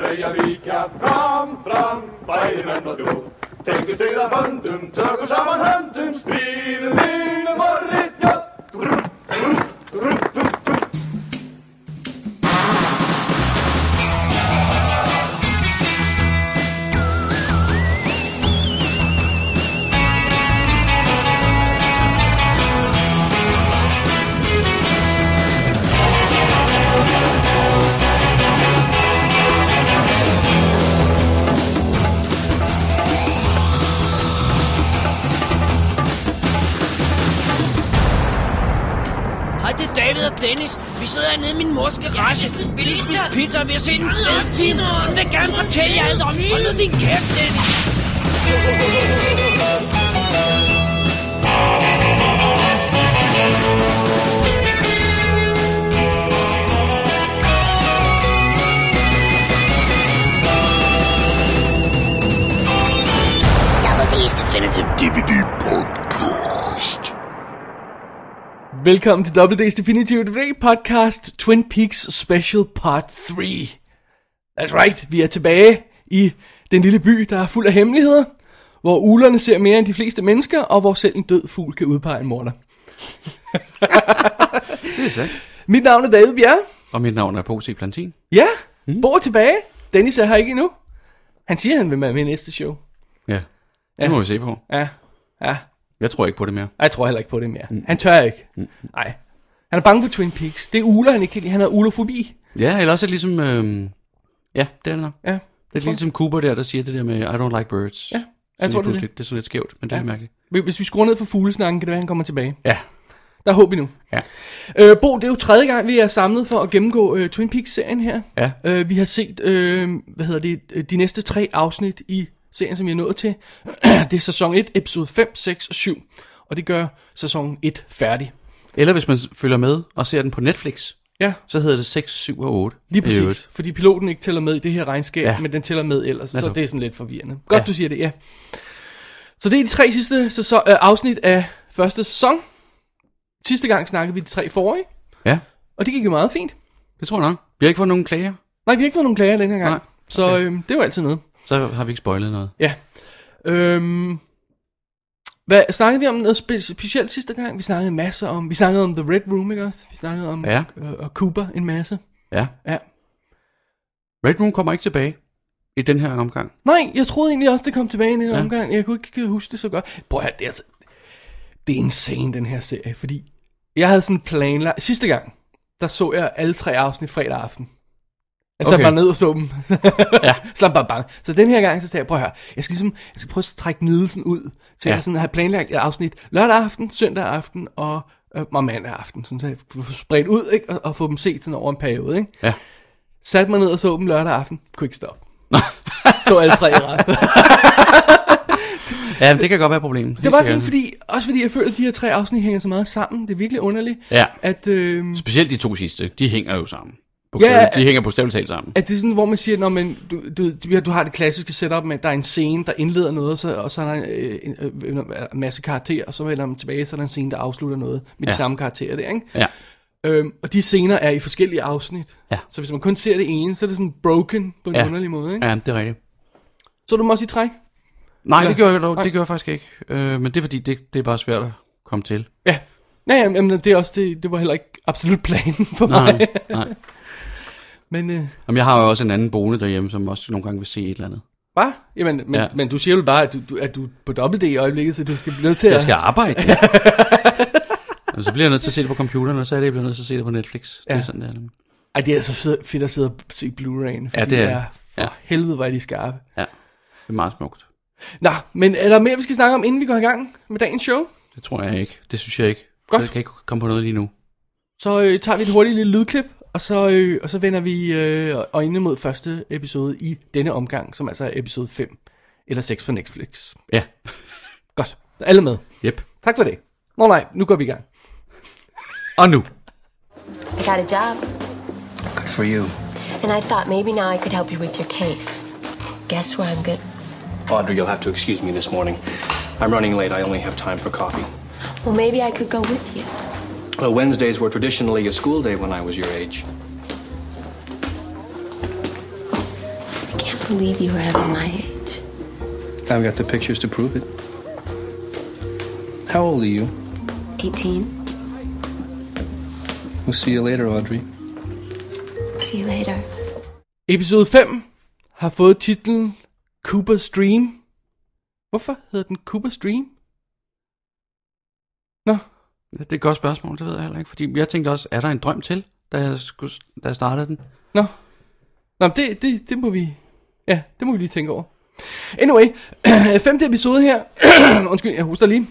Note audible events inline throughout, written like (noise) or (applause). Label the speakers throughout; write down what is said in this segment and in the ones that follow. Speaker 1: segja víkja fram, fram, bæði menn og þjóð. Tengjum stríða böndum, tökum saman höndum, stríðum vinnum og riðjóð.
Speaker 2: Hej, det er David og Dennis. Vi sidder hernede i min mors garage. Vi lige spise pizza, og vi har set en fed film. Hun vil gerne fortælle jer alt om. Hold nu din kæft, Dennis.
Speaker 3: Double D's Definitive DVD Podcast.
Speaker 4: Velkommen til Double D's Definitive DVD podcast Twin Peaks Special Part 3. That's right, vi er tilbage i den lille by, der er fuld af hemmeligheder, hvor ulerne ser mere end de fleste mennesker, og hvor selv en død fugl kan udpege en morder.
Speaker 5: Det er sagt.
Speaker 4: Mit navn er David Bjerre.
Speaker 5: Og mit navn er P.C. Plantin.
Speaker 4: Ja, mm. Bo er tilbage. Dennis er her ikke endnu. Han siger, han vil være med i næste show.
Speaker 5: Ja. Det må vi se på.
Speaker 4: Ja, ja.
Speaker 5: Jeg tror ikke på det mere.
Speaker 4: Ej, Jeg tror heller ikke på det mere. Mm. Han tør ikke. Nej. Han er bange for Twin Peaks. Det er uler, han ikke kan lide. Han har ulofobi.
Speaker 5: Ja, eller også er det ligesom... Øhm, ja, det er det nok.
Speaker 4: Ja,
Speaker 5: Det er ligesom Cooper der, der siger det der med, I don't like birds.
Speaker 4: Ja, jeg
Speaker 5: Sådan
Speaker 4: tror, det er
Speaker 5: lige pludselig. Det er sådan lidt skævt, men det er
Speaker 4: Ja.
Speaker 5: ja. mærkeligt.
Speaker 4: det. Hvis vi skruer ned for fuglesnakken, kan det være, han kommer tilbage.
Speaker 5: Ja.
Speaker 4: Der er håb endnu.
Speaker 5: Ja.
Speaker 4: Øh, Bo, det er jo tredje gang, vi er samlet for at gennemgå øh, Twin Peaks-serien her.
Speaker 5: Ja.
Speaker 4: Øh, vi har set, øh, hvad hedder det, øh, de næste tre afsnit i serien, som vi er nået til. (clears throat) det er sæson 1, episode 5, 6 og 7. Og det gør sæson 1 færdig.
Speaker 5: Eller hvis man s- følger med og ser den på Netflix,
Speaker 4: Ja,
Speaker 5: så hedder det 6, 7 og 8.
Speaker 4: lige
Speaker 5: I
Speaker 4: præcis.
Speaker 5: øvrigt.
Speaker 4: Fordi piloten ikke tæller med i det her regnskab, ja.
Speaker 5: Ja.
Speaker 4: men den tæller med ellers. Så
Speaker 5: Netop.
Speaker 4: det er sådan lidt forvirrende. Godt, ja.
Speaker 5: Ja.
Speaker 4: du siger det, ja. Så det er de tre sidste sæson, øh, afsnit af første sæson. Sidste gang snakkede vi de tre forrige,
Speaker 5: Ja,
Speaker 4: og det gik jo meget fint.
Speaker 5: det tror jeg nok. Vi har ikke fået nogen klager,
Speaker 4: Nej, vi har ikke fået nogen klager den her gang.
Speaker 5: Nej,
Speaker 4: Så
Speaker 5: okay.
Speaker 4: øhm, det var altid noget.
Speaker 5: så har vi ikke spoilet noget.
Speaker 4: Ja. Øhm, hvad snakkede vi om noget spe- specielt sidste gang? Vi snakkede masser om... Vi snakkede om The Red Room, ikke også? Vi snakkede om
Speaker 5: Ja.
Speaker 4: øh, og Cooper en masse.
Speaker 5: Ja.
Speaker 4: Ja.
Speaker 5: Red Room kommer ikke tilbage i den her omgang.
Speaker 4: Nej, jeg troede egentlig også, det kom tilbage i en ja.
Speaker 5: Ja.
Speaker 4: omgang. Jeg kunne ikke huske det så godt. Prøv at høre, det er altså... Det er insane, den her serie, fordi... Jeg havde sådan planlagt... Sidste gang, der så jeg alle tre afsnit fredag aften. Jeg satte
Speaker 5: Okay.
Speaker 4: okay. mig ned og så
Speaker 5: (laughs)
Speaker 4: dem. ja. (laughs) Slap bare bang. Så den her gang, så sagde jeg, prøv at høre, jeg skal, ligesom, jeg skal prøve at trække nydelsen ud, til ja.
Speaker 5: Ja.
Speaker 4: jeg sådan har planlagt et afsnit lørdag aften, søndag aften og, øh, og mandag aften, sådan, så jeg kunne få spredt ud ikke? Og, og få dem set sådan over en periode. Ikke?
Speaker 5: Ja.
Speaker 4: Satte mig ned og så dem lørdag aften, quick
Speaker 5: (laughs)
Speaker 4: stop. så alle tre i rap.
Speaker 5: Ja, men det kan godt være et problem.
Speaker 4: Det var sådan, fordi, også fordi jeg føler, at de her tre afsnit hænger så meget sammen. Det er virkelig underligt,
Speaker 5: Ja.
Speaker 4: at, øh,
Speaker 5: Specielt de to sidste, de hænger jo sammen.
Speaker 4: Ja,
Speaker 5: Ja, de hænger bogstaveligt talt sammen.
Speaker 4: at det er sådan, hvor man siger, Nå, men du, du, du, ja, du har det klassiske setup med, at der er en scene, der indleder noget, og så, og så er der en, øh, en, øh, en masse karakterer, og så vender man tilbage, så er der en scene, der afslutter noget med ja. de
Speaker 5: Ja.
Speaker 4: samme karakterer der, ikke?
Speaker 5: Ja.
Speaker 4: Øhm, og de scener er i forskellige afsnit.
Speaker 5: Ja.
Speaker 4: Så hvis man kun ser det ene, så er det sådan broken på en ja.
Speaker 5: Ja.
Speaker 4: underlig måde, ikke?
Speaker 5: Ja, det er rigtigt.
Speaker 4: Så du må også i træk?
Speaker 5: Nej,
Speaker 4: Eller-
Speaker 5: det gjorde jeg dog,
Speaker 4: Nej.
Speaker 5: det gjorde jeg faktisk ikke. Øh, men det er fordi, det, det er bare svært at komme til.
Speaker 4: Ja. Ja, jamen, jamen, det er også, det, det var heller ikke absolut planen for mig. (laughs)
Speaker 5: Nej, nej.
Speaker 4: Men, øh,
Speaker 5: Jamen, jeg har jo også en anden boende derhjemme, som også nogle gange vil se et eller andet.
Speaker 4: Hvad? Jamen, men, ja.
Speaker 5: Ja.
Speaker 4: men du siger jo bare, at du, du, at du er på dobbelt D i øjeblikket, så du skal blive nødt til
Speaker 5: Jeg
Speaker 4: at...
Speaker 5: skal arbejde. (laughs) Og så bliver jeg nødt til at se det på computeren, og så er det, jeg bliver nødt til at se det på Netflix. Ja. Det
Speaker 4: Ja.
Speaker 5: er sådan, det er. nemlig.
Speaker 4: Ej, det er altså fed- fedt at sidde og se Blu-ray'en, fordi
Speaker 5: Ja, det er det.
Speaker 4: For
Speaker 5: Ja.
Speaker 4: helvede, hvor er de skarpe.
Speaker 5: Ja, det er meget smukt.
Speaker 4: Nå, men er der mere, vi skal snakke om, inden vi går i gang med dagens show?
Speaker 5: Det tror jeg ikke. Det synes jeg ikke.
Speaker 4: Godt.
Speaker 5: Jeg kan ikke komme på noget lige nu.
Speaker 4: Så øh, tager vi et hurtigt lille lydklip, og så, øh, og så vender vi øh, øjnene mod første episode i denne omgang, som altså er episode 5 eller 6 på Netflix.
Speaker 5: Ja,
Speaker 4: Godt. Alle med.
Speaker 5: yep.
Speaker 4: Tak for det. Nå nej, nu går vi i gang.
Speaker 5: Og nu.
Speaker 6: I got a job,
Speaker 7: Good for you.
Speaker 6: and I thought maybe now I could help you with your case. Guess where I'm good?
Speaker 7: Audrey, you'll have to excuse me this morning. I'm running late. I only have time for coffee.
Speaker 6: Well, maybe I could go with you.
Speaker 7: Well, Wednesdays were traditionally a school day when I was your age.
Speaker 6: believe you were ever my age.
Speaker 7: I've got the pictures to prove it. How old are you?
Speaker 6: 18.
Speaker 7: We'll see you later, Audrey.
Speaker 6: See you later.
Speaker 4: Episode 5 har fået titlen Cooper's Dream. Hvorfor hedder den Cooper's Dream? Nå,
Speaker 5: Det er et godt spørgsmål, det ved jeg heller ikke. Fordi jeg tænkte også, er der en drøm til, da jeg, skulle, da jeg startede den?
Speaker 4: nå. Nå, men det, det, det må vi... Ja, det må vi lige tænke over. Anyway, (clears throat) femte episode her. (clears throat) Undskyld, jeg hoster lige.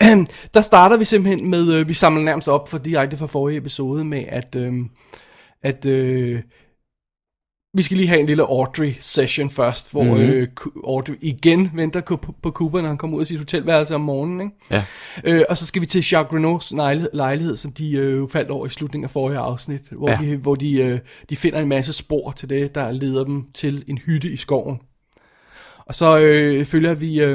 Speaker 4: (clears throat) Der starter vi simpelthen med, øh, vi samler nærmest op for direkte fra forrige episode med, at, øh, at øh, vi skal lige have en lille Audrey-session først, hvor mm-hmm. øh, Ku- Audrey igen venter på, på Cooper, når han kommer ud af sit hotelværelse om morgenen. Ikke?
Speaker 5: Ja.
Speaker 4: Øh, og så skal vi til Jacques Renaults lejlighed, lejlighed som de øh, faldt over i slutningen af forrige afsnit, hvor,
Speaker 5: Ja.
Speaker 4: ja. de, hvor de, øh, de finder en masse spor til det, der leder dem til en hytte i skoven. Og så øh, følger vi øh,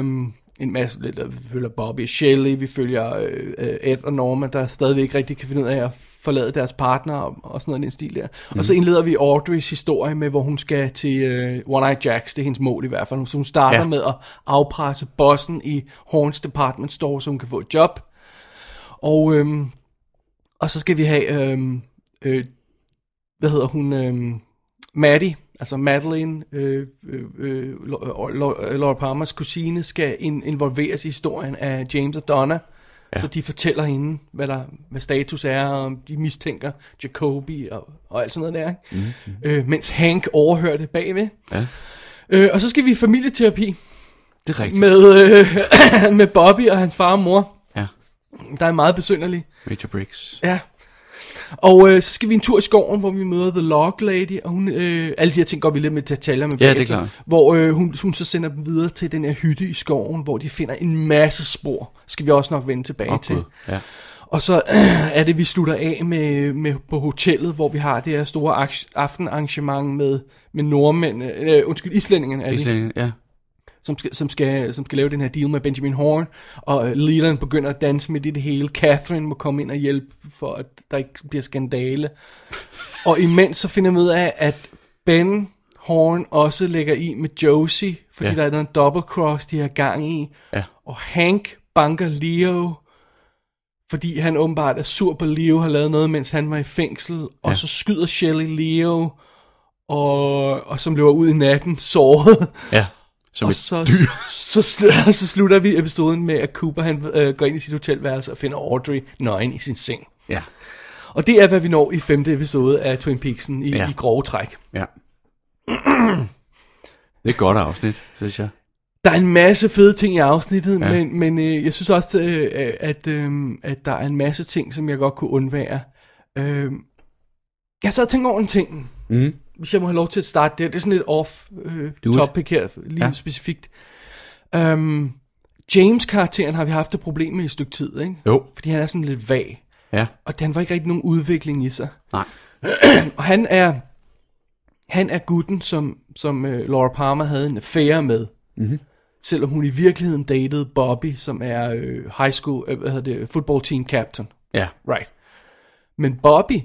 Speaker 4: en masse, eller vi følger Bobby og Shelley, vi følger øh, øh, Ed og Norma, der stadigvæk ikke rigtig kan finde ud af at forlade deres partner og, og sådan noget i den stil der. Mm. Og så indleder vi Audreys historie med, hvor hun skal til øh, One Eye Jacks, det er hendes mål i hvert fald. Så hun starter
Speaker 5: Ja.
Speaker 4: ja. med at afpresse bossen i Horns Department Store, så hun kan få et job. Og, øhm, og så skal vi have, øhm, øh, hvad hedder hun, øhm, Maddie, altså Madeline, øh, øh, øh, Lo- Lo- Laura Palmers kusine, skal in- involveres i historien af James og Donna. Ja. Så de fortæller hende, hvad, der, hvad status er, og om de mistænker Jacobi og, og alt sådan noget der. Ikke? Mm-hmm. Øh, mens Hank overhører det bagved.
Speaker 5: Ja.
Speaker 4: Øh, og så skal vi i familieterapi
Speaker 5: Det er rigtigt.
Speaker 4: med, øh, (coughs) med Bobby og hans far og mor,
Speaker 5: Ja.
Speaker 4: der er meget besynderlig.
Speaker 5: Major Briggs.
Speaker 4: Ja. Og øh, så skal vi en tur i skoven, hvor vi møder The Log Lady, og hun, øh, alle de her ting går vi lidt med detaljer med
Speaker 5: Ja, det er
Speaker 4: bagefter,
Speaker 5: klart.
Speaker 4: Hvor øh, hun, hun så sender dem videre til den her hytte i skoven, hvor de finder en masse spor. Skal vi også nok vende tilbage
Speaker 5: Åh,
Speaker 4: til.
Speaker 5: Gud. Ja.
Speaker 4: Og så (clears throat) øh, er det, vi slutter af med, med på hotellet, hvor vi har det her store aks- aftenarrangement med, med nordmænd, øh, undskyld, islændingerne er de,
Speaker 5: Island, ja.
Speaker 4: som skal, som, skal, som skal lave den her deal med Benjamin Horn, og øh, Leland begynder at danse midt i det hele. Catherine må komme ind og hjælpe, for at der ikke bliver skandale. Og imens så finder vi ud af, at Ben Horn også lægger i med Josie, fordi
Speaker 5: Ja.
Speaker 4: ja. der er noget double cross, de har gang i.
Speaker 5: Ja.
Speaker 4: Og Hank banker Leo, fordi han åbenbart er sur på Leo, har lavet noget, mens han var i fængsel. Og
Speaker 5: Ja.
Speaker 4: så skyder Shelley Leo, og, og som løber ud i natten, (laughs) såret.
Speaker 5: ja. Som
Speaker 4: Og
Speaker 5: et
Speaker 4: så, så, sl- (laughs) så slutter vi episoden med, at Cooper han, øh, går ind i sit hotelværelse og finder Audrey nøgen i sin seng.
Speaker 5: Ja.
Speaker 4: Og det er, hvad vi når i femte episode af Twin Peaksen i,
Speaker 5: Ja.
Speaker 4: ja. i grove træk.
Speaker 5: Ja. (clears throat) Det er et godt afsnit, synes jeg.
Speaker 4: Der er en masse fede ting i afsnittet,
Speaker 5: Ja.
Speaker 4: ja. men, men øh, jeg synes også, øh, at, øh, at der er en masse ting, som jeg godt kunne undvære. Øh, jeg sad og tænkte over en ting.
Speaker 5: Mm.
Speaker 4: Hvis jeg må have lov til at starte der. Det er sådan lidt
Speaker 5: Do it.
Speaker 4: off-topic her, lige
Speaker 5: Ja.
Speaker 4: ja. specifikt. Øhm, James-karakteren har vi haft et problem med i et stykke tid, ikke?
Speaker 5: Jo.
Speaker 4: Fordi han er sådan lidt vag.
Speaker 5: Ja.
Speaker 4: Og han var ikke rigtig nogen udvikling i sig.
Speaker 5: Nej.
Speaker 4: Og han er... Han er gutten, som, som øh, Laura Palmer havde en affære med. Mm-hmm. Selvom hun i virkeligheden datede Bobby, som er øh, high school, øh, hvad hedder det, football team captain.
Speaker 5: Ja.
Speaker 4: Right. Men Bobby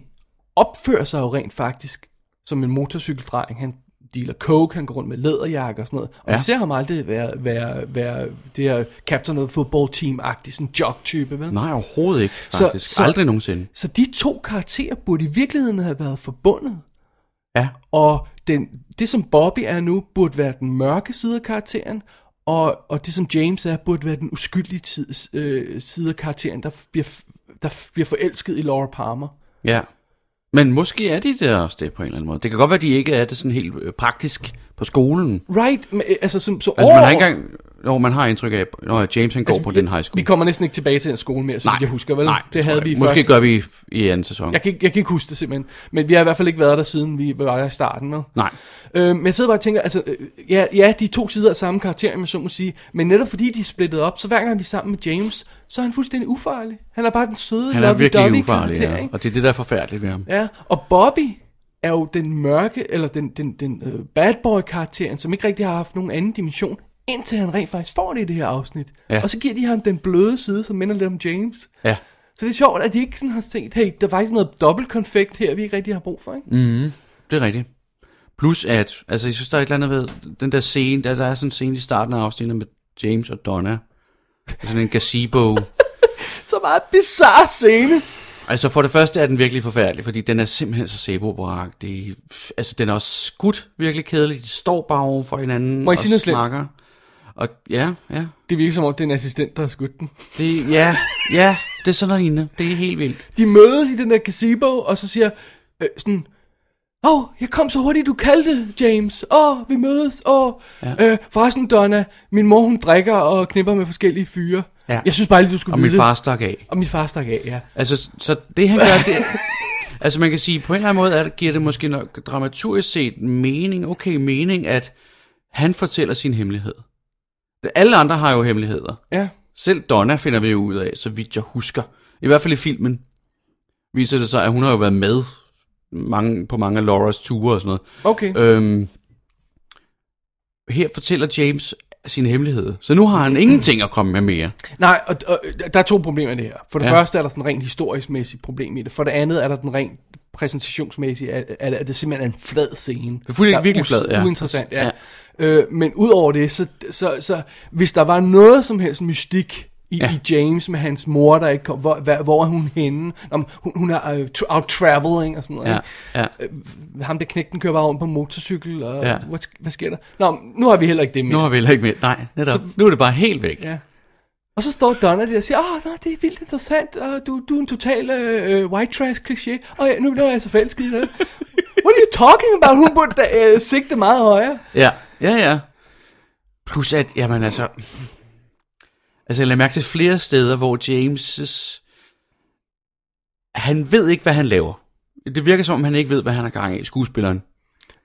Speaker 4: opfører sig jo rent faktisk som en motorcykeldreng. Han dealer coke, han går rundt med læderjakke og sådan noget. Og
Speaker 5: Ja.
Speaker 4: ja. vi ser ham aldrig være, være, være det her captain of football team-agtig, sådan jog-type, vel?
Speaker 5: Nej, overhovedet ikke,
Speaker 4: Så-
Speaker 5: faktisk. Så, så...
Speaker 4: så-
Speaker 5: Aldrig nogensinde.
Speaker 4: Så de to karakterer burde i virkeligheden have været forbundet.
Speaker 5: Ja.
Speaker 4: Og den, det, som Bobby er nu, burde være den mørke side af karakteren, og, og det, som James er, burde være den uskyldige tid, øh, side af karakteren, der f- bliver, f- der f- bliver forelsket i Laura Palmer.
Speaker 5: Ja. Men måske er de der også det på en eller anden måde. Det kan godt være, de ikke er det sådan helt øh, praktisk på skolen.
Speaker 4: Right? Men, øh, altså, som, så,
Speaker 5: Altså, man har
Speaker 4: Åh!
Speaker 5: ikke engang... Jo, man har indtryk af, når James han går altså, på den high school.
Speaker 4: Vi kommer næsten ikke tilbage til den skole mere, så
Speaker 5: Nej.
Speaker 4: vidt jeg husker, vel?
Speaker 5: Nej,
Speaker 4: det
Speaker 5: tror
Speaker 4: havde
Speaker 5: jeg
Speaker 4: vi
Speaker 5: ikke.
Speaker 4: i
Speaker 5: Måske
Speaker 4: første-
Speaker 5: gør vi i- i anden sæson.
Speaker 4: Jeg kan, ikke- jeg kan ikke huske det simpelthen. Men vi har i hvert fald ikke været der, siden vi var der i starten, vel?
Speaker 5: Nej.
Speaker 4: Øh, men jeg sidder bare og tænker, altså, øh, ja, ja, de er to sider af samme karakter, men så må sige, men netop fordi de er splittet op, så hver gang vi er sammen med James, så er han fuldstændig ufarlig. Han er bare den søde,
Speaker 5: Han er virkelig
Speaker 4: lovey-dovey
Speaker 5: ufarlig,
Speaker 4: karakter,
Speaker 5: ja.
Speaker 4: ikke?
Speaker 5: og det er det, der er forfærdeligt ved ham.
Speaker 4: Ja, og Bobby er jo den mørke, eller den, den, den øh, bad boy karakteren, som ikke rigtig har haft nogen anden dimension, indtil han rent faktisk får det i det her afsnit.
Speaker 5: Ja.
Speaker 4: Og så giver de ham den bløde side, som minder lidt om James.
Speaker 5: Ja.
Speaker 4: Så det er sjovt, at de ikke
Speaker 5: Mm.
Speaker 4: sådan har set, hey, der er faktisk noget dobbeltkonfekt her, vi ikke rigtig har brug for, ikke?
Speaker 5: Det er rigtigt. Plus at, altså jeg synes, der er et eller andet ved den der scene, der, der er sådan en scene i starten af afsnittet med James og Donna. Altså, Sådan en
Speaker 4: (laughs)
Speaker 5: gazebo.
Speaker 4: Så meget bizarre scene.
Speaker 5: altså for det første er den virkelig forfærdelig, fordi den er simpelthen så sebobragtig. Altså den er også skudt virkelig kedelig. De står bare over for hinanden
Speaker 4: Må jeg
Speaker 5: og
Speaker 4: sige noget slemt?
Speaker 5: snakker. Og ja, ja.
Speaker 4: Det virker som om, det er en assistent, der har skudt den.
Speaker 5: Det, ja, ja, det er sådan noget lignende. Det er helt vildt.
Speaker 4: De mødes i den der gazebo, og så siger øh, sådan, Åh, oh, jeg kom så hurtigt, du kaldte, James. Åh, oh, vi mødes. Åh, oh. ja. øh, forresten, Donna, min mor, hun drikker og knipper med forskellige fyre.
Speaker 5: Ja.
Speaker 4: Jeg synes bare lige, du skulle
Speaker 5: Og
Speaker 4: vide
Speaker 5: min
Speaker 4: det.
Speaker 5: far stak af.
Speaker 4: Og min far stak af, ja.
Speaker 5: Altså, så det han gør, det... (laughs) altså, man kan sige, på en eller anden måde er det, giver det måske nok dramaturgisk set mening, okay mening, at han fortæller sin hemmelighed. Alle andre har jo hemmeligheder.
Speaker 4: Ja,
Speaker 5: Selv Donna finder vi jo ud af, så vidt jeg husker. I hvert fald i filmen viser det sig, at hun har jo været med mange, på mange af Lauras ture og sådan noget.
Speaker 4: okay. Øh.
Speaker 5: Øhm, her fortæller James sin hemmelighed. Så nu har han ingenting at komme med mere.
Speaker 4: Nej, og, og der er to problemer i det her. For det ja.
Speaker 5: Ja.
Speaker 4: første er der sådan rent historisk-mæssigt problem i det. For det andet er der den rent præsentationsmæssige, at, at, at det simpelthen er en flad scene.
Speaker 5: er fuldstændig
Speaker 4: Der
Speaker 5: virkelig
Speaker 4: us-
Speaker 5: flad, ja.
Speaker 4: Uinteressant, ja. ja. Øh, men udover det, så, så, så hvis der var noget som helst mystik i, ja. i
Speaker 5: Ja.
Speaker 4: James med hans mor, der ikke kom, hvor, hvor, hvor er hun henne? Om, hun, hun er uh, out-traveling og sådan noget.
Speaker 5: Ja,
Speaker 4: ikke?
Speaker 5: ja.
Speaker 4: Ham der knægten kører bare rundt på en motorcykel, og ja.
Speaker 5: Ja.
Speaker 4: hvad, sk- hvad sker der? Nå, men nu har vi heller ikke det mere.
Speaker 5: Nu har vi heller ikke mere. Nej, netop. nu er det bare helt væk.
Speaker 4: Ja. Og så står Donna der og siger, åh, nej, det er vildt interessant, og du, du er en total øh, øh, white trash kliché og ja, nu bliver jeg så forelsket i dig. (laughs) What are you talking about? Hun burde da, øh, sigte meget højere.
Speaker 5: Ja, ja, ja. Plus at, jamen altså... Altså, jeg lader mærke til flere steder, hvor James' Han ved ikke, hvad han laver. Det virker som om, han ikke ved, hvad han har gang i, skuespilleren,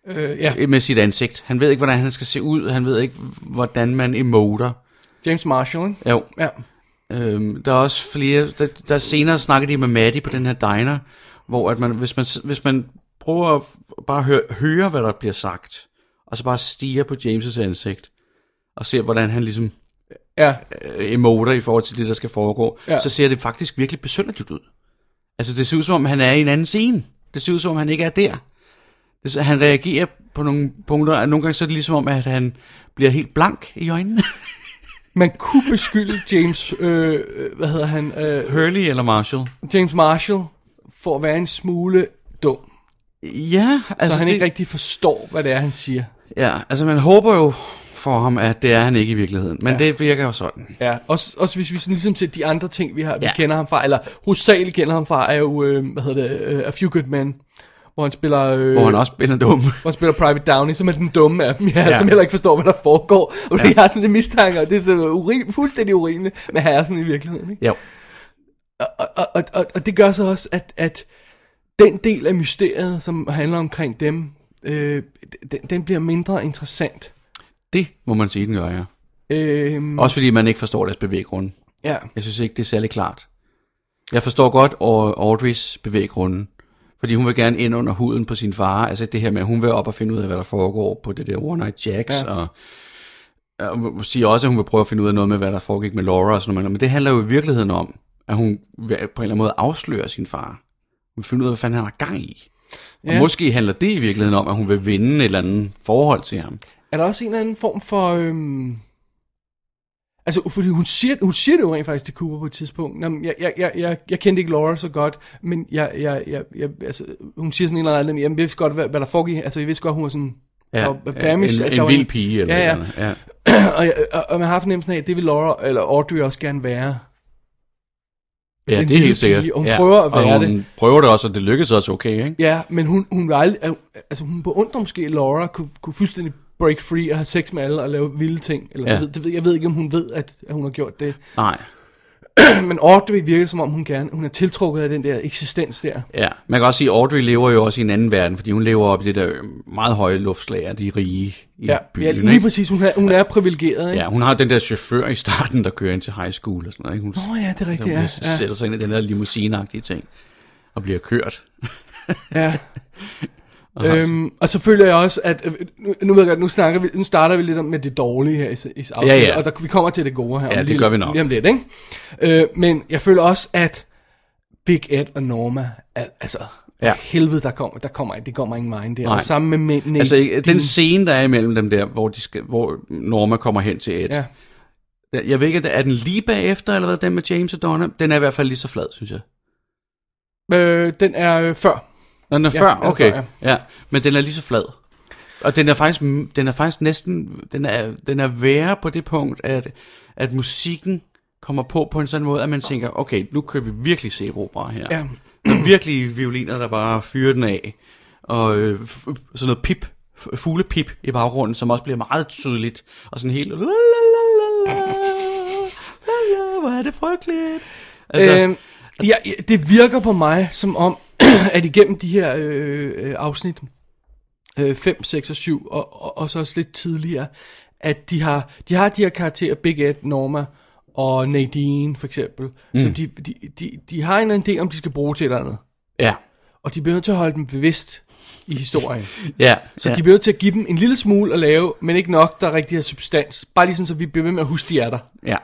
Speaker 4: Øh, ja,
Speaker 5: med sit ansigt. Han ved ikke, hvordan han skal se ud. Han ved ikke, hvordan man emoter.
Speaker 4: James Marshall, ikke?
Speaker 5: Jo,
Speaker 4: Ja.
Speaker 5: Øhm, der er også flere, der, der senere snakker de med Maddie på den her diner, hvor at man, hvis, man, hvis man prøver at f- bare høre, høre, hvad der bliver sagt, og så bare stiger på James' ansigt, og ser, hvordan han ligesom
Speaker 4: Ja,
Speaker 5: øh, emoter i forhold til det, der skal foregå,
Speaker 4: Ja.
Speaker 5: ja. så ser det faktisk virkelig besynderligt ud. Altså, det ser ud som om, han er i en anden scene. Det ser ud som om, han ikke er der. Det, ser- han reagerer på nogle punkter, og nogle gange så er det ligesom om, at han bliver helt blank i øjnene.
Speaker 4: man kunne beskylde James, øh, øh, hvad hedder han, øh,
Speaker 5: Hurley eller Marshall?
Speaker 4: James Marshall for at være en smule dum. Så
Speaker 5: Ja, altså
Speaker 4: altså, han
Speaker 5: det,
Speaker 4: det... ikke rigtig forstår, hvad det er, han siger.
Speaker 5: Ja, altså man håber jo for ham, at det er han ikke i virkeligheden. Men ja. det virker jo sådan.
Speaker 4: Ja, også, også hvis vi sådan ligesom ser de andre ting, vi, har, vi ja.
Speaker 5: Ja.
Speaker 4: kender ham fra, eller Husal kender ham fra, er jo, øh, hvad hedder det, øh, A Few Good Men, hvor han spiller... Øh,
Speaker 5: Hvor han også spiller dum.
Speaker 4: Hvor han spiller Private Downey, som er den dumme af dem, ja, ja.
Speaker 5: Ja.
Speaker 4: som heller ikke forstår, hvad der foregår. Og ja. jeg har sådan en mistanke, og det er så urim, fuldstændig urimeligt, men han er sådan i virkeligheden. Ikke?
Speaker 5: Ja.
Speaker 4: Og, og, og, og, og det gør så også, at, at den del af mysteriet, som handler omkring dem, øh, den, den bliver mindre interessant.
Speaker 5: Det må man sige, den gør, ja.
Speaker 4: Øh,
Speaker 5: Også fordi man ikke forstår deres bevæggrunde.
Speaker 4: ja.
Speaker 5: Jeg synes ikke, det er særlig klart. Jeg forstår godt Au- Audreys bevæggrunde. Fordi hun vil gerne ind under huden på sin far. Altså det her med, at hun vil op og finde ud af, hvad der foregår på det der One Night Jacks.
Speaker 4: Ja.
Speaker 5: Ja. Og, og hun siger også, at hun vil prøve at finde ud af noget med, hvad der foregik med Laura og sådan noget. Men det handler jo i virkeligheden om, at hun vil på en eller anden måde afslører sin far. Hun vil finde ud af, hvad fanden han har gang i. Og
Speaker 4: Ja.
Speaker 5: måske handler det i virkeligheden om, at hun vil vinde et eller andet forhold til ham.
Speaker 4: Er der også en eller anden form for... Øhm... Altså, fordi hun siger, hun siger det jo rent faktisk til Cooper på et tidspunkt. Jamen, jeg, jeg, jeg, jeg, jeg kendte ikke Laura så godt, men jeg, jeg, jeg, jeg, altså, hun siger sådan en eller anden, jamen, jeg vidste godt, hvad, hvad der foregik. Altså, jeg vidste godt, hun var sådan...
Speaker 5: Ja,
Speaker 4: og Bamis,
Speaker 5: en,
Speaker 4: at
Speaker 5: en,
Speaker 4: der
Speaker 5: en
Speaker 4: var
Speaker 5: vild pige eller
Speaker 4: Ja,
Speaker 5: et
Speaker 4: ja.
Speaker 5: eller andet. ja.
Speaker 4: (clears throat) og, jeg- og, og, man har fornemmelsen af, at det vil Laura eller Audrey også gerne være.
Speaker 5: Ja,
Speaker 4: en
Speaker 5: det er
Speaker 4: lille
Speaker 5: helt sikkert.
Speaker 4: pige, og hun
Speaker 5: ja.
Speaker 4: prøver at være
Speaker 5: og hun
Speaker 4: det.
Speaker 5: prøver det også, og det lykkes også okay, ikke?
Speaker 4: Ja, men hun, hun var aldrig, altså hun beundrer måske, at Laura kunne, kunne fuldstændig break free og have sex med alle og lave vilde ting. Eller,
Speaker 5: Ja.
Speaker 4: ja. jeg, ved, det ved, jeg ved ikke, om hun ved, at, at hun har gjort det.
Speaker 5: Nej.
Speaker 4: Men Audrey virker som om, hun gerne hun er tiltrukket af den der eksistens der.
Speaker 5: Ja, man kan også sige, at Audrey lever jo også i en anden verden, fordi hun lever op i det der øh, meget høje luftslag af de rige i
Speaker 4: Ja,
Speaker 5: ja,
Speaker 4: ja
Speaker 5: byen,
Speaker 4: lige
Speaker 5: ikke?
Speaker 4: præcis. Hun er, hun er privilegeret, ikke?
Speaker 5: Ja, hun har den der chauffør i starten, der kører ind til high school og sådan noget, ikke? Hun,
Speaker 4: Åh oh, ja, det er
Speaker 5: som
Speaker 4: rigtigt, ja. ja.
Speaker 5: sætter sig ind i den der limousineagtige ting og bliver kørt. (laughs)
Speaker 4: ja. Øhm, og så føler jeg også, at øh, nu, nu, ved jeg godt, nu, snakker vi, nu starter vi lidt om med det dårlige her i, s- i afsnittet,
Speaker 5: Ja, ja.
Speaker 4: og der, vi kommer til det gode her. om
Speaker 5: Ja, det
Speaker 4: lige-
Speaker 5: gør vi nok.
Speaker 4: Lige om lidt, ikke? Øh, men jeg føler også, at Big Ed og Norma, er, altså,
Speaker 5: Ja.
Speaker 4: Helvede, der kommer, der kommer, det kommer ingen vejen der.
Speaker 5: Nej.
Speaker 4: Og Sammen med mændene. i
Speaker 5: Altså, ikke- den
Speaker 4: bilen.
Speaker 5: scene, der er imellem dem der, hvor, de skal, hvor Norma kommer hen til Ed.
Speaker 4: Ja.
Speaker 5: Jeg jeg ved ikke, er den lige bagefter, eller hvad, den med James og Donna? Den er i hvert fald lige så flad, synes jeg.
Speaker 4: Øh, den er øh, før.
Speaker 5: Nå, den er
Speaker 4: Ja,
Speaker 5: ja, før,
Speaker 4: den er
Speaker 5: okay.
Speaker 4: før,
Speaker 5: ja. ja. men den er lige så flad. Og den er faktisk, den er faktisk næsten, den er, den er værre på det punkt, at, at musikken kommer på på en sådan måde, at man tænker, okay, nu kører vi virkelig zebro bare her.
Speaker 4: Ja.
Speaker 5: Der er virkelig violiner, der bare fyrer den af. Og øh, f- sådan noget pip, f- fuglepip i baggrunden, som også bliver meget tydeligt. Og sådan helt... La, la, la, la, la, la, la, hvor er det frygteligt. Altså,
Speaker 4: Øh, ja, ja, det virker på mig som om, (clears throat) at igennem de her øh, øh, afsnit, øh, 5, 6 og 7, og, og, og så også lidt tidligere, at de har de, har de her karakterer, Big Ed, Norma og Nadine for eksempel, mm. som de, de, de, de har en eller anden idé, om de skal bruge til et eller andet.
Speaker 5: ja,
Speaker 4: Og de bliver nødt til at holde dem bevidst i historien.
Speaker 5: ja.
Speaker 4: Så
Speaker 5: ja.
Speaker 4: ja. de bliver nødt til at give dem en lille smule at lave, men ikke nok, der er rigtig her substans. Bare lige sådan, så vi bliver ved med at huske, de er der.
Speaker 5: ja.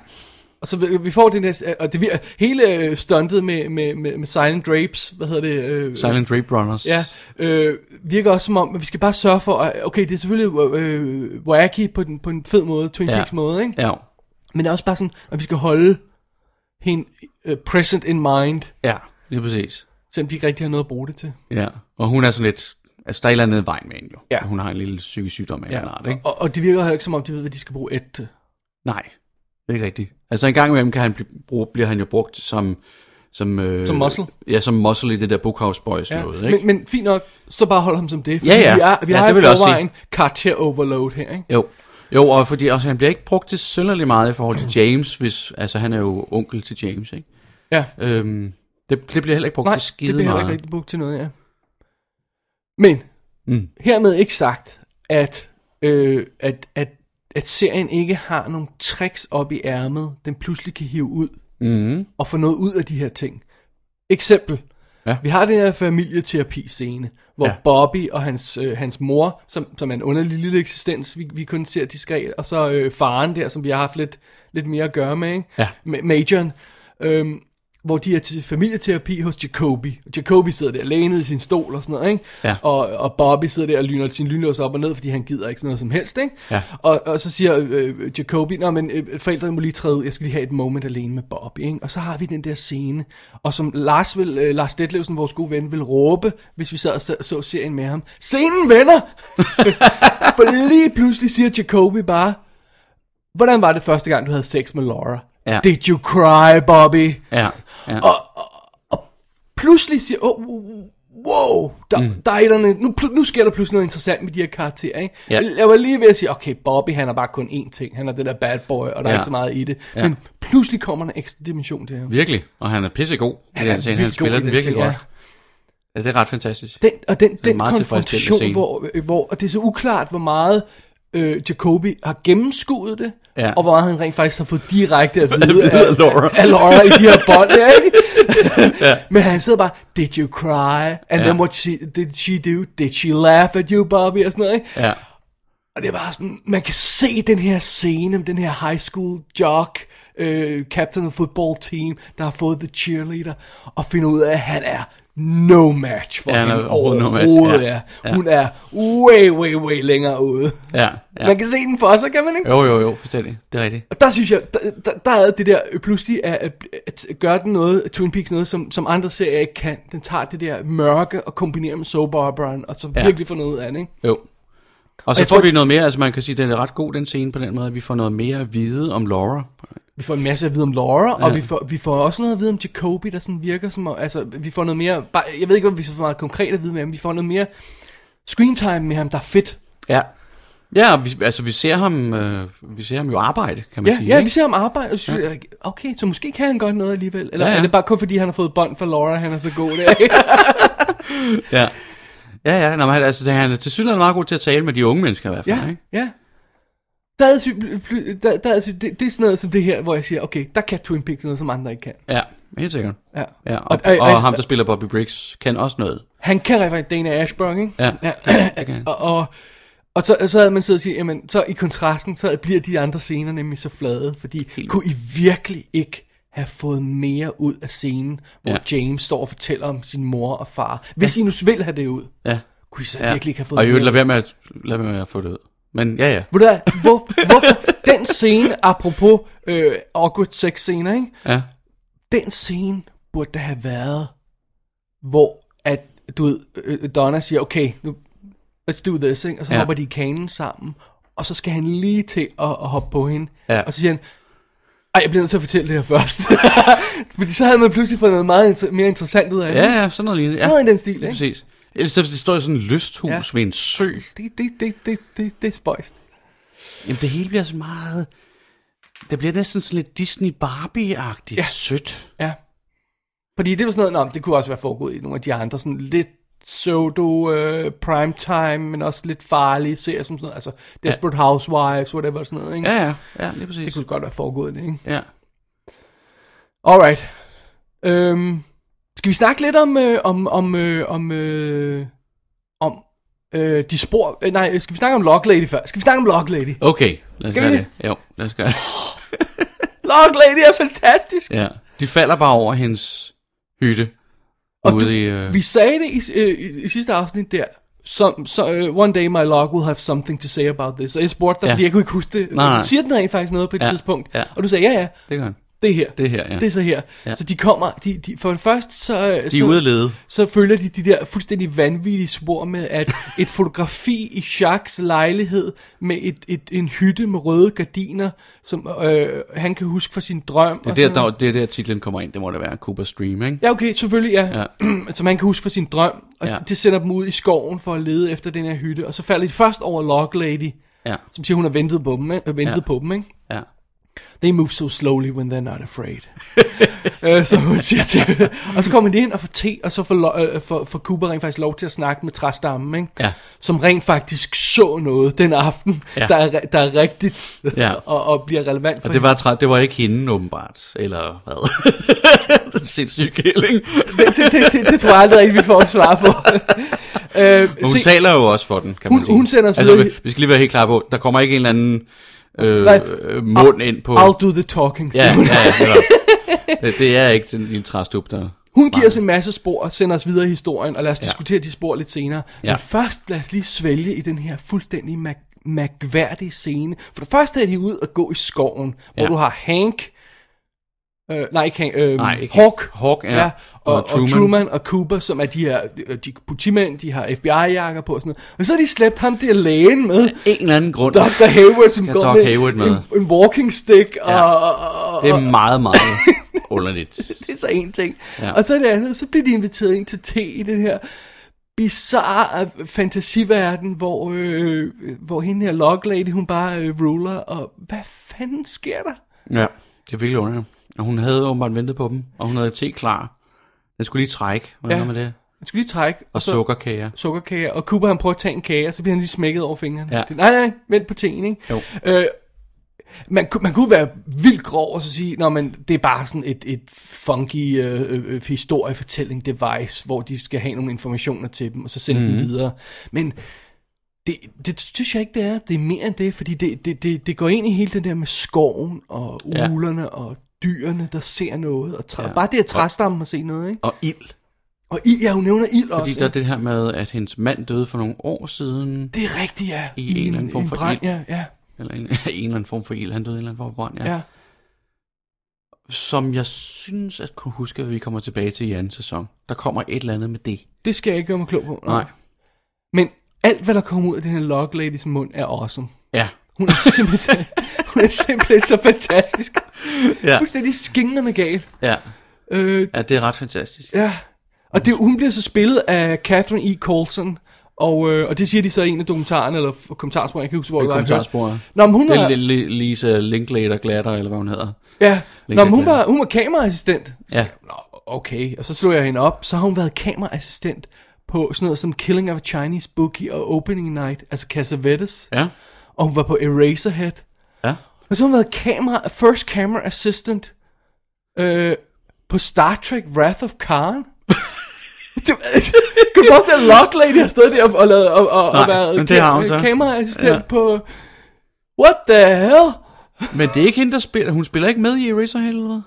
Speaker 4: Og så vi- vi får den der, øh, og det vir- hele øh, stuntet med, med, med, med Silent Drapes, hvad hedder det? Øh,
Speaker 5: Silent Rape Runners.
Speaker 4: Ja, øh, virker også som om, at vi skal bare sørge for, at, okay, det er selvfølgelig øh, wacky på, den, på en fed måde, Twin
Speaker 5: Ja.
Speaker 4: Peaks måde, ikke?
Speaker 5: Ja.
Speaker 4: Men det er også bare sådan, at vi skal holde hende øh, present in mind,
Speaker 5: Ja, lige præcis.
Speaker 4: selvom de ikke rigtig har noget at bruge det til.
Speaker 5: Ja. Og hun er sådan lidt... Altså, der er et eller andet i vejen med hende jo.
Speaker 4: Ja.
Speaker 5: Hun har en lille psykisk sygdom af ja. en eller anden art, ikke?
Speaker 4: Og, og det virker heller ikke som om, de ved, hvad de skal bruge et til.
Speaker 5: Nej, det er ikke rigtigt. Altså, en gang imellem kan han blive, brug, bliver han jo brugt som... Som, øh,
Speaker 4: Som muscle.
Speaker 5: Ja, som muscle i det der Bookhouse Boys
Speaker 4: Ja.
Speaker 5: noget,
Speaker 4: Men,
Speaker 5: ikke?
Speaker 4: men fint nok, så bare hold ham som det. fordi
Speaker 5: Ja, ja.
Speaker 4: Vi, er, vi
Speaker 5: Ja,
Speaker 4: har
Speaker 5: det
Speaker 4: i
Speaker 5: vil jeg også sige.
Speaker 4: forvejen karakter overload her, ikke?
Speaker 5: Jo. Jo, og fordi også, han bliver ikke brugt til synderligt meget i forhold til James, hvis, altså han er jo onkel til James, ikke?
Speaker 4: Ja.
Speaker 5: Øhm, det, det bliver heller ikke brugt
Speaker 4: Nej,
Speaker 5: til
Speaker 4: det
Speaker 5: skide
Speaker 4: bliver heller
Speaker 5: meget.
Speaker 4: ikke rigtig brugt til noget, ja. Men,
Speaker 5: Mm.
Speaker 4: hermed ikke sagt, at, øh, at, at, at serien ikke har nogle tricks op i ærmet, den pludselig kan hive ud,
Speaker 5: Mm.
Speaker 4: og få noget ud af de her ting. Eksempel.
Speaker 5: Ja.
Speaker 4: Vi har den her familieterapi-scene, hvor
Speaker 5: Ja.
Speaker 4: ja. Bobby og hans, øh, hans mor, som, som er en underlig lille eksistens, vi, vi kun ser diskret, og så øh, faren der, som vi har haft lidt, lidt mere at gøre med, ikke?
Speaker 5: Ja.
Speaker 4: Ma- majoren, øhm, hvor de er til familieterapi hos Jacobi. Jacobi sidder der lænet i sin stol og sådan noget, ikke?
Speaker 5: Ja.
Speaker 4: Og, og Bobby sidder der og lyner sin lynlås op og ned, fordi han gider ikke sådan noget som helst, ikke?
Speaker 5: Ja.
Speaker 4: Og, og så siger øh, Jacobi, Nå, men øh, forældrene må lige træde ud, jeg skal lige have et moment alene med Bobby, ikke? Og så har vi den der scene, og som Lars, vil, øh, Lars Detlevsen, vores gode ven, vil råbe, hvis vi sad og så, så serien med ham. Scenen
Speaker 5: (laughs)
Speaker 4: vender! For lige pludselig siger Jacobi bare, hvordan var det første gang, du havde sex med Laura?
Speaker 5: Ja.
Speaker 4: Did you cry, Bobby?
Speaker 5: Ja, ja.
Speaker 4: Pludselig siger, oh, wow, der, mm. der er et eller andet, nu, pl- nu sker der pludselig noget interessant med de her karakterer, ikke?
Speaker 5: Ja.
Speaker 4: Jeg var lige ved at sige, okay, Bobby, han er bare kun én ting, han er det der bad boy, og der
Speaker 5: Ja.
Speaker 4: er ikke så meget i det. Ja. Men pludselig kommer der en ekstra dimension til ham.
Speaker 5: Virkelig. Og han er pissegod. Han,
Speaker 4: er
Speaker 5: er altså han, han
Speaker 4: vildt god
Speaker 5: spiller
Speaker 4: i
Speaker 5: den
Speaker 4: den
Speaker 5: virkelig
Speaker 4: scene,
Speaker 5: godt.
Speaker 4: ja.
Speaker 5: Ja, det er ret fantastisk.
Speaker 4: Den, og den,
Speaker 5: er
Speaker 4: den
Speaker 5: meget
Speaker 4: konfrontation,
Speaker 5: tilfredsstillende
Speaker 4: hvor, øh, hvor og det er så uklart, hvor meget øh, Jacobi har gennemskuet det,
Speaker 5: Ja.
Speaker 4: og hvor meget han rent faktisk har fået direkte at vide
Speaker 5: af
Speaker 4: af,
Speaker 5: Laura.
Speaker 4: af Laura i de her bånd, der, ikke? ja. Men han sidder bare, did you cry? And ja. then what she, did she do? Did she laugh at you, Bobby? Og sådan noget, ikke?
Speaker 5: Ja.
Speaker 4: Og det er bare sådan, man kan se den her scene om den her high school jock, øh, captain of football team, der har fået the cheerleader, og finder ud af, at han er no match for
Speaker 5: Ja, han er
Speaker 4: hende
Speaker 5: overhovedet no match, ja.
Speaker 4: ja. Ja. Hun er way, way, way længere ude.
Speaker 5: Ja,
Speaker 4: Ja.
Speaker 5: ja.
Speaker 4: Man kan se den for sig, kan man ikke?
Speaker 5: Jo, jo, jo, forstændig. Det er rigtigt.
Speaker 4: Og der synes jeg, der, der, der er det der øh, pludselig at, at, at gøre den noget, Twin Peaks noget, som, som andre serier ikke kan. Den tager det der mørke og kombinerer med soap operaen, og så
Speaker 5: Ja.
Speaker 4: ja. virkelig får noget ud af det, ikke?
Speaker 5: Jo. Og så
Speaker 4: jeg
Speaker 5: får
Speaker 4: tror-
Speaker 5: vi noget mere, altså man kan sige, den er ret god, den scene, på den måde, at vi får noget mere at vide om Laura.
Speaker 4: Vi får en masse at vide om Laura, ja. og vi får, vi får også noget at vide om Jacobi, der sådan virker som... om- Altså, vi får noget mere... Bare, jeg ved ikke, om vi så får meget konkret at vide med ham. Vi får noget mere screen time med ham, der er fedt.
Speaker 5: Ja. Ja, og vi, altså vi ser ham, øh, vi ser ham jo arbejde, kan man
Speaker 4: Ja,
Speaker 5: sige.
Speaker 4: ja,
Speaker 5: ikke?
Speaker 4: vi ser ham arbejde, og så synes jeg, okay, så måske kan han godt noget alligevel. Eller ja,
Speaker 5: Ja, ja.
Speaker 4: ja. er det bare kun fordi, han har fået bånd for Laura, han er så god der?
Speaker 5: Ja, ja, ja. Nå, men, han- altså, det- han er til synligheden meget god til at tale med de unge mennesker i hvert fald,
Speaker 4: (laughs) ja,
Speaker 5: ikke?
Speaker 4: ja. Der er, sy- bl- bl- der, der er, sy- det, det er sådan noget som det her, hvor jeg siger, okay, der kan Twin Peaks noget, som andre ikke kan.
Speaker 5: Ja, helt sikkert.
Speaker 4: Ja. altså-
Speaker 5: Ja, og, og, og, ham, der spiller Bobby Briggs, kan også noget.
Speaker 4: Han kan referere Dana Ashburn, ikke?
Speaker 5: Ja, det kan han.
Speaker 4: Og, og, og så, så havde man siddet og sige, jamen, så i kontrasten, så bliver de andre scener nemlig så flade, fordi Helt. kunne I virkelig ikke have fået mere ud af scenen, hvor
Speaker 5: Ja.
Speaker 4: James står og fortæller om sin mor og far. Hvis I nu vil have det ud,
Speaker 5: Ja.
Speaker 4: kunne I så
Speaker 5: ja.
Speaker 4: virkelig ikke have fået
Speaker 5: og i øvrigt,
Speaker 4: mere
Speaker 5: lad være med at, lad være med at få det ud. Men ja, ja.
Speaker 4: Ved du hvad, hvor, hvorfor (laughs) den scene, apropos øh, awkward sex scener, ikke?
Speaker 5: ja.
Speaker 4: den scene burde der have været, hvor at, du ved, øh, Donna siger, okay, nu, let's do this, ikke? og så ja.
Speaker 5: Ja.
Speaker 4: hopper de i kanen sammen, og så skal han lige til at, at hoppe på hende,
Speaker 5: Ja.
Speaker 4: og så siger han, ej, jeg bliver nødt til at fortælle det her først. (laughs) Fordi så havde man pludselig fået noget meget inter- mere interessant ud af det.
Speaker 5: Ja, ja, sådan noget lignende. Ja.
Speaker 4: Noget i den stil, ikke?
Speaker 5: Præcis. Ellers så står i sådan et lysthus
Speaker 4: Ja.
Speaker 5: ja. ved en sø.
Speaker 4: Det, det, det, det, det, det er spøjst.
Speaker 5: Jamen, det hele bliver så meget... Det bliver næsten sådan lidt Disney Barbie-agtigt ja. sødt.
Speaker 4: Ja. Fordi det var sådan noget, nå, det kunne også være foregået i nogle af de andre, sådan lidt pseudo øh, primetime, men også lidt farlige serier, som sådan noget, altså Desperate ja. Housewives, whatever, sådan noget, ikke?
Speaker 5: Ja, ja, ja, lige præcis.
Speaker 4: Det kunne godt være foregået, det, ikke?
Speaker 5: Ja.
Speaker 4: Alright. Øhm, skal vi snakke lidt om, øh, om, om, øh, om, øh, om øh, de spor, øh, nej, skal vi snakke om Lock Lady før? Skal vi snakke om Lock Lady?
Speaker 5: Okay, lad os
Speaker 4: Skal vi
Speaker 5: gøre
Speaker 4: det?
Speaker 5: det. Jo, lad os gøre det.
Speaker 4: Lock Lady er fantastisk!
Speaker 5: Ja. De falder bare over hendes hytte.
Speaker 4: Og
Speaker 5: ude
Speaker 4: du,
Speaker 5: i, øh,
Speaker 4: vi sagde det i, øh, i, i sidste afsnit der. Som, så, uh, one day my log will have something to say about this. Og jeg spurgte dig, ja.
Speaker 5: Ja.
Speaker 4: fordi jeg kunne ikke huske det.
Speaker 5: Nej, nej.
Speaker 4: Du siger den rent faktisk noget på et
Speaker 5: Ja,
Speaker 4: tidspunkt.
Speaker 5: ja.
Speaker 4: Og du sagde, ja ja,
Speaker 5: Det gør han.
Speaker 4: det er her.
Speaker 5: Det er her, ja.
Speaker 4: Det er så her. Ja.
Speaker 5: Ja.
Speaker 4: Så de kommer, de, de, for det første så... øh,
Speaker 5: De
Speaker 4: så,
Speaker 5: er ude at lede.
Speaker 4: så følger de de der fuldstændig vanvittige spor med, at et fotografi i Jacques lejlighed med et, et, en hytte med røde gardiner, som øh, han kan huske fra sin drøm.
Speaker 5: Det er
Speaker 4: og
Speaker 5: der,
Speaker 4: sådan noget.
Speaker 5: der, det er der titlen kommer ind. Det må det være. Cooper Stream, ikke?
Speaker 4: Ja, okay, selvfølgelig, ja.
Speaker 5: Ja.
Speaker 4: (clears throat) ja. Som han kan huske fra sin drøm. Og ja.
Speaker 5: Ja.
Speaker 4: det sender dem ud i skoven for at lede efter den her hytte. Og så falder de først over Log Lady,
Speaker 5: Ja.
Speaker 4: som siger, hun har ventet på dem, ikke? Øh, Ventet ja.
Speaker 5: Ja.
Speaker 4: på dem, ikke?
Speaker 5: ja.
Speaker 4: They move so slowly when they're not
Speaker 5: (laughs)
Speaker 4: afraid. øh, så hun siger til (laughs) Og så kommer de ind og får te, og så får, lo- øh, får, får Cooper rent faktisk lov til at snakke med træstammen, ikke?
Speaker 5: Ja.
Speaker 4: Som rent faktisk så noget den aften, ja.
Speaker 5: Ja.
Speaker 4: der, er, re- der er rigtigt
Speaker 5: Ja.
Speaker 4: (laughs) og, og bliver relevant for
Speaker 5: Og det var, træ- det var ikke hende, åbenbart. Eller hvad? (laughs) det er en sindssyg kælling.
Speaker 4: hende. det, det, det, det tror jeg aldrig, vi får et svar
Speaker 5: (laughs)
Speaker 4: på. øh,
Speaker 5: Men hun
Speaker 4: se-
Speaker 5: se, taler jo også for den, kan
Speaker 4: Hun-
Speaker 5: man sige.
Speaker 4: hun sender os
Speaker 5: altså,
Speaker 4: videre i-
Speaker 5: vi, vi skal lige være helt klar på, der kommer ikke en eller anden øh,
Speaker 4: Nej.
Speaker 5: øh, mund ind på...
Speaker 4: I'll do the talking,
Speaker 5: ja,
Speaker 4: siger
Speaker 5: ja, (laughs)
Speaker 4: hun.
Speaker 5: ja, netop. det, det er ikke den lille træstup, der...
Speaker 4: Hun giver os en masse spor og sender os videre i historien, og lad os ja.
Speaker 5: Ja.
Speaker 4: diskutere de spor lidt senere. Ja.
Speaker 5: Ja.
Speaker 4: Men først lad os lige svælge i den her fuldstændig mag- magværdige scene. For det første er de ude og gå i skoven, hvor
Speaker 5: Ja.
Speaker 4: du har Hank, øh, nej ikke Hank, øh,
Speaker 5: Nej, ikke
Speaker 4: Hawk,
Speaker 5: Hawk, ja,
Speaker 4: og,
Speaker 5: og
Speaker 4: og, Truman.
Speaker 5: Truman.
Speaker 4: og Truman og Cooper, som er de her øh, de er politimænd, de har FBI-jakker på og sådan noget. Og så har de slæbt ham der lægen med,
Speaker 5: En eller anden grund.
Speaker 4: Dr. Hayward, som
Speaker 5: Ja,
Speaker 4: går
Speaker 5: Doc
Speaker 4: med,
Speaker 5: Hayward med.
Speaker 4: En, en walking stick og,
Speaker 5: Ja.
Speaker 4: og, og, og
Speaker 5: Det er meget,
Speaker 4: (laughs)
Speaker 5: meget underligt.
Speaker 4: det er så en ting. Ja.
Speaker 5: Ja.
Speaker 4: Og så det andet, så bliver de inviteret ind til te i den her bizarre fantasiverden, hvor, øh, hvor hende her log lady, hun bare øh, ruler, og hvad fanden sker der?
Speaker 5: Ja, det er virkelig underligt. Og hun havde åbenbart ventet på dem, og hun havde te klar. Den skulle lige trække. Hvad
Speaker 4: Ja.
Speaker 5: ja. med det?
Speaker 4: Jeg skal lige trække.
Speaker 5: Og sukkerkager.
Speaker 4: sukkerkager, og Cooper han prøver at tage en kage, og så bliver han lige smækket over fingrene.
Speaker 5: Ja.
Speaker 4: Det- Nej, nej, vent på teen, ikke?
Speaker 5: Jo.
Speaker 4: Øh, man, ku- man kunne være vildt grov og så sige, når man, det er bare sådan et, et funky øh, øh, historiefortælling device, hvor de skal have nogle informationer til dem, og så sende
Speaker 5: Mhm.
Speaker 4: mm-hmm. dem videre. Men det, det synes jeg ikke, det er. Det er mere end det, fordi det, det, det, det går ind i hele det der med skoven og
Speaker 5: Ja.
Speaker 4: ulerne ja. og dyrene, der ser noget. Og træ, ja.
Speaker 5: Ja.
Speaker 4: Bare det at træstammen har set noget, ikke?
Speaker 5: Og ild.
Speaker 4: Og ild, ja, hun nævner ild også.
Speaker 5: Fordi
Speaker 4: ikke?
Speaker 5: der er det her med, at hendes mand døde for nogle år siden.
Speaker 4: Det er rigtigt, ja.
Speaker 5: I en eller anden form for
Speaker 4: brand,
Speaker 5: ild.
Speaker 4: ja, ja,
Speaker 5: Eller en, (laughs) en eller anden form for ild. Han døde i en eller anden form for brand, ja.
Speaker 4: ja.
Speaker 5: ja. Som jeg synes at kunne huske, at vi kommer tilbage til i anden sæson. Der kommer et eller andet med det.
Speaker 4: Det skal jeg ikke gøre mig klog på.
Speaker 5: Nej.
Speaker 4: Men alt, hvad der kommer ud af den her log ladies mund, er awesome.
Speaker 5: Ja.
Speaker 4: Hun er simpelthen, (laughs) hun er simpelthen så fantastisk.
Speaker 5: Ja.
Speaker 4: Fuldstændig skingrende gal.
Speaker 5: Ja.
Speaker 4: Øh,
Speaker 5: ja, det er ret fantastisk.
Speaker 4: ja. Og det, hun bliver så spillet af Catherine E. Colson. Og, øh, og det siger de så i en af dokumentarerne, eller f- kommentarsporene, jeg kan ikke huske, hvor
Speaker 5: I
Speaker 4: det var, jeg hørte.
Speaker 5: kommentarsporet.
Speaker 4: Nå, men hun
Speaker 5: Det
Speaker 4: er,
Speaker 5: er lille Lisa Linklater Glatter, eller hvad hun hedder.
Speaker 4: ja, Nå,
Speaker 5: Linda
Speaker 4: men hun, var,
Speaker 5: Glass.
Speaker 4: hun var kameraassistent. Så
Speaker 5: Ja.
Speaker 4: Nå, okay. Og så slog jeg hende op, så har hun været kameraassistent på sådan noget som Killing of a Chinese Bookie og Opening Night, altså Cassavetes.
Speaker 5: Ja.
Speaker 4: Og hun var på Eraserhead.
Speaker 5: Ja.
Speaker 4: Og så har hun været camera, first camera assistant øh, på Star Trek Wrath of Khan. (laughs) Du- kan du forestille dig, at Lock Lady har stået der og, og, lavet, og, og, og
Speaker 5: Nej,
Speaker 4: været
Speaker 5: men det har hun så.
Speaker 4: kameraassistent ja.
Speaker 5: Ja.
Speaker 4: på... What the hell?
Speaker 5: Men det er ikke hende, der spiller. Hun spiller ikke med i Eraserhead, eller hvad? Det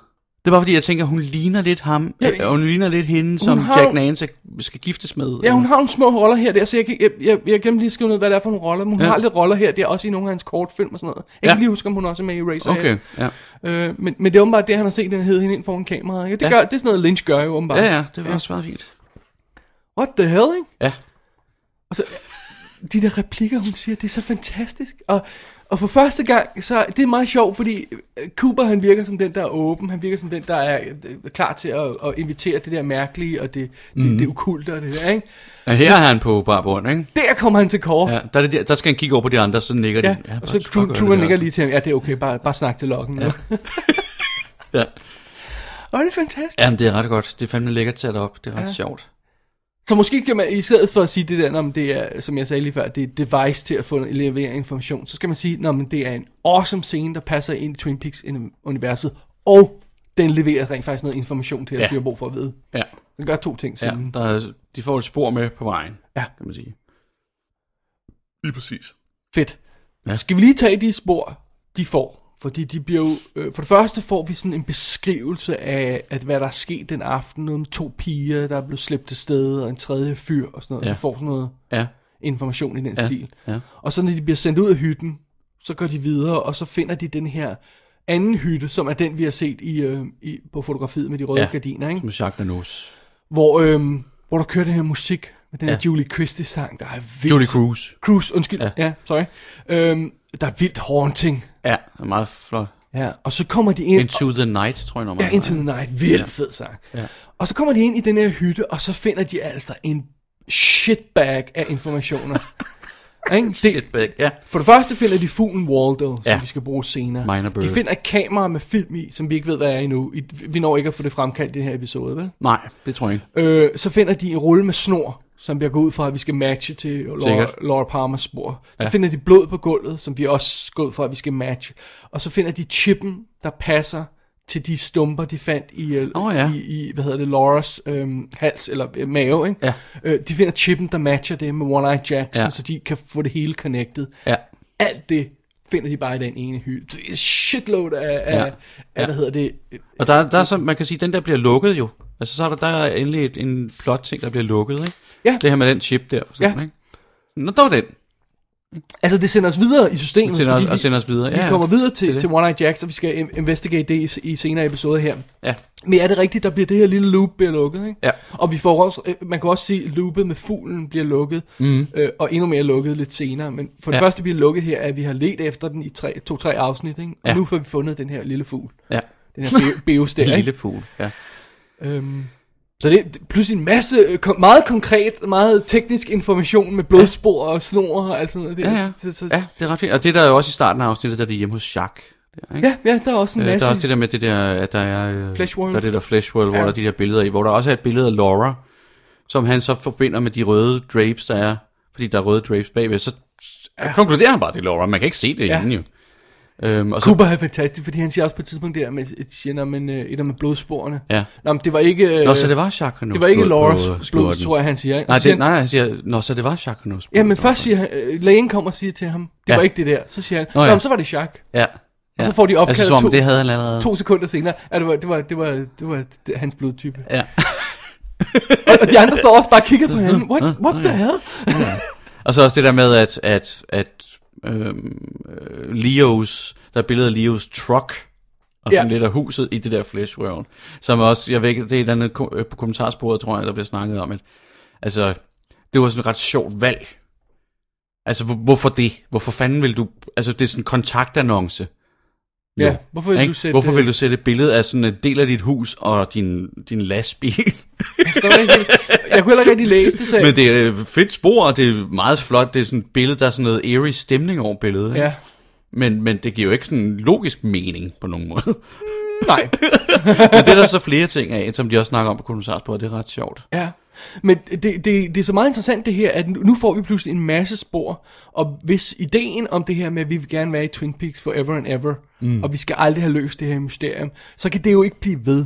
Speaker 5: er bare fordi, jeg tænker, hun ligner lidt ham.
Speaker 4: Ja,
Speaker 5: Ja, hun ligner lidt hende, som
Speaker 4: har jo-
Speaker 5: Jack Nance er- skal giftes med.
Speaker 4: Ja, hun har nogle små roller her og der, så jeg, kan- jeg, jeg, jeg glemte lige at skrive ned, hvad det er for nogle roller, men hun
Speaker 5: Ja.
Speaker 4: har lidt roller her og der, også i nogle af hans kortfilm og sådan noget. Jeg kan
Speaker 5: Ja.
Speaker 4: ikke lige huske, om hun også er med i Racer
Speaker 5: Okay, ja.
Speaker 4: Øh, men, men det er åbenbart det, han har set, den hed hende ind foran kameraet. Ikke? Det,
Speaker 5: Ja.
Speaker 4: gør, det er sådan noget, Lynch gør jo åbenbart.
Speaker 5: Ja, ja, det var også meget fint.
Speaker 4: What the hell, ikke?
Speaker 5: Ja.
Speaker 4: Og så, de der replikker, hun siger, det er så fantastisk. Og, og for første gang, så det er meget sjovt, fordi øh, Cooper, han virker som den, der er åben. Han virker som den, der er øh, klar til at, at invitere det der mærkelige, og det, mm. det, det okulte og det der, ikke?
Speaker 5: ja her er han på bar bund, ikke?
Speaker 4: Der kommer han til kort.
Speaker 5: Ja, der, er det der, der skal han kigge over på de andre, så nikker
Speaker 4: Ja,
Speaker 5: de.
Speaker 4: ja og
Speaker 5: bare
Speaker 4: så
Speaker 5: fuck, gør
Speaker 4: Tru-
Speaker 5: det
Speaker 4: Truman
Speaker 5: der.
Speaker 4: ligger lige til ham, ja, det er okay, bare, bare snak til lokken. (laughs) Ja.
Speaker 5: Ja.
Speaker 4: og det er fantastisk.
Speaker 5: Jamen, det er ret godt. Det er fandme lækkert sat op. Det er ret ja. sjovt.
Speaker 4: Så måske kan man, i stedet for at sige det der, om det er, som jeg sagde lige før, det er et device til at få levere information, så skal man sige, at det er en awesome scene, der passer ind i Twin Peaks-universet, og den leverer rent faktisk noget information til os,
Speaker 5: Ja.
Speaker 4: ja. vi har brug for at vide.
Speaker 5: Ja.
Speaker 4: Den gør to ting
Speaker 5: ja.
Speaker 4: siden.
Speaker 5: Der er, de får et spor med på vejen,
Speaker 4: Ja.
Speaker 5: kan man sige.
Speaker 1: Lige præcis.
Speaker 4: Fedt.
Speaker 5: Ja.
Speaker 4: Ja. Skal vi lige tage de spor, de får? Fordi de bliver jo, øh, for det første får vi sådan en beskrivelse af, at hvad der er sket den aften, noget med to piger, der er blevet slæbt til stede, og en tredje fyr og sådan noget.
Speaker 5: Ja.
Speaker 4: Ja. Du får sådan noget
Speaker 5: Ja.
Speaker 4: information i den
Speaker 5: Ja.
Speaker 4: stil.
Speaker 5: ja.
Speaker 4: Og så når de bliver sendt ud af hytten, så går de videre, og så finder de den her anden hytte, som er den, vi har set i, øh, i på fotografiet med de røde
Speaker 5: Ja.
Speaker 4: ja. gardiner, ikke?
Speaker 5: Som Jacques Vanos.
Speaker 4: Hvor, øh, hvor der kører den her musik med den ja.
Speaker 5: Ja.
Speaker 4: her Julie Christie-sang, der er vildt...
Speaker 5: Julie Cruz.
Speaker 4: Cruise, undskyld.
Speaker 5: Ja.
Speaker 4: Ja, ja sorry. Øhm, der er vildt haunting.
Speaker 5: Ja, er meget flot.
Speaker 4: Ja, og så kommer de ind...
Speaker 5: Into the Night, tror jeg normalt.
Speaker 4: Ja, Into the Night. Vildt
Speaker 5: Ja.
Speaker 4: ja. fed sang.
Speaker 5: Ja.
Speaker 4: Og så kommer de ind i den her hytte, og så finder de altså en shitbag af informationer.
Speaker 5: (laughs)
Speaker 4: Ikke? Det,
Speaker 5: Shitbag, ja.
Speaker 4: for det første finder de fuglen Waldo, som
Speaker 5: Ja.
Speaker 4: ja. vi skal bruge senere.
Speaker 5: Minor Bird.
Speaker 4: De finder et kamera med film i, som vi ikke ved, hvad er endnu. I- Vi når ikke at få det fremkaldt i den her episode, vel?
Speaker 5: Nej, det tror jeg ikke.
Speaker 4: Øh, så finder de en rulle med snor, som jeg går ud fra, at vi skal matche til Laura,
Speaker 5: Sikkert.
Speaker 4: Laura Palmers spor. Så
Speaker 5: Ja.
Speaker 4: ja. finder de blod på gulvet, som vi også går ud fra, at vi skal matche. Og så finder de chippen, der passer til de stumper, de fandt i, øh,
Speaker 5: Åh, ja.
Speaker 4: i, i hvad hedder det, Lauras øhm, hals eller øh, mave. Ikke?
Speaker 5: Ja.
Speaker 4: Øh, de finder chippen, der matcher det med One Eye Jackson,
Speaker 5: Ja.
Speaker 4: ja. så de kan få det hele connected.
Speaker 5: Ja.
Speaker 4: Alt det finder de bare i den ene hylde. Det er shitload af,
Speaker 5: Ja.
Speaker 4: af, af hvad hedder det,
Speaker 5: Og der, der er så, man kan sige, den der bliver lukket jo. Altså, så er der, der er endelig et, en plot ting, der bliver lukket, ikke?
Speaker 4: Ja.
Speaker 5: Det her med den chip der, for eksempel,
Speaker 4: Ja.
Speaker 5: ikke? Nå, der var den.
Speaker 4: Altså det sender os videre i systemet
Speaker 5: Den sender os,
Speaker 4: fordi
Speaker 5: og
Speaker 4: vi,
Speaker 5: sender os videre.
Speaker 4: vi
Speaker 5: ja,
Speaker 4: kommer videre til,
Speaker 5: det er det.
Speaker 4: til One Eye Jacks Og vi skal im- investigate det i, s- i senere episoder her
Speaker 5: Ja.
Speaker 4: Men er det rigtigt Der bliver det her lille loop Bliver lukket ikke?
Speaker 5: Ja.
Speaker 4: Og vi får også øh, Man kan også sige Loopet med fuglen bliver lukket mm. øh, Og endnu mere lukket lidt senere Men for det
Speaker 5: Ja.
Speaker 4: ja. første bliver lukket her er, At vi har let efter den I tre- to-tre afsnit ikke? Og
Speaker 5: Ja.
Speaker 4: nu får vi fundet den her lille fugl
Speaker 5: Ja.
Speaker 4: Den her
Speaker 5: (laughs)
Speaker 4: be- beos der
Speaker 5: Den
Speaker 4: ikke?
Speaker 5: lille fugl. Ja.
Speaker 4: Øhm, så det er pludselig en masse øh, kon- meget konkret, meget teknisk information med blodspor og snor og alt sådan noget. Det,
Speaker 5: Ja,
Speaker 4: er-
Speaker 5: ja.
Speaker 4: Så, så,
Speaker 5: ja, det er ret fint. Og det der er jo også i starten af afsnittet, der er de hjemme hos Jacques. Der, ikke?
Speaker 4: Ja, ja, der er også en
Speaker 5: Øh,
Speaker 4: masse.
Speaker 5: Der er også det der med det der, at der er, øh,
Speaker 4: Flash World.
Speaker 5: der er det der Flash World, hvor
Speaker 4: Ja.
Speaker 5: der er de der billeder i, hvor der også er et billede af Laura, som han så forbinder med de røde drapes, der er, fordi der er røde drapes bagved, så ja. konkluderer han bare, det er Laura, man kan ikke se det ja.
Speaker 4: Ja.
Speaker 5: inden jo. Øhm, og så,
Speaker 4: Cooper er fantastisk, fordi han siger også på et tidspunkt der, med, siger, "Nå, men, øh, et af med blodsporene.
Speaker 5: Ja.
Speaker 4: Nå, men det var ikke... Øh,
Speaker 5: Nå, så det var Chakranus
Speaker 4: det var ikke
Speaker 5: blod på
Speaker 4: Lauras blod,
Speaker 5: skjorten.
Speaker 4: tror jeg, han siger. Ikke? Og
Speaker 5: Nej,
Speaker 4: så siger
Speaker 5: det, nej, han siger, nå, så det var Chakranus blod,
Speaker 4: Ja, men
Speaker 5: der var
Speaker 4: først
Speaker 5: på."
Speaker 4: siger han, øh, lægen kommer og siger til ham, det
Speaker 5: Ja.
Speaker 4: var ikke det der. Så siger han,
Speaker 5: Nå,
Speaker 4: Nå,
Speaker 5: ja.
Speaker 4: Nå men så var det Jacques.
Speaker 5: Ja.
Speaker 4: Og så får de opkaldet
Speaker 5: altså, som om
Speaker 4: to-
Speaker 5: det havde han allerede.
Speaker 4: To sekunder senere, ja, det var, det var, det var, det var det, hans blodtype.
Speaker 5: Ja.
Speaker 4: og, og de andre står også bare og kigger på hinanden. What, what the hell?
Speaker 5: Og så også det der med, at, at, at øhm, øh, Leos, der er billedet af Leos truck, og sådan
Speaker 4: Ja.
Speaker 5: lidt af huset i det der flash world, som også, jeg ved ikke, det er et eller andet ko- øh, på kommentarsporet, tror jeg, der bliver snakket om, at altså, det var sådan et ret sjovt valg. Altså, hvor, hvorfor det? Hvorfor fanden vil du, altså det er sådan en kontaktannonce. Jo,
Speaker 4: Ja, hvorfor vil
Speaker 5: ikke?
Speaker 4: du sætte- øh,
Speaker 5: hvorfor vil du sætte et billede af sådan en del af dit hus og din, din lastbil?
Speaker 4: Forstår jeg ikke helt. Jeg kunne heller ikke rigtig læse det, så jeg,
Speaker 5: Men det er et fedt spor, og det er meget flot. Det er sådan et billede, der er sådan noget eerie stemning over billedet. ikke?
Speaker 4: Ja,
Speaker 5: Men, men det giver jo ikke sådan logisk mening på nogen måde.
Speaker 4: nej.
Speaker 5: men det er der så flere ting af, som de også snakker om på kommissarsporet. Det er ret sjovt.
Speaker 4: Ja, men det, det, det er så meget interessant det her, at nu nu får vi pludselig en masse spor, og hvis ideen om det her med, at vi vil gerne være i Twin Peaks forever and ever, mm. og vi skal aldrig have løst det her mysterium, så kan det jo ikke blive ved.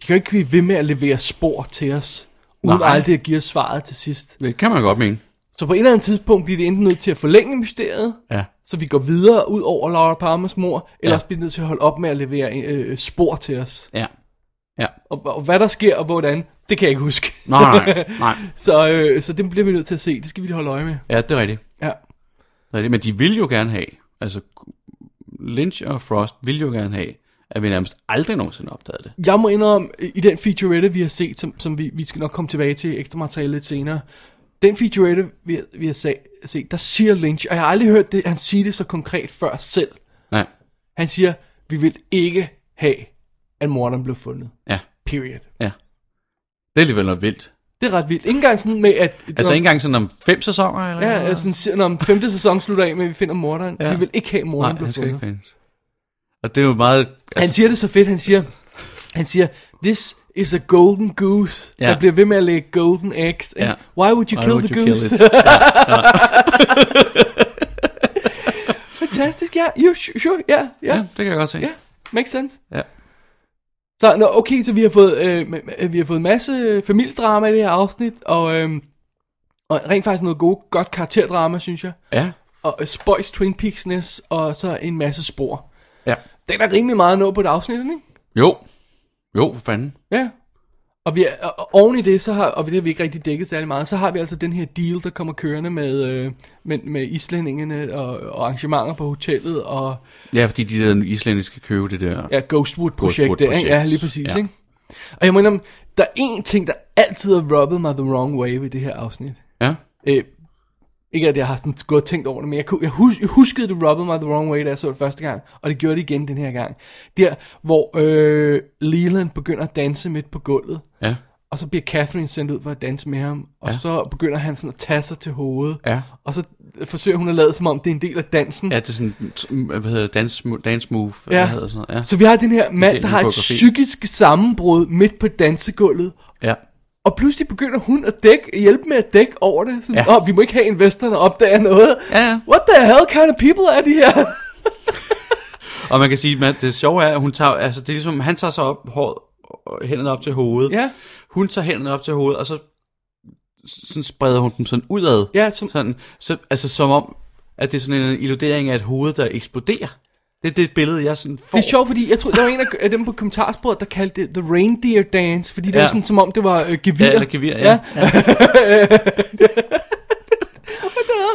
Speaker 4: De kan jo ikke blive ved med at levere spor til os, uden
Speaker 5: Nej.
Speaker 4: Nej. aldrig at give os svaret til sidst.
Speaker 5: Det kan man godt mene.
Speaker 4: Så på et eller andet tidspunkt bliver det enten nødt til at forlænge mysteriet,
Speaker 5: Ja.
Speaker 4: så vi går videre ud over Laura Palmers mor, ellers bliver de nødt til at holde op med at levere øh, spor til os.
Speaker 5: Ja. Ja.
Speaker 4: Og, og hvad der sker og hvordan, det kan jeg ikke huske.
Speaker 5: Nej, nej, nej.
Speaker 4: så, øh, så det bliver vi nødt til at se, det skal vi lige holde øje med.
Speaker 5: Ja, det er rigtigt.
Speaker 4: Ja,
Speaker 5: Det er rigtigt. Men de vil jo gerne have, altså Lynch og Frost vil jo gerne have, at vi nærmest aldrig nogensinde opdagede det.
Speaker 4: Jeg må indrømme, i den featurette, vi har set, som, som vi, vi skal nok komme tilbage til i ekstra materiale lidt senere, den featurette, vi, vi har sag, set, der siger Lynch, og jeg har aldrig hørt det, han sige det så konkret før selv.
Speaker 5: Nej.
Speaker 4: Han siger, vi vil ikke have, at morderen blev fundet.
Speaker 5: Ja.
Speaker 4: Period.
Speaker 5: Ja. Det er alligevel noget vildt.
Speaker 4: Det er ret vildt. Ikke engang sådan med, at...
Speaker 5: Altså ikke engang sådan om fem sæsoner? Eller
Speaker 4: Ja,
Speaker 5: noget?
Speaker 4: altså, sådan, siger, når den femte sæson slutter af med, at vi finder morderen. Ja.
Speaker 5: Ja.
Speaker 4: Vi vil ikke have, at morderen
Speaker 5: Nej,
Speaker 4: blev
Speaker 5: han skal
Speaker 4: fundet.
Speaker 5: ikke findes. Og det er jo meget... altså,
Speaker 4: Han siger det så fedt, han siger, han siger, this is a golden goose,
Speaker 5: Ja.
Speaker 4: der bliver ved med at lægge golden eggs, and
Speaker 5: Ja.
Speaker 4: why would you
Speaker 5: Why
Speaker 4: kill
Speaker 5: would
Speaker 4: the
Speaker 5: you
Speaker 4: goose?
Speaker 5: kill it?
Speaker 4: (laughs) Fantastisk, ja, you sh- sure, ja,
Speaker 5: Ja,
Speaker 4: ja,
Speaker 5: det kan jeg godt se.
Speaker 4: (laughs) ja, makes sense.
Speaker 5: Ja.
Speaker 4: Så, nå, okay, så vi har fået, øh, m- m- vi har fået en masse øh, familiedrama i det her afsnit, og, øh, og rent faktisk noget god, godt karakterdrama, synes jeg.
Speaker 5: Ja.
Speaker 4: Og øh, spøjs Twin Peaksness, og så en masse spor.
Speaker 5: ja.
Speaker 4: Den er rimelig meget at nå på et afsnit, ikke?
Speaker 5: Jo. Jo, for fanden.
Speaker 4: Ja. Og, vi er, og- og oven i det, så har, og det har vi ikke rigtig dækket særlig meget, så har vi altså den her deal, der kommer kørende med, øh, med, med islændingene og, og arrangementer på hotellet og
Speaker 5: Ja, fordi de der islændiske købe det der...
Speaker 4: ja, Ghostwood-projekt der, ikke?
Speaker 5: Ghostwood-projekt.
Speaker 4: Ja, lige præcis, ja.
Speaker 5: Ja.
Speaker 4: ikke? Og jeg må indrømme, der er én ting, der altid har rubbet mig the wrong way ved det her afsnit.
Speaker 5: ja.
Speaker 4: Øh, ikke at jeg har sådan gået og tænkt over det, men jeg, kunne, jeg, hus, jeg huskede, det rubbede mig the wrong way, da jeg så det første gang, og det gjorde det igen den her gang. Der, hvor øh, Leland begynder at danse midt på gulvet,
Speaker 5: ja.
Speaker 4: og så bliver Catherine sendt ud for at danse med ham, og ja.
Speaker 5: Ja.
Speaker 4: så begynder han sådan at tage sig til hovedet,
Speaker 5: Ja.
Speaker 4: og så forsøger hun at lade som om, det er en del af dansen.
Speaker 5: Ja, det er sådan, t- hvad hedder det, dance, mo- dance move, ja.
Speaker 4: Ja.
Speaker 5: hvad hedder sådan noget. Ja.
Speaker 4: Så vi har den her mand,
Speaker 5: del
Speaker 4: der
Speaker 5: af
Speaker 4: har et
Speaker 5: koreografi.
Speaker 4: psykisk sammenbrud midt på dansegulvet,
Speaker 5: ja.
Speaker 4: og pludselig begynder hun at dække, hjælpe med at dække over det. Sådan, ja.
Speaker 5: Ja.
Speaker 4: oh, vi må ikke have investorerne opdager noget.
Speaker 5: Ja, ja.
Speaker 4: What the hell kind of people er de her?
Speaker 5: Og man kan sige, at det sjove er, at hun tager, altså det er ligesom, han tager sig op, håret, og hænderne op til hovedet.
Speaker 4: Ja.
Speaker 5: Hun tager hænderne op til hovedet, og så s- sådan spreder hun dem sådan udad.
Speaker 4: Ja, som-
Speaker 5: sådan, så, altså som om, at det er sådan en illudering af et hoved, der eksploderer. Det er det billede, jeg sådan får.
Speaker 4: Det er sjovt, fordi jeg tror, der var en af- af dem på kommentarsporet, der kaldte det The Reindeer Dance, fordi det ja.
Speaker 5: Ja.
Speaker 4: var sådan, som om det var øh, gevir.
Speaker 5: Ja, eller gevir, ja. ja.
Speaker 4: (laughs)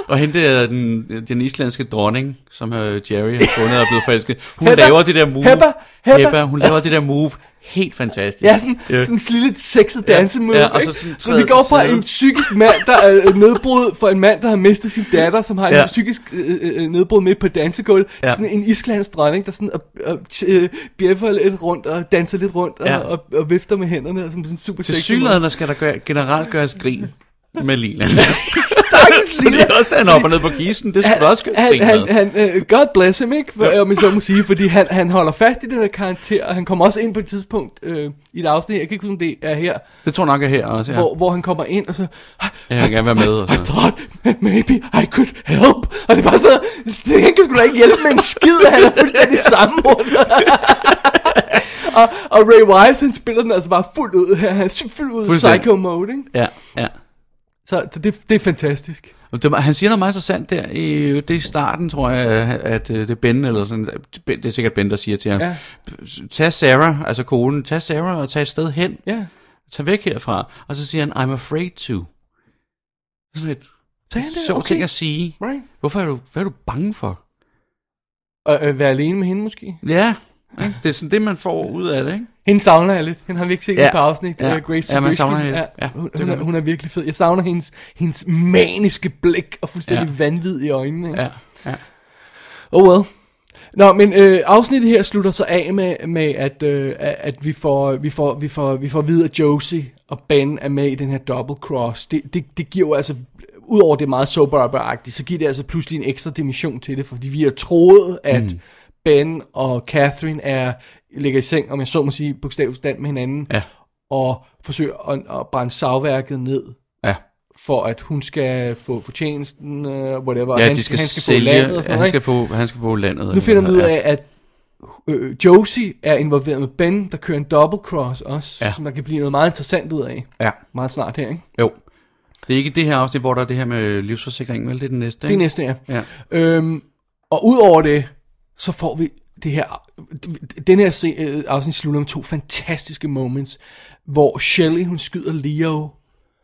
Speaker 5: og hende der, den, den islandske dronning, som øh, Jerry har fundet og er blevet forelsket, hun
Speaker 4: Hebba,
Speaker 5: laver det der move.
Speaker 4: Hebba, Hebba.
Speaker 5: hun laver det der move helt fantastisk.
Speaker 4: Ja, sådan,
Speaker 5: Øh,
Speaker 4: yeah. sådan en lille sexet dansemove.
Speaker 5: ja, og så
Speaker 4: ikke?
Speaker 5: sådan
Speaker 4: så vi
Speaker 5: træder
Speaker 4: går
Speaker 5: til
Speaker 4: fra
Speaker 5: siden.
Speaker 4: en psykisk mand, der er øh, nedbrud, for en mand, der har mistet sin datter, som har ja.
Speaker 5: Ja.
Speaker 4: en psykisk øh, øh, nedbrud midt på dansegulvet, ja.
Speaker 5: Ja.
Speaker 4: sådan en islandsk dronning, der sådan øh, øh, bjeffer lidt rundt og danser lidt rundt
Speaker 5: Ja.
Speaker 4: og, og, og vifter med hænderne, og som sådan en super
Speaker 5: Til
Speaker 4: sexet
Speaker 5: synligheden skal der gøre, generelt gøres grin med Lila.
Speaker 4: (laughs) Stakkels
Speaker 5: Fordi
Speaker 4: lille.
Speaker 5: også da han er op og ned på kisten, det skulle der også gøres
Speaker 4: Han,
Speaker 5: grin
Speaker 4: han,
Speaker 5: med.
Speaker 4: han, øh, God bless him, ikke? For, ja. Om jeg så må sige, fordi han, han holder fast i den her karakter, og han kommer også ind på et tidspunkt øh, i et afsnit, jeg kan ikke huske, om det er her,
Speaker 5: Det tror jeg nok er her også, ja.
Speaker 4: hvor, hvor han kommer ind, og så...
Speaker 5: Jeg vil gerne være med. Og
Speaker 4: I (laughs)
Speaker 5: så.
Speaker 4: thought maybe I could help. Og det er bare sådan, noget, han kan sgu da ikke hjælpe med en skid, han er fuldstændig sammenhåndet. (laughs) og, og Ray Wise, han spiller den altså bare fuldt ud her. Han er fuldt ud i
Speaker 5: Fuldstændig.
Speaker 4: psycho mode, ikke?
Speaker 5: Ja, ja.
Speaker 4: Så, så det, det er fantastisk.
Speaker 5: Og det- Han siger noget meget interessant der, i, det er i starten, tror jeg, at øh, det er Ben, eller sådan, det er sikkert Ben, der siger til ham,
Speaker 4: Ja.
Speaker 5: ja. tag Sarah, altså konen, tag Sarah og tag et sted hen,
Speaker 4: Ja.
Speaker 5: tag væk herfra. Og så siger han, I'm afraid to. Sådan et
Speaker 4: Sagde han det?
Speaker 5: sjovt
Speaker 4: Okay.
Speaker 5: ting at sige.
Speaker 4: Right.
Speaker 5: Hvorfor er du, hvad er du bange for?
Speaker 4: Og øh, være alene med hende måske.
Speaker 5: Ja, ikke? det er sådan det, man får ud af det, ikke?
Speaker 4: Hende savner jeg lidt. Hende har vi ikke set
Speaker 5: Ja.
Speaker 4: ja. på afsnit.
Speaker 5: Ja.
Speaker 4: Ja. Grace
Speaker 5: Ja, man
Speaker 4: Zabriskie.
Speaker 5: savner hende.
Speaker 4: Ja.
Speaker 5: Ja,
Speaker 4: hun,
Speaker 5: det
Speaker 4: hun,
Speaker 5: gør
Speaker 4: er,
Speaker 5: man.
Speaker 4: hun er virkelig fed. Jeg savner hendes, hendes maniske blik og fuldstændig ja.
Speaker 5: Ja.
Speaker 4: vanvid i øjnene. Ikke?
Speaker 5: Ja, ja.
Speaker 4: Oh well. Nå, men øh, afsnittet her slutter så af med, med at, øh, at- at vi får, vi, får, vi, får, vi får at vide, at Josie og Ben er med i den her double cross. Det, det, det giver jo altså, udover det er meget soap opera så giver det altså pludselig en ekstra dimension til det, fordi vi har troet, at mm. Ben og Catherine er, ligger i seng, om jeg så må sige, bogstaveligt stand med hinanden,
Speaker 5: Ja.
Speaker 4: og forsøger at, at brænde savværket ned
Speaker 5: Ja,
Speaker 4: for at hun skal få fortjenesten, uh, whatever. og
Speaker 5: ja
Speaker 4: han,
Speaker 5: de skal,
Speaker 4: han skal
Speaker 5: skal sælge,
Speaker 4: få landet og sådan
Speaker 5: ja,
Speaker 4: noget,
Speaker 5: han,
Speaker 4: ikke?
Speaker 5: skal få, han skal få landet.
Speaker 4: Nu finder man ud
Speaker 5: Ja.
Speaker 4: af, at øh, Josie er involveret med Ben, der kører en double cross også, ja.
Speaker 5: Ja.
Speaker 4: som der kan blive noget meget interessant ud af
Speaker 5: Ja,
Speaker 4: meget snart her, ikke?
Speaker 5: jo. Det er ikke det her afsnit, hvor der er det her med livsforsikringen, vel? Det er den næste,
Speaker 4: Det er
Speaker 5: ikke?
Speaker 4: næste, Mm. ja.
Speaker 5: Ja.
Speaker 4: Øhm, Og udover det, så får vi det her, den her se- øh, afsnit slutter med to fantastiske moments, hvor Shelley, hun skyder Leo,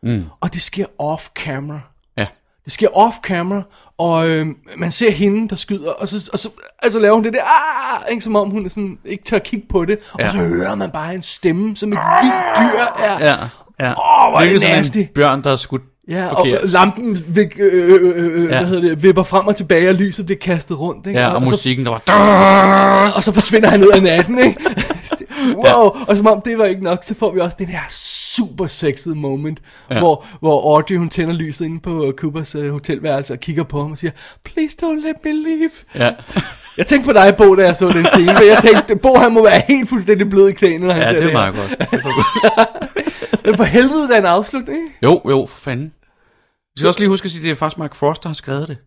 Speaker 4: mm. og det sker off-camera.
Speaker 5: Ja.
Speaker 4: Det sker off-camera, og øh, man ser hende, der skyder, og så, og så altså laver hun det der, ah, ikke, som om hun er sådan, ikke tør kigge på det, ja.
Speaker 5: Ja.
Speaker 4: og så hører man bare en stemme, som et vildt dyr er.
Speaker 5: Ja. ja.
Speaker 4: Åh, hvor er det
Speaker 5: Virkelig sådan
Speaker 4: nasty.
Speaker 5: en bjørn, der er skudt
Speaker 4: Ja, og
Speaker 5: forkert.
Speaker 4: lampen vik, øh, øh, øh, ja.
Speaker 5: Ja.
Speaker 4: hvad hedder det, vipper frem og tilbage, og lyset bliver kastet rundt. Ikke?
Speaker 5: ja, og
Speaker 4: så,
Speaker 5: musikken, der var...
Speaker 4: og så forsvinder han ud af natten,
Speaker 5: (laughs)
Speaker 4: ikke? wow, og som om det var ikke nok, så får vi også den her super sexede moment, ja. hvor, hvor Audrey hun tænder lyset inde på Coopers øh, hotelværelse og kigger på ham og siger, please don't let me leave.
Speaker 5: (laughs) Ja,
Speaker 4: Jeg tænkte på dig, Bo, da jeg så den scene, for jeg tænkte, Bo han må være helt fuldstændig blød i knæene, når han
Speaker 5: ja
Speaker 4: ser
Speaker 5: det
Speaker 4: det
Speaker 5: er
Speaker 4: her.
Speaker 5: (laughs) meget godt.
Speaker 4: Men For helvede, der er en afslutning, ikke?
Speaker 5: Jo, jo, for fanden. Vi skal også lige huske at sige, at det er faktisk Mark Frost, der har skrevet det.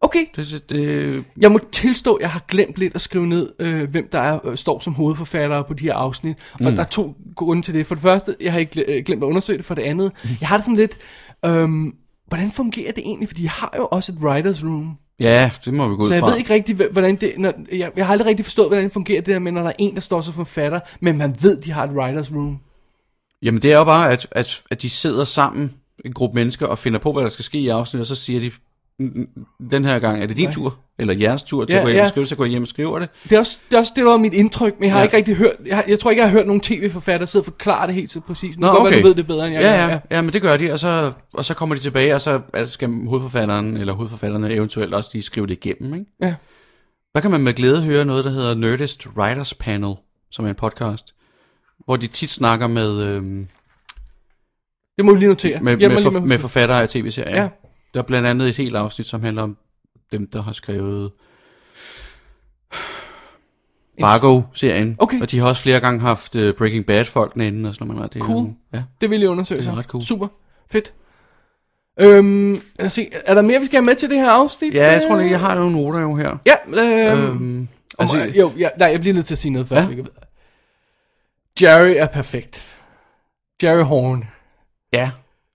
Speaker 4: Okay.
Speaker 5: Det, det, det
Speaker 4: Jeg må tilstå, at jeg har glemt lidt at skrive ned, øh, hvem der er, øh, står som hovedforfattere på de her afsnit. Mm. Og der er to grunde til det. For det første, jeg har ikke gl- øh, glemt at undersøge det. For det andet, jeg har det sådan lidt... Øhm, hvordan fungerer det egentlig? Fordi jeg har jo også et writer's room.
Speaker 5: ja, det må vi gå ud
Speaker 4: Så jeg
Speaker 5: fra.
Speaker 4: ved ikke rigtig, hv- hvordan det... Når, jeg, jeg har aldrig rigtig forstået, hvordan det fungerer det der med, når der er en, der står som forfatter, men man ved, de har et writer's room.
Speaker 5: Jamen det er jo bare, at, at, at de sidder sammen, en gruppe mennesker, og finder på, hvad der skal ske i afsnittet, og så siger de, "Mm, mm, den her gang er det din tur, eller jeres tur til
Speaker 4: Ja,
Speaker 5: at gå hjem
Speaker 4: ja.
Speaker 5: og skrive, så går jeg hjem og skriver det.
Speaker 4: Det er også det, er også, det der var mit indtryk, men jeg har ja.
Speaker 5: Ja.
Speaker 4: ikke rigtig hørt... Jeg, har, jeg tror ikke, jeg har hørt nogen tv-forfatter sidde og forklare det helt så præcist. Nu
Speaker 5: Nå,
Speaker 4: kan godt
Speaker 5: okay.
Speaker 4: være, du ved det bedre, end jeg gør.
Speaker 5: Ja, ja, ja, men det gør de, og så, og så kommer de tilbage, og så altså, skal hovedforfatteren, eller hovedforfatterne eventuelt også lige skrive det igennem, ikke?
Speaker 4: Ja.
Speaker 5: Der kan man med glæde høre noget, der hedder Nerdist Writers Panel, som er en podcast, hvor de tit snakker med, øhm,
Speaker 4: Det må vi lige notere.
Speaker 5: med,
Speaker 4: Hjælp mig
Speaker 5: med,
Speaker 4: lige
Speaker 5: for, med forfattere af tv-serier.
Speaker 4: Ja.
Speaker 5: Ja. Der er blandt andet et helt afsnit, som handler om dem, der har skrevet Fargo-serien.
Speaker 4: Okay.
Speaker 5: Og de har også flere gange haft øh, Breaking Bad-folkene inde, og sådan noget. Det er
Speaker 4: Cool.
Speaker 5: nogle- Ja.
Speaker 4: Det vil jeg undersøge
Speaker 5: Det er
Speaker 4: så.
Speaker 5: ret cool.
Speaker 4: Super. Fedt. Øhm, lad os se. Er der mere, vi skal have med til det her afsnit?
Speaker 5: ja, jeg
Speaker 4: Øh.
Speaker 5: tror lige, jeg har nogle noter jo her.
Speaker 4: Ja, øhm, øhm,
Speaker 5: Øhm,
Speaker 4: altså,
Speaker 5: altså,
Speaker 4: jo, ja, nej, jeg bliver nødt til at sige noget først.
Speaker 5: Ja.
Speaker 4: Ja. Jerry er perfekt. Jerry Horn. Ja.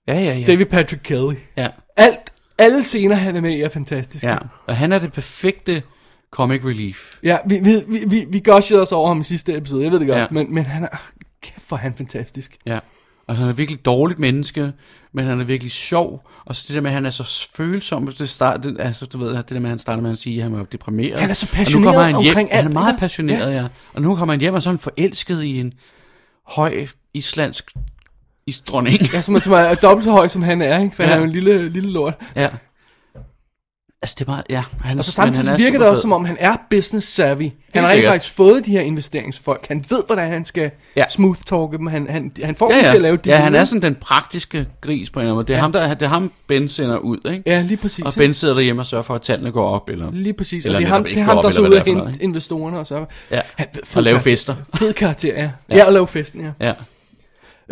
Speaker 5: ja. Ja, ja, ja.
Speaker 4: David Patrick Kelly.
Speaker 5: ja.
Speaker 4: Alt, alle scener, han er med i, er fantastiske.
Speaker 5: ja. Og han er det perfekte comic relief.
Speaker 4: Ja, vi, vi, vi, vi, vi gushede os over ham i sidste episode, jeg ved det godt,
Speaker 5: Ja.
Speaker 4: men, men han er, kæft for han fantastisk.
Speaker 5: Ja. Og han er virkelig dårligt menneske, men han er virkelig sjov. Og så det der med, at han er så følsom. Det, start, det, altså, du ved, det der med, at han starter med at sige, at han var deprimeret.
Speaker 4: Han er så
Speaker 5: og nu kommer
Speaker 4: passioneret
Speaker 5: han hjem,
Speaker 4: omkring
Speaker 5: Han
Speaker 4: alt,
Speaker 5: er meget
Speaker 4: ikke også?
Speaker 5: passioneret, ja. ja. Og nu kommer han hjem og så er han forelsket i en høj islandsk isdronning.
Speaker 4: Ja, som, er- som er dobbelt så høj, som han er, ikke? for ja. han
Speaker 5: Ja.
Speaker 4: er jo en lille, lille lort.
Speaker 5: ja. Altså, det er meget, ja. Han,
Speaker 4: Og så samtidig så virker det også, som om han er business savvy. Han har rent
Speaker 5: sikkert.
Speaker 4: faktisk fået de her investeringsfolk. Han ved, hvordan han skal ja.
Speaker 5: Ja.
Speaker 4: smooth talke dem. Han, han, han får
Speaker 5: Ja,
Speaker 4: dem
Speaker 5: ja.
Speaker 4: til at lave det.
Speaker 5: ja, han er sådan den praktiske gris på en eller anden måde. Det er, ja. ham, der, det er ham, Ben sender ud, ikke?
Speaker 4: Ja, lige præcis.
Speaker 5: Og
Speaker 4: ikke?
Speaker 5: Ben sidder derhjemme og sørger for, at tallene går op. Eller,
Speaker 4: Lige præcis. Eller
Speaker 5: eller
Speaker 4: og det er
Speaker 5: netop
Speaker 4: ham, det
Speaker 5: ikke
Speaker 4: er
Speaker 5: går
Speaker 4: ham
Speaker 5: op,
Speaker 4: der
Speaker 5: eller
Speaker 4: så
Speaker 5: hvad
Speaker 4: ud
Speaker 5: det
Speaker 4: af
Speaker 5: er for noget,
Speaker 4: hente investorerne og så.
Speaker 5: Ja.
Speaker 4: Han,
Speaker 5: og lave
Speaker 4: karakter.
Speaker 5: fester.
Speaker 4: Fed karakter, ja. ja. Ja, og lave festen, ja.
Speaker 5: Ja,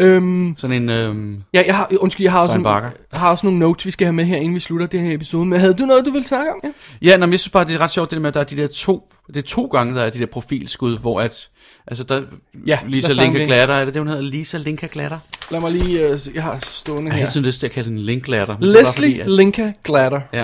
Speaker 4: Øhm,
Speaker 5: sådan en... Øhm,
Speaker 4: ja jeg har, undskyld, jeg har også,
Speaker 5: Stein
Speaker 4: nogle,
Speaker 5: Bakker.
Speaker 4: jeg har også nogle notes, vi skal have med her, inden vi slutter den her episode. Men havde du noget, du ville snakke om? Ja?
Speaker 5: Ja, nå, men jeg synes bare, det er ret sjovt, det der med, at der er de der to, det er to gange, der er de der profilskud, hvor at, altså der,
Speaker 4: Ja,
Speaker 5: ja,
Speaker 4: der
Speaker 5: Lisa
Speaker 4: sang
Speaker 5: Linka
Speaker 4: det.
Speaker 5: Glatter, er det det, hun hedder? Lisa Linka Glatter?
Speaker 4: Lad mig lige, øh, se, jeg har stående
Speaker 5: Jeg har
Speaker 4: her.
Speaker 5: hele tiden lyst til at kalde hende Link Glatter. men det er bare
Speaker 4: Leslie
Speaker 5: fordi, at-
Speaker 4: Linka Glatter.
Speaker 5: altså?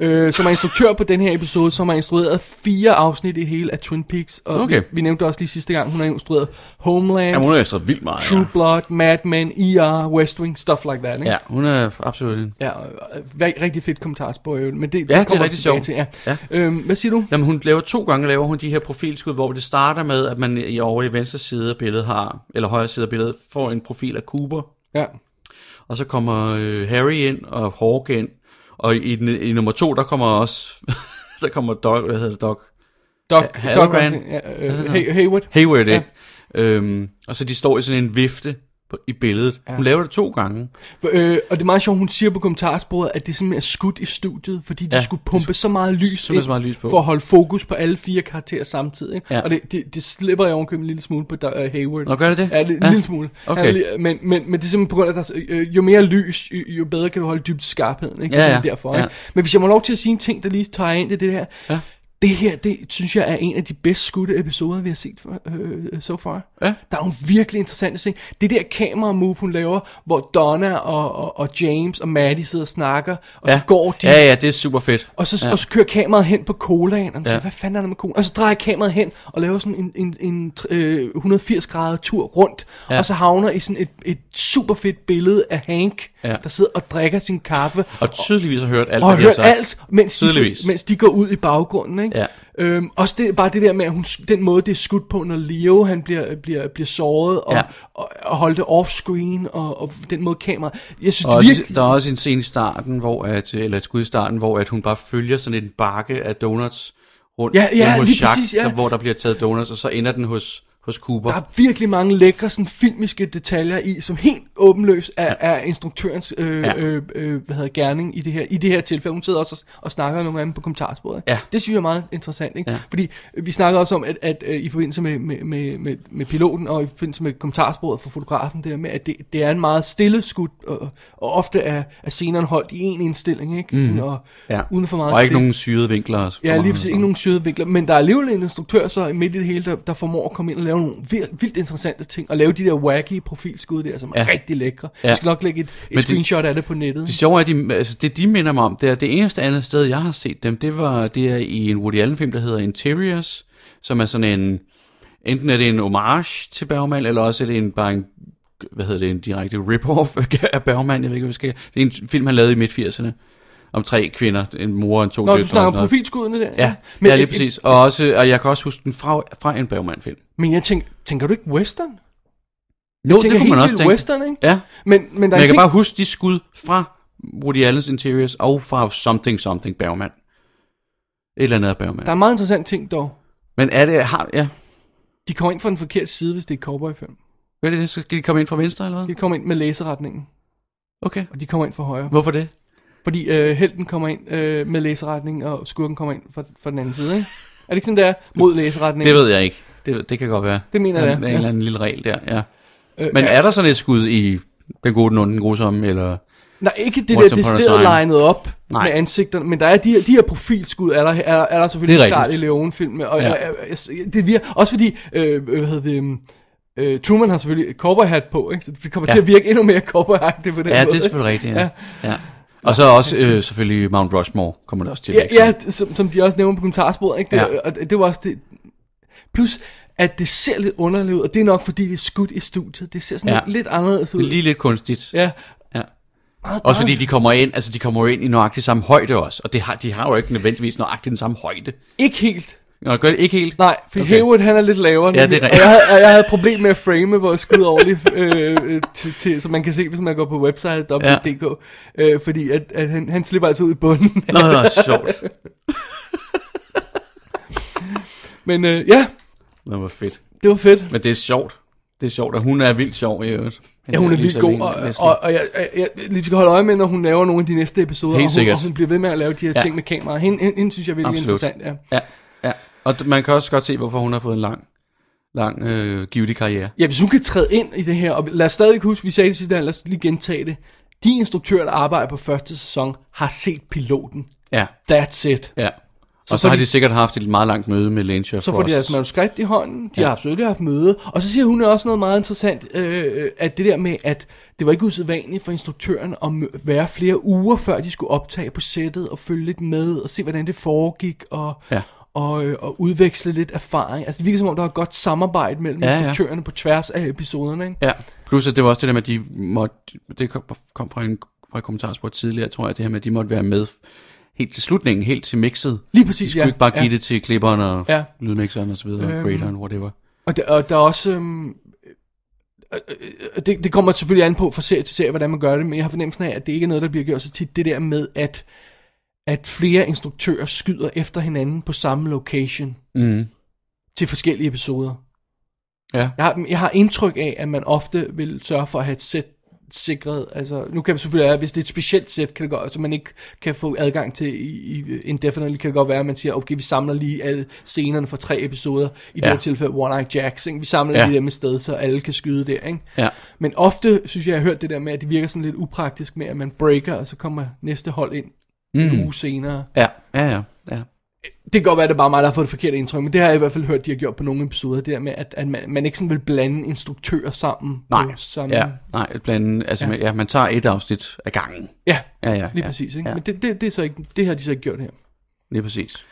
Speaker 5: Ja,
Speaker 4: øh, som er instruktør på den her episode, som har instrueret fire afsnit i hele af Twin Peaks. Og
Speaker 5: Okay.
Speaker 4: vi, vi nævnte også lige sidste gang, hun har instrueret Homeland,
Speaker 5: Jamen, hun er ekstra vildt meget,
Speaker 4: True Blood, Mad Men, ER, West Wing, stuff like that. Ikke?
Speaker 5: ja. ja. hun er absolut en.
Speaker 4: Ja, og, og, væ- rigtig fedt kommentarspor, i øvrigt, men det,
Speaker 5: Ja, det er
Speaker 4: kommer vi
Speaker 5: rigtig
Speaker 4: tilbage
Speaker 5: sjovt.
Speaker 4: Til, ja.
Speaker 5: Ja.
Speaker 4: Øhm, hvad siger du?
Speaker 5: Jamen, hun laver to gange, laver hun de her profilskud, hvor det starter med, at man i over i venstre side af billedet har, eller højre side af billedet, får en profil af Cooper,
Speaker 4: Ja.
Speaker 5: og så kommer øh, Harry ind, og Hawk ind, og i, den, i nummer to, der kommer også, (laughs) der kommer Doc, hvad hedder det, Doc?
Speaker 4: Doc,
Speaker 5: Ha-
Speaker 4: Doc
Speaker 5: Halloran.
Speaker 4: også, ja,
Speaker 5: Hvad
Speaker 4: øh,
Speaker 5: hedder
Speaker 4: Hay- Hayward.
Speaker 5: Hayward,
Speaker 4: Ja.
Speaker 5: ja. ikke? Øhm, og så de står i sådan en vifte på, i billedet. Ja. Hun laver det to gange.
Speaker 4: Øh, og det er meget sjovt, hun siger på kommentarsporet, at det simpelthen er skudt i studiet, fordi de ja,
Speaker 5: Ja,
Speaker 4: skulle pumpe så meget lys,
Speaker 5: simpelthen
Speaker 4: ind
Speaker 5: så meget lys på.
Speaker 4: for at holde fokus på alle fire karakterer samtidig. ikke?
Speaker 5: Ja.
Speaker 4: Og det, det, det slipper jeg ovenkøbet en lille smule på uh, Hayward.
Speaker 5: Nå, gør det det?
Speaker 4: Ja, det, en
Speaker 5: Ja.
Speaker 4: lille smule.
Speaker 5: Okay.
Speaker 4: Han er lige- men, men, men det er simpelthen på grund af, at der, er så- øh, jo mere lys, jo, jo bedre kan du holde dybt skarpheden. Ikke? Det er
Speaker 5: Ja, ja.
Speaker 4: simpelthen derfor.
Speaker 5: Ja.
Speaker 4: Ikke? Men hvis jeg må have lov til at sige en ting, der lige tager ind i det her.
Speaker 5: Ja.
Speaker 4: Det her, det synes jeg er en af de bedst skudte episoder, vi har set for, øh, so far.
Speaker 5: Ja.
Speaker 4: Der er nogle virkelig interessante ting. Det der kamera-move, hun laver, hvor Donna og, og, og James og Maddie sidder og snakker, og ja. så går de...
Speaker 5: Ja, ja, det er super fedt.
Speaker 4: Og så, ja.
Speaker 5: ja.
Speaker 4: og så kører kameraet hen på colaen, og man ja.
Speaker 5: Ja.
Speaker 4: hvad fanden er der med colaen? Og så drejer kameraet hen og laver sådan en, en, en øh, 180 grader tur rundt, ja.
Speaker 5: Ja.
Speaker 4: og så havner i sådan et, et super fedt billede af Hank, ja.
Speaker 5: Ja.
Speaker 4: der sidder og drikker sin kaffe,
Speaker 5: Og tydeligvis har hørt alt,
Speaker 4: og har
Speaker 5: hvad de har
Speaker 4: hørt
Speaker 5: sagt.
Speaker 4: alt, mens de,
Speaker 5: Tydeligvis.
Speaker 4: mens de går ud i baggrunden. Ikke?
Speaker 5: Ja.
Speaker 4: Øhm, også det, bare det der med, at hun, den måde, det er skudt på, når Leo han bliver, bliver, bliver såret, og, ja.
Speaker 5: Ja.
Speaker 4: og, og holde det off-screen, og, og den måde kameraet... Jeg synes
Speaker 5: Og også,
Speaker 4: virkelig...
Speaker 5: der er også en scene i starten, hvor at, eller et skud i starten, hvor at hun bare følger sådan en bakke af donuts rundt
Speaker 4: Ja, ja,
Speaker 5: hjemme hos
Speaker 4: lige
Speaker 5: Jacques,
Speaker 4: præcis, ja.
Speaker 5: der, hvor der bliver taget donuts, og så ender den hos, hos Cooper.
Speaker 4: Der er virkelig mange lækre sådan, filmiske detaljer i, som helt åbenløst er, er instruktørens øh, ja.
Speaker 5: Ja.
Speaker 4: øh, øh, hvad hedder, gerning i det her i det her tilfælde. Hun sidder også og, og snakker nogle af dem på kommentarsporet.
Speaker 5: Ja.
Speaker 4: Det synes jeg er meget interessant. Ikke?
Speaker 5: Ja.
Speaker 4: Fordi øh, vi snakker også om, at, at øh, i forbindelse med, med, med, med, med piloten og i forbindelse med kommentarsporet for fotografen, det der med, at det, det er en meget stille skud, og, og ofte er, er scenerne holdt i en indstilling, ikke? Mm. Sådan, og,
Speaker 5: Mhm. Ja.
Speaker 4: uden for meget
Speaker 5: og ikke
Speaker 4: klip.
Speaker 5: nogen syrede vinkler. og så-
Speaker 4: Ja, lige præcis. Ikke nogen søde vinkler. Men der er alligevel en instruktør så midt i det hele, der, der formår at komme ind og lave nogle vir- vildt interessante ting. Og lave de der wacky profilskud der, som er ja.
Speaker 5: Ja.
Speaker 4: rigtig lækre. Ja.
Speaker 5: Ja.
Speaker 4: Jeg skal nok lægge et, et
Speaker 5: Men det-
Speaker 4: screenshot af det på nettet.
Speaker 5: Det sjove er, de, altså det de minder mig om, det er det eneste andet sted, jeg har set dem, det var det er i en Woody Allen film, der hedder Interiors, som er sådan en, enten er det en homage til Bergman, eller også er det en, bare en, hvad hedder det, en direkte rip-off (laughs) af Bergman, jeg ved ikke, hvad vi skal Det er en film, han lavede i midt-80'erne, om tre kvinder, en mor og en to
Speaker 4: Når
Speaker 5: døtre
Speaker 4: du
Speaker 5: og sådan
Speaker 4: snakker
Speaker 5: noget.
Speaker 4: profilskuddene der.
Speaker 5: Ja,
Speaker 4: Men,
Speaker 5: men ja, lige
Speaker 4: et- et-
Speaker 5: præcis. Og, også, og jeg kan også huske den fra, fra en Bergman-film.
Speaker 4: men jeg tænker, tænker du ikke western?
Speaker 5: Jo,
Speaker 4: tænker
Speaker 5: det kunne man
Speaker 4: helt
Speaker 5: også
Speaker 4: vildt
Speaker 5: tænke.
Speaker 4: western, ikke?
Speaker 5: Ja,
Speaker 4: Men, men der
Speaker 5: men
Speaker 4: er
Speaker 5: jeg
Speaker 4: en
Speaker 5: kan
Speaker 4: ting,
Speaker 5: bare huske de skud fra Woody Allen's Interiors og fra Something Something Bergman. Et eller andet af Bergman.
Speaker 4: der er en meget interessant ting dog.
Speaker 5: Men er det, har, ja,
Speaker 4: De kommer ind fra den forkerte side, hvis det er cowboyfilm.
Speaker 5: Hvad er det, skal de komme ind fra venstre eller hvad?
Speaker 4: De kommer ind med læseretningen,
Speaker 5: Okay.
Speaker 4: og de kommer ind fra højre.
Speaker 5: Hvorfor det?
Speaker 4: Fordi øh, helten kommer ind øh, med læseretningen, og skurken kommer ind fra, fra den anden side, ikke? Er det ikke sådan, der mod læseretningen?
Speaker 5: Det ved jeg ikke. Det, det kan godt være.
Speaker 4: Det mener
Speaker 5: der,
Speaker 4: jeg,
Speaker 5: Der
Speaker 4: ja.
Speaker 5: er en eller anden lille regel der, ja.
Speaker 4: Øh,
Speaker 5: Men
Speaker 4: ja.
Speaker 5: er der sådan et skud i den gode, den onde, den grusomme, eller...
Speaker 4: Nej, ikke det
Speaker 5: Once
Speaker 4: der
Speaker 5: upon a
Speaker 4: decideret
Speaker 5: time.
Speaker 4: lined op Nej.
Speaker 5: Nej.
Speaker 4: med ansigterne, men der er de her, de her profilskud, er der, er, er der
Speaker 5: Det
Speaker 4: selvfølgelig
Speaker 5: er
Speaker 4: klart i
Speaker 5: rigtigt.
Speaker 4: Leone-filmen. Og
Speaker 5: Ja.
Speaker 4: ja. jeg, jeg, jeg, det virker, også fordi, øh, hvad hedder det, øhm, øh, Truman har selvfølgelig et cowboy hat på, ikke? så det kommer ja.
Speaker 5: Ja.
Speaker 4: til at virke endnu mere cowboy agtigt på den
Speaker 5: Ja,
Speaker 4: måde.
Speaker 5: det er
Speaker 4: ikke?
Speaker 5: selvfølgelig rigtigt, ja. ja. Og så også øh, selvfølgelig Mount Rushmore kommer der også til. at
Speaker 4: Ja,
Speaker 5: lægge
Speaker 4: ja
Speaker 5: sig.
Speaker 4: det- som, som de også nævner på kommentarsporet, ikke? Det,
Speaker 5: Ja.
Speaker 4: og det, det var også det. Plus, at det ser lidt underligt ud, og det er nok fordi, det er skudt i studiet. Det ser sådan
Speaker 5: Ja.
Speaker 4: ja. lidt anderledes ud.
Speaker 5: Det er lige lidt kunstigt.
Speaker 4: Ja,
Speaker 5: ja. Også fordi de kommer ind, altså de kommer jo ind i nøjagtig samme højde også, og det har, de har jo ikke nødvendigvis nøjagtigt den samme højde.
Speaker 4: ikke helt.
Speaker 5: Nå, gør det ikke helt?
Speaker 4: Nej, for okay.
Speaker 5: Okay.
Speaker 4: Haywood han er lidt lavere
Speaker 5: Ja, det er
Speaker 4: nemlig.
Speaker 5: rigtigt.
Speaker 4: Og jeg, havde, og jeg havde et problem med at frame vores skud ordentligt øh, øh, til, til, Så man kan se hvis man går på website www.dk øh, Fordi at, at han, han slipper altså ud i bunden
Speaker 5: Nå, det var sjovt.
Speaker 4: Men øh, ja,
Speaker 5: Nå, hvor fedt.
Speaker 4: det var fedt
Speaker 5: Men det er sjovt. Det er sjovt, og hun er vildt sjov i øvrigt.
Speaker 4: Ja, hun er
Speaker 5: Lisa
Speaker 4: vildt god,
Speaker 5: Wien,
Speaker 4: og,
Speaker 5: Leslie.
Speaker 4: og, og jeg, jeg, jeg, jeg skal holde øje med, når hun laver nogle af de næste episoder,
Speaker 5: Helt
Speaker 4: og, hun,
Speaker 5: sikkert.
Speaker 4: og hun bliver ved med at lave de her
Speaker 5: Ja.
Speaker 4: ting med kamera. Hende, hende, hende synes jeg er virkelig
Speaker 5: Absolut.
Speaker 4: interessant. Ja.
Speaker 5: Ja, ja. Og d- man kan også godt se, hvorfor hun har fået en lang, lang øh, givetig karriere.
Speaker 4: ja, hvis hun kan træde ind i det her, og lad os stadig huske, vi sagde det sidste, dag, lad os lige gentage det. De instruktører, der arbejder på første sæson, har set piloten.
Speaker 5: Ja,
Speaker 4: That's it.
Speaker 5: ja.
Speaker 4: Så
Speaker 5: Og så, så
Speaker 4: får
Speaker 5: har
Speaker 4: de-
Speaker 5: de sikkert haft et meget langt møde med Lynch og
Speaker 4: Så får de altså-
Speaker 5: Frost.
Speaker 4: deres manuskript i hånden, de ja. har absolut haft møde, og så siger hun også noget meget interessant, øh, at det der med, at det var ikke usædvanligt for instruktøren at mø- være flere uger, før de skulle optage på sættet og følge lidt med og se, hvordan det foregik og,
Speaker 5: Ja.
Speaker 4: og, øh, og udveksle lidt erfaring. Altså det virker som om, der er et godt samarbejde mellem
Speaker 5: Ja,
Speaker 4: ja,
Speaker 5: ja.
Speaker 4: instruktørerne ja. på tværs af episoderne. Ikke?
Speaker 5: Ja, plus at det var også det der med, at de måtte, det kom, kom fra en fra et kommentarspor tidligere, tror jeg, det her med, at de måtte være med helt til slutningen, helt til mixet.
Speaker 4: Lige præcis,
Speaker 5: De skulle
Speaker 4: ja,
Speaker 5: ikke bare give
Speaker 4: ja.
Speaker 5: det til klipperen og
Speaker 4: Ja.
Speaker 5: ja. lydmixeren og så videre,
Speaker 4: Øhm.
Speaker 5: øhm. creatoren, whatever.
Speaker 4: Og der, og der er også... Øhm, øh, øh, øh, det, det kommer selvfølgelig an på fra serie til serie, hvordan man gør det, men jeg har fornemmelsen af, at det ikke er noget, der bliver gjort så tit. Det der med, at, at flere instruktører skyder efter hinanden på samme location
Speaker 5: Mm.
Speaker 4: til forskellige episoder.
Speaker 5: Ja.
Speaker 4: Jeg har, jeg har indtryk af, at man ofte vil sørge for at have et sæt sikret, altså nu kan det selvfølgelig være, hvis det er et specielt sæt, kan det godt, som man ikke kan få adgang til i, i indefinitely, kan det godt være, at man siger, okay, vi samler lige alle scenerne fra tre episoder, i ja. det
Speaker 5: Ja.
Speaker 4: her tilfælde One Eye Jacks, ikke? vi samler ja.
Speaker 5: Ja.
Speaker 4: lige dem et sted, så alle kan skyde der, ikke?
Speaker 5: Ja.
Speaker 4: Men ofte synes jeg, jeg har hørt det der med, at det virker sådan lidt upraktisk med, at man breaker, og så kommer næste hold ind mm. en uge senere.
Speaker 5: Ja, ja, ja. ja.
Speaker 4: Det kan godt være, at det er bare mig, der har fået det forkerte indtryk, men det har jeg i hvert fald hørt, de har gjort på nogle episoder, det der med, at, at man, man ikke sådan vil blande instruktører sammen.
Speaker 5: Nej,
Speaker 4: på samme,
Speaker 5: ja, nej, blandt, altså, ja. ja, man tager et afsnit af gangen.
Speaker 4: ja,
Speaker 5: Ja, ja,
Speaker 4: lige
Speaker 5: ja,
Speaker 4: præcis. Ikke?
Speaker 5: ja.
Speaker 4: Men det, det, det, er så ikke, det har de så ikke gjort her.
Speaker 5: Lige præcis.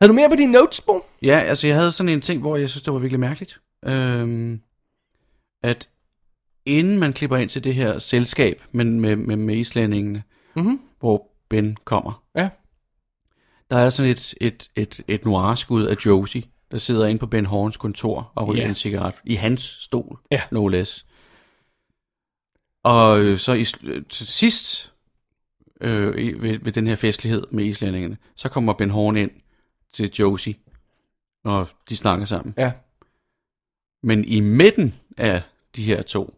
Speaker 4: Har du mere på dine notes, Bo?
Speaker 5: Ja, altså jeg havde sådan en ting, hvor jeg synes, det var virkelig mærkeligt. Øhm, at inden man klipper ind til det her selskab men med, med, med islændingene,
Speaker 4: Mhm.
Speaker 5: hvor Ben kommer,
Speaker 4: Ja.
Speaker 5: der er sådan et, et, et, et noir-skud af Josie, der sidder inde på Ben Horns kontor og ryger
Speaker 4: Ja.
Speaker 5: en cigaret i hans stol,
Speaker 4: Ja.
Speaker 5: no less. Og øh, så i, sl- øh, til sidst øh, i- ved, ved den her festlighed med islændingene, så kommer Ben Horn ind til Josie, og de snakker sammen.
Speaker 4: Ja.
Speaker 5: Men i midten af de her to,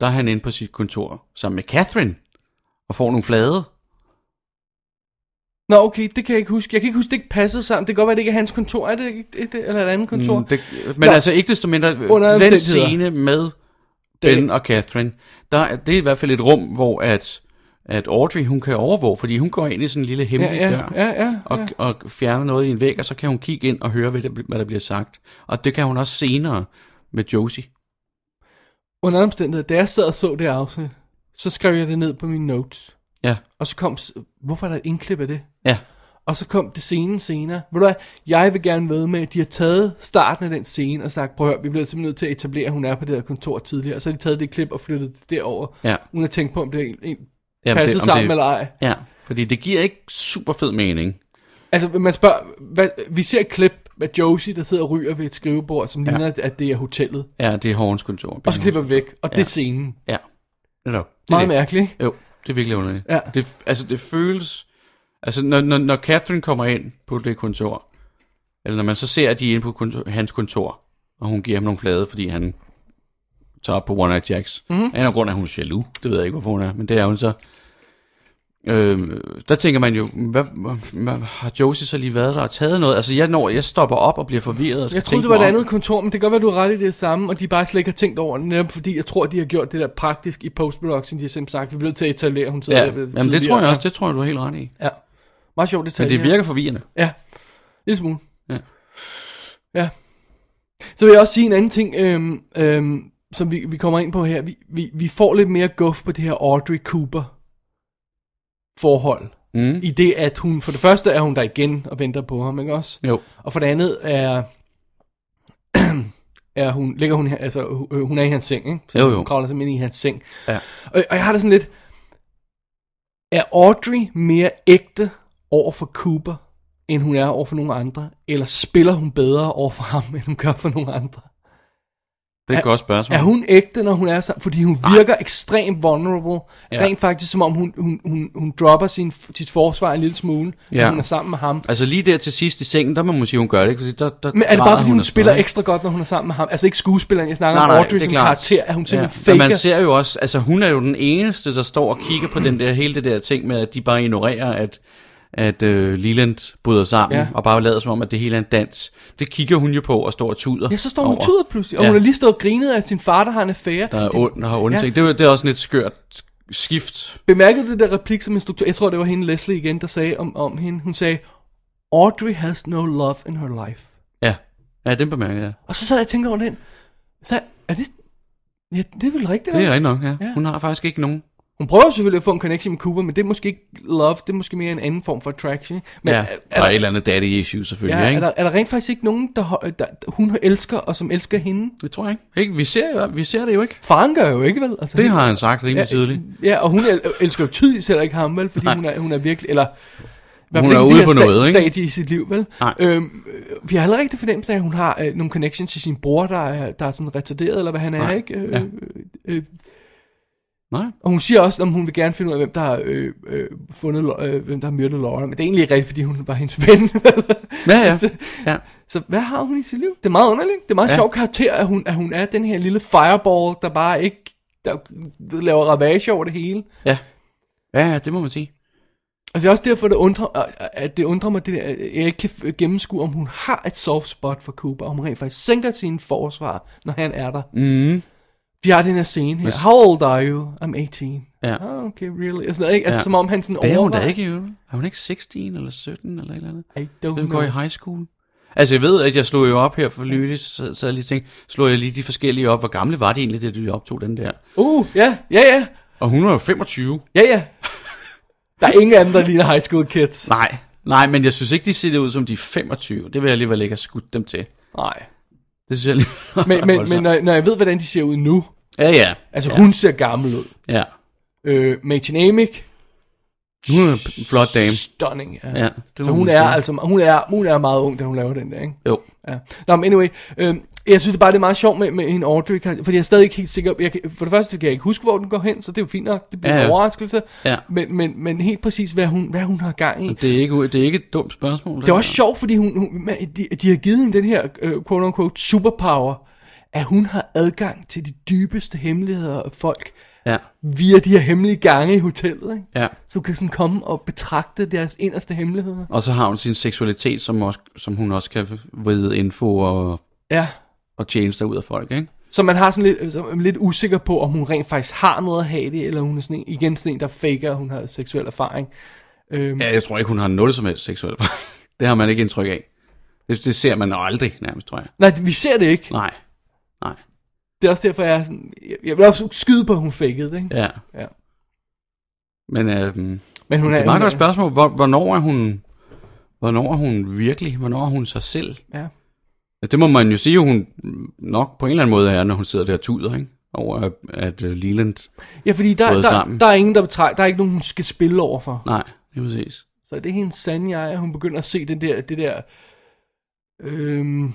Speaker 5: der er han inde på sit kontor sammen med Catherine, og får nogle flade.
Speaker 4: Nå, okay, det kan jeg ikke huske. Jeg kan ikke huske, det ikke passede sammen. Det kan godt være, det ikke er hans kontor, er det ikke det, det- eller et andet kontor?
Speaker 5: Mm, det, men
Speaker 4: Nå.
Speaker 5: Nå. altså ikke desto mindre,
Speaker 4: Under
Speaker 5: Under den
Speaker 4: omstændigheder.
Speaker 5: scene med Ben og Catherine, der, er- det er i hvert fald et rum, hvor at, at Audrey, hun kan overvåge, fordi hun går ind i sådan en lille
Speaker 4: ja,
Speaker 5: hemmelig
Speaker 4: ja,
Speaker 5: dør.
Speaker 4: ja, ja,
Speaker 5: og,
Speaker 4: ja.
Speaker 5: og fjerner noget i en væg, og så kan hun kigge ind og høre, hvad der, bl- hvad der bliver sagt. Og det kan hun også senere med Josie.
Speaker 4: Under omstændigheder, da jeg sad og så det afsnit, så skrev jeg det ned på mine notes.
Speaker 5: Ja,
Speaker 4: Og så kom, s- hvorfor er der et indklip af det?
Speaker 5: ja,
Speaker 4: Og så kom det scenen senere. Ved du hvad, jeg vil gerne ved med, at de har taget starten af den scene og sagt, prøv at høre, vi bliver simpelthen nødt til at etablere, at hun er på det her kontor tidligere. Og så har de taget det klip og flyttet det derover,
Speaker 5: ja.
Speaker 4: uden at tænke på, om det en, en
Speaker 5: ja
Speaker 4: passede sammen det... eller ej.
Speaker 5: Ja, fordi det giver ikke super fed mening.
Speaker 4: Altså, man spørger, hvad, vi ser et klip af Josie, der sidder og ryger ved et skrivebord, som ja. ligner, at det er hotellet.
Speaker 5: Ja, det er Horns kontor.
Speaker 4: Og så klipper vi væk, og ja. det er scenen.
Speaker 5: Ja. Netop. Det er
Speaker 4: Meget
Speaker 5: det.
Speaker 4: mærkeligt, ikke?
Speaker 5: Jo, det er virkelig underligt.
Speaker 4: Ja.
Speaker 5: Det, altså, det føles... Altså, når, når, når Catherine kommer ind på det kontor, eller når man så ser, at de er inde på kontor, hans kontor, og hun giver ham nogle flade, fordi han tager på One Night Jacks.
Speaker 4: Mhm.
Speaker 5: Mm-hmm. Af en grund er hun jaloux. Det ved jeg ikke, hvorfor hun er, men det er hun så. Øh, der tænker man jo, hvad, hvad, har Josie så lige været der og taget noget? Altså, jeg, når, jeg stopper op og bliver forvirret. Og skal
Speaker 4: Jeg troede,
Speaker 5: tænke
Speaker 4: det var et
Speaker 5: mig om.
Speaker 4: andet kontor, men det kan godt være, du har ret i det samme, og de bare slet ikke har tænkt over det, netop fordi jeg tror, de har gjort det der praktisk i post-production, de har simpelthen sagt, vi bliver nødt til at etablere, hun sidder
Speaker 5: Ja,
Speaker 4: der ved
Speaker 5: jamen, det
Speaker 4: tidligere."
Speaker 5: tror jeg også, det tror jeg, du er helt ret i.
Speaker 4: Ja. Meget sjovt
Speaker 5: Men
Speaker 4: detalje.
Speaker 5: det virker forvirrende.
Speaker 4: Ja. Lidt smule.
Speaker 5: Ja.
Speaker 4: Ja. Så vil jeg også sige en anden ting, øhm, øhm, som vi, vi kommer ind på her. Vi, vi, vi får lidt mere guf på det her Audrey Cooper forhold.
Speaker 5: Mm.
Speaker 4: I det, at hun, for det første er hun der igen og venter på ham, ikke også?
Speaker 5: Jo.
Speaker 4: Og for det andet er, (clears throat) er hun, ligger hun, her- altså, hu- øh, hun er i hans seng, ikke? Så
Speaker 5: Jo, jo.
Speaker 4: Hun kravler simpelthen ind i hans seng.
Speaker 5: Ja.
Speaker 4: Og, og jeg har det sådan lidt, er Audrey mere ægte over for Cooper, end hun er over for nogen andre? Eller spiller hun bedre over for ham, (laughs) end hun gør for nogen andre?
Speaker 5: Det er et
Speaker 4: Er-
Speaker 5: godt spørgsmål.
Speaker 4: Er hun ægte, når hun er sammen? Fordi hun virker ekstremt vulnerable. Ja. Rent faktisk, som om hun, hun, hun, hun dropper sin, sit forsvar en lille smule, ja.
Speaker 5: Ja.
Speaker 4: når hun er sammen med ham.
Speaker 5: Altså lige der til sidst i sengen, der må man sige, hun gør det, ikke? Fordi der, der
Speaker 4: Men er det bare
Speaker 5: græder
Speaker 4: fordi, hun,
Speaker 5: og sådan
Speaker 4: spiller
Speaker 5: noget, ikke?
Speaker 4: ekstra godt, når hun er sammen med ham? Altså ikke skuespilleren, jeg snakker
Speaker 5: Nej,
Speaker 4: om
Speaker 5: nej,
Speaker 4: Audrey
Speaker 5: det er
Speaker 4: som
Speaker 5: klart.
Speaker 4: karakter, at hun
Speaker 5: Ja.
Speaker 4: simpelthen
Speaker 5: Men
Speaker 4: ja. faker.
Speaker 5: man ser jo også, altså hun er jo den eneste, der står og kigger på den der, hele det der ting med, at de bare ignorerer, at, at øh, Leland bryder sammen,
Speaker 4: Ja.
Speaker 5: ja. og bare lader som om, at det hele er en dans. Det kigger hun jo på og står og tuder
Speaker 4: Ja, så står hun
Speaker 5: over.
Speaker 4: og tuder pludselig, og
Speaker 5: Ja.
Speaker 4: hun har lige stået og grinet af at sin far, der har en affære.
Speaker 5: Der er ond, der har ondt. Ja. Det, er jo- det er også en lidt skørt skift.
Speaker 4: Bemærkede det der replik som instruktør, jeg tror det var hende Leslie igen, der sagde om, om hende, hun sagde, Audrey has no love in her life.
Speaker 5: Ja, ja den bemærker jeg.
Speaker 4: Og så sad jeg og tænkte over den, så er det, ja, det er vel rigtigt.
Speaker 5: Det er
Speaker 4: ikke?
Speaker 5: rigtigt nok, ja.
Speaker 4: Ja.
Speaker 5: ja. Hun har faktisk ikke nogen.
Speaker 4: Hun prøver selvfølgelig at få en connection med Cooper, men det er måske ikke love, det er måske mere en anden form for attraction. ikke? Men
Speaker 5: Men, ja,
Speaker 4: er,
Speaker 5: der
Speaker 4: er,
Speaker 5: er et
Speaker 4: der,
Speaker 5: eller andet daddy issue selvfølgelig,
Speaker 4: ja,
Speaker 5: ikke?
Speaker 4: er, der, er der rent faktisk ikke nogen, der, ho- der, der hun elsker, og som elsker hende?
Speaker 5: Det tror jeg ikke. ikke. Vi, ser, jo- vi ser det jo ikke.
Speaker 4: Faren gør jo ikke, vel? Altså,
Speaker 5: Det
Speaker 4: hun-
Speaker 5: har han sagt rimelig tydeligt.
Speaker 4: Ja, og hun el- elsker jo tydeligvis heller ikke ham, vel? Fordi hun er, hun er virkelig, eller... i hvert
Speaker 5: Hun
Speaker 4: fald
Speaker 5: er
Speaker 4: ikke i
Speaker 5: ude
Speaker 4: det her
Speaker 5: på noget, ikke?
Speaker 4: stadie i sit liv, vel?
Speaker 5: Nej.
Speaker 4: Øhm, øh, vi har heller ikke det fornemmelse af, at hun har øh, nogle connections til sin bror, der er, der er sådan retarderet, eller hvad han er,
Speaker 5: Nej,
Speaker 4: ikke? Øh,
Speaker 5: ja.
Speaker 4: øh,
Speaker 5: Nej.
Speaker 4: og hun siger også, om hun vil gerne finde ud af, hvem der har øh, øh, fundet, Lo- øh, hvem der har myrdet Laura. Men det er egentlig ikke rigtigt, fordi hun var hendes ven. Altså,
Speaker 5: Ja, ja.
Speaker 4: Så,
Speaker 5: ja.
Speaker 4: så hvad har hun i sit liv? Det er meget underligt. Det er meget ja.
Speaker 5: Ja.
Speaker 4: sjov karakter, at hun, at hun er den her lille fireball, der bare ikke der laver ravage over det hele.
Speaker 5: Ja. Ja, ja, det må man sige.
Speaker 4: Altså det er også derfor, det undrer, at det undrer mig, det der, at jeg ikke kan f- gennemskue, om hun har et soft spot for Cooper, om hun rent faktisk sænker sin forsvar, når han er der.
Speaker 5: Mm.
Speaker 4: de har den her scene her. How old are you? I'm 18.
Speaker 5: Ja.
Speaker 4: Ah, okay, really? Og sådan noget, ikke? Altså,
Speaker 5: Ja.
Speaker 4: som om han sådan
Speaker 5: Det er hun da
Speaker 4: overvejer-
Speaker 5: ikke, jo. Er hun ikke 16 eller 17 eller et eller andet?
Speaker 4: I don't
Speaker 5: Hun
Speaker 4: know.
Speaker 5: går i high school. Altså, jeg ved, at jeg slog jo op her for nylig, så, så jeg lige tænkte, slog jeg lige de forskellige op. Hvor gamle var det egentlig, da de optog den der?
Speaker 4: Uh, ja, ja, ja.
Speaker 5: Og hun var jo 25.
Speaker 4: Ja, ja. Der er ingen af dem, der ligner high school kids.
Speaker 5: Nej, nej, men jeg synes ikke, de ser det ud som de er 25. Det vil jeg alligevel ikke have skudt dem til.
Speaker 4: Nej.
Speaker 5: Det synes jeg (laughs) lige...
Speaker 4: Men, men, men når, når jeg ved, hvordan de ser ud nu,
Speaker 5: Ja, ja.
Speaker 4: altså ja. hun ser gammel ud.
Speaker 5: ja.
Speaker 4: Øh, Martin Amick,
Speaker 5: Hun er en flot dame.
Speaker 4: stunning. Ja.
Speaker 5: Ja, det
Speaker 4: Så
Speaker 5: må
Speaker 4: hun
Speaker 5: man
Speaker 4: er
Speaker 5: sige.
Speaker 4: altså, hun er, hun er meget ung, da hun laver den der, ikke?
Speaker 5: Jo.
Speaker 4: Ja. Nå, men anyway, øh, jeg synes det bare, det er meget sjovt med, med hende Audrey, karakter, fordi jeg er stadig ikke helt sikker, jeg kan, for det første kan jeg ikke huske, hvor den går hen, så det er jo fint nok, det bliver
Speaker 5: Ja,
Speaker 4: ja,
Speaker 5: ja.
Speaker 4: en overraskelse,
Speaker 5: Ja.
Speaker 4: men, men, men helt præcis, hvad hun, hvad hun har gang i.
Speaker 5: Det er, ikke, det er ikke et dumt spørgsmål.
Speaker 4: Det er også sjovt, fordi hun, hun, man- de, de har givet hende den her, øh, quote unquote, superpower, at hun har adgang til de dybeste hemmeligheder af folk,
Speaker 5: Ja,
Speaker 4: via de her hemmelige gange i hotellet, ikke?
Speaker 5: ja.
Speaker 4: Så hun kan sådan komme og betragte deres inderste hemmeligheder.
Speaker 5: Og så har hun sin seksualitet, som, også, som hun også kan vride info og,
Speaker 4: Ja.
Speaker 5: og tjenester ud af folk, ikke?
Speaker 4: Så man har sådan lidt, så man er lidt usikker på, om hun rent faktisk har noget at have i det, eller hun er sådan en, igen sådan en, der faker, at hun har seksuel erfaring. Øhm, ja.
Speaker 5: Ja, jeg tror ikke, hun har noget som helst seksuel (laughs) erfaring. Det har man ikke indtryk af. Det, det ser man aldrig nærmest, tror jeg.
Speaker 4: Nej, vi ser det ikke.
Speaker 5: Nej. Nej.
Speaker 4: Det er også derfor, jeg er sådan, jeg, jeg vil også skyde på, at hun fakede det, ikke?
Speaker 5: Ja.
Speaker 4: Ja.
Speaker 5: Men øhm,
Speaker 4: Men hun
Speaker 5: det
Speaker 4: er...
Speaker 5: er et meget
Speaker 4: hun
Speaker 5: godt spørgsmål. Hvor, hvornår er hun... Hvornår er hun virkelig? Hvornår er hun sig selv? Altså,
Speaker 4: Ja.
Speaker 5: Det må man jo sige, hun nok på en eller anden måde er, når hun sidder der og tuder, ikke? Over at, at øh, Leland...
Speaker 4: Ja, fordi der,
Speaker 5: Gået
Speaker 4: der,
Speaker 5: sammen.
Speaker 4: der, er ingen, der betrag, der er ikke nogen, hun skal spille over for.
Speaker 5: Nej, det er præcis.
Speaker 4: Så det er hendes sande jeg, at hun begynder at se den der, det der... Øhm,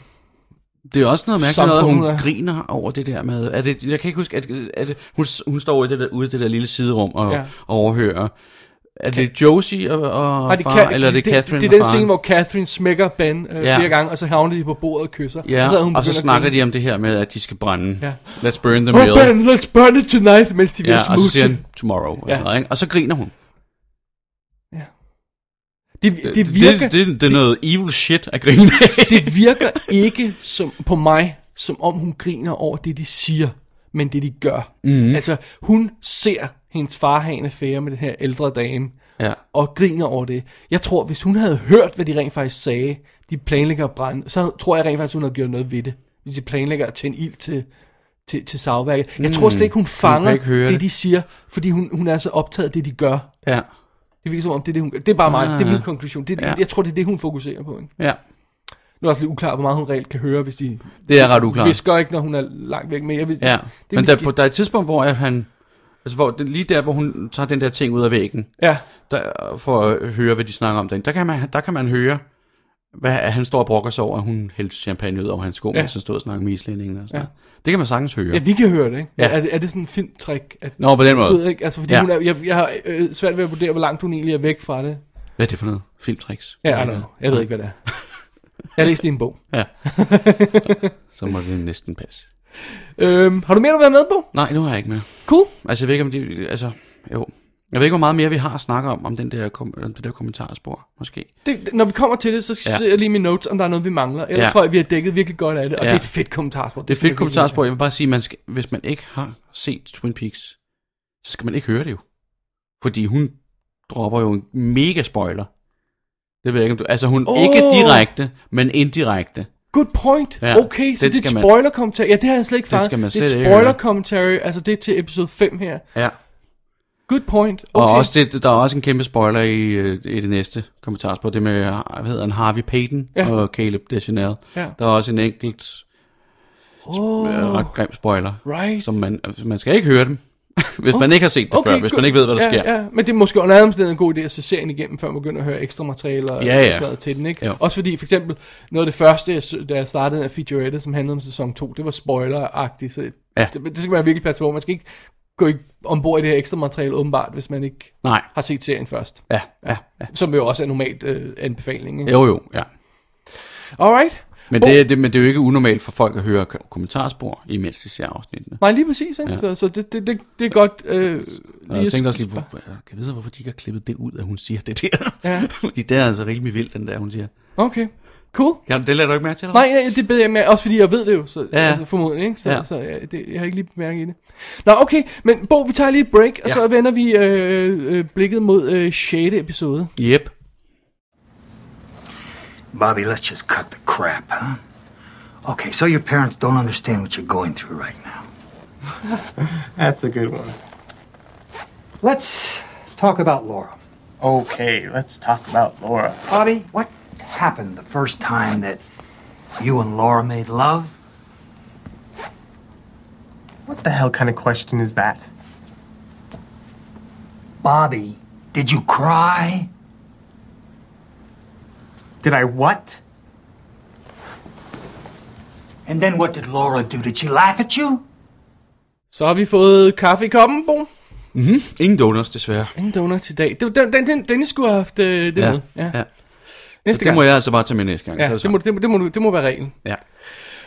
Speaker 5: Det er også noget mærkeligt, noget, at hun
Speaker 4: Samfundet er-
Speaker 5: griner over det der med... Er det, jeg kan ikke huske, at, er det, hun, hun står ude i det der, ude i det der lille siderum og,
Speaker 4: Ja.
Speaker 5: ja. og overhører. Er det Josie og, og
Speaker 4: nej,
Speaker 5: far, eller er det,
Speaker 4: Det,
Speaker 5: Catherine
Speaker 4: det er den
Speaker 5: og faren?
Speaker 4: scene, hvor Catherine smækker Ben øh,
Speaker 5: Ja.
Speaker 4: flere gange, og så havner de på bordet og kysser.
Speaker 5: Ja,
Speaker 4: sidder
Speaker 5: og,
Speaker 4: hun
Speaker 5: og så
Speaker 4: begynder at
Speaker 5: snakker
Speaker 4: grine.
Speaker 5: de om det her med, at de skal brænde.
Speaker 4: Ja.
Speaker 5: Let's burn the
Speaker 4: Oh
Speaker 5: mill.
Speaker 4: Ben, let's burn it tonight, mens de
Speaker 5: Ja,
Speaker 4: bliver
Speaker 5: og så siger
Speaker 4: smoothie.
Speaker 5: han, tomorrow. Og,
Speaker 4: Ja.
Speaker 5: sådan noget, ikke? og så griner hun.
Speaker 4: Det, det, virker,
Speaker 5: det, det, det er noget evil shit at grine
Speaker 4: (laughs)
Speaker 5: af.
Speaker 4: det virker ikke som, på mig, som om hun griner over det, de siger, men det, de gør.
Speaker 5: Mhm.
Speaker 4: Mm. Altså, hun ser hendes far have en affære med den her ældre dame,
Speaker 5: ja.
Speaker 4: og griner over det. Jeg tror, hvis hun havde hørt, hvad de rent faktisk sagde, de planlægger at brænde, så tror jeg rent faktisk, hun havde gjort noget ved det. Hvis de planlægger at tænde ild til, til, til savværket. Jeg tror slet ikke, hun fanger
Speaker 5: Mm. ikke høre
Speaker 4: det,
Speaker 5: det.
Speaker 4: de siger, fordi hun, hun er så optaget af det, de gør.
Speaker 5: ja,
Speaker 4: Det virker som om, det er det, hun gør. Det er bare mig.
Speaker 5: Ah.
Speaker 4: det er min konklusion. Det, er det,
Speaker 5: Ja.
Speaker 4: Jeg tror, det er det, hun fokuserer på. Ikke?
Speaker 5: ja.
Speaker 4: Nu er jeg også lidt uklart, hvor meget hun reelt kan høre, hvis de...
Speaker 5: Det er ret uklart.
Speaker 4: Visker ikke, når hun er langt væk. Men jeg ved,
Speaker 5: Ja.
Speaker 4: det
Speaker 5: Men der,
Speaker 4: mit-
Speaker 5: på, der er et tidspunkt, hvor at han... Altså, hvor, det, lige der, hvor hun tager den der ting ud af væggen,
Speaker 4: Ja,
Speaker 5: der, for at høre, hvad de snakker om den. Der kan man, der kan man høre, hvad at han står og brokker sig over, at hun hældte champagne ud over hans sko,
Speaker 4: Ja.
Speaker 5: ja. mens han stod og snakkede med islændingen og sådan ja. Det kan man sagtens høre.
Speaker 4: ja, vi kan høre det, ikke?
Speaker 5: Ja.
Speaker 4: Er, det- er det sådan en filmtrik? At,
Speaker 5: Nå, på den
Speaker 4: Du ved
Speaker 5: måde.
Speaker 4: ikke, altså fordi ja.
Speaker 5: Ja.
Speaker 4: hun er, jeg, jeg har øh, svært ved at vurdere, hvor langt hun egentlig er væk fra det.
Speaker 5: Hvad er det for noget? Filmtricks?
Speaker 4: Ja, jeg, know. jeg ved ikke, hvad det er. Jeg læste en bog.
Speaker 5: Så må det næsten passe.
Speaker 4: Øhm, har du mere, du vil have med på?
Speaker 5: Nej, nu har jeg ikke mere.
Speaker 4: Cool.
Speaker 5: Altså, jeg ved ikke, om det... Altså, jo. Jeg ved ikke, hvor meget mere vi har at snakke om, om, den der, kom, om det der kommentarspor, måske.
Speaker 4: Det, det- når vi kommer til det, så
Speaker 5: Ja.
Speaker 4: ser jeg lige i mine notes, om der er noget, vi mangler. Ellers
Speaker 5: Ja.
Speaker 4: tror jeg, vi har dækket virkelig godt af det. Og
Speaker 5: Ja.
Speaker 4: det er et fedt kommentarspor.
Speaker 5: Det er et
Speaker 4: skal man
Speaker 5: fedt
Speaker 4: virkelig-
Speaker 5: kommentarspor. Jeg vil bare sige, man skal, hvis man ikke har set Twin Peaks, så skal man ikke høre det jo. Fordi hun dropper jo en mega spoiler. Det ved jeg ikke, om du... Altså, hun
Speaker 4: Åh!
Speaker 5: oh. ikke direkte, men indirekte.
Speaker 4: Good point.
Speaker 5: Ja,
Speaker 4: Ja, okay, så
Speaker 5: den
Speaker 4: det er et
Speaker 5: skal man-
Speaker 4: spoiler commentary. Ja, det har jeg slet ikke
Speaker 5: Den
Speaker 4: fanget.
Speaker 5: skal man
Speaker 4: det er et
Speaker 5: slet ikke
Speaker 4: spoiler
Speaker 5: høre.
Speaker 4: commentary. Altså det er til episode 5 her.
Speaker 5: Ja.
Speaker 4: Good point.
Speaker 5: Okay.
Speaker 4: Okay.
Speaker 5: Og også det, der er også en kæmpe spoiler i, øh, i det næste kommentarspor. Det med, hvad hedder han, Harvey Payton
Speaker 4: Ja.
Speaker 5: ja. og Caleb Deschanel.
Speaker 4: Ja.
Speaker 5: Der er også en enkelt
Speaker 4: oh,
Speaker 5: øh, ret grim spoiler.
Speaker 4: right.
Speaker 5: Som man, man skal ikke høre dem, (laughs) hvis man ikke har set det okay, før, hvis
Speaker 4: good.
Speaker 5: man ikke ved, hvad der
Speaker 4: ja,
Speaker 5: sker.
Speaker 4: Ja, men det er måske under alle omstændigheder en god idé at se serien igennem, før man begynder at høre ekstra materiale og
Speaker 5: Ja, ja.
Speaker 4: og sådan noget til den. Ikke?
Speaker 5: Jo.
Speaker 4: Også fordi, for eksempel, noget af det første, jeg, så- da jeg startede den her featurette, som handlede om sæson 2, det var spoiler-agtigt. Så
Speaker 5: Ja.
Speaker 4: det, det, skal man virkelig passe på. Man skal ikke gå i, ombord i det her ekstra materiale, åbenbart, hvis man ikke
Speaker 5: Nej,
Speaker 4: har set serien først.
Speaker 5: ja, ja, ja.
Speaker 4: Som jo også er normalt øh, anbefaling. Ikke?
Speaker 5: Jo, jo, ja.
Speaker 4: Alright.
Speaker 5: Men det, er- det, men det er jo ikke unormalt for folk at høre k- kommentarspor, imens de ser afsnittene.
Speaker 4: Nej, lige præcis. Ikke? Ja.
Speaker 5: Ja.
Speaker 4: Så, så det, det, det, det er godt. Øh,
Speaker 5: Og jeg
Speaker 4: at-
Speaker 5: tænkte også lige, hvor, kan jeg vide, (laughs) hvorfor de ikke har klippet det ud, at hun siger det der?
Speaker 4: Ja.
Speaker 5: Fordi det er altså rimelig vildt, den der, hun siger.
Speaker 4: Okay. Cool.
Speaker 5: Jamen, det lader du ikke mærke til, eller
Speaker 4: Nej, nej, det beder jeg med, også fordi jeg ved det jo, så, ja.
Speaker 5: Ja.
Speaker 4: altså, formodentlig, ikke? Så, ja.
Speaker 5: Ja.
Speaker 4: så ja, det, jeg har ikke lige bemærket i det. Nå, okay, men Bo, vi tager lige et break, og ja.
Speaker 5: Ja.
Speaker 4: så vender vi øh, øh, blikket mod øh, 6. episode.
Speaker 5: hvad? Yep.
Speaker 8: Bobby, let's just cut the crap, huh? Okay, so your parents don't understand what you're going through right now.
Speaker 9: That's a good one.
Speaker 8: Let's talk about Laura.
Speaker 9: Okay, let's talk about Laura.
Speaker 8: Bobby, what happened the first time that you and Laura made love?
Speaker 9: What the hell kind of question is that?
Speaker 8: Bobby, did you cry?
Speaker 9: Did I what?
Speaker 8: And then what did Laura do? Did she laugh at you?
Speaker 4: Så har vi fået kaffe i koppen, Bo.
Speaker 5: Ingen donuts, desværre.
Speaker 4: Ingen donuts i dag. Det, var- den, den, den, Dennis skulle have haft øh, det med. Ja.
Speaker 5: ja.
Speaker 4: Næste
Speaker 5: Det
Speaker 4: gang.
Speaker 5: må jeg altså bare tage med næste gang. så er
Speaker 4: Ja,
Speaker 5: det,
Speaker 4: det må, det, må- det, må, det må være reglen.
Speaker 5: Ja.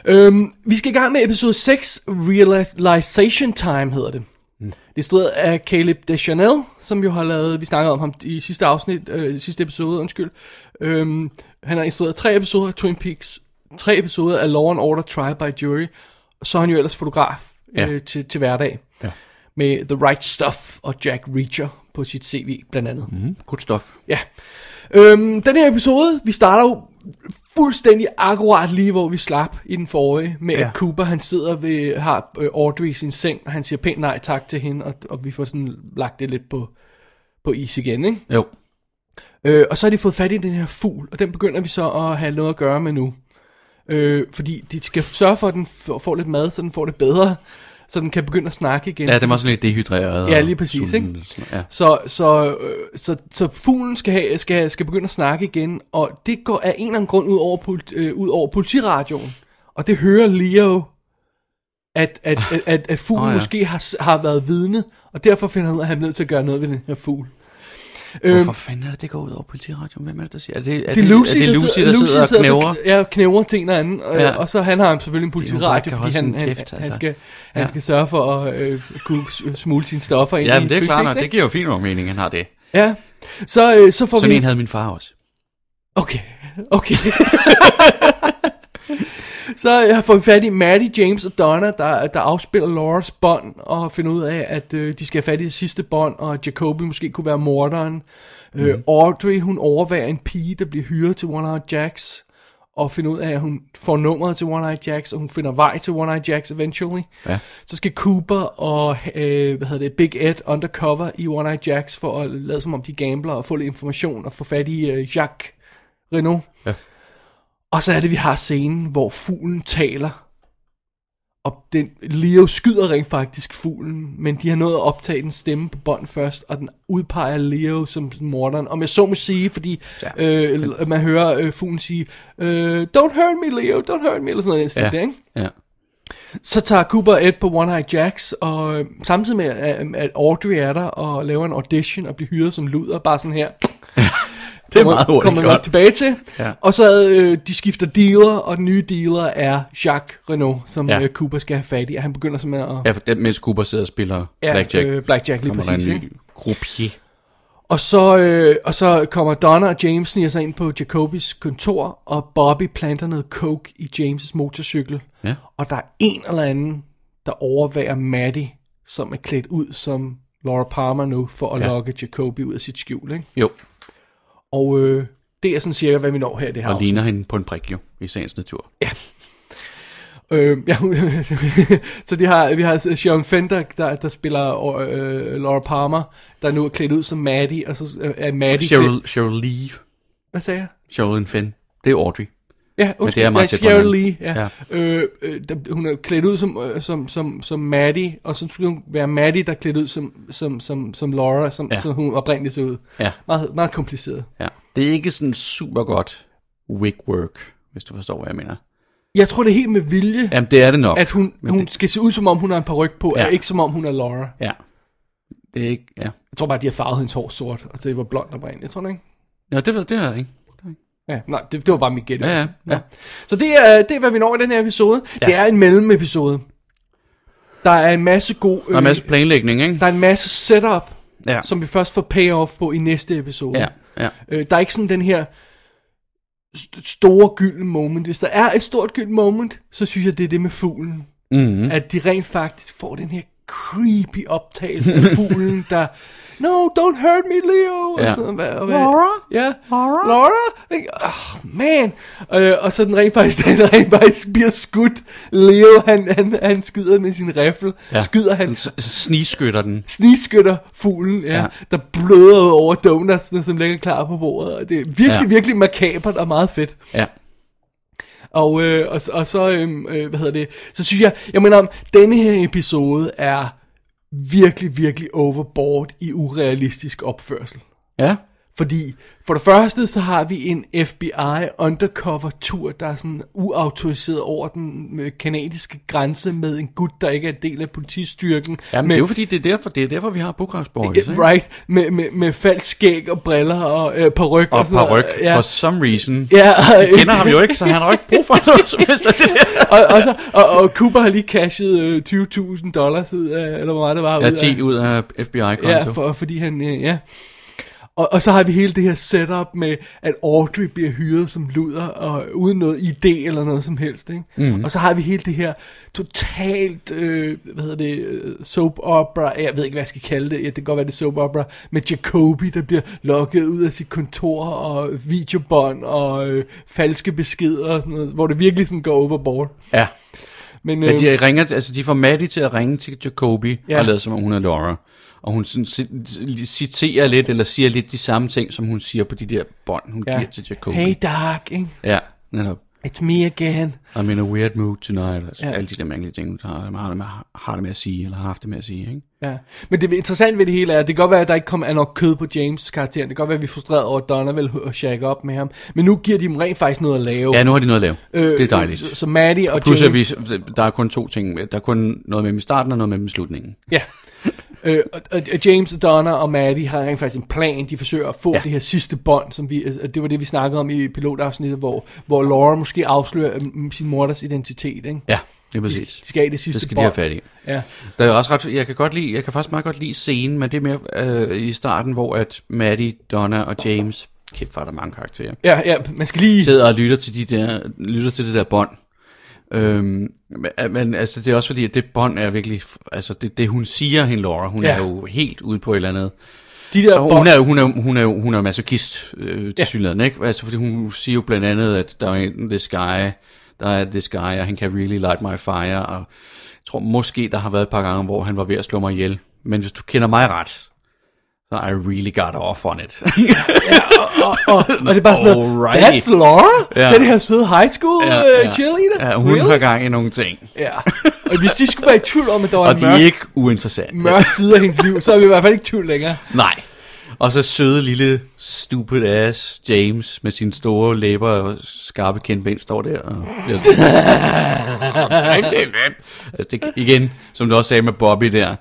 Speaker 4: Øhm, vi skal i gang med episode 6, Realization Time hedder det.
Speaker 5: Mm.
Speaker 4: Det stod af Caleb Deschanel, som jo har lavet, vi snakkede om ham i sidste afsnit, øh, sidste episode, undskyld. Øhm, han har instrueret tre episoder af Twin Peaks, tre episoder af Law and Order Trial by Jury, og så er han jo ellers fotograf
Speaker 5: Ja.
Speaker 4: øh, til, til hverdag.
Speaker 5: Ja.
Speaker 4: Med The Right Stuff og Jack Reacher på sit CV blandt andet.
Speaker 5: Godt stof.
Speaker 4: Ja. Øhm, den her episode, vi starter jo fuldstændig akkurat lige, hvor vi slap i den forrige, med ja.
Speaker 5: Ja.
Speaker 4: at Cooper, han sidder ved, har øh, Audrey i sin seng, og han siger pænt nej tak til hende, og, og vi får sådan lagt det lidt på, på is igen, ikke?
Speaker 5: Jo.
Speaker 4: Øh, og så har de fået fat i den her fugl, og den begynder vi så at have noget at gøre med nu. Øh, fordi de skal sørge for, at den får, får lidt mad, så den får det bedre, så den kan begynde at snakke igen.
Speaker 5: Ja, den var sådan lidt dehydreret.
Speaker 4: Ja,
Speaker 5: og
Speaker 4: lige præcis,
Speaker 5: sulten
Speaker 4: ikke?
Speaker 5: og sådan noget. Ja.
Speaker 4: Så, så, øh, så, så fuglen skal, have, skal, skal begynde at snakke igen, og det går af en eller anden grund ud over, polit, øh, ud over politiradioen. Og det hører Leo, at, at, at, at, at fuglen oh,
Speaker 5: Åh,
Speaker 4: ja.
Speaker 5: ja.
Speaker 4: måske har, s- har været vidne, og derfor finder han ud af, at han er nødt til at gøre noget ved den her fugl. Øhm,
Speaker 5: Hvorfor fanden er det, det går ud over politiradioen? Hvem er det, der siger? Er det, er
Speaker 4: det er Lucy,
Speaker 5: er det Lucy der, sidder, og knæver?
Speaker 4: Ja, knæver til en og anden. Og,
Speaker 5: Ja.
Speaker 4: ja. og så han har selvfølgelig en
Speaker 5: jo bare at
Speaker 4: politiradio,
Speaker 5: kan
Speaker 4: fordi han,
Speaker 5: holde
Speaker 4: han,
Speaker 5: sin
Speaker 4: kæft,
Speaker 5: kæft,
Speaker 4: han,
Speaker 5: altså.
Speaker 4: skal, han
Speaker 5: Ja.
Speaker 4: skal sørge for at øh, kunne s- smule sine stoffer ind
Speaker 5: Ja,
Speaker 4: i
Speaker 5: men det er
Speaker 4: Twin
Speaker 5: klart
Speaker 4: Peaks,
Speaker 5: nok.
Speaker 4: ikke?
Speaker 5: Det giver jo fint nok mening, han har det.
Speaker 4: Ja, så, øh, så får
Speaker 5: Sådan
Speaker 4: vi...
Speaker 5: en havde min far også.
Speaker 4: Okay, okay. (laughs) så øh, får vi fat i Maddie, James og Donna, der, der afspiller Laura's bånd, og finder ud af, at øh, de skal have fat i det sidste bånd, og Jacoby måske kunne være morderen. Mm. Øh, Audrey, hun overværer en pige, der bliver hyret til One Eyed Jacks, og finder ud af, at hun får nummeret til One Eyed Jacks, og hun finder vej til One Eyed Jacks eventually.
Speaker 5: Ja.
Speaker 4: Så skal Cooper og øh, hvad hedder det, Big Ed undercover i One Eyed Jacks for at lade som om de gambler og få lidt information og få fat i øh, Jacques Renault.
Speaker 5: Ja.
Speaker 4: Og så er det, vi har scenen, hvor fuglen taler. Og den, Leo skyder rent faktisk fuglen, men de har nået at optage den stemme på bånd først, og den udpeger Leo som morderen. Om jeg så må sige, fordi ja. øh, man hører øh, fuglen sige, øh, Don't hurt me, Leo, don't hurt me, eller sådan noget. i den stil
Speaker 5: Ja.
Speaker 4: Der, ikke?
Speaker 5: Ja.
Speaker 4: Så tager Cooper og Ed på One Eye Jacks, og øh, samtidig med, at, at Audrey er der og laver en audition og bliver hyret som luder, bare
Speaker 5: (laughs)
Speaker 4: sådan her.
Speaker 5: Det er meget hurtigt
Speaker 4: Kommer man nok
Speaker 5: gjort.
Speaker 4: tilbage til. Ja.
Speaker 5: Ja.
Speaker 4: Og så øh, de skifter dealer, og den nye dealer er Jacques Renault, som ja.
Speaker 5: Ja.
Speaker 4: øh, Cooper skal have fat i. Og han begynder simpelthen at...
Speaker 5: Ja, for det, mens Cooper sidder og spiller Blackjack.
Speaker 4: øh, Blackjack lige
Speaker 5: kommer der
Speaker 4: præcis,
Speaker 5: en
Speaker 4: ikke?
Speaker 5: ny croupier.
Speaker 4: Og så, øh, og så kommer Donna og James sniger sig ind på Jacobis kontor, og Bobby planter noget coke i James' motorcykel.
Speaker 5: Ja.
Speaker 4: Og der er en eller anden, der overværer Maddie, som er klædt ud som Laura Palmer nu, for at ja.
Speaker 5: Ja.
Speaker 4: lokke Jacobi ud af sit skjul. Ikke?
Speaker 5: Jo,
Speaker 4: Og øh, det er sådan cirka, hvad vi når her i det her
Speaker 5: og
Speaker 4: afsnit.
Speaker 5: ligner hende på en prik jo, i sagens natur.
Speaker 4: Øh, ja, (laughs) så de har, vi har Sean Fender, der, der spiller øh, Laura Palmer, der nu er klædt ud som Maddie, og så øh, er Maddie klædt...
Speaker 5: Cheryl, Cheryl Lee,
Speaker 4: Hvad sagde jeg?
Speaker 5: Sherilyn Fenn, det er Audrey.
Speaker 4: Ja, undskyld,
Speaker 5: det er meget
Speaker 4: ja,
Speaker 5: tæt på hinanden.
Speaker 4: Cheryl Lee, ja. ja.
Speaker 5: Ja.
Speaker 4: Øh, øh, der, hun er klædt ud som, øh, som, som, som Maddie, og så skulle hun være Maddie, der er klædt ud som, som, som, som Laura, som, ja.
Speaker 5: Ja.
Speaker 4: som hun oprindeligt så ud.
Speaker 5: Ja.
Speaker 4: Meget, meget kompliceret.
Speaker 5: Ja. Det er ikke sådan super godt wig work, hvis du forstår, hvad jeg mener.
Speaker 4: Jeg tror, det er helt med vilje, ja.
Speaker 5: Jamen, det er det nok.
Speaker 4: at hun,
Speaker 5: Men
Speaker 4: hun
Speaker 5: det-
Speaker 4: skal se ud, som om hun har en paryk på, ja.
Speaker 5: Ja.
Speaker 4: og ikke som om hun er Laura.
Speaker 5: Ja. Det er ikke... Ja.
Speaker 4: Jeg tror bare, de har farvet hendes hår sort, og det var blond oprindeligt, tror du ikke?
Speaker 5: Nå, det ved det er ikke.
Speaker 4: Ja, nej, det, det var bare mit gæt.
Speaker 5: Ja, ja, ja.
Speaker 4: Så det er, det er, hvad vi når i den her episode. Ja.
Speaker 5: Ja.
Speaker 4: Det er en mellemepisode. Der er en masse god... øh,
Speaker 5: Der er en masse planlægning, ikke?
Speaker 4: der er en masse setup,
Speaker 5: Ja.
Speaker 4: som vi først får payoff på i næste episode.
Speaker 5: Ja, ja.
Speaker 4: Øh, der er ikke sådan den her st- store gyldne moment. Hvis der er et stort gyldent moment, så synes jeg, det er det med fuglen.
Speaker 5: Mhm.
Speaker 4: Mm-hmm. At de rent faktisk får den her creepy
Speaker 5: (laughs)
Speaker 4: optagelse af fuglen, der... No, don't hurt me, Leo!
Speaker 5: Ja.
Speaker 4: Og sådan, noget, og, hvad, Laura? Ja, Laura? Laura? Ikke? Oh, man! Øh, og så den rent faktisk, (laughs) den rent faktisk bliver skudt. Leo, han, han, han skyder med sin rifle. Ja. Skyder han
Speaker 5: S- s- Snigskytter den.
Speaker 4: snigskytter fuglen, ja,
Speaker 5: Ja.
Speaker 4: ja. der bløder ud over donutsene, som ligger klar på bordet. Og det er virkelig,
Speaker 5: Ja.
Speaker 4: ja. virkelig makabert og meget fedt.
Speaker 5: Ja.
Speaker 4: Og, øh, og, og så, øhm, øh, hvad hedder det, så synes jeg, jeg mener om, denne her episode er virkelig, virkelig overboard i urealistisk opførsel.
Speaker 5: Ja.
Speaker 4: Fordi for det første, så har vi en FBI undercover tur, der er sådan uautoriseret over den øh, kanadiske grænse med en gut, der ikke er en del af politistyrken.
Speaker 5: Jamen, men, det er jo fordi, det er derfor, det er derfor vi har Bukarest Boys,
Speaker 4: Yeah, right, med, med, med falsk skæg og briller og øh, paryk
Speaker 5: Og
Speaker 4: sådan
Speaker 5: paryk,
Speaker 4: noget.
Speaker 5: Altså, ja. for some reason.
Speaker 4: Ja, og,
Speaker 5: (laughs) Jeg kender ham jo ikke, så han har jo ikke brug (laughs) for noget som helst af det der.
Speaker 4: og, og, så, og, og Cooper har lige cashet øh, 20.000 dollars ud af, eller hvor meget det var.
Speaker 5: Ja,
Speaker 4: ud af,
Speaker 5: 10 ud af FBI-konto.
Speaker 4: Ja, for, fordi han, øh, ja. Og, og så har vi hele det her setup med, at Audrey bliver hyret som luder, og uden noget idé eller noget som helst. Ikke?
Speaker 5: Mhm.
Speaker 4: Mm. Og så har vi hele det her totalt, øh, hvad hedder det, øh, soap opera, jeg ved ikke, hvad jeg skal kalde det, ja, det kan godt være det er soap opera, med Jacobi, der bliver lokket ud af sit kontor, og videobånd, og øh, falske beskeder, og sådan noget, hvor det virkelig sådan går overboard.
Speaker 5: ja.
Speaker 4: Men, øh,
Speaker 5: Ja, de, ringer, til- altså, de får Maddie til at ringe til Jacobi ja.
Speaker 4: Øhm. Ja.
Speaker 5: og lade som om hun er Laura. Og hun sådan, ci- citerer lidt, eller siger lidt de samme ting, som hun siger på de der bånd, hun ja. giver til Jacobi.
Speaker 4: Hey Dark, ikke?
Speaker 5: Ja, netop.
Speaker 4: it's me again.
Speaker 5: I'm in a weird mood tonight. Altså, ja.
Speaker 4: Ja.
Speaker 5: Alle de der mærkelige ting, hun har, har, det med, har det med at sige, eller har haft det med at sige. Ikke?
Speaker 4: Ja. Men det interessante ved det hele er, at det kan godt være, at der ikke kommer nok kød på James' karakteren. Det kan godt være, at vi er frustreret over, at Donovan og Shack op med ham. Men nu giver de dem rent faktisk noget at lave.
Speaker 5: Ja, nu har de noget at lave. Øh, det er dejligt.
Speaker 4: Så, så Maddie og, og
Speaker 5: Plus,
Speaker 4: James...
Speaker 5: at vi, der er kun to ting. med. Der er kun noget med dem i starten, og noget med dem i slutningen.
Speaker 4: Ja. øh, og, og, og James og Donna og Maddie har rent faktisk en plan. De forsøger at få
Speaker 5: Ja.
Speaker 4: ja. det her sidste bånd, som vi, altså, det var det, vi snakkede om i pilotafsnittet, hvor, hvor Laura måske afslører mm, sin morders identitet. Ikke?
Speaker 5: Ja, det er
Speaker 4: De, skal-
Speaker 5: præcis.
Speaker 4: de skal have det sidste
Speaker 5: Det skal de
Speaker 4: bånd.
Speaker 5: have fat i.
Speaker 4: Ja.
Speaker 5: Der er også ret, jeg kan godt lide, jeg kan faktisk meget godt lide scenen, men det er mere øh, i starten, hvor at Maddie, Donna og James, kæft for er der mange karakterer,
Speaker 4: Ja, ja, man skal lige...
Speaker 5: sidder og lytter til, de der, lytter til det der bånd. Øhm, men- men altså, det er også fordi, at det bånd er virkelig, f- altså det, det hun siger, hende Laura, hun ja.
Speaker 4: Ja.
Speaker 5: er jo helt ude på et eller andet.
Speaker 4: De der
Speaker 5: Og hun er jo, hun er, jo- hun er, jo- hun er jo masochist øh, til ja.
Speaker 4: Ja.
Speaker 5: synligheden, ikke? Altså, fordi hun siger jo blandt andet, at der er en- this guy, der er this guy, og han kan really light my fire, og jeg tror måske, der har været et par gange, hvor han var ved at slå mig ihjel. Men hvis du kender mig ret, så I really got off on it. (laughs)
Speaker 4: og, og det er bare sådan noget,
Speaker 5: Alrighty.
Speaker 4: that's Laura,
Speaker 5: Ja.
Speaker 4: ja. den her søde high school ja, ja. Uh, cheerleader.
Speaker 5: ja, hun really? har gang i nogle ting,
Speaker 4: Ja. Og hvis de skulle være i tvivl om, at der var
Speaker 5: og
Speaker 4: en
Speaker 5: de er
Speaker 4: mørk,
Speaker 5: ikke uinteressante.
Speaker 4: mørk side af hendes liv, så er vi i hvert fald ikke i tvivl længere.
Speaker 5: Nej. Og så søde lille stupid ass James med sine store læber og skarpe kindben står der og bliver
Speaker 4: (laughs)
Speaker 5: sådan- altså, det, igen, som du også sagde med Bobby der,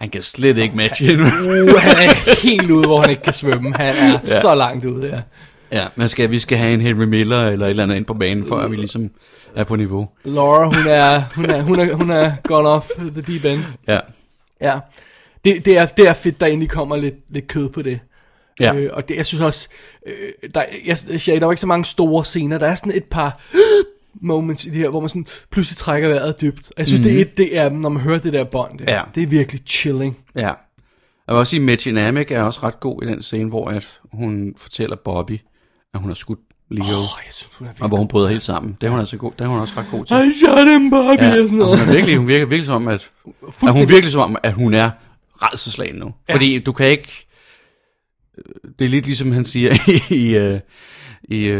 Speaker 5: han kan slet ikke
Speaker 4: (laughs)
Speaker 5: matche hende.
Speaker 4: Uh, han er helt ude, hvor han ikke kan svømme. Han er
Speaker 5: Ja.
Speaker 4: ja. så langt ude, ja.
Speaker 5: ja, man skal, vi skal have en Henry Miller eller et eller andet ind på banen, før vi ligesom er på niveau.
Speaker 4: Laura, hun er, hun er, hun er, hun er gone off the deep end.
Speaker 5: Ja,
Speaker 4: Ja. Det, det, er, det er fedt, der egentlig kommer lidt, lidt kød på det.
Speaker 5: ja.
Speaker 4: Øh, og det, jeg synes også, øh, der, jeg, jeg, der er jo ikke så mange store scener. Der er sådan et par (gasps) moments i det her, hvor man sådan pludselig trækker vejret dybt. Og jeg synes, mm. det er et, det er, når man hører det der bånd, det,
Speaker 5: Mhm. Ja.
Speaker 4: det er virkelig chilling.
Speaker 5: Ja. Jeg vil også sige, at Dynamic er også ret god i den scene, hvor at hun fortæller Bobby, at hun har skudt Leo,
Speaker 4: Åh,
Speaker 5: oh,
Speaker 4: jeg synes, hun er
Speaker 5: og
Speaker 4: virkelig...
Speaker 5: hvor hun bryder helt sammen. Det er hun, altså god, det er hun også ret god til.
Speaker 4: I shot him, Bobby,
Speaker 5: Ja,
Speaker 4: ja. og sådan
Speaker 5: og
Speaker 4: noget.
Speaker 5: hun, er virkelig, hun virker virkelig som om, at, at hun
Speaker 4: Fuldstændig.
Speaker 5: virkelig som om, at hun er redselslagen nu. Ja. Fordi du kan ikke... Det er lidt ligesom han siger (laughs) i, i, øh, i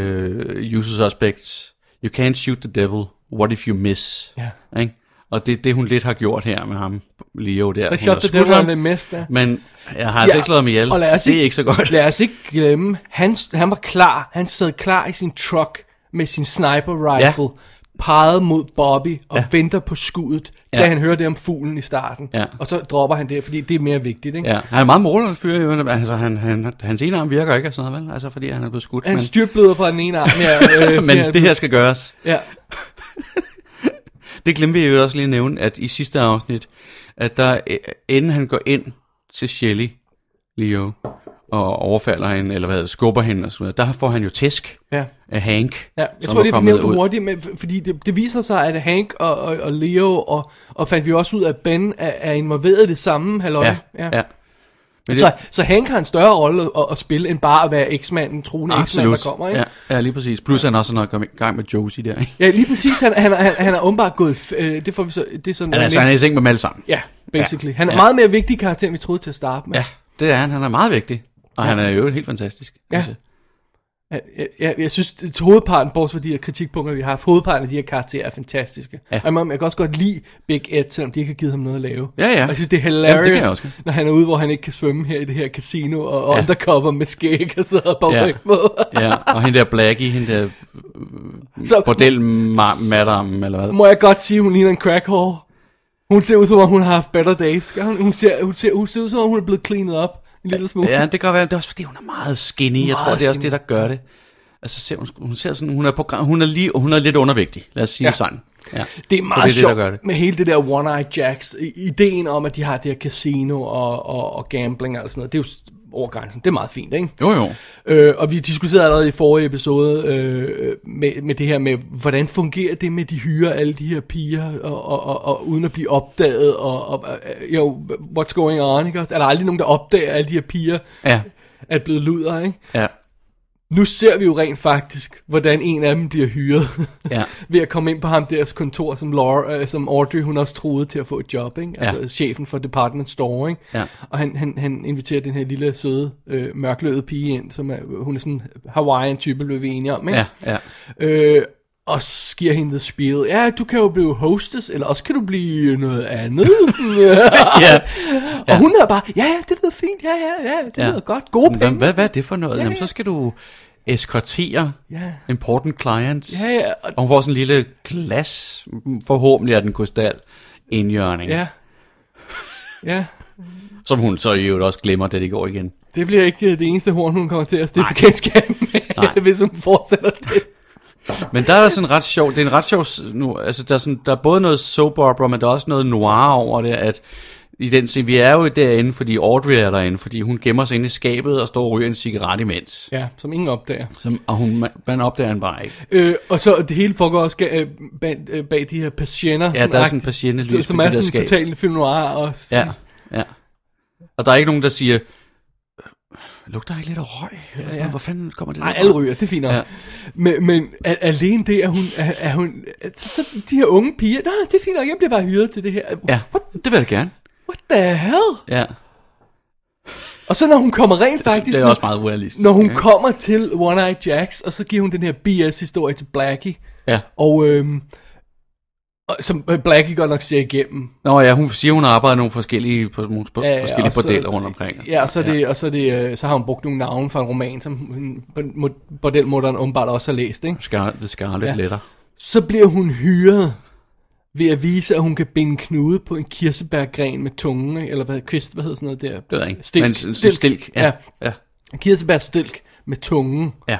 Speaker 5: uh, User Suspects. You can't shoot the devil. What if you miss?
Speaker 4: Ja.
Speaker 5: Ikke? Og det er det, hun lidt har gjort her med ham, Leo der. Hun
Speaker 4: I
Speaker 5: har
Speaker 4: shot the
Speaker 5: skudt
Speaker 4: devil
Speaker 5: ham,
Speaker 4: on the mist, der.
Speaker 5: Men jeg har altså
Speaker 4: Ja,
Speaker 5: ikke slået ham ihjel.
Speaker 4: og lad os
Speaker 5: det er
Speaker 4: ikke-
Speaker 5: ikke så godt.
Speaker 4: Lad os ikke glemme, han, han var klar. Han sad klar i sin truck med sin sniper rifle,
Speaker 5: Ja.
Speaker 4: ja. peget mod Bobby og
Speaker 5: Ja.
Speaker 4: ja. venter på skuddet, ja.
Speaker 5: Ja.
Speaker 4: da han hører det om fuglen i starten.
Speaker 5: Ja.
Speaker 4: Og så dropper han det, fordi det er mere vigtigt, ikke?
Speaker 5: Ja, han er meget målende fyr, jo. altså han, han, hans ene arm virker ikke og sådan noget, vel? Altså fordi han er blevet skudt.
Speaker 4: Han styrtbløder fra den ene arm. Ja, øh,
Speaker 5: (laughs) men, men det her skal gøres.
Speaker 4: Ja.
Speaker 5: Det glemte vi jo også lige at nævne, at i sidste afsnit, at der, øh, inden han går ind til Shelly, Leo, og overfalder hende, eller hvad hedder det, skubber hende og sådan noget. Der får han jo tæsk
Speaker 4: Ja.
Speaker 5: af Hank.
Speaker 4: Ja, jeg
Speaker 5: som
Speaker 4: tror, det er
Speaker 5: kommet
Speaker 4: nævnt
Speaker 5: ud.
Speaker 4: hurtigt, men, f- fordi det, det viser sig, at Hank og, og, og Leo, og, og fandt vi også ud af, at Ben er, er involveret i det samme, halløj.
Speaker 5: Ja, ja. ja. Men
Speaker 4: Så, så Hank har en større rolle at, at spille, end bare at være X-manden, troende X-mand, der kommer, ikke?
Speaker 5: Ja, ja, lige præcis. Plus han også har noget i gang med Josie der, ikke?
Speaker 4: Ja, lige præcis. Han, han, han, han er åbenbart gået... f- Øh, det får vi så... Det er sådan...
Speaker 5: Han er, altså,
Speaker 4: lidt-
Speaker 5: han er i seng med dem alle sammen.
Speaker 4: Ja, basically. Han er
Speaker 5: Ja.
Speaker 4: meget mere vigtig karakter, end vi troede til at starte med.
Speaker 5: Ja, det er han. Han er meget vigtig. Og ja. han er jo helt fantastisk.
Speaker 4: Ja.
Speaker 5: Altså.
Speaker 4: Jeg, jeg, jeg, jeg synes, at hovedparten, bortset fra de her kritikpunkter, vi har haft, hovedparten af de her karakterer er fantastiske.
Speaker 5: Ja.
Speaker 4: Ja. Og jeg, må- jeg kan også godt lide Big Ed, selvom de ikke har givet ham noget at lave.
Speaker 5: Ja, ja.
Speaker 4: Og jeg synes, det er hilarious,
Speaker 5: Jamen, det kan jeg også.
Speaker 4: når han er ude, hvor han ikke kan svømme her i det her casino, og, og
Speaker 5: Ja.
Speaker 4: undercover med skæg og sidder på
Speaker 5: Ja. Mm.
Speaker 4: ja. måde.
Speaker 5: Ja, og hende der Blackie, hende der
Speaker 4: Så
Speaker 5: bordel madam, eller hvad?
Speaker 4: må jeg godt sige, at hun ligner en crackhore. Hun ser ud, som om hun har haft better days. Hun, hun, ser, hun, ser, hun ser ud, som om hun er blevet cleanet op en lille smule.
Speaker 5: (laughs) Ja, det kan godt være, men det er også fordi, hun er meget skinny. jeg
Speaker 4: Meget
Speaker 5: tror, det er også
Speaker 4: skinny.
Speaker 5: det, der gør det. Altså, ser hun, hun ser sådan, hun er, program, hun er, lige, hun er lidt undervægtig, lad os sige ja.
Speaker 4: Ja.
Speaker 5: sådan. Ja.
Speaker 4: Det er
Speaker 5: det er
Speaker 4: meget
Speaker 5: det, der
Speaker 4: sjovt
Speaker 5: gør det.
Speaker 4: med hele det der One Eye Jacks. I- Ideen om, at de har det her casino og, og, og gambling og sådan noget, det er jo s- over grænsen. Det er meget fint, ikke?
Speaker 5: Jo, jo.
Speaker 4: Øh, og vi diskuterede allerede i forrige episode øh, med, med det her med, hvordan fungerer det med, at de hyrer alle de her piger, og, og, og, og uden at blive opdaget, og, og øh, jo, what's going on, ikke? også? Er der aldrig nogen, der opdager at alle de her piger,
Speaker 5: Ja,
Speaker 4: er blevet luder, ikke?
Speaker 5: ja,
Speaker 4: Nu ser vi jo rent faktisk, hvordan en af dem bliver hyret.
Speaker 5: Ja.
Speaker 4: (laughs) ved at komme ind på ham deres kontor, som, Laura, øh, som Audrey, hun også troede til at få et job, ikke? Altså
Speaker 5: Ja.
Speaker 4: chefen for department store, ikke?
Speaker 5: Ja.
Speaker 4: Og han, han, han inviterer den her lille, søde, øh, mørkløede pige ind, som er, hun er sådan Hawaiian-type, blev vi enige om, ikke?
Speaker 5: ja, ja.
Speaker 4: Øh, og så giver hende det spiel. Ja, du kan jo blive hostess, eller også kan du blive noget
Speaker 5: (laughs)
Speaker 4: andet. (laughs)
Speaker 5: ja.
Speaker 4: Og hun er bare, ja, ja, det lyder fint, ja, ja, ja, det
Speaker 5: Ja.
Speaker 4: lyder godt. Gode penge.
Speaker 5: Hvad, hvad, hvad er det for noget? Ja,
Speaker 4: Ja,
Speaker 5: Jamen,
Speaker 4: ja.
Speaker 5: så skal du eskortere
Speaker 4: Ja.
Speaker 5: important clients.
Speaker 4: Ja, ja,
Speaker 5: Og...
Speaker 4: og-
Speaker 5: hun får sådan en lille glas, forhåbentlig er den krystal, indjørning, ja.
Speaker 4: Ja. Ja.
Speaker 5: som hun så i øvrigt også glemmer, da det går igen.
Speaker 4: Det bliver ikke øh, det eneste horn, hun kommer til at stifte kendskab
Speaker 5: Nej.
Speaker 4: med, (laughs) hvis hun fortsætter det.
Speaker 5: Men der er der sådan ret sjov, det er en ret sjov, s- nu, altså der er, sådan, der er både noget soap opera, men der er også noget noir over det, at i den scene, vi er jo derinde, fordi Audrey er derinde, fordi hun gemmer sig inde i skabet og står og ryger en cigaret imens.
Speaker 4: Ja, som ingen opdager.
Speaker 5: Som, og hun, man- man opdager han bare ikke.
Speaker 4: Øh, og så det hele foregår også ga- øh, bag, øh, bag de her patienter.
Speaker 5: der er sådan en patientelys ved
Speaker 4: Som
Speaker 5: det
Speaker 4: er
Speaker 5: der
Speaker 4: sådan
Speaker 5: skab.
Speaker 4: totalt film noir også.
Speaker 5: Ja, ja. Og der er ikke nogen, der siger, "Øh, lugter ikke lidt af røg? Eller ja, ja. Hvor fanden kommer det
Speaker 4: Nej,
Speaker 5: derfra?
Speaker 4: alle ryger, det er fint nok.
Speaker 5: Ja.
Speaker 4: Ja. Men, men a- alene det, at hun... Er, er hun at, så, så de her unge piger, nej, det er fint nok, jeg bliver bare hyret til det her.
Speaker 5: Ja, det vil jeg da gerne.
Speaker 4: What the hell?
Speaker 5: Ja.
Speaker 4: Og så når hun kommer rent faktisk...
Speaker 5: det er
Speaker 4: når-
Speaker 5: også meget urealistisk.
Speaker 4: Når hun
Speaker 5: ikke?
Speaker 4: kommer til One Eye Jacks, og så giver hun den her BS-historie til Blackie,
Speaker 5: Ja.
Speaker 4: og, øhm, og som øh, Blackie godt nok ser igennem.
Speaker 5: Nå ja, hun siger, hun har arbejdet i nogle forskellige, på nogle sp-
Speaker 4: Ja, ja,
Speaker 5: forskellige
Speaker 4: og så-
Speaker 5: bordeller rundt omkring.
Speaker 4: Ja, og så, er det, og så, er det, øh, så har hun brugt nogle navne fra en roman, som hun- mod- bordelmutteren åbenbart også har læst. Ikke?
Speaker 5: Scar- The Scarlet ja.
Speaker 4: Ja.
Speaker 5: Letter.
Speaker 4: Så bliver hun hyret ved at vise, at hun kan binde knude på en kirsebærgren med tungen, ikke? eller hvad, kvist, hvad hedder sådan noget der?
Speaker 5: Det ved jeg ikke.
Speaker 4: Stilk.
Speaker 5: Men, stilk. stilk. stilk. Ja.
Speaker 4: Ja.
Speaker 5: ja.
Speaker 4: Kirsebærstilk med tungen.
Speaker 5: ja.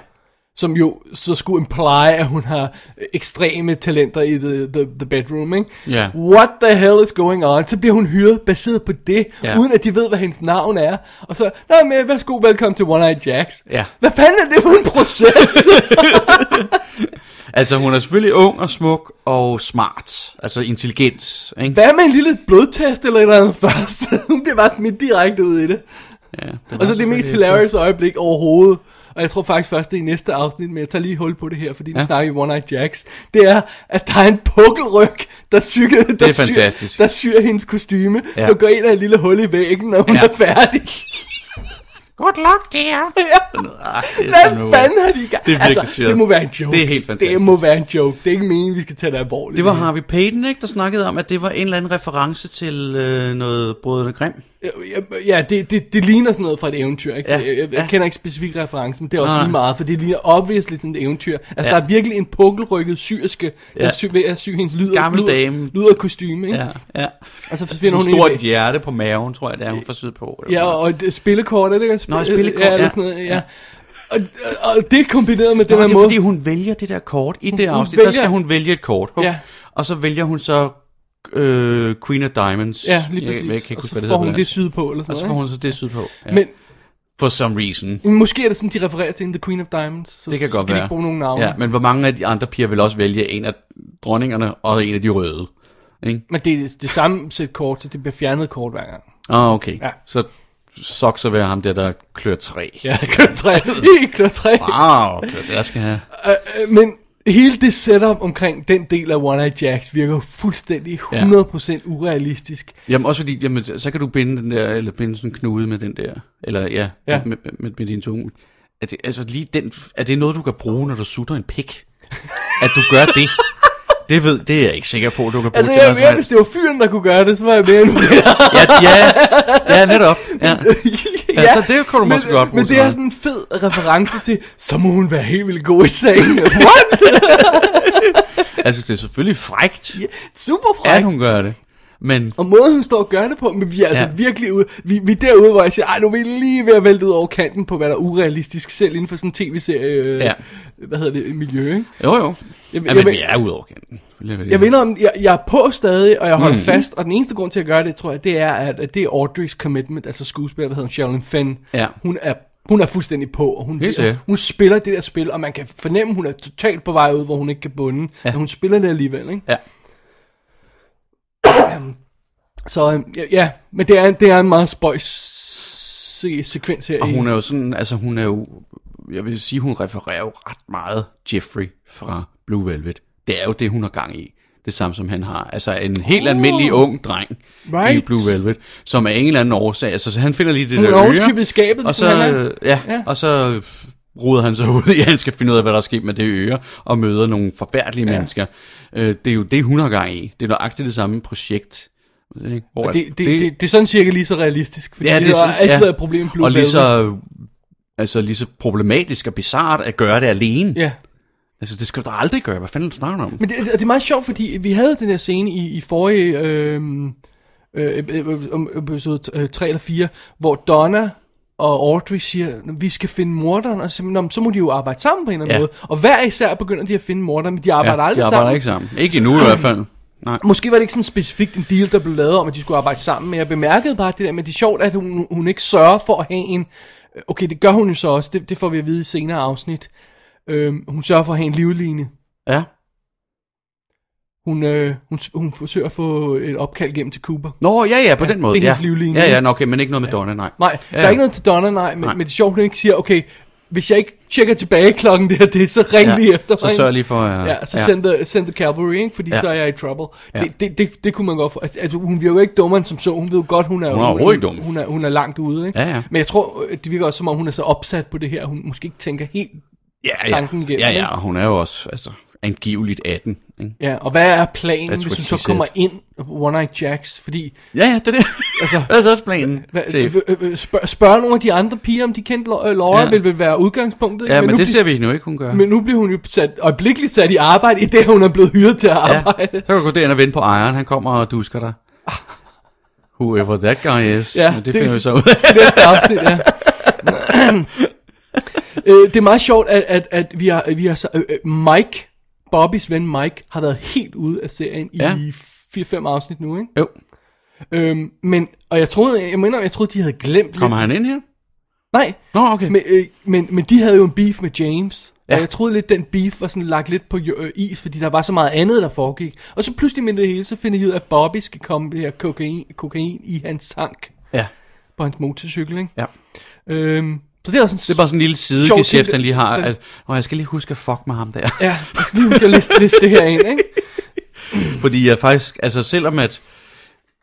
Speaker 4: som jo så skulle imply, at hun har ekstreme talenter i the, the, the bedroom, ikke?
Speaker 5: Ja.
Speaker 4: What the hell is going on? Så bliver hun hyret baseret på det,
Speaker 5: Ja.
Speaker 4: uden at de ved, hvad hendes navn er. Og så, nå, men værsgo, velkommen til One Eye Jacks.
Speaker 5: Ja.
Speaker 4: Hvad fanden er det for en
Speaker 5: (laughs)
Speaker 4: proces?
Speaker 5: Altså, hun er selvfølgelig ung og smuk og smart. Altså, intelligens. Ikke?
Speaker 4: hvad med en lille blodtest eller et eller andet (laughs) først? hun bliver bare smidt direkte ud i det.
Speaker 5: Ja,
Speaker 4: Og så det mest hilarious øjeblik overhovedet, og jeg tror faktisk først det er i næste afsnit, men jeg tager lige hul på det her, fordi ja.
Speaker 5: Ja.
Speaker 4: vi snakker i One Eye Jacks, det er, at der er en pukkelryg, der, syger, der,
Speaker 5: fantastisk.
Speaker 4: Syr, der syr hendes kostyme,
Speaker 5: Ja.
Speaker 4: ja. som går ind af et lille hul i væggen, når hun
Speaker 5: Ja.
Speaker 4: ja. er færdig.
Speaker 5: Good luck, dear.
Speaker 4: (laughs) ja.
Speaker 5: Ah,
Speaker 4: Hvad fanden har de i gang?
Speaker 5: Det er virkelig
Speaker 4: altså,
Speaker 5: syret.
Speaker 4: det må være en joke.
Speaker 5: Det er helt fantastisk.
Speaker 4: Det må være en joke. Det er ikke meningen, vi skal tage det alvorligt.
Speaker 5: Det var Harvey Payton, ikke, der snakkede om, at det var en eller anden reference til øh, noget Brødrene Grimm.
Speaker 4: Ja, det, det, det ligner sådan noget fra et eventyr. Ikke? Så
Speaker 5: Ja,
Speaker 4: jeg, jeg,
Speaker 5: ja.
Speaker 4: jeg kender ikke specifik referencen, men det er også
Speaker 5: Nej.
Speaker 4: lige meget, for det ligner obviously sådan et eventyr. Altså,
Speaker 5: Ja.
Speaker 4: ja. der er virkelig en pukkelrykket syriske, ja.
Speaker 5: Ja.
Speaker 4: der sy, ved at sy hendes lyder,
Speaker 5: Gammel
Speaker 4: lyder,
Speaker 5: dame.
Speaker 4: lyder kostyme. Ikke?
Speaker 5: Ja, ja.
Speaker 4: Og så forsvinder
Speaker 5: Altså, Sådan
Speaker 4: hun
Speaker 5: et stort
Speaker 4: ind i det.
Speaker 5: hjerte på maven, tror jeg, det er, hun får syd på.
Speaker 4: Ja, og et spillekort, er det ikke? Et
Speaker 5: Nå, et
Speaker 4: spil-
Speaker 5: spillekort,
Speaker 4: ja. Eller
Speaker 5: ja.
Speaker 4: sådan noget, ja. Og, og, og det kombineret med den
Speaker 5: Nå,
Speaker 4: her
Speaker 5: det er
Speaker 4: måde...
Speaker 5: fordi, hun vælger det der kort i det
Speaker 4: hun
Speaker 5: afsnit. Der
Speaker 4: vælger-
Speaker 5: skal hun vælge et kort. Hov.
Speaker 4: Ja.
Speaker 5: Og så vælger hun så øh, Queen of Diamonds.
Speaker 4: Ja, lige
Speaker 5: Jeg, jeg kan
Speaker 4: præcis.
Speaker 5: ikke
Speaker 4: og
Speaker 5: huske,
Speaker 4: så
Speaker 5: hvad det
Speaker 4: får
Speaker 5: hedder på
Speaker 4: hun det
Speaker 5: dansk.
Speaker 4: syd på, eller sådan
Speaker 5: Og så
Speaker 4: noget.
Speaker 5: får
Speaker 4: ikke?
Speaker 5: hun så det sydpå. Ja.
Speaker 4: Men
Speaker 5: For some reason.
Speaker 4: Men Måske er det sådan, de refererer til en The Queen of Diamonds. Så
Speaker 5: Det kan
Speaker 4: skal
Speaker 5: godt
Speaker 4: de
Speaker 5: være.
Speaker 4: ikke bruge nogen navne.
Speaker 5: Ja, men hvor mange af de andre piger vil også vælge en af dronningerne og en af de røde? Ikke?
Speaker 4: Men det er det samme sæt kort, så det bliver fjernet kort hver gang.
Speaker 5: Ah, okay.
Speaker 4: Ja.
Speaker 5: Så Socks vil være ham der, der klør træ.
Speaker 4: Ja, (laughs) klør
Speaker 5: (laughs)
Speaker 4: 3. I klør 3.
Speaker 5: Wow,
Speaker 4: (laughs)
Speaker 5: det er det, jeg skal have.
Speaker 4: Øh, Men hele det setup omkring den del af One Eye Jacks virker jo fuldstændig 100%
Speaker 5: Ja. Altså,
Speaker 4: urealistisk.
Speaker 5: Jamen også fordi, jamen, så kan du binde den der, eller binde sådan en knude med den der, eller ja,
Speaker 4: Ja.
Speaker 5: ja. Med, med, med, med din tunge. Er det, altså lige den, er det noget, du kan bruge, når du sutter en pik? At du gør
Speaker 4: (laughs)
Speaker 5: det? Det ved, det er jeg ikke sikker på, du kan bruge
Speaker 4: Altså,
Speaker 5: til
Speaker 4: jeg er
Speaker 5: noget som
Speaker 4: mere, hvis
Speaker 5: helst.
Speaker 4: det var fyren, der kunne gøre det, så var jeg mere end
Speaker 5: (laughs) Ja, ja, ja, netop. Ja.
Speaker 4: (laughs)
Speaker 5: Ja, så det kan du
Speaker 4: men,
Speaker 5: måske godt bruge
Speaker 4: Men
Speaker 5: til
Speaker 4: det er
Speaker 5: noget.
Speaker 4: sådan en fed reference til, så må hun være helt vildt god i
Speaker 5: (laughs)
Speaker 4: sagen. What?
Speaker 5: Altså, det er selvfølgelig frægt,
Speaker 4: Super
Speaker 5: at
Speaker 4: fræk.
Speaker 5: hun gør det. Men
Speaker 4: Og måden, hun står og gør det på, men vi er altså
Speaker 5: Ja.
Speaker 4: virkelig ude, vi, vi er derude, hvor jeg siger, ej, nu er vi lige ved at vælte ud over kanten på, hvad der er urealistisk, selv inden for sådan en tv-serie, øh,
Speaker 5: Ja.
Speaker 4: hvad hedder det, miljø, ikke?
Speaker 5: jo jo,
Speaker 4: Jeg-
Speaker 5: jeg, Jamen,
Speaker 4: jeg-
Speaker 5: vi er ude over kanten. Mm.
Speaker 4: Jeg vinder om, jeg, jeg er på stadig, og jeg holder mm. fast, og den eneste grund til at gøre det, tror jeg, det er, at, at det er Audrey's commitment, altså skuespiller, hvad hedder hun, Sherilyn Fenn.
Speaker 5: Ja.
Speaker 4: Hun er hun er fuldstændig på, og hun,
Speaker 5: Helt sikkert.
Speaker 4: hun spiller det der spil, og man kan fornemme, hun er totalt på vej ud, hvor hun ikke kan bunde, ja.
Speaker 5: Ja.
Speaker 4: men hun spiller det alligevel, ikke?
Speaker 5: Ja.
Speaker 4: Så øhm, ja, ja, men det er, det er en meget spøjs se- sekvens her.
Speaker 5: Og
Speaker 4: i-
Speaker 5: hun er jo sådan, altså hun er jo, jeg vil sige, hun refererer jo ret meget Jeffrey fra Blue Velvet. Det er jo det, hun har gang i. Det samme som han har. Altså en helt oh. almindelig ung dreng
Speaker 4: Right.
Speaker 5: i Blue Velvet, som af en eller anden årsag, altså så han finder lige det
Speaker 4: Hun er
Speaker 5: der
Speaker 4: ovenikøbet i skabet,
Speaker 5: og så,
Speaker 4: ligesom han er.
Speaker 5: øh, ja,
Speaker 4: Ja.
Speaker 5: ja, og så ruder han sig (laughs) ud i, at han skal finde ud af, hvad der er sket med det øre, og møder nogle forfærdelige ja. mennesker. Øh, det er jo det, hun har gang i. Det er nøjagtigt det samme projekt. Ikke? Hvor
Speaker 4: og
Speaker 5: at
Speaker 4: det, det, det, det, det, er sådan cirka lige så realistisk, fordi
Speaker 5: Ja, det, er
Speaker 4: har
Speaker 5: sådan,
Speaker 4: altid
Speaker 5: ja.
Speaker 4: været et problem i Blue
Speaker 5: Og lige
Speaker 4: Velvet.
Speaker 5: så, altså, lige så problematisk og bizart at gøre det alene.
Speaker 4: Ja.
Speaker 5: Altså, det skal du da aldrig gøre. Hvad fanden er du snakker om?
Speaker 4: Men det, og det er meget sjovt, fordi vi havde den her scene i, i forrige øh, øh, øh, om episode 3 eller 4, hvor Donna og Audrey siger, vi skal finde morderen, og så, siger man, "Nå, men så må de jo arbejde sammen på en eller anden
Speaker 5: Ja.
Speaker 4: måde. Og hver især begynder de at finde morderen, men de arbejder aldrig
Speaker 5: de arbejder
Speaker 4: sammen.
Speaker 5: ikke sammen. Ikke endnu i hvert fald. Nej.
Speaker 4: Måske var det ikke sådan specifikt en deal, der blev lavet om, at de skulle arbejde sammen, men jeg bemærkede bare det der, men det er sjovt, at hun, hun ikke sørger for at have en... øh, Okay, det gør hun jo så også, det, det får vi at vide i senere afsnit. Øhm, hun sørger for at have en livline.
Speaker 5: Ja.
Speaker 4: Hun, øh, hun, hun forsøger at få et opkald gennem til Cooper.
Speaker 5: Nå, ja, ja, på
Speaker 4: Ja,
Speaker 5: den måde.
Speaker 4: det er
Speaker 5: ja.
Speaker 4: hendes livlinje.
Speaker 5: Ja, ja, nå, okay, men ikke noget med Donna, nej.
Speaker 4: Nej, ja,
Speaker 5: ja,
Speaker 4: der er ikke noget til Donna, nej, men, nej.
Speaker 5: Nej.
Speaker 4: men det er sjovt, hun ikke siger, okay, hvis jeg ikke tjekker tilbage (laughs) klokken det og det, så ring
Speaker 5: Ja,
Speaker 4: lige efter mig.
Speaker 5: så sørg lige for,
Speaker 4: Ja,
Speaker 5: uh,
Speaker 4: ja så ja. Send, the, send the cavalry, ikke? fordi ja.
Speaker 5: Ja.
Speaker 4: så er jeg i trouble. Ja.
Speaker 5: Ja.
Speaker 4: Det, det, det, det kunne man godt for. Altså, altså, hun virker jo ikke dummere end som så. Hun ved jo godt, hun er,
Speaker 5: Hun er overhovedet ikke dum.
Speaker 4: Hun er, hun er langt ude. Ikke?
Speaker 5: Ja, ja.
Speaker 4: Men jeg tror, øh, det virker også, som om hun er så opsat på det her, hun måske ikke tænker helt...
Speaker 5: ja,
Speaker 4: tanken
Speaker 5: ja.
Speaker 4: igennem,
Speaker 5: ja,
Speaker 4: ikke?
Speaker 5: ja, og hun er jo også altså, angiveligt 18. Ikke?
Speaker 4: Ja, og hvad er planen,
Speaker 5: That's
Speaker 4: hvis
Speaker 5: what
Speaker 4: hun
Speaker 5: she
Speaker 4: så kommer
Speaker 5: said.
Speaker 4: ind One Eye Jacks? Fordi
Speaker 5: Ja, ja, det er det.
Speaker 4: Altså-
Speaker 5: Hvad er så også planen?
Speaker 4: Hva,
Speaker 5: Chef?
Speaker 4: øh, øh, spørg, spørg nogle af de andre piger, om de kendte Lo- øh, Laura, ja.
Speaker 5: Ja.
Speaker 4: vil vel være udgangspunktet. ikke?
Speaker 5: Ja, men
Speaker 4: nu
Speaker 5: det
Speaker 4: bli-
Speaker 5: ser vi nu ikke, hun gør.
Speaker 4: Men nu bliver hun jo sat, øjeblikkeligt sat i arbejde, i det hun er blevet hyret til at
Speaker 5: Ja,
Speaker 4: arbejde. (laughs)
Speaker 5: så kan du gå derind og vente på ejeren. Han kommer og dusker dig. Whoever that guy is.
Speaker 4: Ja,
Speaker 5: Men det,
Speaker 4: det-
Speaker 5: det finder vi så ud af.
Speaker 4: Ja. Næste afsnit, ja. (clears throat) øh, det er meget sjovt, at, at, at vi har, vi har så, øh, øh, Mike, Bobbys ven Mike, har været helt ude af serien ja.
Speaker 5: Ja.
Speaker 4: i 4-5 afsnit nu, ikke?
Speaker 5: Jo,
Speaker 4: Øhm, men, og jeg troede, jeg mener, jeg troede, de havde glemt
Speaker 5: kommer
Speaker 4: lidt.
Speaker 5: han ind her?
Speaker 4: Nej,
Speaker 5: Nå, okay.
Speaker 4: Men, øh, men, men de havde jo en beef med James. Ja.
Speaker 5: Ja.
Speaker 4: Og jeg troede lidt, den beef var sådan lagt lidt på jø- øh, is, fordi der var så meget andet, der foregik. Og så pludselig med det hele, så finder jeg ud af, at Bobby skal komme med det her kokain, kokain i hans tank
Speaker 5: Ja.
Speaker 4: på hans motorcykel, ikke?
Speaker 5: Ja.
Speaker 4: Øhm, så det er også sådan...
Speaker 5: Det er bare sådan en lille
Speaker 4: Sjov ting,
Speaker 5: sidegeschæft, han lige har.
Speaker 4: den-
Speaker 5: Altså, og jeg skal lige huske at fuck med ham der. (laughs)
Speaker 4: Ja, jeg skal lige huske at liste, liste det her ind, ikke?
Speaker 5: Fordi jeg faktisk, altså selvom at,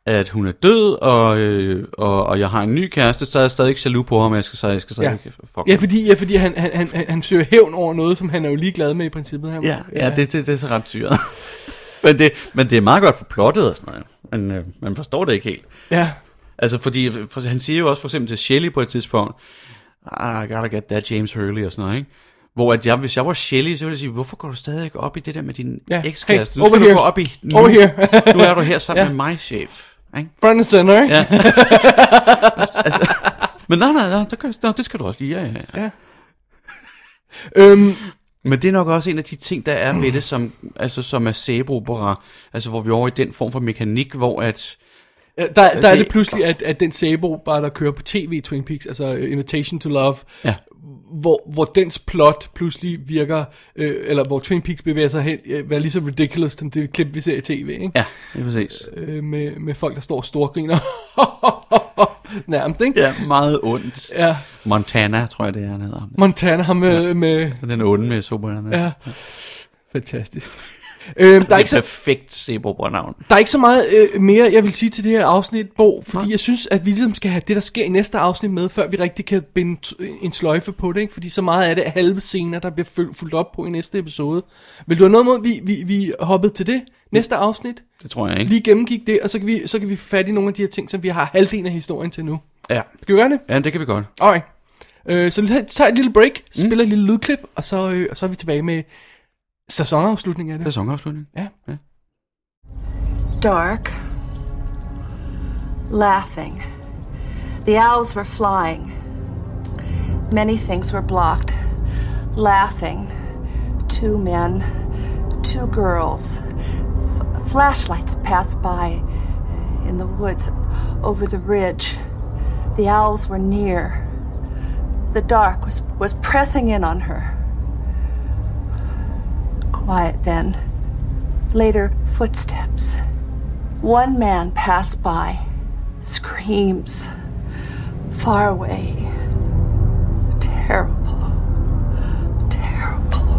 Speaker 5: at hun er død, og, øh, og, og jeg har en ny kæreste, så er jeg stadig ikke jaloux på ham, og jeg skal stadig, jeg skal stadig
Speaker 4: Ja.
Speaker 5: ikke fuck
Speaker 4: Ja,
Speaker 5: ham.
Speaker 4: fordi, ja, fordi han, han, han, han, han søger hævn over noget, som han er jo ligeglad med i princippet. Han,
Speaker 5: ja, ja, det, det, det er så ret syret. (laughs) men, det, men det er meget godt forplottet og sådan noget. Men øh, man forstår det ikke helt.
Speaker 4: Ja,
Speaker 5: Altså, fordi for, han siger jo også for eksempel til Shelley på et tidspunkt, "Ah, I gotta get that James Hurley og sådan noget, ikke? Hvor at jeg, hvis jeg var Shelley, så ville jeg sige, hvorfor går du stadig ikke op i det der med din
Speaker 4: Ja.
Speaker 5: ja. ekskæreste?
Speaker 4: Hey,
Speaker 5: nu skal
Speaker 4: over
Speaker 5: du
Speaker 4: here.
Speaker 5: gå op i... Nu,
Speaker 4: Over here.
Speaker 5: nu er du her sammen
Speaker 4: (laughs) Ja.
Speaker 5: ja. med mig, chef. Ikke?
Speaker 4: front and center, ikke?
Speaker 5: Ja. Men nej, nej, nej, der kan, nej, det skal du også lige. Ja, ja, ja.
Speaker 4: Øhm,
Speaker 5: Men det er nok også en af de ting, der er ved det, som, altså, som er sæbeopera. Altså, hvor vi er over i den form for mekanik, hvor at...
Speaker 4: Ja, Der, der er
Speaker 5: det-
Speaker 4: det pludselig, at, at den sabo bare der kører på tv i Twin Peaks, altså øh, Invitation to Love,
Speaker 5: Ja.
Speaker 4: hvor, hvor dens plot pludselig virker, øh, eller hvor Twin Peaks bevæger sig hen, øh, være lige så ridiculous som det klip, vi ser i tv, ikke?
Speaker 5: Ja, det er præcis.
Speaker 4: Øh, med, med folk, der står og storgriner (laughs) nærmest, ikke?
Speaker 5: Ja, meget ondt.
Speaker 4: Ja,
Speaker 5: Montana, tror jeg, det er, han hedder.
Speaker 4: Montana har med, med
Speaker 5: Den onde med sobrerne.
Speaker 4: ja, fantastisk. øhm, der, er ikke
Speaker 5: Det er
Speaker 4: så,
Speaker 5: perfekt sebo-navn.
Speaker 4: der er ikke så meget øh, mere, jeg vil sige til det her afsnit, Bo, fordi jeg synes, at vi ligesom skal have det, der sker i næste afsnit med, før vi rigtig kan binde t- en sløjfe på det, ikke? fordi så meget af det er halve scener, der bliver føl- fulgt op på i næste episode. Vil du have noget mod, vi, vi, vi hoppede til det næste afsnit?
Speaker 5: Det tror jeg ikke.
Speaker 4: Lige gennemgik det, og så kan vi, så kan vi få fat i nogle af de her ting, som vi har halvdelen af historien til nu.
Speaker 5: Ja.
Speaker 4: Skal vi gøre det?
Speaker 5: ja, det kan vi godt.
Speaker 4: Alright. Øh, så vi tager- tager et lille break, spiller et lille lydklip, og så, øh, og så er vi tilbage med sæsonafslutningen af det.
Speaker 5: Sæsonafslutning.
Speaker 4: Ja.
Speaker 10: dark, laughing. The owls were flying. Many things were blocked. Laughing. Two men, two girls. F- flashlights passed by in the woods over the ridge. The owls were near. The dark was, was pressing in on her. Quiet then. Later, footsteps. One man passed by, screams, far away. Terrible, terrible.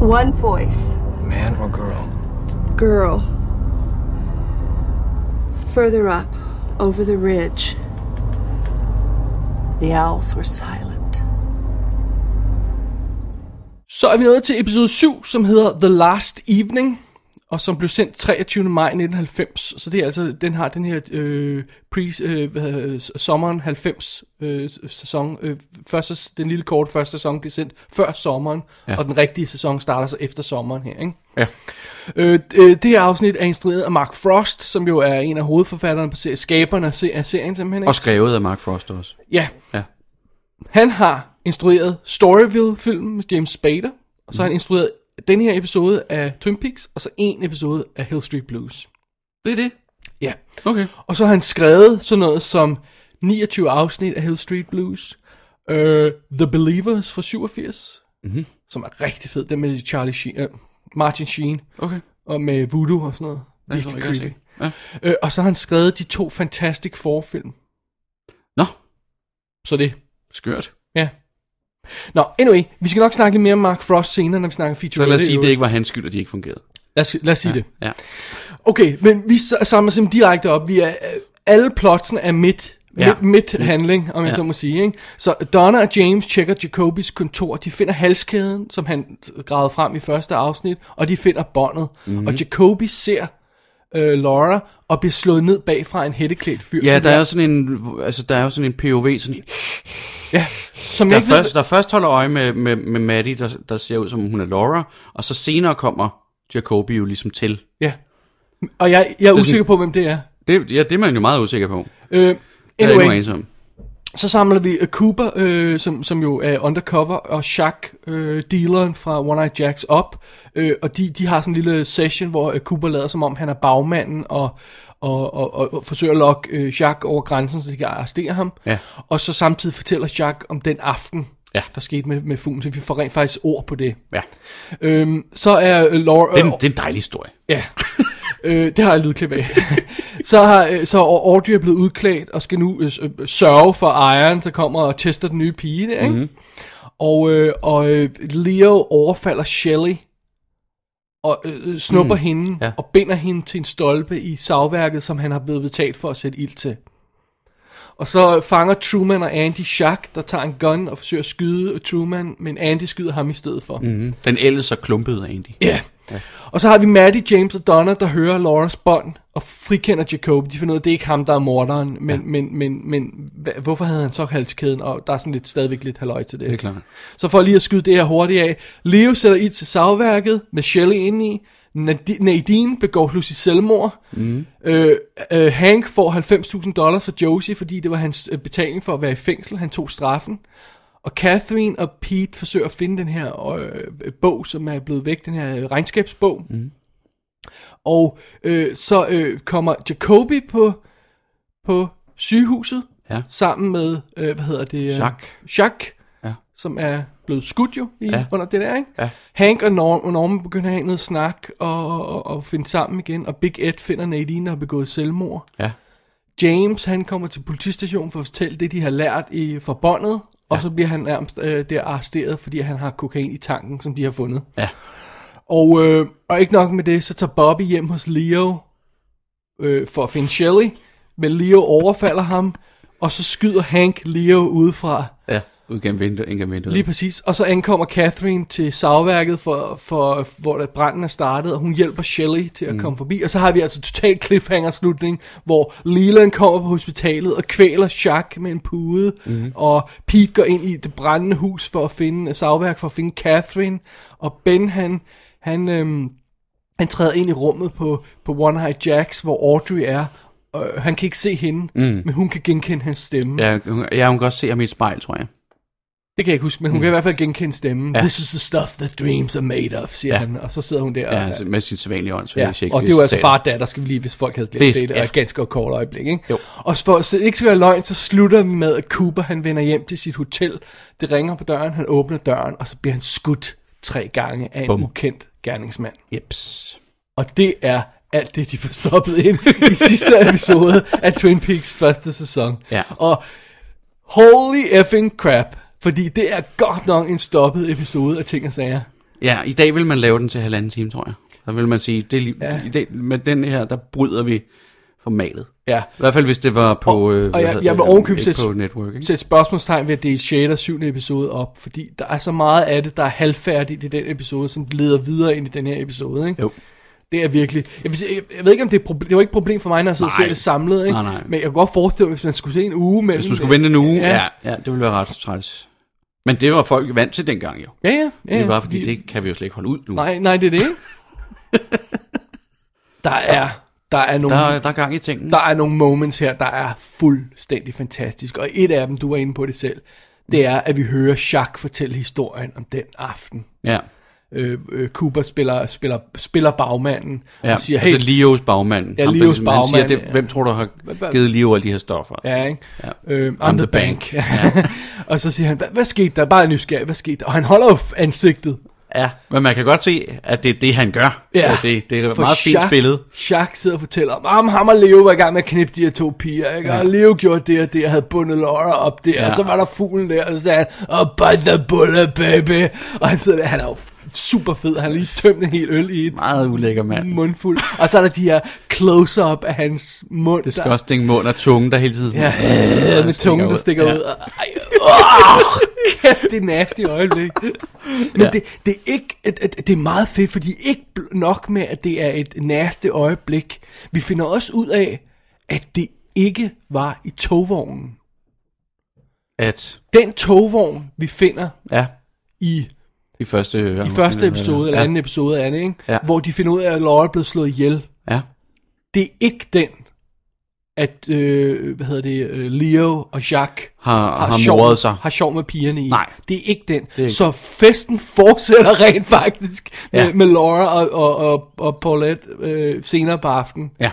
Speaker 10: One voice,
Speaker 8: Man or girl?
Speaker 10: girl. Further up, over the ridge, the owls were silent.
Speaker 4: Så er vi nået til episode 7, som hedder The Last Evening, og som blev sendt 23. maj 1990. Så det er altså, den har den her øh, pre, øh, hvad hedder, det, sommeren 90 øh, sæson. Øh, første, den lille korte første sæson blev sendt før sommeren, ja. og den rigtige sæson starter så efter sommeren her, ikke?
Speaker 5: Ja.
Speaker 4: Øh, d- øh, det her afsnit er instrueret af Mark Frost, som jo er en af hovedforfatterne på serien, skaberne af se- af serien simpelthen. Ikke?
Speaker 5: Og skrevet af Mark Frost også.
Speaker 4: Ja.
Speaker 5: Ja.
Speaker 4: Han har instrueret Storyville-filmen med James Spader, og
Speaker 5: Mm.
Speaker 4: så har han instrueret den her episode af Twin Peaks, og så en episode af Hill Street Blues.
Speaker 5: Det er det.
Speaker 4: Ja.
Speaker 5: Okay.
Speaker 4: Og så har han skrevet sådan noget som 29 afsnit af Hill Street Blues, øh, The Believers fra 87,
Speaker 5: Mhm.
Speaker 4: mm-hmm. som er rigtig fed, den med Charlie Sheen, øh, Martin Sheen,
Speaker 5: Okay.
Speaker 4: og med Voodoo og sådan noget.
Speaker 5: Den tror jeg
Speaker 4: Virkelig
Speaker 5: ikke, jeg
Speaker 4: creepy.
Speaker 5: har set.
Speaker 4: Øh, og så har han skrevet de to Fantastic Four-film.
Speaker 5: Nå,
Speaker 4: Så det
Speaker 5: skørt.
Speaker 4: Ja. Nå, anyway, vi skal nok snakke lidt mere om Mark Frost senere, når vi snakker feature.
Speaker 5: Så lad os sige, at det ikke var hans skyld, at de ikke fungerede.
Speaker 4: Lad os, lad os sige ja. det.
Speaker 5: Ja.
Speaker 4: Okay, men vi s- samler simpelthen direkte op. Vi er, øh, alle plotsen er midt.
Speaker 5: Ja.
Speaker 4: Ja. Midt handling, om jeg ja.
Speaker 5: Ja.
Speaker 4: så må sige. Ikke? Så Donna og James tjekker Jacobis kontor. De finder halskæden, som han gravede frem i første afsnit, og de finder båndet. Mm-hmm.
Speaker 5: Mhm.
Speaker 4: Og Jacobi ser øh, Laura og bliver slået ned bagfra af en hætteklædt fyr.
Speaker 5: Ja,
Speaker 4: som
Speaker 5: der er
Speaker 4: jeg-
Speaker 5: jo sådan en, altså, der er jo sådan en POV, sådan en,
Speaker 4: Ja, som jeg
Speaker 5: der,
Speaker 4: ikke ved-
Speaker 5: først, der først holder øje med, med, med Maddie, der, der ser ud som om hun er Laura, og så senere kommer Jacobi jo ligesom til.
Speaker 4: Ja. Og jeg, jeg er
Speaker 5: sådan-
Speaker 4: usikker på, hvem det er.
Speaker 5: Det, ja, det er man jo meget usikker på.
Speaker 4: Øh,
Speaker 5: Det er
Speaker 4: anyway,
Speaker 5: anyway. ikke nogen
Speaker 4: så samler vi øh, Cooper, øh, som, som jo er undercover, og Shaq, øh, dealeren fra One Eye Jacks, op. Øh, og de, de har sådan en lille session, hvor øh, Cooper lader som om, han er bagmanden, og, og, og, og, og forsøger at lokke øh, Shaq over grænsen, så de kan arrestere ham.
Speaker 5: Ja.
Speaker 4: Og så samtidig fortæller Shaq om den aften,
Speaker 5: Ja.
Speaker 4: der skete med, med fuglen, så vi får rent faktisk ord på det.
Speaker 5: Ja,
Speaker 4: Øhm, så er øh, Laura...
Speaker 5: det er, en, det er en dejlig historie.
Speaker 4: Ja. (laughs) øh, det har jeg lydklip af. (laughs) så, har, øh, så er Audrey er blevet udklædt og skal nu øh, s- øh, sørge for ejeren, der kommer og tester den nye pige. Der, ikke? Mm-hmm. Og, øh, og øh, Leo overfalder Shelley og øh, øh, snupper mm. hende ja. og binder hende til en stolpe i savværket, som han har blevet betalt for at sætte ild til. Og så fanger Truman og Andy Shack, der tager en gun og forsøger at skyde Truman, men Andy skyder ham i stedet for.
Speaker 5: Mm-hmm. Den ellers så klumpede Andy.
Speaker 4: Ja. Yeah. Og så har vi Maddie, James og Donna, der hører Lauras bånd og frikender Jacob. De finder ud af, at det er ikke ham, der er morderen, men, ja. men, men, men hva- hvorfor havde han så halskæden? Og der er sådan lidt, stadigvæk lidt halvøj til det.
Speaker 5: Det er klart.
Speaker 4: Så for lige at skyde det her hurtigt af, Leo sætter ild til savværket med Shelley inde i. Nadi- Nadine begår pludselig selvmord. Mm. Øh, øh, Hank får 90.000 dollars fra Josie, fordi det var hans øh, betaling for at være i fængsel. Han tog straffen. Og Catherine og Pete forsøger at finde den her øh, bog, som er blevet væk, den her regnskabsbog. Mm. Og øh, så øh, kommer Jacoby på, på sygehuset
Speaker 5: Ja.
Speaker 4: sammen med, øh, hvad hedder det? øh,
Speaker 5: Jacques.
Speaker 4: Jacques,
Speaker 5: Ja.
Speaker 4: som er blevet skudt jo lige
Speaker 5: Ja.
Speaker 4: under det der, ikke?
Speaker 5: Ja.
Speaker 4: Hank og Norm, og Norman begynder at have noget snak og, og, og finde sammen igen, og Big Ed finder Nadine, der har begået selvmord.
Speaker 5: Ja.
Speaker 4: James, han kommer til politistationen for at fortælle det, de har lært i forbåndet, ja. og så bliver han nærmest øh, der arresteret, fordi han har kokain i tanken, som de har fundet.
Speaker 5: Ja.
Speaker 4: Og, øh, og ikke nok med det, så tager Bobby hjem hos Leo øh, for at finde Shelly, men Leo overfalder ham, og så skyder Hank Leo udefra.
Speaker 5: Ja, ud gennem vinduet, ind gennem vinduet.
Speaker 4: Lige præcis. Og så ankommer Catherine til savværket, for, for, hvor der branden er startet, og hun hjælper Shelley til at mm. komme forbi. Og så har vi altså total cliffhanger-slutning, hvor Leland kommer på hospitalet og kvæler Chuck med en pude, mm. og Pete går ind i det brændende hus for at finde savværk, for at finde Catherine, og Ben han, han, øhm, han træder ind i rummet på, på One Eye Jacks, hvor Audrey er, og han kan ikke se hende, mm. men hun kan genkende hans stemme.
Speaker 5: Ja, hun, ja, hun kan også se ham i et spejl, tror jeg.
Speaker 4: Det kan jeg ikke huske, men hun mm. kan i hvert fald genkende stemmen. Ja. This is the stuff that dreams are made of, siger ja.
Speaker 5: Ja.
Speaker 4: han. Og så sidder hun der.
Speaker 5: Ja,
Speaker 4: og,
Speaker 5: altså, med sin sædvanlige ånd, så
Speaker 4: ja. og det er jo altså far og datter, skal vi lige, hvis folk havde
Speaker 5: Det er-
Speaker 4: blæst det, det er
Speaker 5: ja.
Speaker 4: et ganske kort øjeblik. Ikke?
Speaker 5: Jo.
Speaker 4: Og for, så det ikke skal være løgn, så slutter vi med, at Cooper han vender hjem til sit hotel. Det ringer på døren, han åbner døren, og så bliver han skudt tre gange af en Bum.
Speaker 5: Bum.
Speaker 4: ukendt gerningsmand.
Speaker 5: Jeps.
Speaker 4: Og det er alt det, de får stoppet ind i sidste episode af Twin Peaks første sæson.
Speaker 5: Ja.
Speaker 4: Og holy effing crap, fordi det er godt nok en stoppet episode af ting og sager.
Speaker 5: Ja, i dag vil man lave den til halvanden time, tror jeg. Så vil man sige, det er lige,
Speaker 4: Ja.
Speaker 5: ja. i dag, med den her, der bryder vi formatet.
Speaker 4: Ja.
Speaker 5: I hvert fald, hvis det var på... øh,
Speaker 4: Og- og
Speaker 5: hvad
Speaker 4: jeg-
Speaker 5: hedder
Speaker 4: jeg vil
Speaker 5: det,
Speaker 4: ovenkøbe
Speaker 5: ikke
Speaker 4: sætte-
Speaker 5: på network, ikke?
Speaker 4: Sæt spørgsmålstegn ved at dele 6. og 7. episode op, fordi der er så meget af det, der er halvfærdigt i den episode, som leder videre ind i den her episode. Ikke?
Speaker 5: Jo.
Speaker 4: Det er virkelig... Jeg, vil sige, jeg, jeg ved ikke, om det er proble- det var ikke et problem for mig, når jeg sidder og
Speaker 5: Nej.
Speaker 4: ser det samlet. Ikke?
Speaker 5: Nej, nej.
Speaker 4: Men jeg kan godt forestille mig, hvis man skulle se en uge mellem...
Speaker 5: Hvis man skulle vente en uge,
Speaker 4: Ja.
Speaker 5: ja. ja, ja det ville være ret træls. Men det var folk vant til dengang jo.
Speaker 4: Ja, ja. ja
Speaker 5: Det er
Speaker 4: ja.
Speaker 5: bare fordi,
Speaker 4: Vi-
Speaker 5: det kan vi jo slet ikke holde ud nu.
Speaker 4: Nej, nej, det er det
Speaker 5: (laughs)
Speaker 4: ikke. der er, der er nogle...
Speaker 5: Der,
Speaker 4: Der...
Speaker 5: der er gang i tingene.
Speaker 4: der er nogle moments her, der er fuldstændig fantastiske. Og et af dem, du var inde på det selv, det er, at vi hører Jacques fortælle historien om den aften.
Speaker 5: Ja.
Speaker 4: Øh, øh, Cooper spiller, spiller, spiller bagmanden
Speaker 5: ja.
Speaker 4: og siger, hey,
Speaker 5: altså Leos bagmand.
Speaker 4: Ja,
Speaker 5: Ham, der
Speaker 4: Leos
Speaker 5: ligesom- han siger,
Speaker 4: bagmand,
Speaker 5: det,
Speaker 4: ja.
Speaker 5: hvem tror du
Speaker 4: hva-
Speaker 5: har givet Leo alle de her stoffer?
Speaker 4: Ja, ikke?
Speaker 5: Ja.
Speaker 4: Øhm, I'm,
Speaker 5: I'm
Speaker 4: the
Speaker 5: the
Speaker 4: bank.
Speaker 5: bank.
Speaker 4: (laughs) og så siger han, "Hva- hvad skete der? Bare nysgerrig, hvad skete der? Og han holder jo f- ansigtet.
Speaker 5: ja. Men man kan godt se, at det er det, han gør.
Speaker 4: Ja.
Speaker 5: Kan jeg se. Det er et
Speaker 4: For
Speaker 5: meget fint
Speaker 4: Jacques-
Speaker 5: spillet.
Speaker 4: Jacques sidder og fortæller om, om ham og Leo var i gang med at knippe de her to piger, ikke? Ja. og Leo gjorde det og det, og havde bundet Laura op der, ja.
Speaker 5: Ja.
Speaker 4: og så var der fuglen der, og så sagde han, oh, bite the bullet, baby. Og han sidder der, han er jo f- super fed, han har lige tømt en hel øl i et
Speaker 5: Meget ulækker mand.
Speaker 4: mundfuld. Og så er der de her close-up af hans mund,
Speaker 5: Det skal også stinge mund og tunge, der hele tiden...
Speaker 4: der, ja, med tungen, der stikker ud. Og, ej, åh, kæft, det er nasty øjeblik. Men
Speaker 5: Ja.
Speaker 4: det, det, er ikke, at, at, det er meget fedt, fordi ikke bl- nok med, at det er et næste øjeblik. Vi finder også ud af, at det ikke var i togvognen.
Speaker 5: At,
Speaker 4: Den togvogn, vi finder
Speaker 5: ja,
Speaker 4: i,
Speaker 5: i første...
Speaker 4: i første episode, eller
Speaker 5: ja.
Speaker 4: anden episode af det, ikke?
Speaker 5: Ja.
Speaker 4: hvor de finder ud af, at Laura er blevet slået ihjel.
Speaker 5: Ja,
Speaker 4: Det er ikke den, at, øh, hvad hedder det, øh, Leo og Jacques
Speaker 5: har, har, har
Speaker 4: sjov,
Speaker 5: mordet sig.
Speaker 4: har sjov med pigerne i.
Speaker 5: Nej.
Speaker 4: Det er ikke den. Er
Speaker 5: ikke-
Speaker 4: Så festen fortsætter (laughs) rent faktisk med, ja.
Speaker 5: Ja.
Speaker 4: med Laura og, og, og, og Paulette øh, senere på aftenen.
Speaker 5: Ja.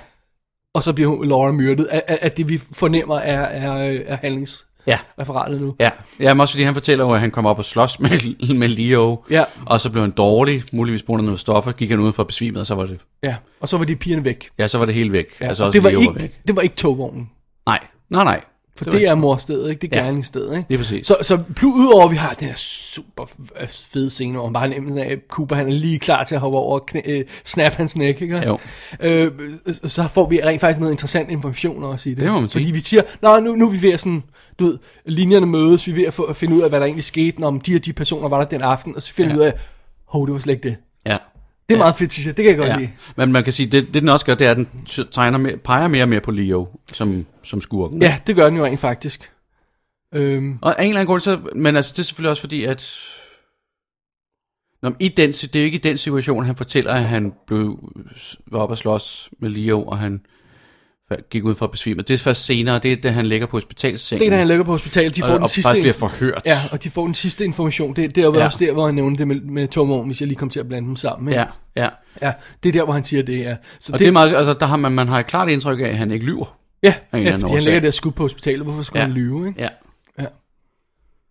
Speaker 4: Og så bliver hun- Laura myrdet. At, at, at det vi fornemmer er, er, øh, er handlingsreferatet
Speaker 5: Ja.
Speaker 4: nu.
Speaker 5: Ja, ja men også fordi han fortæller jo, at han kom op og slås med, med Leo,
Speaker 4: Ja.
Speaker 5: og så blev han dårlig, muligvis på grund af noget stoffer, gik han udenfor besvimet, og så var det,
Speaker 4: ja. Og så var de pigerne væk.
Speaker 5: ja, så var det helt væk.
Speaker 4: Ja.
Speaker 5: altså
Speaker 4: og
Speaker 5: også
Speaker 4: det var,
Speaker 5: Leo
Speaker 4: ikke,
Speaker 5: var væk.
Speaker 4: det var ikke togvognen.
Speaker 5: Nej, nej, nej.
Speaker 4: For
Speaker 5: Det
Speaker 4: det,
Speaker 5: var
Speaker 4: det er morstedet, ikke? Det er
Speaker 5: Ja.
Speaker 4: gerningsstedet, ikke?
Speaker 5: Lige præcis.
Speaker 4: Så, så pl- udover at vi har den her super f- fede scene, hvor man bare har nemlig af, at Cooper han er lige klar til at hoppe over og knæ, øh, snap hans næk, ikke?
Speaker 5: Jo.
Speaker 4: Øh, så- så får vi rent faktisk noget interessant information også i det.
Speaker 5: Det må man sige.
Speaker 4: Fordi vi siger, nå, nu, nu er vi ved at sådan, du ved, linjerne mødes, vi er ved at, få, at finde ud af, hvad der egentlig skete, når om de og de personer var der den aften, og så finder vi ud af, hov, det var slet ikke det.
Speaker 5: Ja.
Speaker 4: Det er ja. meget fedt, synes jeg. Det kan jeg godt ja.
Speaker 5: ja.
Speaker 4: lide.
Speaker 5: Men man kan sige, det, det den også gør, det er, at den t- tegner mere, peger mere og mere på Leo, som, som skurken.
Speaker 4: Ja, det gør den jo rent faktisk. Øhm,
Speaker 5: Og af en eller anden grund, så, men altså, det er selvfølgelig også fordi, at... Nå, men i den, si- det er jo ikke i den situation, han fortæller, at han blev, var op og slås med Leo, og han gik ud for at besvime. Det er først senere, det er det, han ligger på hospitalssengen.
Speaker 4: Det er, da han ligger på hospitalet. De får
Speaker 5: og,
Speaker 4: den
Speaker 5: og
Speaker 4: sidste
Speaker 5: faktisk bliver
Speaker 4: in-
Speaker 5: forhørt.
Speaker 4: Ja, og de får den sidste information. Det, det er jo
Speaker 5: Ja.
Speaker 4: også der, hvor han nævner det med, med Tormorn, hvis jeg lige kom til at blande dem sammen. ikke?
Speaker 5: ja, ja.
Speaker 4: ja. Det er der, hvor han siger det, ja. Så
Speaker 5: Og det, det er meget, altså, der har man, man har et klart indtryk af, at han ikke lyver.
Speaker 4: Ja,
Speaker 5: af en
Speaker 4: ja
Speaker 5: eller anden
Speaker 4: fordi han
Speaker 5: årsag.
Speaker 4: ligger der skudt på hospitalet. Hvorfor skulle
Speaker 5: Ja.
Speaker 4: han lyve, ikke?
Speaker 5: Ja.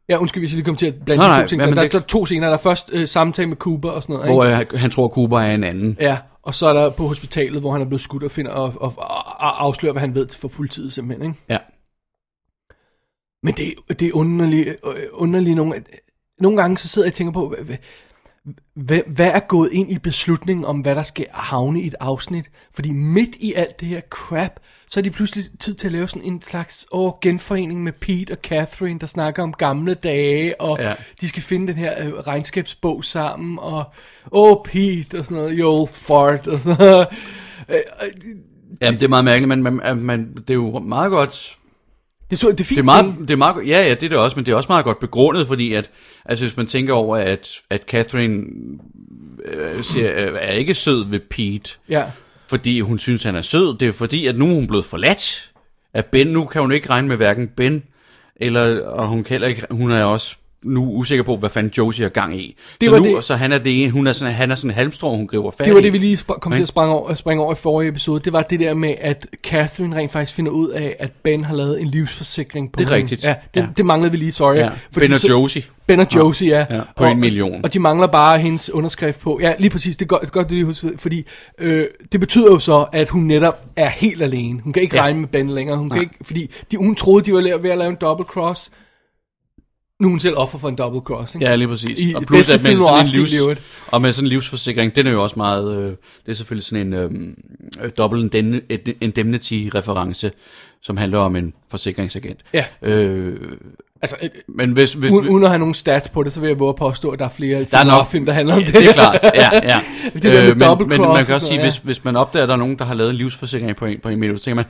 Speaker 4: Ja, undskyld, hvis jeg lige kom til at blande
Speaker 5: Nå,
Speaker 4: de to
Speaker 5: nej,
Speaker 4: ting.
Speaker 5: men
Speaker 4: sammen. Der,
Speaker 5: det-
Speaker 4: der er to scener. Der er først øh, samtale med Cooper og sådan noget,
Speaker 5: Hvor
Speaker 4: ikke?
Speaker 5: øh, han tror, Cooper er en anden.
Speaker 4: Ja, og så er der på hospitalet, hvor han er blevet skudt og finder og, og, og afslører, hvad han ved for politiet simpelthen, ikke?
Speaker 5: Ja.
Speaker 4: Men det, det er underligt, øh, underligt nogle, nogle gange så sidder jeg og tænker på, hvad, hvad, hvad er gået ind i beslutningen om, hvad der skal havne i et afsnit? Fordi midt i alt det her crap, så er de pludselig tid til at lave sådan en slags åh, genforening med Pete og Catherine, der snakker om gamle dage, og
Speaker 5: Ja.
Speaker 4: ja. de skal finde den her øh, regnskabsbog sammen, og åh, Pete, og sådan noget, you old fart, og sådan noget.
Speaker 5: Jamen, det er meget mærkeligt, men man, at man, det er jo meget godt...
Speaker 4: Det, er så, det er fint
Speaker 5: Det er meget, det er meget, godt- ja, ja, det er det også, men det er også meget godt begrundet, fordi at, altså, hvis man tænker over, at, at Catherine øh, siger, øh, er ikke sød ved Pete,
Speaker 4: Ja.
Speaker 5: fordi hun synes, han er sød. Det er fordi, at nu er hun blevet forladt af Ben. Nu kan hun ikke regne med hverken Ben, eller, og hun, kan heller ikke, hun er også nu usikker på, hvad fanden Josie har gang i.
Speaker 4: Det
Speaker 5: så,
Speaker 4: var
Speaker 5: nu,
Speaker 4: det-
Speaker 5: så han er det ene- hun er sådan, han er sådan en halmstrå, hun griber fat
Speaker 4: Det var
Speaker 5: i.
Speaker 4: det, vi lige sp- kom til
Speaker 5: Ikke?
Speaker 4: at springe over, springe over i forrige episode. Det var det der med, at Catherine rent faktisk finder ud af, at Ben har lavet en livsforsikring på
Speaker 5: Det er
Speaker 4: hende.
Speaker 5: rigtigt.
Speaker 4: Ja, det,
Speaker 5: Ja.
Speaker 4: ja. det manglede vi lige, sorry.
Speaker 5: Ja, Ben og Josie.
Speaker 4: Ben og Josie, ja.
Speaker 5: Ja, på
Speaker 4: Og-
Speaker 5: en million.
Speaker 4: Og de mangler bare hendes underskrift på. Ja, lige præcis. Det er godt, godt du lige husker, fordi øh, det betyder jo så, at hun netop er helt alene. Hun kan ikke
Speaker 5: Ja.
Speaker 4: ja. regne med Ben længere. Hun kan ikke, fordi de, hun troede, de var la- ved at lave en double cross. Nu er hun selv offer for en double cross, ikke?
Speaker 5: Ja, lige præcis.
Speaker 4: I
Speaker 5: og
Speaker 4: det
Speaker 5: plus,
Speaker 4: bedste
Speaker 5: at med
Speaker 4: film
Speaker 5: sådan en
Speaker 4: noir-stil i
Speaker 5: livs,
Speaker 4: øvrigt.
Speaker 5: og med sådan en livsforsikring, den er jo også meget, øh, det er selvfølgelig sådan en øh, dobbelt indemnity-reference, som handler om en forsikringsagent.
Speaker 4: Ja.
Speaker 5: Øh,
Speaker 4: Altså, øh,
Speaker 5: men hvis, hvis,
Speaker 4: uden, uden at have nogen stats på det, så vil jeg våge at påstå, at der er flere
Speaker 5: Der er nok
Speaker 4: film, der handler om
Speaker 5: ja,
Speaker 4: det.
Speaker 5: det er klart, ja, ja.
Speaker 4: (laughs)
Speaker 5: Øh,
Speaker 4: Det der med double
Speaker 5: men, men
Speaker 4: cross
Speaker 5: man kan
Speaker 4: og sådan
Speaker 5: også sige,
Speaker 4: noget,
Speaker 5: hvis, hvis man opdager, at der er nogen, der har lavet en livsforsikring på en, på en million, så tænker man,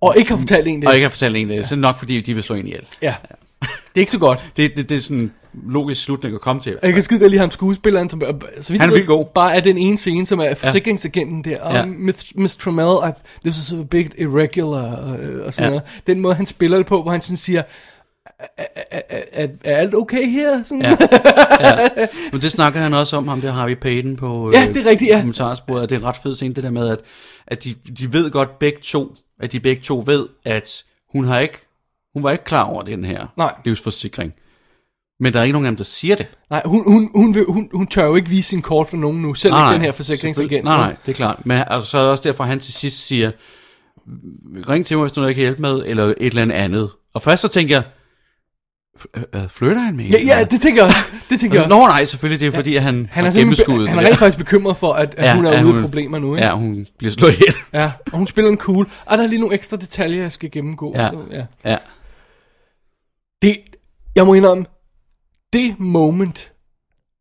Speaker 4: Og ikke har fortalt en det.
Speaker 5: og ikke har fortalt en det, så er det nok, fordi de vil slå en ihjel.
Speaker 4: Ja. Det er ikke så godt.
Speaker 5: Det, det, det er sådan en logisk slutning at komme til.
Speaker 4: Og jeg kan skide godt lide ham skuespilleren, som er- så vidt
Speaker 5: Han er
Speaker 4: jeg ved,
Speaker 5: vildt god.
Speaker 4: bare er den ene scene, som er forsikringsagenten der, og
Speaker 5: Ja.
Speaker 4: ja. Miss, Miss Tramiel, I, this is a big irregular, og, og sådan
Speaker 5: Ja.
Speaker 4: ja. noget. Den måde, han spiller det på, hvor han sådan siger, "Er- er- er er- er alt okay her? Sådan.
Speaker 5: Ja. Men det snakker han også om, ham der Harvey Payton på øh,
Speaker 4: Ja, det er rigtigt, ja.
Speaker 5: kommentarsporet, og det er en ret fed scene, det der med, at, at de, de ved godt begge to, at de begge to ved, at hun har ikke, hun var ikke klar over den her
Speaker 4: Nej.
Speaker 5: livsforsikring. Men der er ikke nogen af dem, der siger det.
Speaker 4: (laughs) Nej, hun, hun, hun, vil, hun, hun tør jo ikke vise sin kort for nogen nu, selv ikke den her
Speaker 5: selvfølgelig.
Speaker 4: forsikringsagent.
Speaker 5: Nej, nej, det er klart. Men altså, så er det også derfor, han til sidst siger, ring til mig, hvis du noget, jeg kan hjælpe med, eller et eller andet andet. Og først så tænker jeg, "F- øh, øh, flytter han med? en?"
Speaker 4: Ja, ja, det tænker jeg. Det tænker
Speaker 5: Altså,
Speaker 4: jeg.
Speaker 5: Nå nej, selvfølgelig, det er fordi, at han,
Speaker 4: Han er,
Speaker 5: har
Speaker 4: simpelthen,
Speaker 5: gennemskuddet
Speaker 4: be- han
Speaker 5: det
Speaker 4: er
Speaker 5: der.
Speaker 4: rent faktisk bekymret for, at, at ja, hun er ude af problemer nu, ikke?
Speaker 5: Ja, hun bliver slået ihjel.
Speaker 4: ja. Og hun spiller en cool. Og der er lige nogle ekstra detaljer, jeg skal gennemgå.
Speaker 5: Ja.
Speaker 4: Så, ja.
Speaker 5: Ja.
Speaker 4: Det, jeg må indrømme, det moment,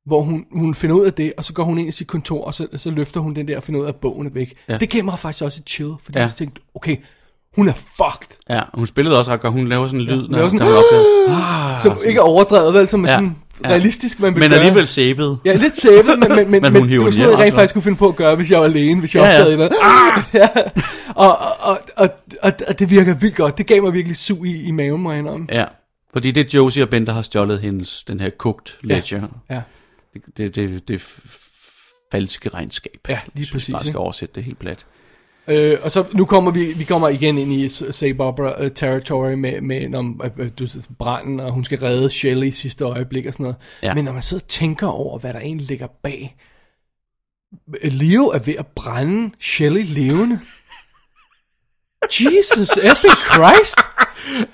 Speaker 4: hvor hun, hun finder ud af det, og så går hun ind i sit kontor, og så, så løfter hun den der og finder ud af, at bogen er væk.
Speaker 5: Ja.
Speaker 4: Ja. Det gav mig faktisk også et chill, fordi
Speaker 5: Ja.
Speaker 4: ja. jeg tænkte, okay, hun er fucked.
Speaker 5: ja, hun spillede også ret godt. Hun laver sådan en lyd, når,
Speaker 4: laver
Speaker 5: sådan,
Speaker 4: sådan-
Speaker 5: der
Speaker 4: (gasps)
Speaker 5: hun opdager.
Speaker 4: Som ikke er overdrevet, vel, som er
Speaker 5: Ah, Ja.
Speaker 4: ja. sådan
Speaker 5: Ja.
Speaker 4: realistisk, man vil
Speaker 5: Men
Speaker 4: gøre.
Speaker 5: alligevel sæbet.
Speaker 4: Ja, lidt sæbet, men, men, men,
Speaker 5: Men
Speaker 4: men,
Speaker 5: hun
Speaker 4: men det
Speaker 5: hiver
Speaker 4: var sådan
Speaker 5: den
Speaker 4: noget,
Speaker 5: hjem,
Speaker 4: jeg rent
Speaker 5: altså.
Speaker 4: faktisk kunne finde på at gøre, hvis jeg var alene, hvis jeg
Speaker 5: Ja, ja.
Speaker 4: opdagede noget. Ah! (laughs) ja. og, og, og, og, og, og, det virker vildt godt. Det gav mig virkelig sug i, i maven, må jeg indrømme.
Speaker 5: Ja. Fordi det er Josie og Ben, der har stjålet hendes, den her cooked ledger.
Speaker 4: Ja,
Speaker 5: Det, det, det, det f- f- falske regnskab.
Speaker 4: Ja, lige
Speaker 5: Hvis vi
Speaker 4: præcis,
Speaker 5: Bare skal
Speaker 4: ikke?
Speaker 5: oversætte det helt plat.
Speaker 4: øh, og så nu kommer vi, vi kommer igen ind i s- Save Opera uh, territory med, med når, uh, du, ved, branden, og hun skal redde Shelley i sidste øjeblik og sådan noget.
Speaker 5: Ja.
Speaker 4: Ja. Men når man sidder og tænker over, hvad der egentlig ligger bag, øh, Leo er ved at brænde Shelley
Speaker 5: (laughs)
Speaker 4: levende. Jesus effing Christ!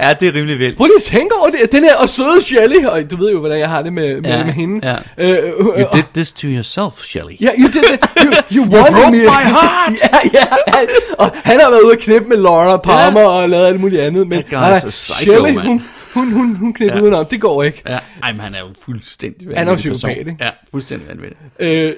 Speaker 5: Ja, det er rimelig vildt.
Speaker 4: Prøv lige at tænke over det. Den her og søde Shelley. Og du ved jo, hvordan jeg har det med, med,
Speaker 5: Ja,
Speaker 4: ja, med hende.
Speaker 5: ja.
Speaker 4: Øh, øh, øh,
Speaker 5: You did this to yourself, Shelley.
Speaker 4: Ja, you did
Speaker 5: (laughs)
Speaker 4: it. You, you wanted
Speaker 5: broke
Speaker 4: me. (laughs)
Speaker 5: my heart.
Speaker 4: ja, ja. Og han har været ude og knippe med Laura Palmer og lavet alt muligt andet. Men
Speaker 5: That guy is a psycho,
Speaker 4: Shelley,
Speaker 5: man.
Speaker 4: hun, hun, hun, hun knippede
Speaker 5: Ja.
Speaker 4: ja. udenom. Det går ikke.
Speaker 5: Ja, ej, men han er jo fuldstændig vanvittig
Speaker 4: Han er jo
Speaker 5: person.
Speaker 4: psykopat, ikke?
Speaker 5: Ja, fuldstændig vanvittig.
Speaker 4: Øh,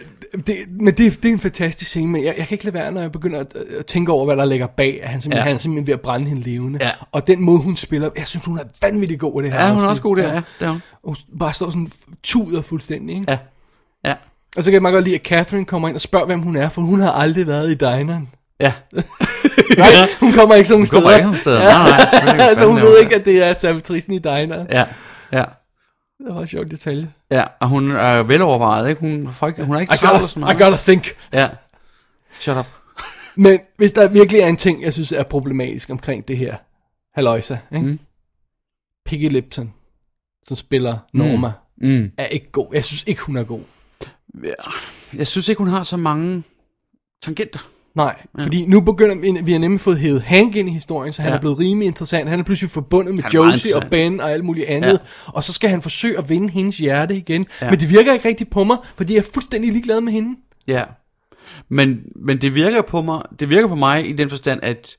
Speaker 4: det, men det, det er en fantastisk scene, men jeg, jeg kan ikke lade være, når jeg begynder at, at tænke over, hvad der ligger bag, at han simpelthen,
Speaker 5: Ja.
Speaker 4: ja. han er simpelthen ved at brænde hende levende.
Speaker 5: Ja.
Speaker 4: Og den måde, hun spiller, jeg synes, hun er vanvittig god i det her.
Speaker 5: Ja, hun er
Speaker 4: afsnit.
Speaker 5: også god der. Ja, det er hun.
Speaker 4: Og hun bare står sådan tuder fuldstændig, ikke?
Speaker 5: Ja. Ja. (laughs)
Speaker 4: Og så kan jeg meget godt lide, at Catherine kommer ind og spørger, hvem hun er, for hun har aldrig været i dineren.
Speaker 5: Ja.
Speaker 4: Nej, hun kommer ikke sådan nogle steder.
Speaker 5: kommer ikke nogen steder. Nej, nej,
Speaker 4: (laughs)
Speaker 5: selvfølgelig, hvad
Speaker 4: så hun
Speaker 5: fanden
Speaker 4: ved
Speaker 5: laver
Speaker 4: ikke, at det er servitrisen i diner.
Speaker 5: Ja, ja.
Speaker 4: Det var en sjov detalje.
Speaker 5: Ja, og hun er velovervejet, ikke? Hun, folk, hun er ikke
Speaker 4: I
Speaker 5: travlt sådan
Speaker 4: gotta, I
Speaker 5: meget.
Speaker 4: gotta think.
Speaker 5: Ja. Shut up.
Speaker 4: Men hvis der virkelig er en ting, jeg synes er problematisk omkring det her, Halløjsa, ikke? Mm.
Speaker 5: Mm.
Speaker 4: Piggy Lipton, som spiller Norma, mm.
Speaker 5: Mm.
Speaker 4: er ikke god. Jeg synes ikke, hun er god.
Speaker 5: Jeg synes ikke, hun har så mange tangenter.
Speaker 4: Nej, ja. fordi nu begynder vi, vi har nemlig fået hævet Hank ind i historien, så han ja.
Speaker 5: Ja.
Speaker 4: er blevet rimelig interessant. Han er pludselig forbundet med
Speaker 5: Han er meget
Speaker 4: Josie og Ben og alt muligt andet, ja. og så skal han forsøge at vinde hendes hjerte igen. Ja.
Speaker 5: Ja.
Speaker 4: Men det virker ikke rigtigt på mig, fordi jeg er fuldstændig ligeglad med hende.
Speaker 5: Ja. Men, men det virker på mig, det virker på mig i den forstand, at,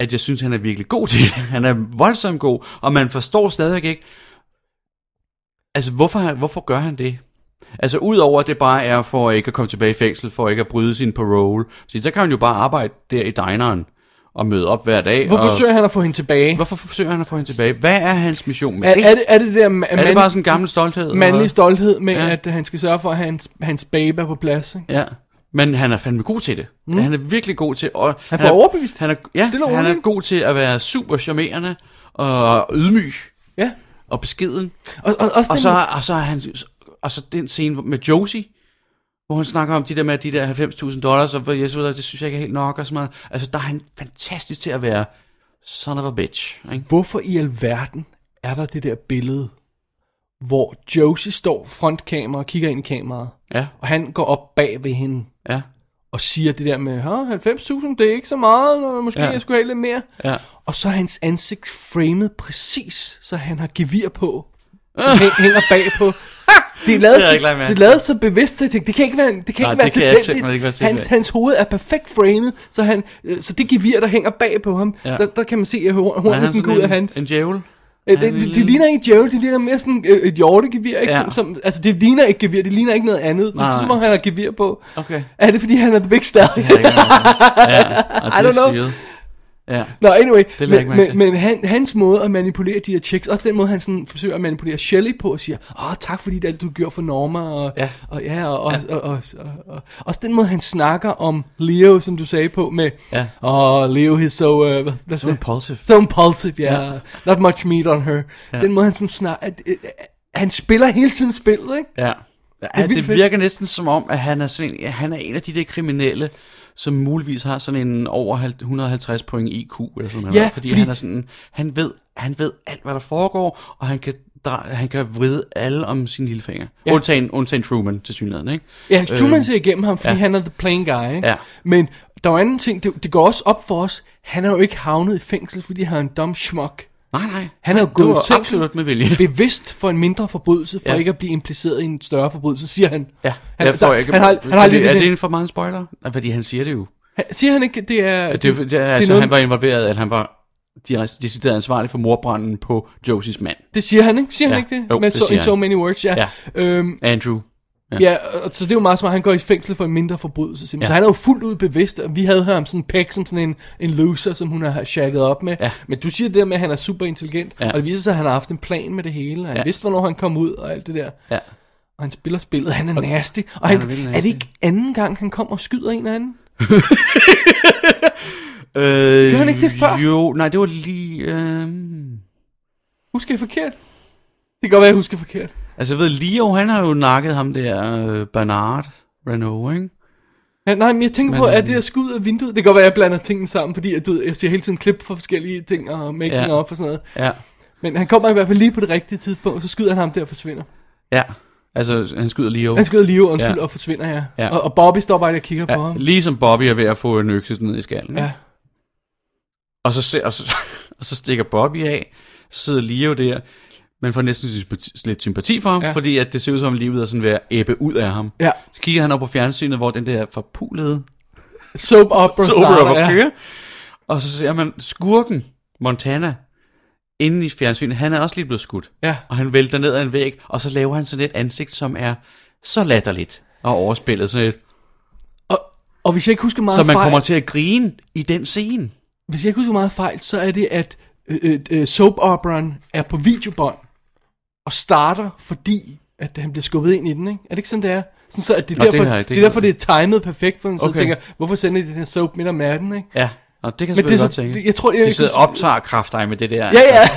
Speaker 5: at jeg synes, han er virkelig god (laughs) til det. Han er voldsomt god, og man forstår stadigvæk ikke, altså hvorfor, han- hvorfor gør han det? Altså udover at det bare er for ikke at komme tilbage i fængsel, for ikke at bryde sin parole, så, så kan han jo bare arbejde der i dineren og møde op hver dag.
Speaker 4: Hvorfor
Speaker 5: og,
Speaker 4: forsøger han at få hende tilbage?
Speaker 5: hvorfor forsøger han at få hende tilbage? Hvad er hans mission med
Speaker 4: Er,
Speaker 5: det?
Speaker 4: er, det, er det det der ma-
Speaker 5: er
Speaker 4: mand-
Speaker 5: det bare sådan en gammel stolthed? eller hvad?
Speaker 4: mandlig stolthed med, ja.
Speaker 5: Ja.
Speaker 4: at han skal sørge for, at hans, hans babe er på plads? Ikke?
Speaker 5: Ja, men han er fandme god til det. Mm. Han er virkelig god til... Og han
Speaker 4: får
Speaker 5: er,
Speaker 4: overbevist.
Speaker 5: Han er, ja,
Speaker 4: Stille og
Speaker 5: han er
Speaker 4: roligt.
Speaker 5: god til at være super charmerende og ydmyg
Speaker 4: Ja.
Speaker 5: og beskeden.
Speaker 4: Og, og, også
Speaker 5: Og
Speaker 4: den
Speaker 5: så, og, så er han, og så den scene med Josie, hvor han snakker om de der med de der 90.000 dollars, og hvor Jesus, det synes jeg ikke er helt nok. Og sådan noget. Altså, der er han fantastisk til at være son of a bitch. Ikke?
Speaker 4: Hvorfor i alverden er der det der billede, hvor Josie står frontkamera og kigger ind i kameraet,
Speaker 5: Ja,
Speaker 4: og han går op bag ved hende
Speaker 5: ja,
Speaker 4: og siger det der med, "Hå, 90.000, det er ikke så meget, og måske ja.
Speaker 5: Ja.
Speaker 4: jeg skulle have lidt mere.
Speaker 5: ja.
Speaker 4: Og så er hans ansigt framet præcis, så han har gevir på,
Speaker 5: (laughs)
Speaker 4: som hæ- hænger bag på. Det er lavet,
Speaker 5: Det har jeg ikke lagt
Speaker 4: så,
Speaker 5: mærke
Speaker 4: det er
Speaker 5: til.
Speaker 4: lavet så bevidst, så jeg tænkte, det kan ikke være, det kan
Speaker 5: Nej,
Speaker 4: ikke være
Speaker 5: det kan jeg
Speaker 4: tilfældigt.
Speaker 5: simpelthen ikke være
Speaker 4: hans,
Speaker 5: tilfældigt.
Speaker 4: hans hoved er perfekt framet, så, han, øh, så det gevir, der hænger bag på ham, ja.
Speaker 5: Ja.
Speaker 4: der, der, kan man se, at horn-
Speaker 5: Er
Speaker 4: hornet
Speaker 5: han
Speaker 4: sådan går
Speaker 5: sådan
Speaker 4: ud af
Speaker 5: en,
Speaker 4: hans.
Speaker 5: en
Speaker 4: (laughs)
Speaker 5: djævel?
Speaker 4: Øh, det,
Speaker 5: Han er
Speaker 4: det, det
Speaker 5: lille.
Speaker 4: ligner ikke djævel, det ligner mere sådan øh, et hjortegevir, ikke? Ja.
Speaker 5: Ja.
Speaker 4: Som, som, altså det ligner ikke gevir, det ligner ikke noget andet, så det er
Speaker 5: Nej.
Speaker 4: som om han har gevir på.
Speaker 5: Okay.
Speaker 4: Er det fordi han er the big star?
Speaker 5: Ja, ikke noget. ja, og
Speaker 4: I
Speaker 5: det er
Speaker 4: don't know.
Speaker 5: syret. Ja.
Speaker 4: Nå, anyway,
Speaker 5: jeg
Speaker 4: men,
Speaker 5: ikke mærke til.
Speaker 4: men, men han, hans måde at manipulere de her chicks, også den måde han sådan forsøger at manipulere Shelley på og siger, åh, tak fordi det alt du gjorde for Norma, og
Speaker 5: Ja.
Speaker 4: og, ja, og, ja. Og, og, og, og, og, også den måde han snakker om Leo, som du sagde på, med,
Speaker 5: Ja.
Speaker 4: åh, oh, Leo, he's so, uh, hvad, hvad
Speaker 5: Så
Speaker 4: sagde-
Speaker 5: impulsive.
Speaker 4: So impulsive, yeah.
Speaker 5: Ja.
Speaker 4: Not much meat on her. Ja. Den måde, han sådan snak... At, at, at, han spiller hele tiden spillet, ikke?
Speaker 5: Ja.
Speaker 4: er
Speaker 5: ja
Speaker 4: vildt
Speaker 5: det
Speaker 4: fedt.
Speaker 5: virker næsten som om, at han er, sådan en, han er en af de der kriminelle, som muligvis har sådan en over halv- 150 point IQ, eller sådan noget.
Speaker 4: Ja,
Speaker 5: fordi,
Speaker 4: fordi-
Speaker 5: han er sådan, han ved, han ved alt, hvad der foregår, og han kan, dra- han kan vride alle om sin lille finger.
Speaker 4: Ja.
Speaker 5: Ja. Undtagen, undtagen Truman, til synligheden, ikke?
Speaker 4: Ja, Truman
Speaker 5: Øhm,
Speaker 4: ser igennem ham, fordi ja.
Speaker 5: ja.
Speaker 4: han er the plain guy, ikke?
Speaker 5: Ja.
Speaker 4: Men der var anden ting, det, det går også op for os. Han er jo ikke havnet i fængsel, fordi han er en dum schmuck.
Speaker 5: Nej, nej.
Speaker 4: Han er jo
Speaker 5: Det
Speaker 4: gået
Speaker 5: var
Speaker 4: selv-
Speaker 5: absolut med vilje.
Speaker 4: (laughs) Bevidst for en mindre forbrydelse, for ja.
Speaker 5: Ja.
Speaker 4: ikke at blive impliceret i en større forbrydelse, siger han.
Speaker 5: Ja,
Speaker 4: han,
Speaker 5: han, jeg får
Speaker 4: der,
Speaker 5: ikke,
Speaker 4: han, har, han har
Speaker 5: er,
Speaker 4: lidt
Speaker 5: det, er
Speaker 4: det,
Speaker 5: det en for meget spoiler? Nej, Fordi han siger det jo.
Speaker 4: han, siger han ikke, at det er...
Speaker 5: Det, det, det, altså,
Speaker 4: noget-
Speaker 5: han var involveret, at han var direkte decideret ansvarlig for morbranden på Josies mand,
Speaker 4: Det siger han, ikke? Siger
Speaker 5: Ja.
Speaker 4: han ikke det?
Speaker 5: Jo,
Speaker 4: Med
Speaker 5: det
Speaker 4: so,
Speaker 5: siger
Speaker 4: in so
Speaker 5: han.
Speaker 4: many words, ja.
Speaker 5: Ja.
Speaker 4: Øhm,
Speaker 5: Andrew.
Speaker 4: Ja, og, så det er jo meget smart. Han går i fængsel for en mindre forbrydelse. Simpelthen. Ja.
Speaker 5: Ja.
Speaker 4: Så han er jo fuldt ud bevidst, og vi havde ham sådan pæk som sådan en, en loser, som hun har shagget op med.
Speaker 5: Ja.
Speaker 4: Men du siger det der med, at han er super intelligent, ja.
Speaker 5: Ja.
Speaker 4: og det viser sig, at han har haft en plan med det hele, og han ja.
Speaker 5: Ja.
Speaker 4: vidste, hvornår han kom ud og alt det der.
Speaker 5: Ja.
Speaker 4: Og han spiller spillet, han er nasty. Og han,
Speaker 5: er
Speaker 4: er,
Speaker 5: virkelig
Speaker 4: er det
Speaker 5: nasty.
Speaker 4: ikke anden gang, han kommer og skyder en anden?
Speaker 5: Øh,
Speaker 4: Gjorde han ikke det før?
Speaker 5: Jo, nej, det var lige... Øh,
Speaker 4: Husker jeg forkert? Det kan godt være, jeg husker forkert.
Speaker 5: altså, jeg ved, Leo, han har jo nakket ham der, øh, Bernard Renault, ikke?
Speaker 4: Ja, nej, men jeg tænker men,
Speaker 5: Men- øh,
Speaker 4: på, at det der skud ud af vinduet, det kan godt være, at jeg blander tingene sammen, fordi at, du ved, jeg ser hele tiden klip fra forskellige ting og making ja.
Speaker 5: Ja.
Speaker 4: up og sådan noget.
Speaker 5: Ja.
Speaker 4: Men han kommer i hvert fald lige på det rigtige tidspunkt, og så skyder han ham der og forsvinder.
Speaker 5: Ja. Altså, han skyder Leo.
Speaker 4: Han skyder Leo, undskyld, ja.
Speaker 5: Ja.
Speaker 4: og forsvinder, ja. ja.
Speaker 5: Ja.
Speaker 4: Og, og Bobby står bare der og kigger ja. på
Speaker 5: ja,
Speaker 4: ham.
Speaker 5: ligesom Bobby er ved at få en økse ned i skallen.
Speaker 4: Ja.
Speaker 5: ikke? Og, så ser, og, så, (laughs) og så stikker Bobby af, så sidder Leo der, man får næsten sympati, lidt sympati for ham,
Speaker 4: Ja.
Speaker 5: ja. fordi at det ser ud som om livet er sådan ved at æbbe ud af ham.
Speaker 4: Ja.
Speaker 5: Så kigger han op på fjernsynet, hvor den der forpulede
Speaker 4: Soap opera
Speaker 5: så
Speaker 4: starter,
Speaker 5: opera
Speaker 4: ja.
Speaker 5: ja. kører. Og så ser man skurken, Montana, inde i fjernsynet. Han er også lige blevet skudt.
Speaker 4: Ja.
Speaker 5: Og han vælter ned ad en væg, og så laver han sådan et ansigt, som er så latterligt og overspillet. Sådan et,
Speaker 4: Og, og hvis jeg ikke husker meget
Speaker 5: så man
Speaker 4: fejl,
Speaker 5: kommer til at grine i den scene.
Speaker 4: hvis jeg ikke husker meget fejl, så er det, at øh, øh, øh, soap operaen er på videobånd, og starter, fordi at han bliver skubbet ind i den, ikke? Er det ikke sådan, det er? Sådan så, at det er,
Speaker 5: Nå,
Speaker 4: derfor,
Speaker 5: det
Speaker 4: det
Speaker 5: har
Speaker 4: det
Speaker 5: jeg- det
Speaker 4: er
Speaker 5: kan-
Speaker 4: derfor, det er timet perfekt, for man okay.
Speaker 5: Okay.
Speaker 4: så tænker, hvorfor sender de den her soap midt om natten, ikke?
Speaker 5: Ja, og det kan
Speaker 4: Men det er
Speaker 5: selvfølgelig godt
Speaker 4: så-
Speaker 5: tænkes.
Speaker 4: det- jeg tror, det er-
Speaker 5: de sidder og optager kraftdej med det der.
Speaker 4: Ja, ja.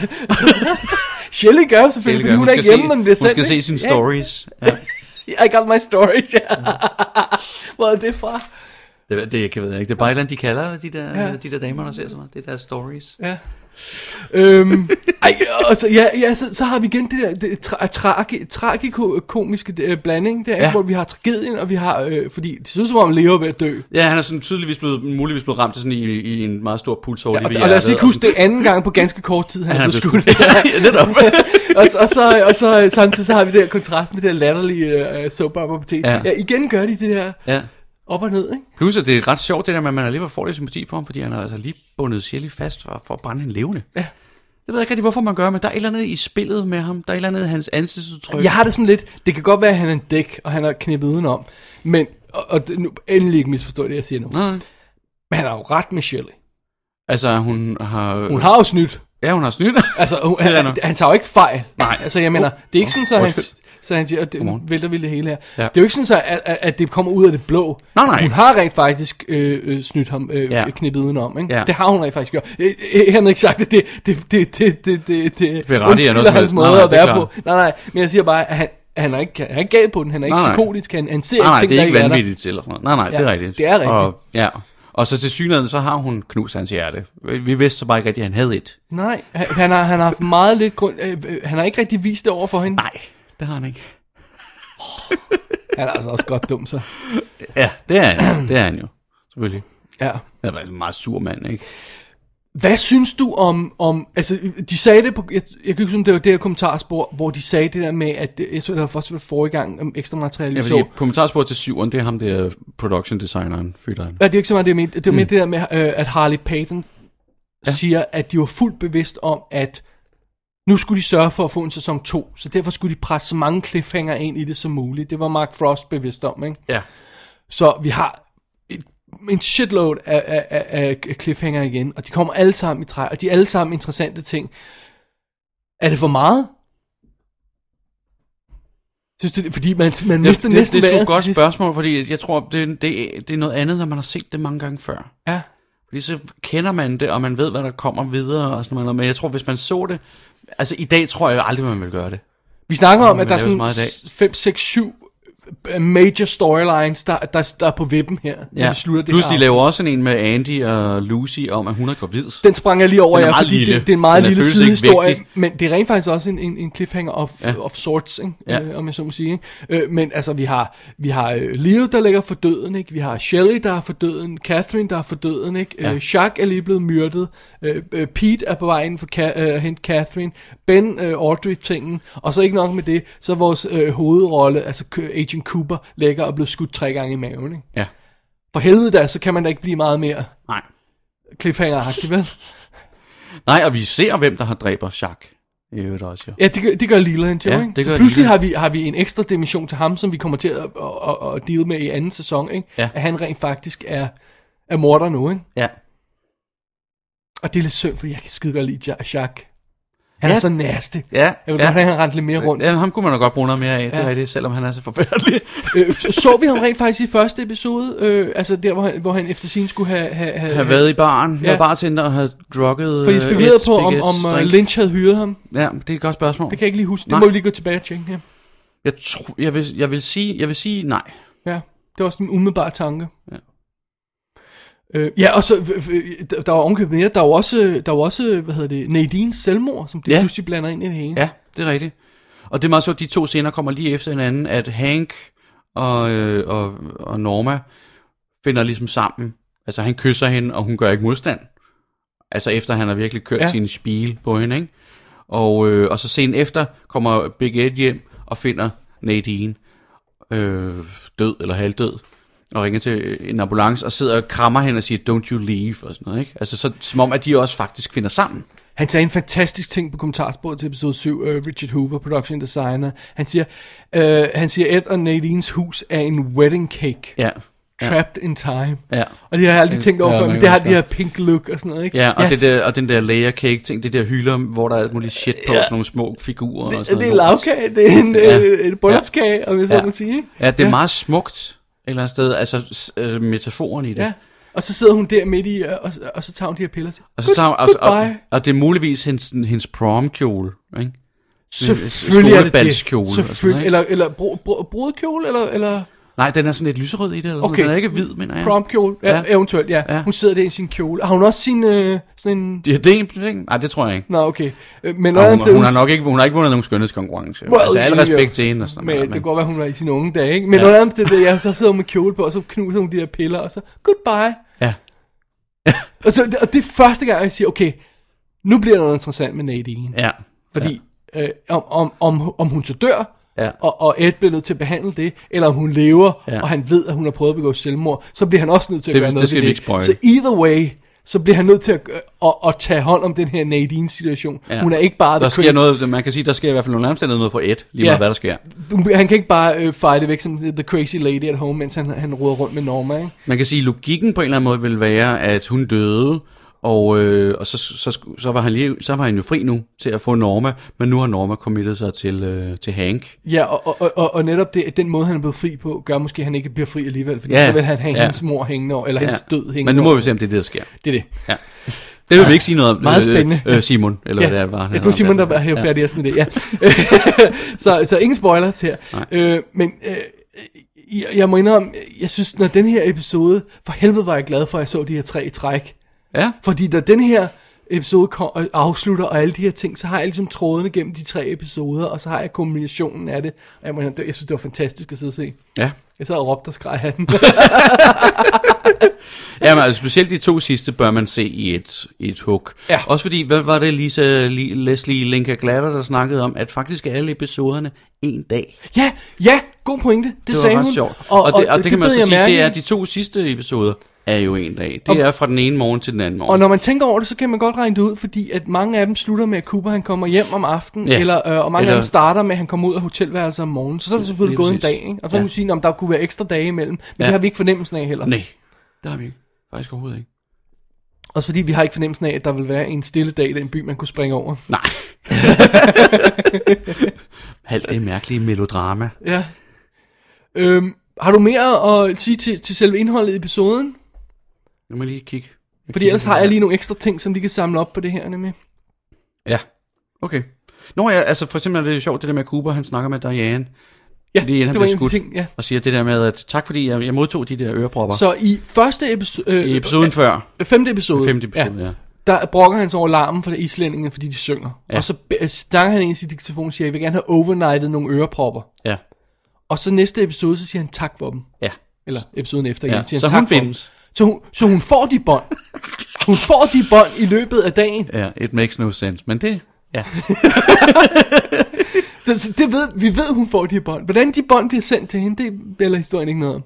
Speaker 4: Shelly gør jo selvfølgelig,
Speaker 5: Elga,
Speaker 4: fordi hun, er
Speaker 5: skal
Speaker 4: ikke hjemme, når den bliver
Speaker 5: Hun
Speaker 4: sendt.
Speaker 5: skal se
Speaker 4: ikke?
Speaker 5: sine
Speaker 4: Ja.
Speaker 5: stories. Ja.
Speaker 4: (laughs) I got my stories, ja. Hvor er det fra?
Speaker 5: Det, det jeg ved jeg ikke. Det er bare et eller andet, de kalder det, de der,
Speaker 4: Ja.
Speaker 5: ja. de der damer, der ser sådan noget. Det er deres stories.
Speaker 4: Ja. øhm, ej, og så, ja, ja, så, så har vi igen det der det, tra- tragi- tragikomiske øh, blanding der, ja.
Speaker 5: Ja.
Speaker 4: hvor vi har tragedien, og vi har, øh, fordi det ser ud som om, Leo er ved at dø.
Speaker 5: Ja, han er sådan tydeligvis blevet, muligvis blevet ramt af sådan i, i en meget stor pulsår.
Speaker 4: Og, og lad os ikke huske det er anden gang på ganske kort tid, han,
Speaker 5: Han
Speaker 4: er
Speaker 5: er
Speaker 4: blevet
Speaker 5: blevet
Speaker 4: skudt. (laughs) ja, netop. og, så- og, så, og så øh, samtidig så har vi det her kontrast med det her latterlige øh, soap opera på ja.
Speaker 5: Ja.
Speaker 4: ja, igen gør de det der
Speaker 5: Ja.
Speaker 4: op og ned, ikke?
Speaker 5: Plus, at det er ret sjovt, det der med, at man alligevel får lidt sympati for ham, fordi han har altså lige bundet Shelly fast og for at brænde hende levende. Ja. Jeg ved ikke rigtig, hvorfor man gør, men der er et eller andet i spillet med ham. Der er et eller andet i hans ansigtsudtryk.
Speaker 4: Jeg har det sådan lidt, det kan godt være, at han er en dæk, og han har knippet udenom, men, og, og det- nu, endelig ikke misforstå det, jeg siger nu,
Speaker 5: Nej.
Speaker 4: men han har jo ret med Shirley.
Speaker 5: Altså, hun har...
Speaker 4: Hun har jo snydt.
Speaker 5: Ja, hun har snydt.
Speaker 4: (laughs) Altså, hun,
Speaker 5: er
Speaker 4: han,
Speaker 5: nok.
Speaker 4: han, tager jo ikke fejl.
Speaker 5: Nej.
Speaker 4: Altså, jeg mener, det er ikke sådan, så han,
Speaker 5: Undskyld.
Speaker 4: så han siger, at det, nu
Speaker 5: Godmorgen.
Speaker 4: vælter vi det hele her.
Speaker 5: Ja.
Speaker 4: Det er jo ikke sådan, så, at, at, at det kommer ud af det blå.
Speaker 5: Nej, nej.
Speaker 4: Hun har rent faktisk øh, øh, snydt ham, øh, ja.
Speaker 5: Ja.
Speaker 4: knippet udenom. Ikke?
Speaker 5: Ja.
Speaker 4: Det har hun rent faktisk gjort. Øh, øh, Hermed ikke sagt, at det, det, det, det, det, det, det
Speaker 5: Berettiger noget som
Speaker 4: undskylder
Speaker 5: helst.
Speaker 4: hans
Speaker 5: Nej,
Speaker 4: måde
Speaker 5: nej,
Speaker 4: at
Speaker 5: det er
Speaker 4: være på.
Speaker 5: klart.
Speaker 4: Nej, nej, men jeg siger bare, at han, han er ikke, han er ikke gal på den, han er ikke
Speaker 5: Nej, nej.
Speaker 4: psykotisk, han, han ser
Speaker 5: Nej, nej,
Speaker 4: ikke ting,
Speaker 5: det er
Speaker 4: der
Speaker 5: ikke
Speaker 4: ikke er der.
Speaker 5: vanvittigt eller sådan noget. Nej, nej,
Speaker 4: Ja,
Speaker 5: det er rigtigt.
Speaker 4: det er rigtigt.
Speaker 5: Og, ja. Og så til synligheden, så har hun knust hans hjerte. Vi vidste så bare ikke rigtigt, at han havde et.
Speaker 4: Nej, han, han, har, han har haft meget lidt grund, øh, øh, han har ikke rigtig vist det over for hende.
Speaker 5: Nej, det har han ikke.
Speaker 4: Han er altså også godt dum, så.
Speaker 5: Ja, det er han, det er han jo. Selvfølgelig.
Speaker 4: Ja.
Speaker 5: Han var en meget sur mand, ikke?
Speaker 4: Hvad synes du om, om altså de sagde det på, jeg, jeg kan ikke huske, om det var det her kommentarspor, hvor de sagde det der med, at jeg så, der var først var forrige gang om ekstra materiale,
Speaker 5: Ja,
Speaker 4: vi
Speaker 5: fordi
Speaker 4: så.
Speaker 5: kommentarspor til syveren, det er ham der production designeren, fytteren.
Speaker 4: Ja, det er ikke så meget det, jeg mente. Det var mere
Speaker 5: Mm.
Speaker 4: det der med, øh, at Harley Payton ja. siger, at de var fuldt bevidst om, at nu skulle de sørge for at få en sæson 2, så derfor skulle de presse så mange cliffhanger ind i det som muligt. Det var Mark Frost bevidst om, ikke?
Speaker 5: Ja.
Speaker 4: Så vi har et, en shitload af, af, af, af cliffhanger igen, og de kommer alle sammen i træ, og de er alle sammen interessante ting. Er det for meget? Synes du, det, fordi man, man
Speaker 5: Det,
Speaker 4: mister
Speaker 5: det, det,
Speaker 4: næsten
Speaker 5: det er sgu
Speaker 4: vejret
Speaker 5: et
Speaker 4: til
Speaker 5: godt
Speaker 4: sidst.
Speaker 5: spørgsmål, fordi jeg tror, det, det, det er noget andet, når man har set det mange gange før.
Speaker 4: Ja.
Speaker 5: Fordi så kender man det, og man ved, hvad der kommer videre og sådan noget. Men jeg tror, hvis man så det... Altså, i dag tror jeg aldrig, man vil gøre det.
Speaker 4: Vi snakker om,
Speaker 5: men
Speaker 4: at der er
Speaker 5: laves
Speaker 4: sådan
Speaker 5: meget i dag.
Speaker 4: 5, 6, 7 øh, major storylines, der, der, der er på vippen her, ja. når vi slutter det
Speaker 5: Plus,
Speaker 4: her
Speaker 5: de
Speaker 4: afsnit.
Speaker 5: laver også sådan en med Andy og Lucy om, at hun er gravid.
Speaker 4: Den sprang jeg lige over,
Speaker 5: Den er
Speaker 4: ja,
Speaker 5: meget
Speaker 4: fordi
Speaker 5: lille.
Speaker 4: Det, det er en meget
Speaker 5: Den er-
Speaker 4: lille
Speaker 5: føles ikke
Speaker 4: sidehistorie,
Speaker 5: vigtig.
Speaker 4: men det er rent faktisk også en, en, en cliffhanger of, ja.
Speaker 5: Ja.
Speaker 4: of sorts, ikke?
Speaker 5: Ja.
Speaker 4: Øh, om jeg så må sige. Ikke? Øh, men altså, vi har, vi har øh, Leo, der ligger for døden, ikke? vi har Shelley, der er for døden, Catherine, der er for døden, ikke? Ja.
Speaker 5: Ja.
Speaker 4: Øh, Jacques er lige blevet myrdet, øh, øh, Pete er på vej ind for Ka- øh, at hente Catherine, Ben øh, Audrey-tingen, og så ikke nok med det, så er vores øh, hovedrolle, altså K- Agent Cooper, ligger og bliver skudt tre gange i maven. Ikke?
Speaker 5: Ja.
Speaker 4: For helvede da, så kan man da ikke blive meget mere
Speaker 5: Nej.
Speaker 4: cliffhanger-agtig, vel?
Speaker 5: Nej, og vi ser, hvem der har dræber Jacques. I øvrigt også, jo.
Speaker 4: Ja, det gør, det gør Leland jo,
Speaker 5: Ja,
Speaker 4: ikke?
Speaker 5: det
Speaker 4: så
Speaker 5: gør
Speaker 4: pludselig har
Speaker 5: Leland.
Speaker 4: vi, har vi en ekstra dimension til ham, som vi kommer til at, at, at, at deal med i anden sæson, ikke?
Speaker 5: Ja.
Speaker 4: At han rent faktisk er, er morder nu, ikke?
Speaker 5: Ja.
Speaker 4: Og det er lidt synd, fordi jeg kan skide godt lide Ja- Jacques. Han ja.
Speaker 5: Ja.
Speaker 4: er så nasty.
Speaker 5: Ja,
Speaker 4: Jeg vil
Speaker 5: ja.
Speaker 4: godt have, at han rendte lidt mere rundt.
Speaker 5: Ja, ham kunne man da godt bruge noget mere af, ja. det
Speaker 4: Ja.
Speaker 5: er rigtigt, selvom han er så forfærdelig.
Speaker 4: øh, så vi ham rent faktisk i første episode, øh, altså der, hvor han, hvor han efter sin skulle have... have, have,
Speaker 5: Han har været i baren,
Speaker 4: Ja.
Speaker 5: ja. bartender og har drukket...
Speaker 4: for de
Speaker 5: øh,
Speaker 4: spekulerede
Speaker 5: et
Speaker 4: på, om,
Speaker 5: spaghetti
Speaker 4: om øh,
Speaker 5: drink.
Speaker 4: Lynch havde hyret ham.
Speaker 5: Ja, det er et godt spørgsmål.
Speaker 4: Det kan jeg ikke lige huske. Det
Speaker 5: Nej.
Speaker 4: må vi lige gå tilbage og tjekke. Ja.
Speaker 5: Jeg, tror, jeg, vil, jeg, vil sige, jeg vil sige nej.
Speaker 4: Ja, det var sådan en umiddelbar tanke. Ja.
Speaker 5: Ja.
Speaker 4: Øh, ja, og så, øh, øh, der der var omkøbet mere, der var også, der var også, øh, hvad hedder det, Nadines selvmord, som de ja.
Speaker 5: Ja.
Speaker 4: pludselig blander ind i det hele.
Speaker 5: Ja, det er rigtigt. Og det er meget sjovt, at de to scener kommer lige efter hinanden, at Hank og, øh, og, og Norma finder ligesom sammen. Altså han kysser hende, og hun gør ikke modstand. Altså efter han har virkelig kørt
Speaker 4: Ja.
Speaker 5: ja. sin spil på hende, ikke? Og, øh, og så sen efter kommer Big Ed hjem og finder Nadine øh, død eller halvdød. Og ringer til en ambulance og sidder og krammer hende og siger, don't you leave, og sådan noget, ikke? Altså, så, som om, at de også faktisk finder sammen.
Speaker 4: Han sagde en fantastisk ting på kommentarsporet til episode 7, øh, Richard Hoover, production designer. Han siger, øh, han siger, Ed og Nadines hus er en wedding cake.
Speaker 5: Ja.
Speaker 4: Trapped in Time.
Speaker 5: Ja.
Speaker 4: Og det har jeg aldrig
Speaker 5: Det-
Speaker 4: tænkt over
Speaker 5: ja,
Speaker 4: før,
Speaker 5: man
Speaker 4: men
Speaker 5: kan
Speaker 4: det har
Speaker 5: huske
Speaker 4: de her
Speaker 5: det.
Speaker 4: pink look og sådan noget, ikke?
Speaker 5: Ja, og,
Speaker 4: Jeg
Speaker 5: det der, og den der layer cake ting, det der hylder, hvor der er alt muligt shit på,
Speaker 4: Ja.
Speaker 5: ja. sådan nogle små figurer og
Speaker 4: Det,
Speaker 5: sådan
Speaker 4: det er
Speaker 5: noget lort.
Speaker 4: lavkage, det er en,
Speaker 5: Ja.
Speaker 4: ja. en bryllupskage, om jeg så
Speaker 5: Ja.
Speaker 4: må sige. ikke?
Speaker 5: Ja, det er ja. meget smukt et eller andet sted, altså s- øh, metaforen i det.
Speaker 4: Ja. Og så sidder hun der midt i, øh, og, og, og så tager hun de her piller til.
Speaker 5: Og, så tager, hun- og, og,
Speaker 4: goodbye.
Speaker 5: og det er muligvis hendes, hendes prom-kjole, ikke?
Speaker 4: Selvfølgelig er det det.
Speaker 5: Skoleballskjole og sådan noget,
Speaker 4: Selvfølgelig.
Speaker 5: ikke?
Speaker 4: Eller, eller bro, bro, brudekjole, eller, eller
Speaker 5: Nej, den er sådan lidt lyserød i det. Eller okay. Den er ikke hvid, men jeg.
Speaker 4: Promkjole, ja,
Speaker 5: Ja.
Speaker 4: ja. eventuelt, ja.
Speaker 5: Ja.
Speaker 4: ja. Hun sidder der i sin kjole. Har hun også sin øh, sådan en...
Speaker 5: Diadem, ikke? Nej, det tror jeg ikke.
Speaker 4: Nå, okay. Øh, Men
Speaker 5: Og hun,
Speaker 4: andet sted,
Speaker 5: hun, har nok ikke, hun har ikke vundet nogen skønhedskonkurrence.
Speaker 4: Well,
Speaker 5: altså, al
Speaker 4: yeah.
Speaker 5: respekt til hende og sådan
Speaker 4: Men
Speaker 5: noget.
Speaker 4: det kan godt være, hun var i sine unge dage, ikke? Men
Speaker 5: Ja.
Speaker 4: ja. under andet sted, der, ja, så sidder hun med kjole på, og så knuser hun de der piller, og så goodbye.
Speaker 5: Ja.
Speaker 4: Og, så, og det er første gang, jeg siger, okay, nu bliver der noget interessant med Nadine.
Speaker 5: Ja.
Speaker 4: Fordi ja. øh, om, om, om, om hun så dør,
Speaker 5: Ja.
Speaker 4: og, og Ed bliver nødt til at behandle det, eller om hun lever,
Speaker 5: Ja.
Speaker 4: ja. og han ved, at hun har prøvet at begå selvmord, så bliver han også nødt til at
Speaker 5: Det-
Speaker 4: gøre
Speaker 5: det
Speaker 4: noget
Speaker 5: skal vi
Speaker 4: ved
Speaker 5: ikke spoil.
Speaker 4: Så either way, så bliver han nødt til at, øh, at, at tage hånd om den her Nadine-situation.
Speaker 5: Ja.
Speaker 4: Ja. Hun er ikke bare...
Speaker 5: Der
Speaker 4: the
Speaker 5: sker
Speaker 4: crazy-
Speaker 5: noget, man kan sige, der sker i hvert fald nogle omstændigheder noget for et, lige meget
Speaker 4: Ja.
Speaker 5: hvad der sker.
Speaker 4: Du- Han kan ikke bare øh, feje det væk som the crazy lady at home, mens han, han roder rundt med Norma, ikke?
Speaker 5: Man kan sige, at logikken på en eller anden måde vil være, at hun døde, og, øh, og så, så, så, så, var han lige, så var han jo fri nu til at få Norma, men nu har Norma committet sig til, øh, til Hank.
Speaker 4: Ja, og, og- og, og, og netop det, at den måde, han er blevet fri på, gør måske, at han ikke bliver fri alligevel, fordi
Speaker 5: Ja,
Speaker 4: ja. så vil han have
Speaker 5: ja.
Speaker 4: ja. hendes mor hængende over, eller ja. hendes død hængende
Speaker 5: men nu må
Speaker 4: over.
Speaker 5: vi se, om det er det, der sker.
Speaker 4: Det er det.
Speaker 5: Ja. Det vil vi ikke sige noget om.
Speaker 4: Meget
Speaker 5: øh,
Speaker 4: spændende.
Speaker 5: Øh, Simon, eller hvad det er, var.
Speaker 4: Ja, det var Simon, der var her færdig også med det, ja. (laughs) så, så ingen spoilers her. Øh, men øh, jeg, jeg må indrømme, jeg synes, når den her episode, for helvede var jeg glad for, at jeg så de her tre i træk.
Speaker 5: Ja.
Speaker 4: Fordi når den her episode kom, og afslutter, og alle de her ting, så har jeg ligesom trådene gennem de tre episoder, og så har jeg kombinationen af det. Og Jeg, må, indrømme, det- jeg synes, det var fantastisk at sidde og se.
Speaker 5: Ja.
Speaker 4: Jeg sad og råbte og skreg af den.
Speaker 5: (laughs) Ja, men altså, specielt de to sidste bør man se i et, i et hook.
Speaker 4: Ja.
Speaker 5: Også fordi, hvad var det Lisa, Li, Leslie Linka Glatter, der snakkede om, at faktisk er alle episoderne en dag. Det,
Speaker 4: ja, ja, god pointe. Det,
Speaker 5: var
Speaker 4: sagde
Speaker 5: ret
Speaker 4: hun.
Speaker 5: sjovt. Og, og, det, og det, kan man
Speaker 4: bed
Speaker 5: så
Speaker 4: jeg
Speaker 5: sige,
Speaker 4: mærke
Speaker 5: det er
Speaker 4: i.
Speaker 5: at de to sidste episoder er jo en dag. Det
Speaker 4: Og-
Speaker 5: er fra den ene morgen til den anden morgen.
Speaker 4: Og når man tænker over det, så kan man godt regne det ud, fordi at mange af dem slutter med, at Cooper han kommer hjem om aftenen,
Speaker 5: Ja.
Speaker 4: ja. eller, øh, og mange
Speaker 5: Eller-
Speaker 4: eller... af dem starter med, at han kommer ud af hotelværelset om morgenen. Så, så er det selvfølgelig
Speaker 5: Lige
Speaker 4: gået
Speaker 5: præcis.
Speaker 4: en dag, ikke? og så kan
Speaker 5: Ja.
Speaker 4: man sige, om der kunne være ekstra dage imellem, men
Speaker 5: Ja.
Speaker 4: det har vi ikke fornemmelsen af heller.
Speaker 5: Nej, der har vi ikke. Faktisk overhovedet ikke.
Speaker 4: Også fordi vi har ikke fornemmelsen af, at der vil være en stille dag i den by, man kunne springe over. (laughs)
Speaker 5: Nej. Alt det mærkelige melodrama.
Speaker 4: Ja. Øhm, har du mere at sige til, til selve indholdet i episoden?
Speaker 5: Nu må jeg lige kigge.
Speaker 4: Fordi
Speaker 5: Jeg kigger
Speaker 4: ellers har jeg lige nogle ekstra ting, som de kan samle op på det her nemlig.
Speaker 5: Ja. Okay. Nå ja, altså for eksempel er det jo sjovt, det der med at Cooper, han snakker med Diane.
Speaker 4: Ja,
Speaker 5: Lige inden han
Speaker 4: det var
Speaker 5: blev
Speaker 4: en af de
Speaker 5: skudt.
Speaker 4: ting, ja.
Speaker 5: Og siger det der med, at tak fordi jeg, jeg modtog de der ørepropper.
Speaker 4: Så i første episode... Øh,
Speaker 5: I episoden før,
Speaker 4: øh, Femte episode.
Speaker 5: femte episode, ja. ja.
Speaker 4: der brokker han sig over larmen for islændingene, fordi de synger.
Speaker 5: Ja.
Speaker 4: Ja. Og så be- øh, snakker han ind i sin diktafon og siger, jeg vil gerne have overnightet nogle ørepropper.
Speaker 5: Ja.
Speaker 4: Og så næste episode, så siger han tak for dem.
Speaker 5: ja.
Speaker 4: Eller episoden efter
Speaker 5: Ja,
Speaker 4: igen, siger
Speaker 5: så
Speaker 4: han tak
Speaker 5: hun
Speaker 4: for
Speaker 5: findes.
Speaker 4: Dem. Så, hun, så hun får de
Speaker 5: (laughs)
Speaker 4: bånd. Hun får de bånd i løbet af dagen.
Speaker 5: Ja, it makes no sense, men det... Ja.
Speaker 4: Det, så det ved, vi ved, hun får de bånd. Hvordan de bånd bliver sendt til hende, det bæller historien ikke noget om.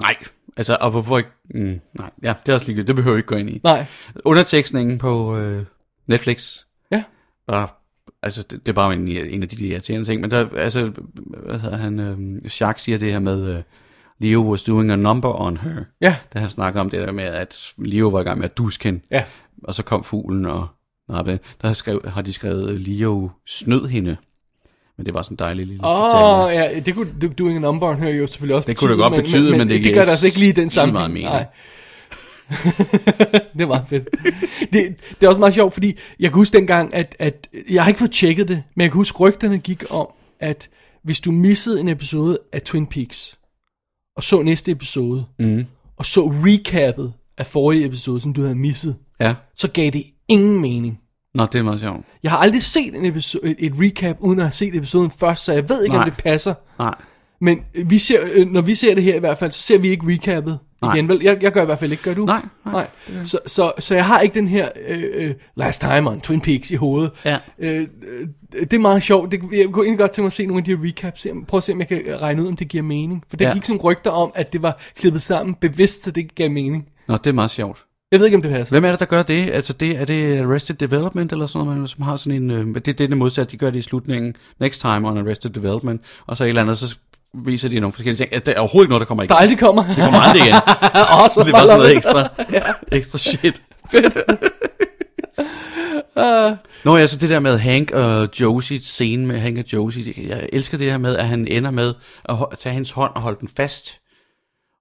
Speaker 5: Nej, altså, og hvorfor ikke... Mm, nej, ja, det er også ligegyldigt. Det behøver vi ikke gå ind i.
Speaker 4: Nej.
Speaker 5: Undertekstningen på øh, Netflix
Speaker 4: Ja.
Speaker 5: var... Altså, det, det er bare en, en af de der irriterende ting, men der... Altså, hvad hedder han? Øh, Jacques siger det her med... Øh, Leo was doing a number on her.
Speaker 4: Ja.
Speaker 5: Da han snakker om det der med, at Leo var i gang med at duske hende.
Speaker 4: Ja.
Speaker 5: Og så kom fuglen og... Nej, men der har, skrev, har de skrevet, øh, Leo snød hende. Men det var sådan en dejlig lille
Speaker 4: Åh,
Speaker 5: detalje.
Speaker 4: oh, ja, det kunne do- doing an unborn her jo selvfølgelig også
Speaker 5: Det kunne det godt betyde, men det giver
Speaker 4: det gør
Speaker 5: ikke
Speaker 4: det altså ikke lige i den
Speaker 5: skide
Speaker 4: samme.
Speaker 5: meget mening.
Speaker 4: (laughs) det er meget fedt. Det, det er også meget sjovt, fordi jeg kan huske dengang, at, at jeg har ikke fået tjekket det, men jeg kan huske, rygterne gik om, at hvis du missede en episode af Twin Peaks, og så næste episode, mm. og så recappet af forrige episode, som du havde misset,
Speaker 5: Ja.
Speaker 4: så gav det ingen mening.
Speaker 5: Nå, det er meget sjovt.
Speaker 4: Jeg har aldrig set en episode, et, et recap, uden at have set episoden først, så jeg ved ikke,
Speaker 5: Nej.
Speaker 4: om det passer.
Speaker 5: Nej.
Speaker 4: Men øh, vi ser, øh, når vi ser det her i hvert fald, så ser vi ikke recappet
Speaker 5: Nej.
Speaker 4: nej. igen. Vel, jeg, jeg gør i hvert fald ikke, gør du?
Speaker 5: Nej, nej.
Speaker 4: Så, så, så jeg har ikke den her øh, øh, last time on Twin Peaks i hovedet.
Speaker 5: Ja.
Speaker 4: Øh, øh, det er meget sjovt. Det, jeg kunne egentlig godt tænke mig at se nogle af de her recaps. Se om- Prøv at se, om jeg kan øh, regne ud, om det giver mening. For der
Speaker 5: Ja.
Speaker 4: ja. gik sådan rygter om, at det var klippet sammen bevidst, så det ikke gav mening.
Speaker 5: Nå, det er meget sjovt.
Speaker 4: Jeg ved ikke, om det passer.
Speaker 5: Hvem er det, der gør det? Altså, det, er det Arrested Development eller sådan noget, man- som har sådan en... Øh, det, det er det modsatte, de gør det i slutningen. Next time on Arrested Development. Og så et eller andet, så viser de nogle forskellige ting. Altså, der er overhovedet ikke noget, der kommer igen.
Speaker 4: Der aldrig kommer.
Speaker 5: Det kommer aldrig igen.
Speaker 4: (laughs) Åh, så
Speaker 5: det er bare sådan noget
Speaker 4: meget
Speaker 5: ekstra,
Speaker 4: (laughs)
Speaker 5: ekstra shit. Fedt.
Speaker 4: Ah.
Speaker 5: Nå ja, så det der med Hank og Josie, scenen med Hank og Josie, det- jeg elsker det her med, at han ender med at ho- tage hendes hånd og holde den fast,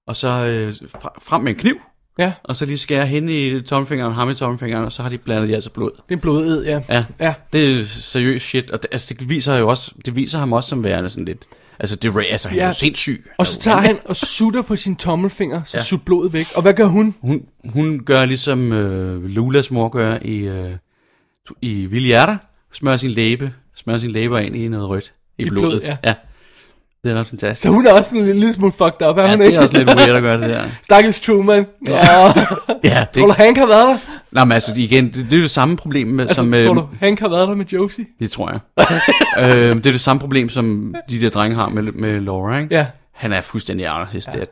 Speaker 5: og så øh, fra- frem med en kniv,
Speaker 4: Ja,
Speaker 5: og så lige skære hende i tommelfingeren, ham i tommelfingeren, og så har de blandet de altså blod.
Speaker 4: det er en bloded, ja.
Speaker 5: Ja,
Speaker 4: Ja.
Speaker 5: det er seriøst shit, og det, altså, det viser jo også, det viser ham også som værende sådan lidt, altså, det, er- altså han er
Speaker 4: Ja.
Speaker 5: jo sindssyg.
Speaker 4: Og så tager han og sutter på sin tommelfinger, så ja.
Speaker 5: Ja.
Speaker 4: suger blodet væk. Og hvad gør hun?
Speaker 5: Hun, hun gør ligesom øh, Lulas mor gør i, øh, tu- i Vilde Hjerter. Smører sin læbe, smører sin læber ind i noget rødt. I,
Speaker 4: I
Speaker 5: I
Speaker 4: blod,
Speaker 5: blodet. Blod,
Speaker 4: ja.
Speaker 5: ja. ja. Det er ret fantastisk.
Speaker 4: Så hun er også sådan en lille, lille smule fucked up, er
Speaker 5: ja,
Speaker 4: hun
Speaker 5: det
Speaker 4: ikke?
Speaker 5: er også lidt weird at gøre det
Speaker 4: (laughs)
Speaker 5: der.
Speaker 4: Stakkels Truman. Ja. (laughs)
Speaker 5: Ja,
Speaker 4: Tror du,
Speaker 5: (laughs) det,
Speaker 4: Hank har været der?
Speaker 5: nej, men altså igen, det, det er det samme problem, med,
Speaker 4: Altså,
Speaker 5: altså, som...
Speaker 4: tror
Speaker 5: Øh,
Speaker 4: du, Hank har været der med Josie?
Speaker 5: det tror jeg. (laughs) øh, det er det samme problem, som de der drenge har med, med Laura, ikke?
Speaker 4: Ja.
Speaker 5: Han er fuldstændig anderledes. Ja.
Speaker 4: Men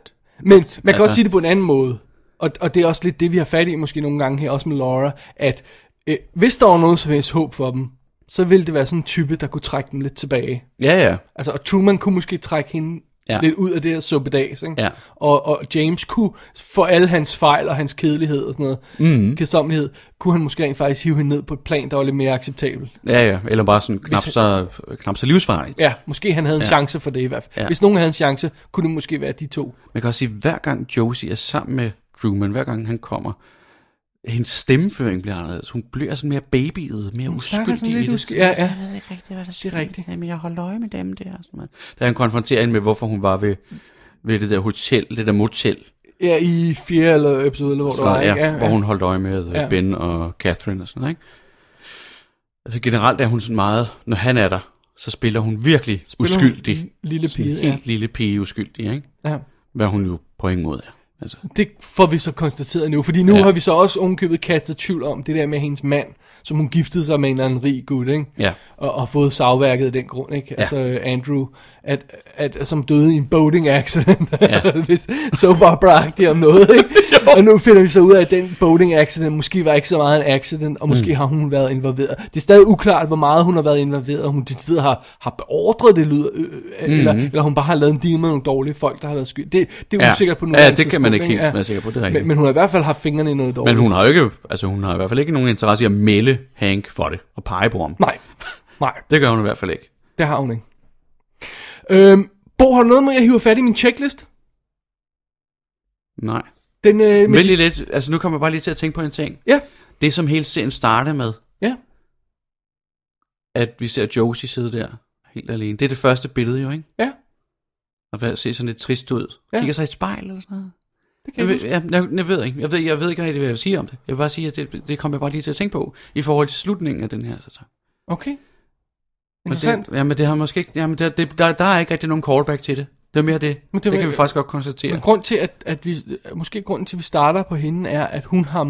Speaker 4: man kan
Speaker 5: Altså-
Speaker 4: også sige det på en anden måde. Og, og det er også lidt det, vi har fat i måske nogle gange her, også med Laura, at øh, hvis der var nogen som helst håb for dem, så ville det være sådan en type, der kunne trække dem lidt tilbage.
Speaker 5: Ja, ja.
Speaker 4: Altså, og Truman kunne måske trække hende ja.
Speaker 5: Ja.
Speaker 4: lidt ud af det her suppedags, ikke?
Speaker 5: Ja.
Speaker 4: Og, og James kunne, for alle hans fejl og hans kedelighed og sådan noget,
Speaker 5: Mhm.
Speaker 4: mm. kedsommelighed, kunne han måske rent faktisk hive hende ned på et plan, der var lidt mere acceptabelt.
Speaker 5: Ja, ja. Eller bare sådan knap
Speaker 4: han-
Speaker 5: så, knap så livsfarligt.
Speaker 4: Ja, måske han havde en ja.
Speaker 5: Ja.
Speaker 4: chance for det i hvert fald. Ja.
Speaker 5: Ja.
Speaker 4: Hvis nogen havde en chance, kunne det måske være de to.
Speaker 5: Man kan også sige, at hver gang Josie er sammen med Truman, hver gang han kommer, hendes stemmeføring bliver anderledes. Hun bliver sådan mere babyet,
Speaker 4: snakker
Speaker 5: mere
Speaker 4: sådan
Speaker 5: uskyldig i
Speaker 4: lidt
Speaker 5: det.
Speaker 4: uskyldig. Ja, ja.
Speaker 5: Jeg ved ikke rigtigt, hvad der sker.
Speaker 4: rigtigt.
Speaker 5: Jamen, jeg holder øje med dem der. og Sådan noget. Da han konfronterer hende med, hvorfor hun var ved, ved det der hotel, det der motel,
Speaker 4: Ja, i fjerde eller episode, eller hvor
Speaker 5: så,
Speaker 4: der var,
Speaker 5: ja,
Speaker 4: ikke?
Speaker 5: ja, hvor hun holdt øje med
Speaker 4: Ja.
Speaker 5: ja. Ben og Catherine og sådan noget, ikke? Altså generelt er hun sådan meget, når han er der, så spiller hun virkelig
Speaker 4: Spiller hun
Speaker 5: uskyldig.
Speaker 4: en lille
Speaker 5: Sådan
Speaker 4: pige,
Speaker 5: Helt
Speaker 4: ja.
Speaker 5: lille pige uskyldig, ikke?
Speaker 4: Ja.
Speaker 5: Hvad hun jo på ingen måde er. Altså.
Speaker 4: Det får vi så konstateret nu, fordi nu ja.
Speaker 5: Ja.
Speaker 4: har vi så også ovenkøbet kastet tvivl om det der med hendes mand, som hun giftede sig med en eller anden rig gut, ikke?
Speaker 5: Ja.
Speaker 4: Og, og har fået savværket af den grund, ikke? Altså øh, Andrew, at, at, at, som døde i en boating accident.
Speaker 5: Ja.
Speaker 4: (laughs) Hvis soap opera om noget,
Speaker 5: (laughs)
Speaker 4: ikke? og nu finder vi så ud af, at den boating accident måske var ikke så meget en accident, og måske mm. har hun været involveret. Det er stadig uklart, hvor meget hun har været involveret, og hun til tider har, har beordret det, lyder, øh, mm. eller, eller hun bare har lavet en deal med nogle dårlige folk, der har været skyld. Det, det er
Speaker 5: Mm-hmm. Ja.
Speaker 4: usikkert på
Speaker 5: Ja,
Speaker 4: nuværende
Speaker 5: det kan man
Speaker 4: tidspunkt,
Speaker 5: ikke helt være sikker på, det er rigtigt.
Speaker 4: men, men hun har i hvert fald haft fingrene i noget dårligt.
Speaker 5: Men hun har jo ikke, altså hun har i hvert fald ikke nogen interesse i at melde Hank for det, og pege på ham.
Speaker 4: Nej, nej,
Speaker 5: Det gør hun i hvert fald ikke.
Speaker 4: det har hun ikke. Øhm, Bo, har du noget med, jeg hiver fat i min checklist?
Speaker 5: Nej.
Speaker 4: Den, øh,
Speaker 5: Men
Speaker 4: med
Speaker 5: lige lidt, altså nu kommer jeg bare lige til at tænke på en ting.
Speaker 4: Ja.
Speaker 5: Det som hele serien starter med,
Speaker 4: Ja.
Speaker 5: at vi ser Josie sidde der, helt alene. Det er det første billede jo, ikke?
Speaker 4: Ja.
Speaker 5: Og hvad- se sådan lidt trist ud.
Speaker 4: Ja.
Speaker 5: Ja. Kigger sig i et spejl eller sådan noget.
Speaker 4: Det kan
Speaker 5: Jeg,
Speaker 4: jeg
Speaker 5: ved,
Speaker 4: ikke
Speaker 5: jeg, jeg, jeg ved ikke, jeg ved, jeg ved ikke rigtig, hvad jeg vil sige om det. Jeg vil bare sige, at det, det kom jeg bare lige til at tænke på, i forhold til slutningen af den her sæson.
Speaker 4: huske. Okay.
Speaker 5: Men
Speaker 4: Interessant.
Speaker 5: Det, jamen, det har måske ikke, jamen, det, det, der, der er ikke rigtig nogen callback til det. Det er mere det.
Speaker 4: Men det
Speaker 5: det, det
Speaker 4: var-
Speaker 5: kan vi faktisk godt
Speaker 4: Men
Speaker 5: konstatere.
Speaker 4: grund til, at, at vi, måske grunden til, at vi starter på hende, er, at hun har...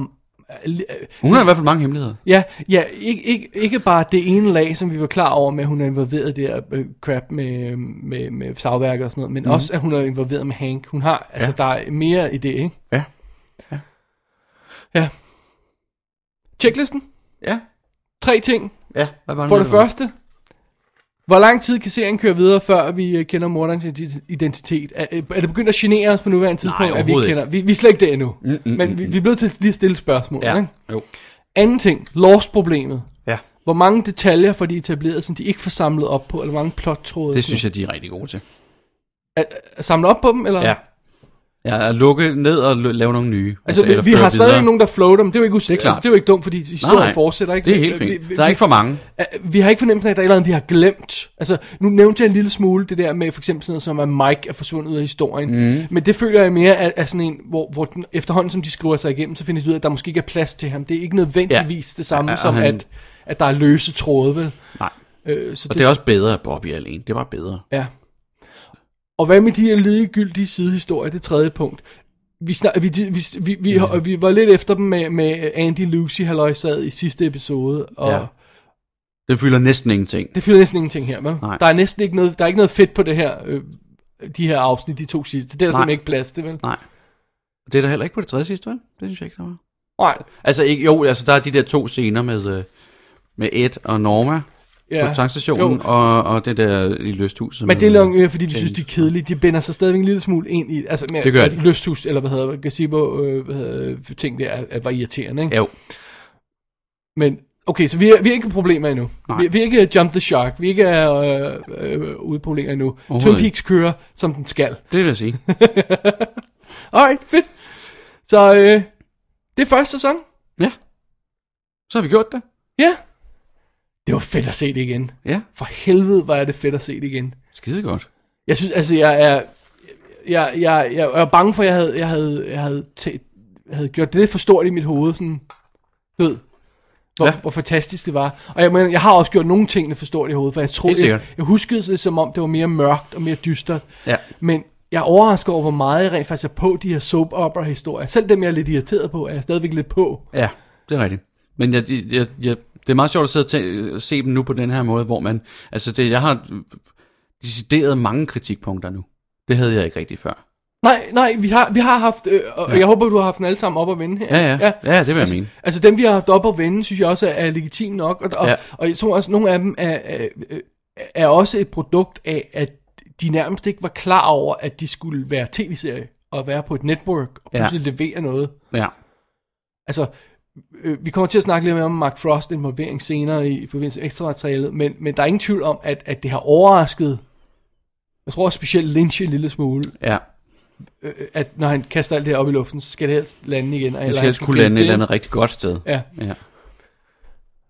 Speaker 4: øh,
Speaker 5: Hun har i hvert fald mange hemmeligheder.
Speaker 4: Ja, ja ikke, ikke, ikke bare det ene lag, som vi var klar over med, at hun er involveret i det her øh, crap med, med, med savværker og sådan noget, men mm-hmm. også, at hun er involveret med Hank. Hun har, altså, ja. der er mere i det, ikke?
Speaker 5: Ja.
Speaker 4: Ja. Checklisten.
Speaker 5: Ja.
Speaker 4: Tre ting.
Speaker 5: Ja. Hvad var
Speaker 4: For
Speaker 5: nu,
Speaker 4: det første, hvor lang tid kan serien køre videre, før vi øh, kender morderens identi- identitet? Er, øh, er det begyndt at genere os på nuværende tidspunkt, at vi ikke
Speaker 5: overhovedet
Speaker 4: kender? Vi, vi er slet ikke der endnu.
Speaker 5: Mm, mm,
Speaker 4: Men
Speaker 5: mm,
Speaker 4: vi,
Speaker 5: mm.
Speaker 4: vi er blevet til at lige at stille spørgsmål.
Speaker 5: Ja.
Speaker 4: Ikke?
Speaker 5: Jo.
Speaker 4: Anden ting, loss-problemet.
Speaker 5: Ja.
Speaker 4: Hvor mange detaljer får de etableret, som de ikke får samlet op på, eller hvor mange plottråde?
Speaker 5: Det synes jeg, de er rigtig gode til.
Speaker 4: jeg. Samle op på dem, eller?
Speaker 5: Ja, at lukke ned og l- lave nogle nye.
Speaker 4: Altså,
Speaker 5: eller
Speaker 4: vi, vi
Speaker 5: føre
Speaker 4: har stadig
Speaker 5: videre.
Speaker 4: nogen, der floater, men det er jo ikke, us-
Speaker 5: Det er klart.
Speaker 4: Altså, det er jo ikke dumt, fordi historien
Speaker 5: nej.
Speaker 4: fortsætter. Ikke?
Speaker 5: Det er helt
Speaker 4: Vi-
Speaker 5: fint.
Speaker 4: vi-
Speaker 5: Der er
Speaker 4: vi-
Speaker 5: ikke for mange.
Speaker 4: Øh, Vi har ikke fornemmelsen af, at der er et eller andet, vi har glemt. Altså, nu nævnte jeg en lille smule det der med for eksempel sådan noget som, at Mike er forsvundet ud af historien.
Speaker 5: Mhm.
Speaker 4: Mm. Men det føler jeg mere af, af sådan en, hvor, hvor den, efterhånden som de skriver sig igennem, så finder de ud af, at der måske ikke er plads til ham. Det er ikke nødvendigvis ja. det samme
Speaker 5: Ja, og
Speaker 4: som,
Speaker 5: han-
Speaker 4: at, at der er løse tråde, vel?
Speaker 5: Nej.
Speaker 4: Øh, så
Speaker 5: Og det er også bedre, at Bobby er alene. Det var bedre.
Speaker 4: Ja. Og hvad med de her ligegyldige sidehistorier, det tredje punkt. Vi, snak, vi, vi, vi, vi, ja. vi var lidt efter dem med, med Andy Lucy, halløjsad i sidste episode, og... Ja.
Speaker 5: Ja. Det fylder næsten ingenting.
Speaker 4: Det fylder næsten ingenting her, vel?
Speaker 5: Nej.
Speaker 4: Der er næsten ikke noget, der er ikke noget fedt på det her, øh, de her afsnit, de to sidste. Det er der
Speaker 5: Nej.
Speaker 4: simpelthen ikke plads til, vel?
Speaker 5: Nej. Det er der heller ikke på det tredje sidste, vel? Det synes jeg ikke, der var.
Speaker 4: Nej.
Speaker 5: Altså, ikke, jo, altså der er de der to scener med, øh, med Ed og Norma. ja. på tankstationen og, og det der i lysthuset.
Speaker 4: Men det er nok øh, fordi de synes, de er kedelige. De binder sig stadigvæk en lille smule ind i... Altså, med,
Speaker 5: Det gør
Speaker 4: at
Speaker 5: de.
Speaker 4: Lysthus, eller hvad hedder det, gazebo, øh, hvad hedder, det, ting der, er- er- var irriterende, ikke?
Speaker 5: Jo.
Speaker 4: Men, okay, så vi er, vi er ikke i problemer endnu.
Speaker 5: Nej.
Speaker 4: Vi, vi er ikke jump the shark. Vi er ikke er øh, øh, ude i problemer endnu. Twin
Speaker 5: Overhovedet ikke.
Speaker 4: Peaks kører, som den skal. (laughs)
Speaker 5: Det vil jeg sige.
Speaker 4: Alright, fedt. Så øh, det er første sæson.
Speaker 5: ja. Så har vi gjort det.
Speaker 4: Ja. Det var fedt at se det igen.
Speaker 5: Ja.
Speaker 4: For helvede, var det fedt at se det igen.
Speaker 5: Skide godt.
Speaker 4: Jeg synes, altså, jeg er... Jeg, jeg, jeg, jeg er bange for, at jeg havde, jeg havde, jeg havde, tæ, jeg havde gjort det lidt for stort i mit hoved, sådan, du ved, hvor, ja.
Speaker 5: Ja.
Speaker 4: hvor fantastisk det var. Og jeg, mener, jeg har også gjort nogle ting for stort i hovedet, for jeg
Speaker 5: Helt
Speaker 4: troede, jeg,
Speaker 5: sikkert.
Speaker 4: jeg huskede det som om, det var mere mørkt og mere dystert.
Speaker 5: Ja.
Speaker 4: Men jeg er overrasket over, hvor meget jeg rent faktisk er på de her soap opera historier. Selv dem, jeg er lidt irriteret på, er jeg stadigvæk lidt på.
Speaker 5: Ja, det er rigtigt. Men jeg, jeg, jeg, det er meget sjovt at sidde og tæ- se dem nu på den her måde, hvor man... Altså, det, jeg har decideret mange kritikpunkter nu. Det havde jeg ikke rigtig før.
Speaker 4: Nej, nej, vi har, vi har haft, øh, og
Speaker 5: Ja.
Speaker 4: jeg håber, du har haft dem alle sammen op at vinde her.
Speaker 5: Ja, ja. Ja, det vil jeg
Speaker 4: altså,
Speaker 5: mene.
Speaker 4: Altså dem, vi har haft op at vinde, synes jeg også er, er legitim nok, og, og, ja.
Speaker 5: Ja.
Speaker 4: og jeg tror også, nogle af dem er, er, er også et produkt af, at de nærmest ikke var klar over, at de skulle være tv-serie og være på et network og
Speaker 5: Ja.
Speaker 4: pludselig levere noget.
Speaker 5: Ja.
Speaker 4: Altså, øh, vi kommer til at snakke lidt mere om Mark Frost involvering senere i forbindelse med ekstra materialet, men, men der er ingen tvivl om, at, at det har overrasket, jeg tror også specielt Lynch en lille smule,
Speaker 5: Ja.
Speaker 4: øh, at når han kaster alt det her op i luften, så skal det helst lande igen.
Speaker 5: Jeg skal helst kunne lande et eller andet rigtig godt sted.
Speaker 4: Ja,
Speaker 5: Ja.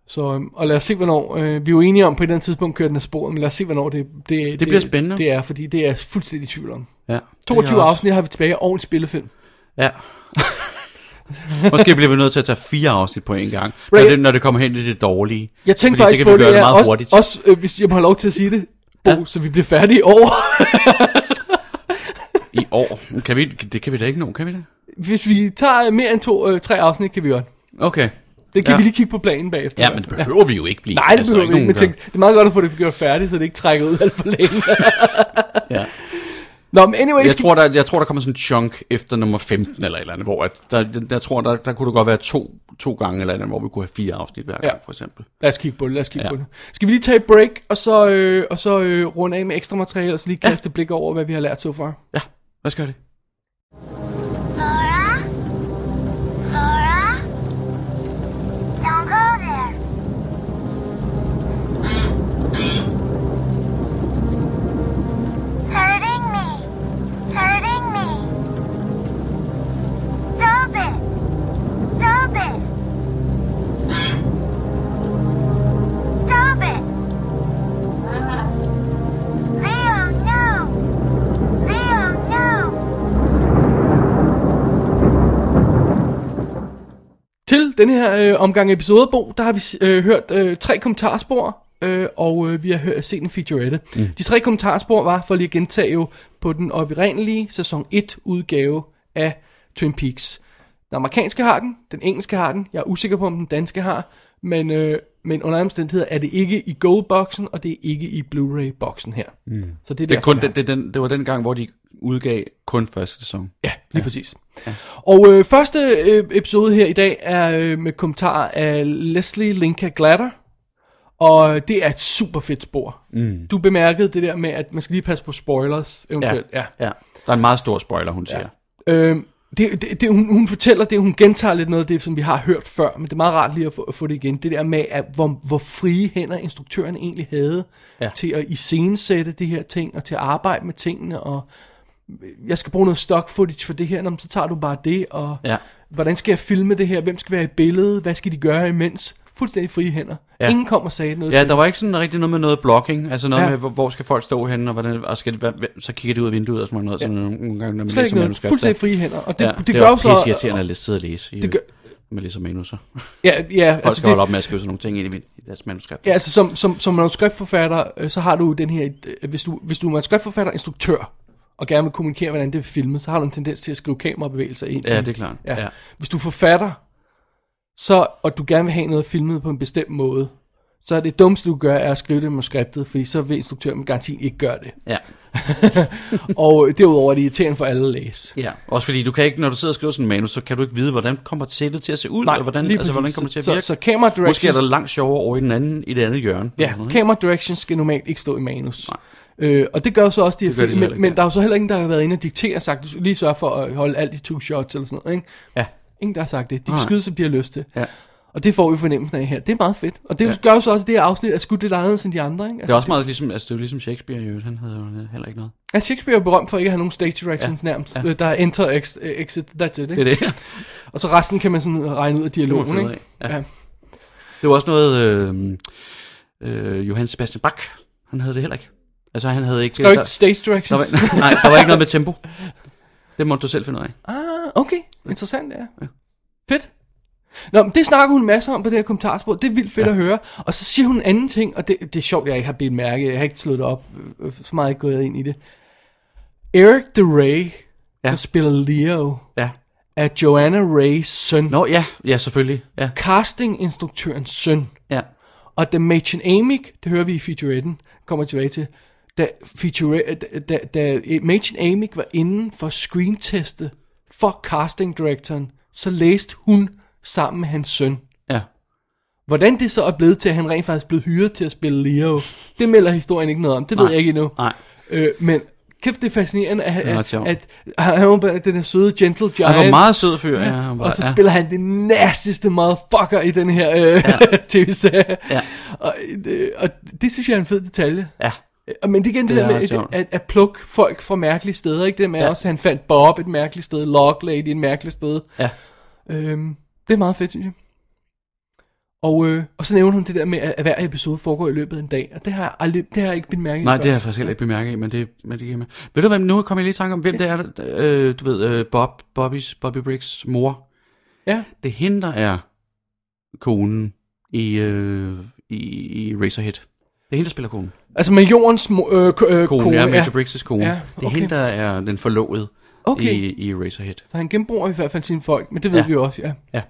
Speaker 4: så øhm, og lad os se, hvornår... Øh, vi er jo enige om, på et eller andet tidspunkt kører den af sporet, men lad os se, hvornår det, det, det,
Speaker 5: bliver spændende.
Speaker 4: Det er, fordi det er jeg fuldstændig i tvivl om.
Speaker 5: ja.
Speaker 4: 22
Speaker 5: Det er også-
Speaker 4: afsnit har vi tilbage og en spillefilm.
Speaker 5: Ja. (laughs) Måske bliver vi nødt til at tage fire afsnit på en gang, når
Speaker 4: Right.
Speaker 5: det, når det kommer hen til det dårlige.
Speaker 4: Jeg tænkte
Speaker 5: Fordi så
Speaker 4: faktisk
Speaker 5: kan
Speaker 4: på
Speaker 5: vi
Speaker 4: det,
Speaker 5: gøre det
Speaker 4: ja,
Speaker 5: meget
Speaker 4: også,
Speaker 5: hurtigt.
Speaker 4: også øh, hvis jeg må have lov til at sige det, Bo, ja.
Speaker 5: Ja.
Speaker 4: så vi bliver færdige i år. (laughs)
Speaker 5: I år. Kan vi, det kan vi da ikke nå, kan vi det?
Speaker 4: hvis vi tager øh, mere end to, øh, tre afsnit, kan vi godt.
Speaker 5: Okay.
Speaker 4: Det kan ja.
Speaker 5: Ja.
Speaker 4: vi lige kigge på planen bagefter. Altså.
Speaker 5: Ja, men det behøver vi jo ikke blive.
Speaker 4: Nej, det
Speaker 5: Altså,
Speaker 4: behøver vi ikke, men
Speaker 5: nogen
Speaker 4: tænk, det er meget godt at få det gjort færdigt, så det ikke trækker ud alt for længe.
Speaker 5: gør- (laughs) Ja.
Speaker 4: Nå, men anyway,
Speaker 5: Jeg
Speaker 4: skal-
Speaker 5: tror, der, jeg tror, der kommer sådan en chunk efter nummer 15 eller et eller andet, hvor at der, jeg tror, der, der kunne det godt være to, to gange eller et eller andet, hvor vi kunne have fire afsnit hver gang,
Speaker 4: Ja.
Speaker 5: ja. for eksempel.
Speaker 4: Lad os kigge på det, lad os kigge ja. på
Speaker 5: Ja.
Speaker 4: det. Skal vi lige tage et break, og så, øh, og så øh, runde af med ekstra materiale, og så lige kaste et blik over, hvad vi har lært så far?
Speaker 5: Ja, lad os gøre det.
Speaker 11: Laura? Laura? Don't go there. Hurting me. Hurting me. Stop it. Stop it. Stop it. Leo, no. Leo, no.
Speaker 4: Til den her øh, omgang episodebog, der har vi øh, hørt øh, tre kommentarspor, øh, og øh, vi har hørt, set en featurette. Mm. De tre kommentarspor var, for lige at gentage jo, på den oprindelige sæson 1 udgave af Twin Peaks. Den amerikanske har den, den engelske har den, jeg er usikker på, om den danske har, men, øh, men under andre omstændigheder er det ikke i goldboxen, og det er ikke i Blu-ray-boksen her. Mm. Så det er,
Speaker 5: Det, er
Speaker 4: derfor,
Speaker 5: kun,
Speaker 4: vi har
Speaker 5: det, det, er den, det var den gang, hvor de udgav kun første sæson.
Speaker 4: Ja, lige ja. præcis. Ja. Og øh, første øh, episode her i dag er øh, med kommentarer af Leslie Linka Glatter. Og øh, det er et super fedt spor. Mm. Du bemærkede det der med, at man skal lige passe på spoilers eventuelt. Ja. ja.
Speaker 5: ja. Der er en meget stor spoiler, hun siger.
Speaker 4: Øhm, det, det, det, hun, hun fortæller det, hun gentager lidt noget af det, som vi har hørt før, men det er meget rart lige at få, at få det igen. Det der med, at hvor, hvor frie hænder instruktøren egentlig havde ja.
Speaker 5: Ja.
Speaker 4: til at iscenesætte de her ting, og til at arbejde med tingene, og øh, jeg skal bruge noget stock footage for det her, Nå, men så tager du bare det, og
Speaker 5: Ja.
Speaker 4: hvordan skal jeg filme det her, hvem skal være i billedet, hvad skal de gøre imens? Fuldstændig frie hænder. Ja.
Speaker 5: Ja.
Speaker 4: Ingen kommer og sagde noget
Speaker 5: Ja,
Speaker 4: til
Speaker 5: der var ikke sådan rigtig noget med noget blocking, altså noget
Speaker 4: Ja.
Speaker 5: ja. med, hvor, hvor skal folk stå henne, og, hvordan, og skal, hvad, hvad- så kigger de ud af vinduet og sådan noget, sådan nogle gange, når man
Speaker 4: Slet ikke
Speaker 5: læser
Speaker 4: noget.
Speaker 5: manuskripter.
Speaker 4: Fuldstændig frie hænder. Og det,
Speaker 5: ligesom ja,
Speaker 4: det,
Speaker 5: det
Speaker 4: gør jo
Speaker 5: var
Speaker 4: så...
Speaker 5: irriterende at læse- sidde og læse, i,
Speaker 4: Det gør-
Speaker 5: man læser manuser. Folk
Speaker 4: Ja, ja,
Speaker 5: altså, skal holde op med at skrive sådan nogle ting ind i i deres manuskript.
Speaker 4: Ja, altså som, som, som manuskriptforfatter, øh, så har du den her, øh, hvis du, hvis du er manuskriptforfatter, instruktør, og gerne vil kommunikere, hvordan det er filmet, så har du en tendens til at skrive kamerabevægelser ind.
Speaker 5: Ja, det er klart.
Speaker 4: Ja.
Speaker 5: Ja.
Speaker 4: Hvis du er forfatter, så, og du gerne vil have noget filmet på en bestemt måde, så det dummeste, du gør, er at skrive det med skriptet, fordi så vil instruktøren med garanti ikke gøre
Speaker 5: (laughs)
Speaker 4: det.
Speaker 5: Ja.
Speaker 4: og derudover er det irriterende for alle at læse.
Speaker 5: Ja, også fordi du kan ikke, når du sidder og skriver sådan en manus, så kan du ikke vide, hvordan kommer sættet til at se ud,
Speaker 4: Nej,
Speaker 5: og hvordan,
Speaker 4: lige
Speaker 5: altså, hvordan
Speaker 4: præcis.
Speaker 5: kommer det til at
Speaker 4: Så-
Speaker 5: virke.
Speaker 4: så camera directions-
Speaker 5: Måske er der langt sjovere over i den anden, i det andet hjørne.
Speaker 4: Ja, camera directions skal normalt ikke stå i manus. Øh, og det gør jo så også de her
Speaker 5: Det gør de
Speaker 4: film,
Speaker 5: så
Speaker 4: men,
Speaker 5: heller
Speaker 4: men der er jo så heller ingen, der har været inde og diktere og sagt, du skal lige sørge for at holde alt i two shots eller sådan noget, ikke?
Speaker 5: Ja.
Speaker 4: Ingen, der har sagt det. De kan
Speaker 5: Nej.
Speaker 4: skyde, som de har lyst til.
Speaker 5: Ja.
Speaker 4: Og det får vi fornemmelsen af her. Det er meget fedt. Og det
Speaker 5: Ja.
Speaker 4: gør jo så også, at det her afsnit er skudt lidt anderledes end de andre, ikke?
Speaker 5: Det er også meget ligesom, altså, det er jo ligesom Shakespeare, jo. han havde jo heller ikke noget.
Speaker 4: Ja, altså, Shakespeare er berømt for ikke at have nogen stage directions ja.
Speaker 5: Ja,
Speaker 4: nærmest.
Speaker 5: ja.
Speaker 4: Ja. Der er enter, ex, exit, that's it. Ikke?
Speaker 5: Det er det.
Speaker 4: og så resten kan man sådan regne ud af
Speaker 5: Det må man
Speaker 4: dialogen.
Speaker 5: finde ud
Speaker 4: ikke?
Speaker 5: af, ja. Det var også noget, øh, øh, Johann Sebastian Bach, han havde det heller ikke. Altså han havde ikke...
Speaker 4: Skrev ikke stage directions?
Speaker 5: Der var, (laughs) nej, der var ikke noget med tempo. Det måtte du selv finde ud af.
Speaker 4: Ah, okay. Interessant, ja. ja. Fedt. Nå, men det snakker hun masser om på det her kommentarspor. Det er vildt fedt ja. at høre. Og så siger hun en anden ting, og det, det er sjovt, jeg ikke har bidt mærke. Jeg har ikke slået det op, øh, så meget er jeg ikke gået ind i det. Eric DeRay, ja. der spiller Leo,
Speaker 5: ja.
Speaker 4: er Joanna Rays søn.
Speaker 5: Nå, ja. Ja, selvfølgelig. Ja.
Speaker 4: Castinginstruktørens søn.
Speaker 5: Ja.
Speaker 4: Og da Machen Amick, det hører vi i featuretten, kommer jeg tilbage til, da, feature, da, da, da Machen Amick var inden for screenteste for castingdirektoren, så læste hun sammen med hans søn.
Speaker 5: Ja.
Speaker 4: Hvordan det så er blevet til, at han rent faktisk blev hyret til at spille Leo, det melder historien ikke noget om. Det ved
Speaker 5: Nej.
Speaker 4: jeg ikke endnu.
Speaker 5: Nej.
Speaker 4: Øh, men kæft, det er fascinerende, at,
Speaker 5: Det er ret
Speaker 4: at,
Speaker 5: sjovt.
Speaker 4: at, at han var bare den her søde gentle giant.
Speaker 5: Han var meget sød fyr,
Speaker 4: (laughs)
Speaker 5: ja, han var-
Speaker 4: og så
Speaker 5: ja.
Speaker 4: spiller han det næsteste motherfucker i den her øh, ja. (laughs) tv-serie.
Speaker 5: Ja.
Speaker 4: Og, øh, og det synes jeg er en fed detalje.
Speaker 5: Ja.
Speaker 4: Øh, Men det er igen det,
Speaker 5: Det
Speaker 4: det der
Speaker 5: er
Speaker 4: med
Speaker 5: ret
Speaker 4: at,
Speaker 5: sjovt.
Speaker 4: at, at plukke folk fra mærkelige steder, ikke? Det med ja.
Speaker 5: Ja.
Speaker 4: også, at han fandt Bob et mærkeligt sted, Log Lady et mærkeligt sted.
Speaker 5: Ja.
Speaker 4: Øhm, det er meget fedt, synes jeg. Og, øh, og så nævner hun det der med, at at hver episode foregår i løbet af en dag, og det har jeg, aldrig, det har jeg ikke blivet mærke i
Speaker 5: Nej,
Speaker 4: før.
Speaker 5: det har jeg faktisk heller ikke bemærket i, men det, men det giver mig. Ved du hvem, nu kommer jeg lige i tanke om, hvem det er, der- øh, du ved, øh, Bob, Bobby's, Bobby Briggs mor.
Speaker 4: Ja.
Speaker 5: Det er hende, der er konen i, øh, i, i Razorhead. Det er hende, der spiller konen.
Speaker 4: Altså med jordens mo- øh, ko- øh,
Speaker 5: Kone,
Speaker 4: kone,
Speaker 5: ja, Major Briggs' kone.
Speaker 4: Ja,
Speaker 5: Det er hende, der er den forlovede
Speaker 4: Okay.
Speaker 5: i, i Razorhead.
Speaker 4: Så han genbruger i hvert fald sine folk, men det ved ja.
Speaker 5: Ja.
Speaker 4: vi jo også, ja.
Speaker 5: Ja.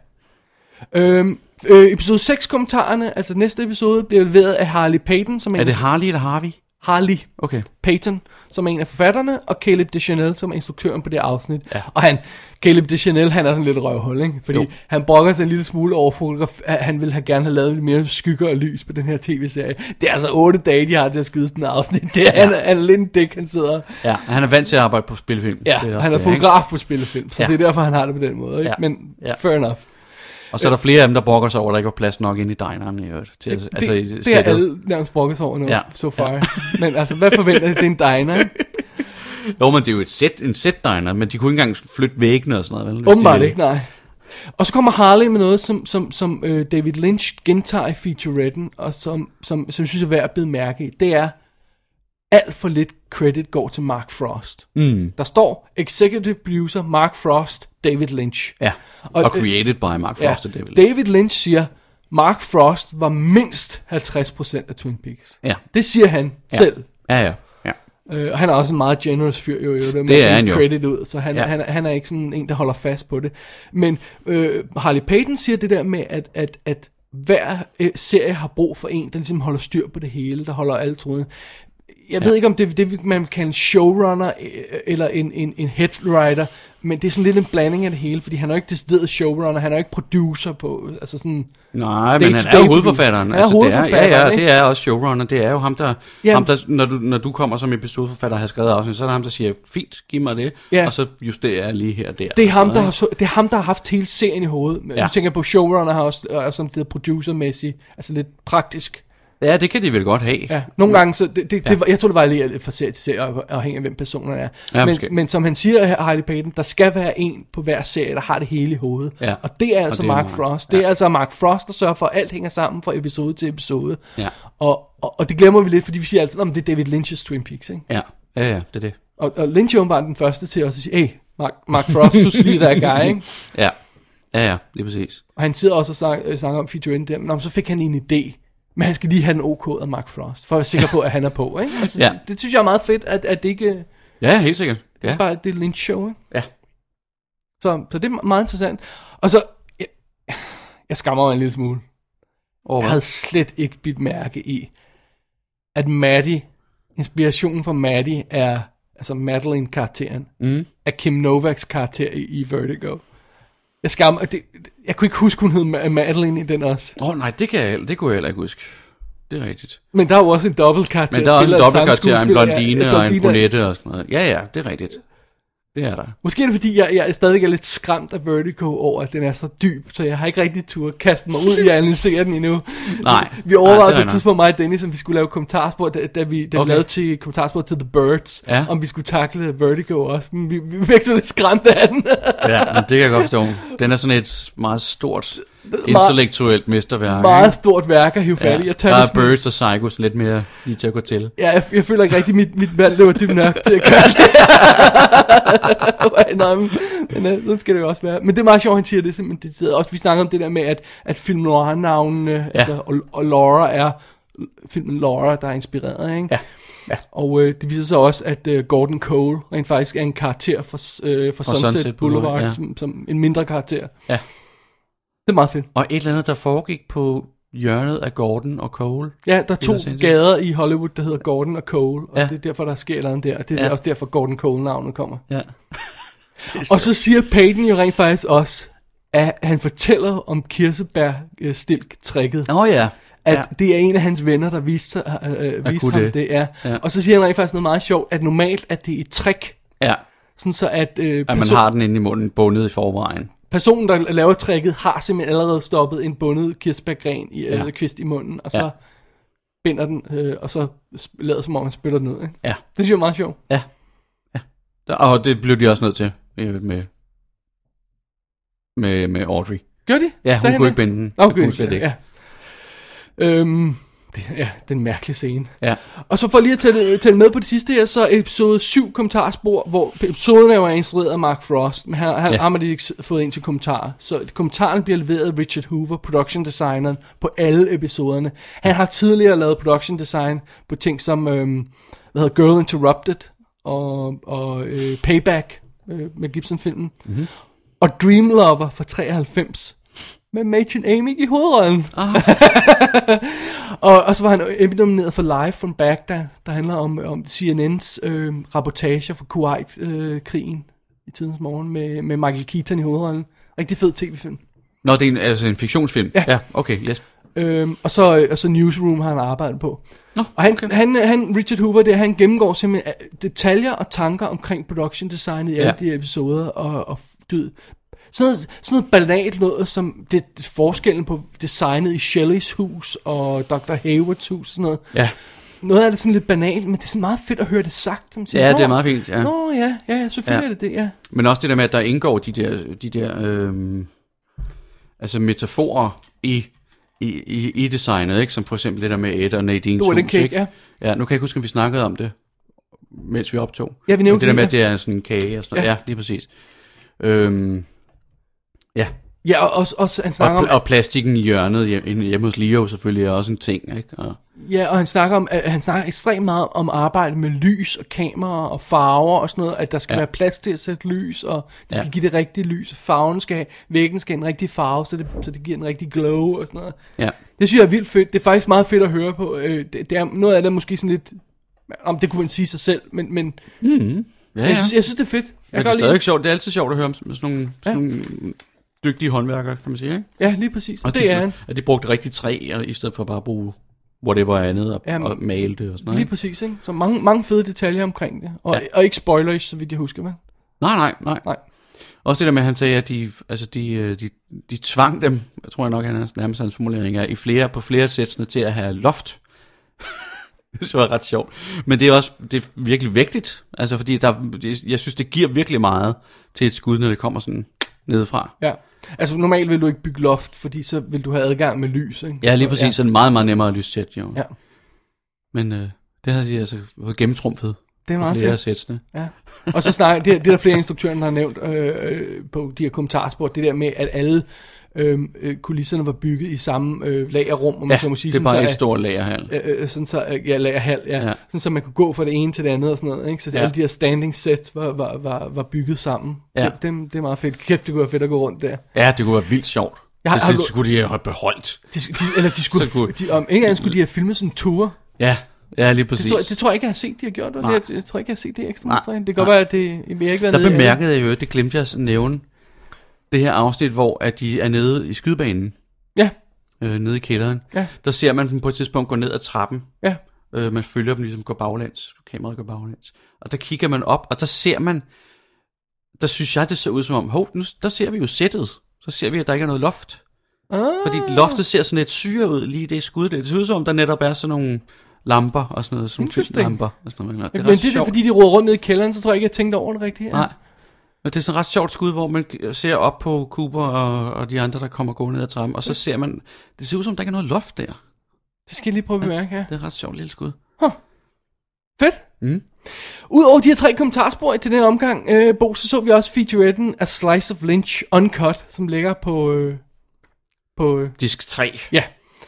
Speaker 4: Øhm, øh, episode 6 kommentarerne, altså næste episode, bliver leveret af Harley Payton, som
Speaker 5: Er det Harley eller Harvey?
Speaker 4: Harley
Speaker 5: Okay.
Speaker 4: Payton, som er en af forfatterne, og Caleb Deschanel, som er instruktøren på det afsnit. Ja. Og han, Caleb Deschanel, han er sådan lidt røvhul, ikke? Fordi jo.
Speaker 5: Jo.
Speaker 4: han brokker sig en lille smule over fotograf. at Han ville have gerne have lavet lidt mere skygger og lys på den her tv-serie. Det er altså otte dage, de har til at skyde sådan et afsnit. Det er, ja.
Speaker 5: Ja.
Speaker 4: han, er- han er lidt en dæk, han sidder
Speaker 5: Ja, han er vant til at arbejde på spilfilm.
Speaker 4: Ja,
Speaker 5: Det
Speaker 4: er
Speaker 5: også
Speaker 4: han er
Speaker 5: det, ikke?
Speaker 4: fotograf på spillefilm, så ja.
Speaker 5: Ja.
Speaker 4: det er derfor, han har det på den måde. Ikke? Ja.
Speaker 5: Ja.
Speaker 4: Men ja.
Speaker 5: Ja.
Speaker 4: fair enough.
Speaker 5: Og så er der flere af dem, der brokker sig over, at der ikke var plads nok inde i dineren i øvrigt. Til,
Speaker 4: Det,
Speaker 5: at- altså, i
Speaker 4: det, det er
Speaker 5: sættet.
Speaker 4: alle nærmest brokket sig over nu, ja.
Speaker 5: Ja.
Speaker 4: so far. Ja. (laughs) Men altså, hvad forventer det? Det er en diner, ikke?
Speaker 5: Jo, men det er jo et sæt, en sæt diner, men de kunne ikke engang flytte væggene og sådan noget. Vel, hvis
Speaker 4: Åbenbart
Speaker 5: de,
Speaker 4: ikke, nej. Og så kommer Harley med noget, som, som, som øh, David Lynch gentager i featuretten, og som, som, som jeg synes er værd at bide mærke i. Det er, alt for lidt credit går til Mark Frost.
Speaker 5: Mm.
Speaker 4: Der står Executive Producer Mark Frost, David Lynch. øh,
Speaker 5: Ja, og, og created by Mark Frost og
Speaker 4: ja,
Speaker 5: David.
Speaker 4: David Lynch siger, Mark Frost var mindst 50% af Twin Peaks.
Speaker 5: Ja.
Speaker 4: Det siger han ja.
Speaker 5: Ja.
Speaker 4: selv.
Speaker 5: Ja, ja. ja.
Speaker 4: Øh, og han er også en meget generous fyr, jo, jo der
Speaker 5: Det er han jo.
Speaker 4: credit ud, så han, ja.
Speaker 5: Ja.
Speaker 4: han, er- han er ikke sådan en, der holder fast på det. Men øh, Harley Payton siger det der med, at, at, at hver øh, serie har brug for en, der ligesom holder styr på det hele, der holder alle trådene. Jeg ja. ved ikke, om det er det, man kan en showrunner øh, eller en, en, en headwriter, men det er sådan lidt en blanding af det hele, fordi han er jo ikke decideret showrunner, han er jo ikke producer på, altså sådan...
Speaker 5: Nej, men han
Speaker 4: day-to-day
Speaker 5: er jo
Speaker 4: producer.
Speaker 5: hovedforfatteren. Altså,
Speaker 4: Han er hovedforfatteren,
Speaker 5: det er, ja, ja,
Speaker 4: ikke?
Speaker 5: det er også showrunner. Det er jo ham, der,
Speaker 4: Jamen.
Speaker 5: ham, der når, du, når du kommer som episodeforfatter og har skrevet afsnit, så er det ham, der siger, fint, giv mig det,
Speaker 4: Ja.
Speaker 5: og så justerer jeg lige her og der.
Speaker 4: Det er, ham,
Speaker 5: Og
Speaker 4: der
Speaker 5: sådan
Speaker 4: har,
Speaker 5: noget,
Speaker 4: det er ham, der har haft hele serien i hovedet. Ja.
Speaker 5: Ja.
Speaker 4: Nu tænker jeg på, showrunner har også, er sådan lidt producermæssigt, altså lidt praktisk.
Speaker 5: ikke? Ja, det kan de vel godt have.
Speaker 4: Ja, nogle gange, så det, det, ja. det, var- jeg tror, det varierer lidt fra serie til serie, og- afhængig af, hvem personerne er.
Speaker 5: Ja,
Speaker 4: men,
Speaker 5: måske.
Speaker 4: men som han siger her, Harley Payton, der skal være en på hver serie, der har det hele i hovedet.
Speaker 5: Ja.
Speaker 4: Og det er
Speaker 5: Og
Speaker 4: altså
Speaker 5: det er
Speaker 4: Mark
Speaker 5: Mark.
Speaker 4: Frost. Det er altså Mark Frost, der sørger for, at alt hænger sammen fra episode til episode.
Speaker 5: Ja.
Speaker 4: Og, og, og det glemmer vi lidt, fordi vi siger altid, om det er David Lynch's Twin Peaks, ikke?
Speaker 5: Ja, ja, ja, det er det.
Speaker 4: Og, og Lynch er åbenbart den første til også at sige, hey, Mark, Mark Frost, du skal lige være
Speaker 5: (laughs)
Speaker 4: guy, ikke?
Speaker 5: Ja, ja, ja, lige præcis.
Speaker 4: Og han sidder også og sang, øh, snakker om featuren der, men om, så fik han en idé. Men han skal lige have den OK af Mark Frost, for at være sikker på, at han er på. Ikke? Altså,
Speaker 5: Ja.
Speaker 4: det, det synes jeg er meget fedt, at, at det ikke
Speaker 5: Ja, helt sikkert.
Speaker 4: ja.
Speaker 5: Ja.
Speaker 4: bare det er Lynch show. Ikke?
Speaker 5: Ja.
Speaker 4: Så, så det er meget interessant. Og så, jeg, jeg skammer mig en lille smule. Oh, jeg havde slet ikke bidt mærke i, at Maddie, inspirationen for Maddie er, altså Madeline-karakteren,
Speaker 5: Mm.
Speaker 4: er Kim Novaks karakter i, i Vertigo. Jeg skammer, det, jeg kunne ikke huske, hun hed Ma- Madeline i den også.
Speaker 5: Åh oh, nej, det, kan jeg, det kunne jeg heller ikke huske. Det er rigtigt.
Speaker 4: Men der er jo også en dobbeltkarakter.
Speaker 5: Men der er også en
Speaker 4: Altså, spiller af samme
Speaker 5: dobbeltkarakter, en
Speaker 4: skuespiller.
Speaker 5: blondine
Speaker 4: Ja,
Speaker 5: og en
Speaker 4: blondine.
Speaker 5: brunette og sådan noget. Ja, ja, det er rigtigt. Det er der.
Speaker 4: Måske er det fordi, jeg, jeg stadig er lidt skræmt af Vertigo over, at den er så dyb, så jeg har ikke rigtig tur kaste mig ud i at analysere den endnu.
Speaker 5: Nej,
Speaker 4: Vi
Speaker 5: nej,
Speaker 4: overvejede
Speaker 5: det er
Speaker 4: på et
Speaker 5: nok.
Speaker 4: tidspunkt mig og Dennis, om vi skulle lave kommentarspor, da, da, vi, da okay.
Speaker 5: Okay.
Speaker 4: vi lavede til kommentarspor til The Birds,
Speaker 5: Ja.
Speaker 4: om vi skulle takle Vertigo også, men vi, vi blev så lidt skræmt af den.
Speaker 5: Ja, men det kan jeg godt forstå. Den er sådan et meget stort intellektuelt mesterværk.
Speaker 4: Meget
Speaker 5: ikke?
Speaker 4: stort værk at hive fat i. Jeg
Speaker 5: Ja,
Speaker 4: tager
Speaker 5: der
Speaker 4: det
Speaker 5: er
Speaker 4: sådan-
Speaker 5: Birds og Psycho sådan lidt mere lige til at gå til.
Speaker 4: Ja, jeg, jeg føler ikke rigtig, at mit, mit valg løber dybt nok til at gøre det. (laughs) Nå, men, men øh, sådan skal det jo også være. Men det er meget sjovt, han siger det simpelthen. Det, det, også vi snakker om det der med, at, at film noir-navnene, ja. altså, og, og Laura er filmen Laura, der er inspireret, ikke? Ja. Ja. Og øh, det viser sig også, at øh, Gordon Cole rent faktisk er en karakter fra, s- øh, fra
Speaker 5: Fra
Speaker 4: Sunset, Sunset
Speaker 5: Sunset
Speaker 4: Boulevard,
Speaker 5: Boulevard,
Speaker 4: Boulevard ja.
Speaker 5: ja.
Speaker 4: som, som en mindre karakter.
Speaker 5: Ja.
Speaker 4: Det er meget fedt.
Speaker 5: Og et eller andet, der foregik på hjørnet af Gordon og Cole.
Speaker 4: Ja, der er
Speaker 5: I
Speaker 4: to
Speaker 5: Los Angeles.
Speaker 4: gader i Hollywood, der hedder Gordon og Cole, og ja.
Speaker 5: Ja.
Speaker 4: det er derfor, der sker et eller andet der, og det er ja.
Speaker 5: Ja.
Speaker 4: også derfor, Gordon Cole-navnet kommer.
Speaker 5: Ja.
Speaker 4: og så siger Peyton jo rent faktisk også, at han fortæller om kirsebær-stilk-trækket.
Speaker 5: Åh oh, ja.
Speaker 4: At
Speaker 5: Ja.
Speaker 4: det er en af hans venner, der viste, sig, øh, øh, viste
Speaker 5: kunne
Speaker 4: ham det.
Speaker 5: det.
Speaker 4: det er. Ja.
Speaker 5: Ja.
Speaker 4: Og så siger han rent faktisk noget meget sjovt, at normalt at det er et trick,
Speaker 5: Ja,
Speaker 4: sådan så at, øh,
Speaker 5: at man
Speaker 4: person-
Speaker 5: har den inde i munden bundet i forvejen.
Speaker 4: personen, der laver tricket, har simpelthen allerede stoppet en bundet kirsebærgren i, ja.
Speaker 5: Ja.
Speaker 4: eller kvist i munden, og så ja.
Speaker 5: Ja.
Speaker 4: binder den, øh, og så sp- lader som om, han spytter den ud. Ikke?
Speaker 5: Ja.
Speaker 4: Det synes jeg er meget sjovt.
Speaker 5: Ja. ja. Og det blev de også nødt til øh, med, med, med Audrey.
Speaker 4: Gør de?
Speaker 5: Ja, hun
Speaker 4: Sagde han
Speaker 5: kunne
Speaker 4: det?
Speaker 5: ikke binde den.
Speaker 4: Nå,
Speaker 5: Det kunne
Speaker 4: okay,
Speaker 5: hun slet ikke.
Speaker 4: Ja. Øhm, det, ja, den mærkelige scene.
Speaker 5: Ja.
Speaker 4: Og så for lige at tælle, tælle med på det sidste her, så er episode 7 kommentarspor, hvor episoden er jo instrueret af Mark Frost, men han, han
Speaker 5: Ja.
Speaker 4: ja. har man ikke s- fået ind til kommentarer. Så kommentaren bliver leveret af Richard Hoover, production designeren, på alle episoderne. Han har tidligere lavet production design på ting som, øhm, hvad hedder Girl Interrupted, og, og øh, Payback øh, med Gibson-filmen. Mm-hmm. Og Dream Lover fra 93 med Machen Amy i hovedrollen. og, og så var han Emmy-nomineret for Live from Baghdad, der handler om, om CNN's øh, rapportager fra Kuwait-krigen i tidens morgen med, med Michael Keaton i hovedrollen. Rigtig fed tv-film.
Speaker 5: Nå, det er en, altså en fiktionsfilm?
Speaker 4: Ja.
Speaker 5: ja okay, yes.
Speaker 4: Øhm, og, så, og så Newsroom har han arbejdet på. Nå, og han, okay. han, han, Richard Hoover, det, er, han gennemgår simpelthen øh, detaljer og tanker omkring production designet i ja. alle de her episoder. Og, og død. Sådan noget, sådan noget banalt noget, som det, forskellen på designet i Shelleys hus og Dr. Haywards hus og sådan noget.
Speaker 5: Ja.
Speaker 4: Noget af det er sådan lidt banalt, men det er sådan meget fedt at høre det sagt. som
Speaker 5: Ja,
Speaker 4: "Nå,
Speaker 5: det er meget fint, ja."
Speaker 4: Nå ja, ja, ja selvfølgelig
Speaker 5: Ja.
Speaker 4: ja. er det det, ja.
Speaker 5: Men også det der med, at der indgår de der, de der øhm, altså metaforer i, i, i, i designet, ikke? som for eksempel det der med Ed og Nadine
Speaker 4: Du er den
Speaker 5: hus,
Speaker 4: cake,
Speaker 5: ikke?
Speaker 4: ja.
Speaker 5: ja. nu kan jeg ikke huske, om vi snakkede om det, mens vi optog.
Speaker 4: Ja, vi nævnte
Speaker 5: Men det der
Speaker 4: det,
Speaker 5: med,
Speaker 4: ja.
Speaker 5: at det er sådan en kage og sådan noget.
Speaker 4: Ja.
Speaker 5: Ja, lige præcis. Øhm, ja,
Speaker 4: Ja, og også, også han snakker
Speaker 5: og,
Speaker 4: om,
Speaker 5: pl- og plastikken i hjørnet hjemme, hjemme hos Leo selvfølgelig er også en ting, ikke? Og,
Speaker 4: Ja, og han snakker, om, øh, han snakker ekstremt meget om arbejde med lys og kameraer og farver og sådan noget, at der skal ja.
Speaker 5: Ja.
Speaker 4: være plads til at sætte lys, og det skal
Speaker 5: Ja.
Speaker 4: give det rigtige lys, og farven skal have, væggen skal have en rigtig farve, så det, så det giver en rigtig glow og sådan noget.
Speaker 5: ja.
Speaker 4: Det synes jeg er vildt fedt. Det er faktisk meget fedt at høre på. Øh, det, det er noget af det er måske sådan lidt, om det kunne man sige sig selv, men, men
Speaker 5: Mm. Ja,
Speaker 4: Jeg,
Speaker 5: ja.
Speaker 4: synes, jeg synes, det er fedt. Jeg
Speaker 5: Men
Speaker 4: kan
Speaker 5: det er
Speaker 4: godt
Speaker 5: stadig
Speaker 4: lide.
Speaker 5: sjovt. Det er altid sjovt at høre om sådan sådan nogle, sådan nogle dygtige håndværkere, kan man sige, ikke?
Speaker 4: Ja, lige præcis.
Speaker 5: Og
Speaker 4: det er han.
Speaker 5: At de brugte rigtigt træ, og, i stedet for bare at bruge whatever andet, og,
Speaker 4: Jamen,
Speaker 5: og male det og sådan noget.
Speaker 4: Lige
Speaker 5: ikke?
Speaker 4: præcis, ikke? Så mange, mange fede detaljer omkring det. Og, ja.
Speaker 5: Ja.
Speaker 4: og ikke spoilers, så vidt jeg husker, men.
Speaker 5: Nej, nej, nej.
Speaker 4: Nej.
Speaker 5: Også det der med, at han sagde, at de, altså de, øh, de, de tvang dem, jeg tror jeg nok, han er nærmest hans formulering er, i flere, på flere sætsene til at have loft. (laughs) det var ret sjovt. Men det er også det er virkelig vigtigt, altså fordi der, jeg synes, det giver virkelig meget til et skud, når det kommer sådan nedefra.
Speaker 4: Ja. Altså normalt vil du ikke bygge loft, fordi så vil du have adgang med lys, ikke?
Speaker 5: Ja, lige
Speaker 4: Så,
Speaker 5: præcis. Ja. Så er det meget, meget nemmere at lyssætte, jo.
Speaker 4: Ja.
Speaker 5: Men øh, det havde de altså fået gennemtrumfet.
Speaker 4: Det er
Speaker 5: på
Speaker 4: meget
Speaker 5: flere
Speaker 4: fedt.
Speaker 5: sætsene.
Speaker 4: Ja. Og så snakker, det, det er der flere af instruktørerne, der har nævnt øh, øh, på de her kommentarspor, det der med, at alle øh, øh, kulisserne var bygget i samme øh, lagerrum, om man så må sige.
Speaker 5: det er
Speaker 4: sådan
Speaker 5: bare
Speaker 4: så,
Speaker 5: et
Speaker 4: at-
Speaker 5: stort lagerhal.
Speaker 4: Øh, øh, sådan så, øh, ja, lagerhal, ja. ja.
Speaker 5: Ja.
Speaker 4: Sådan så man kunne gå fra det ene til det andet og sådan noget, ikke? Så ja.
Speaker 5: Ja.
Speaker 4: alle de her standing sets var, var, var, var bygget sammen.
Speaker 5: Ja.
Speaker 4: Det, dem, det er meget fedt. Kæft, det kunne være fedt at gå rundt der.
Speaker 5: Ja, det kunne være vildt sjovt.
Speaker 4: Jeg har-
Speaker 5: det,
Speaker 4: har
Speaker 5: det
Speaker 4: du-
Speaker 5: skulle de have beholdt.
Speaker 4: De, de, eller de skulle,
Speaker 5: Så kunne-
Speaker 4: de, om ikke andet skulle de have filmet sådan en tour.
Speaker 5: Ja, ja lige præcis.
Speaker 4: Det tror, jeg- det tror jeg ikke, jeg har set, de har gjort. og Det,
Speaker 5: Nej.
Speaker 4: jeg, jeg tror ikke, jeg har set det ekstra
Speaker 5: Nej.
Speaker 4: materiale. Det kan godt være, at det vi har ikke været
Speaker 5: Der
Speaker 4: nede i alle.
Speaker 5: bemærkede jeg jo, det glemte jeg at nævne, det her afsnit, hvor at de er nede i skydebanen.
Speaker 4: Ja.
Speaker 5: Øh, nede i kælderen.
Speaker 4: Ja.
Speaker 5: Der ser man dem på et tidspunkt gå ned ad trappen.
Speaker 4: Ja.
Speaker 5: Øh, man følger dem ligesom går baglæns. Kameraet går baglæns. Og der kigger man op, og der ser man, der synes jeg, det ser ud som om, hov, nu, der ser vi jo sættet. Så ser vi, at der ikke er noget loft.
Speaker 4: Ah.
Speaker 5: Fordi loftet ser sådan lidt syre ud lige i det skud. der. Det ser ud som om, der netop er sådan nogle lamper og sådan noget. Sådan nogle
Speaker 4: Interesting.
Speaker 5: filmlamper og sådan noget.
Speaker 4: Men
Speaker 5: ret
Speaker 4: det er det,
Speaker 5: sjovt.
Speaker 4: fordi de roder rundt nede i kælderen, så tror jeg ikke, jeg tænkte over det rigtigt. Ja.
Speaker 5: Nej. Men det er sådan et ret sjovt skud, hvor man ser op på Cooper og, og de andre, der kommer gå ned ad trappen, og så ser man, det ser ud som, der ikke er noget loft der.
Speaker 4: Det skal jeg lige prøve at bemærke, ja.
Speaker 5: Det er et ret sjovt lille skud.
Speaker 4: Fedt.
Speaker 5: Mm.
Speaker 4: Udover de her tre kommentarspor til den her omgang, øh, Bo, så så vi også featuretten af Slice of Lynch Uncut, som ligger på... Øh, på øh,
Speaker 5: Disk 3.
Speaker 4: ja.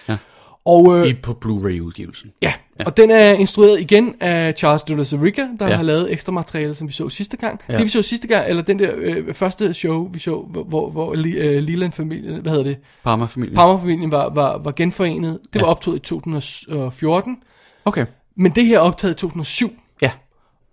Speaker 5: Ja.
Speaker 4: Og, øh,
Speaker 5: I på Blu-ray-udgivelsen.
Speaker 4: Ja, og den er instrueret igen af Charles de Lozerica, der
Speaker 5: Ja.
Speaker 4: ja. har lavet ekstra materiale, som vi så sidste gang.
Speaker 5: Ja.
Speaker 4: Ja. Det vi så sidste gang, eller den der øh, første show, vi så, hvor, hvor, hvor øh, Leland-familien, hvad hedder det?
Speaker 5: Mm. Parma-familien.
Speaker 4: Parma-familien var, var, var genforenet. Det var optaget i 2014.
Speaker 5: Okay.
Speaker 4: Men det her er optaget i 2007.
Speaker 5: Ja.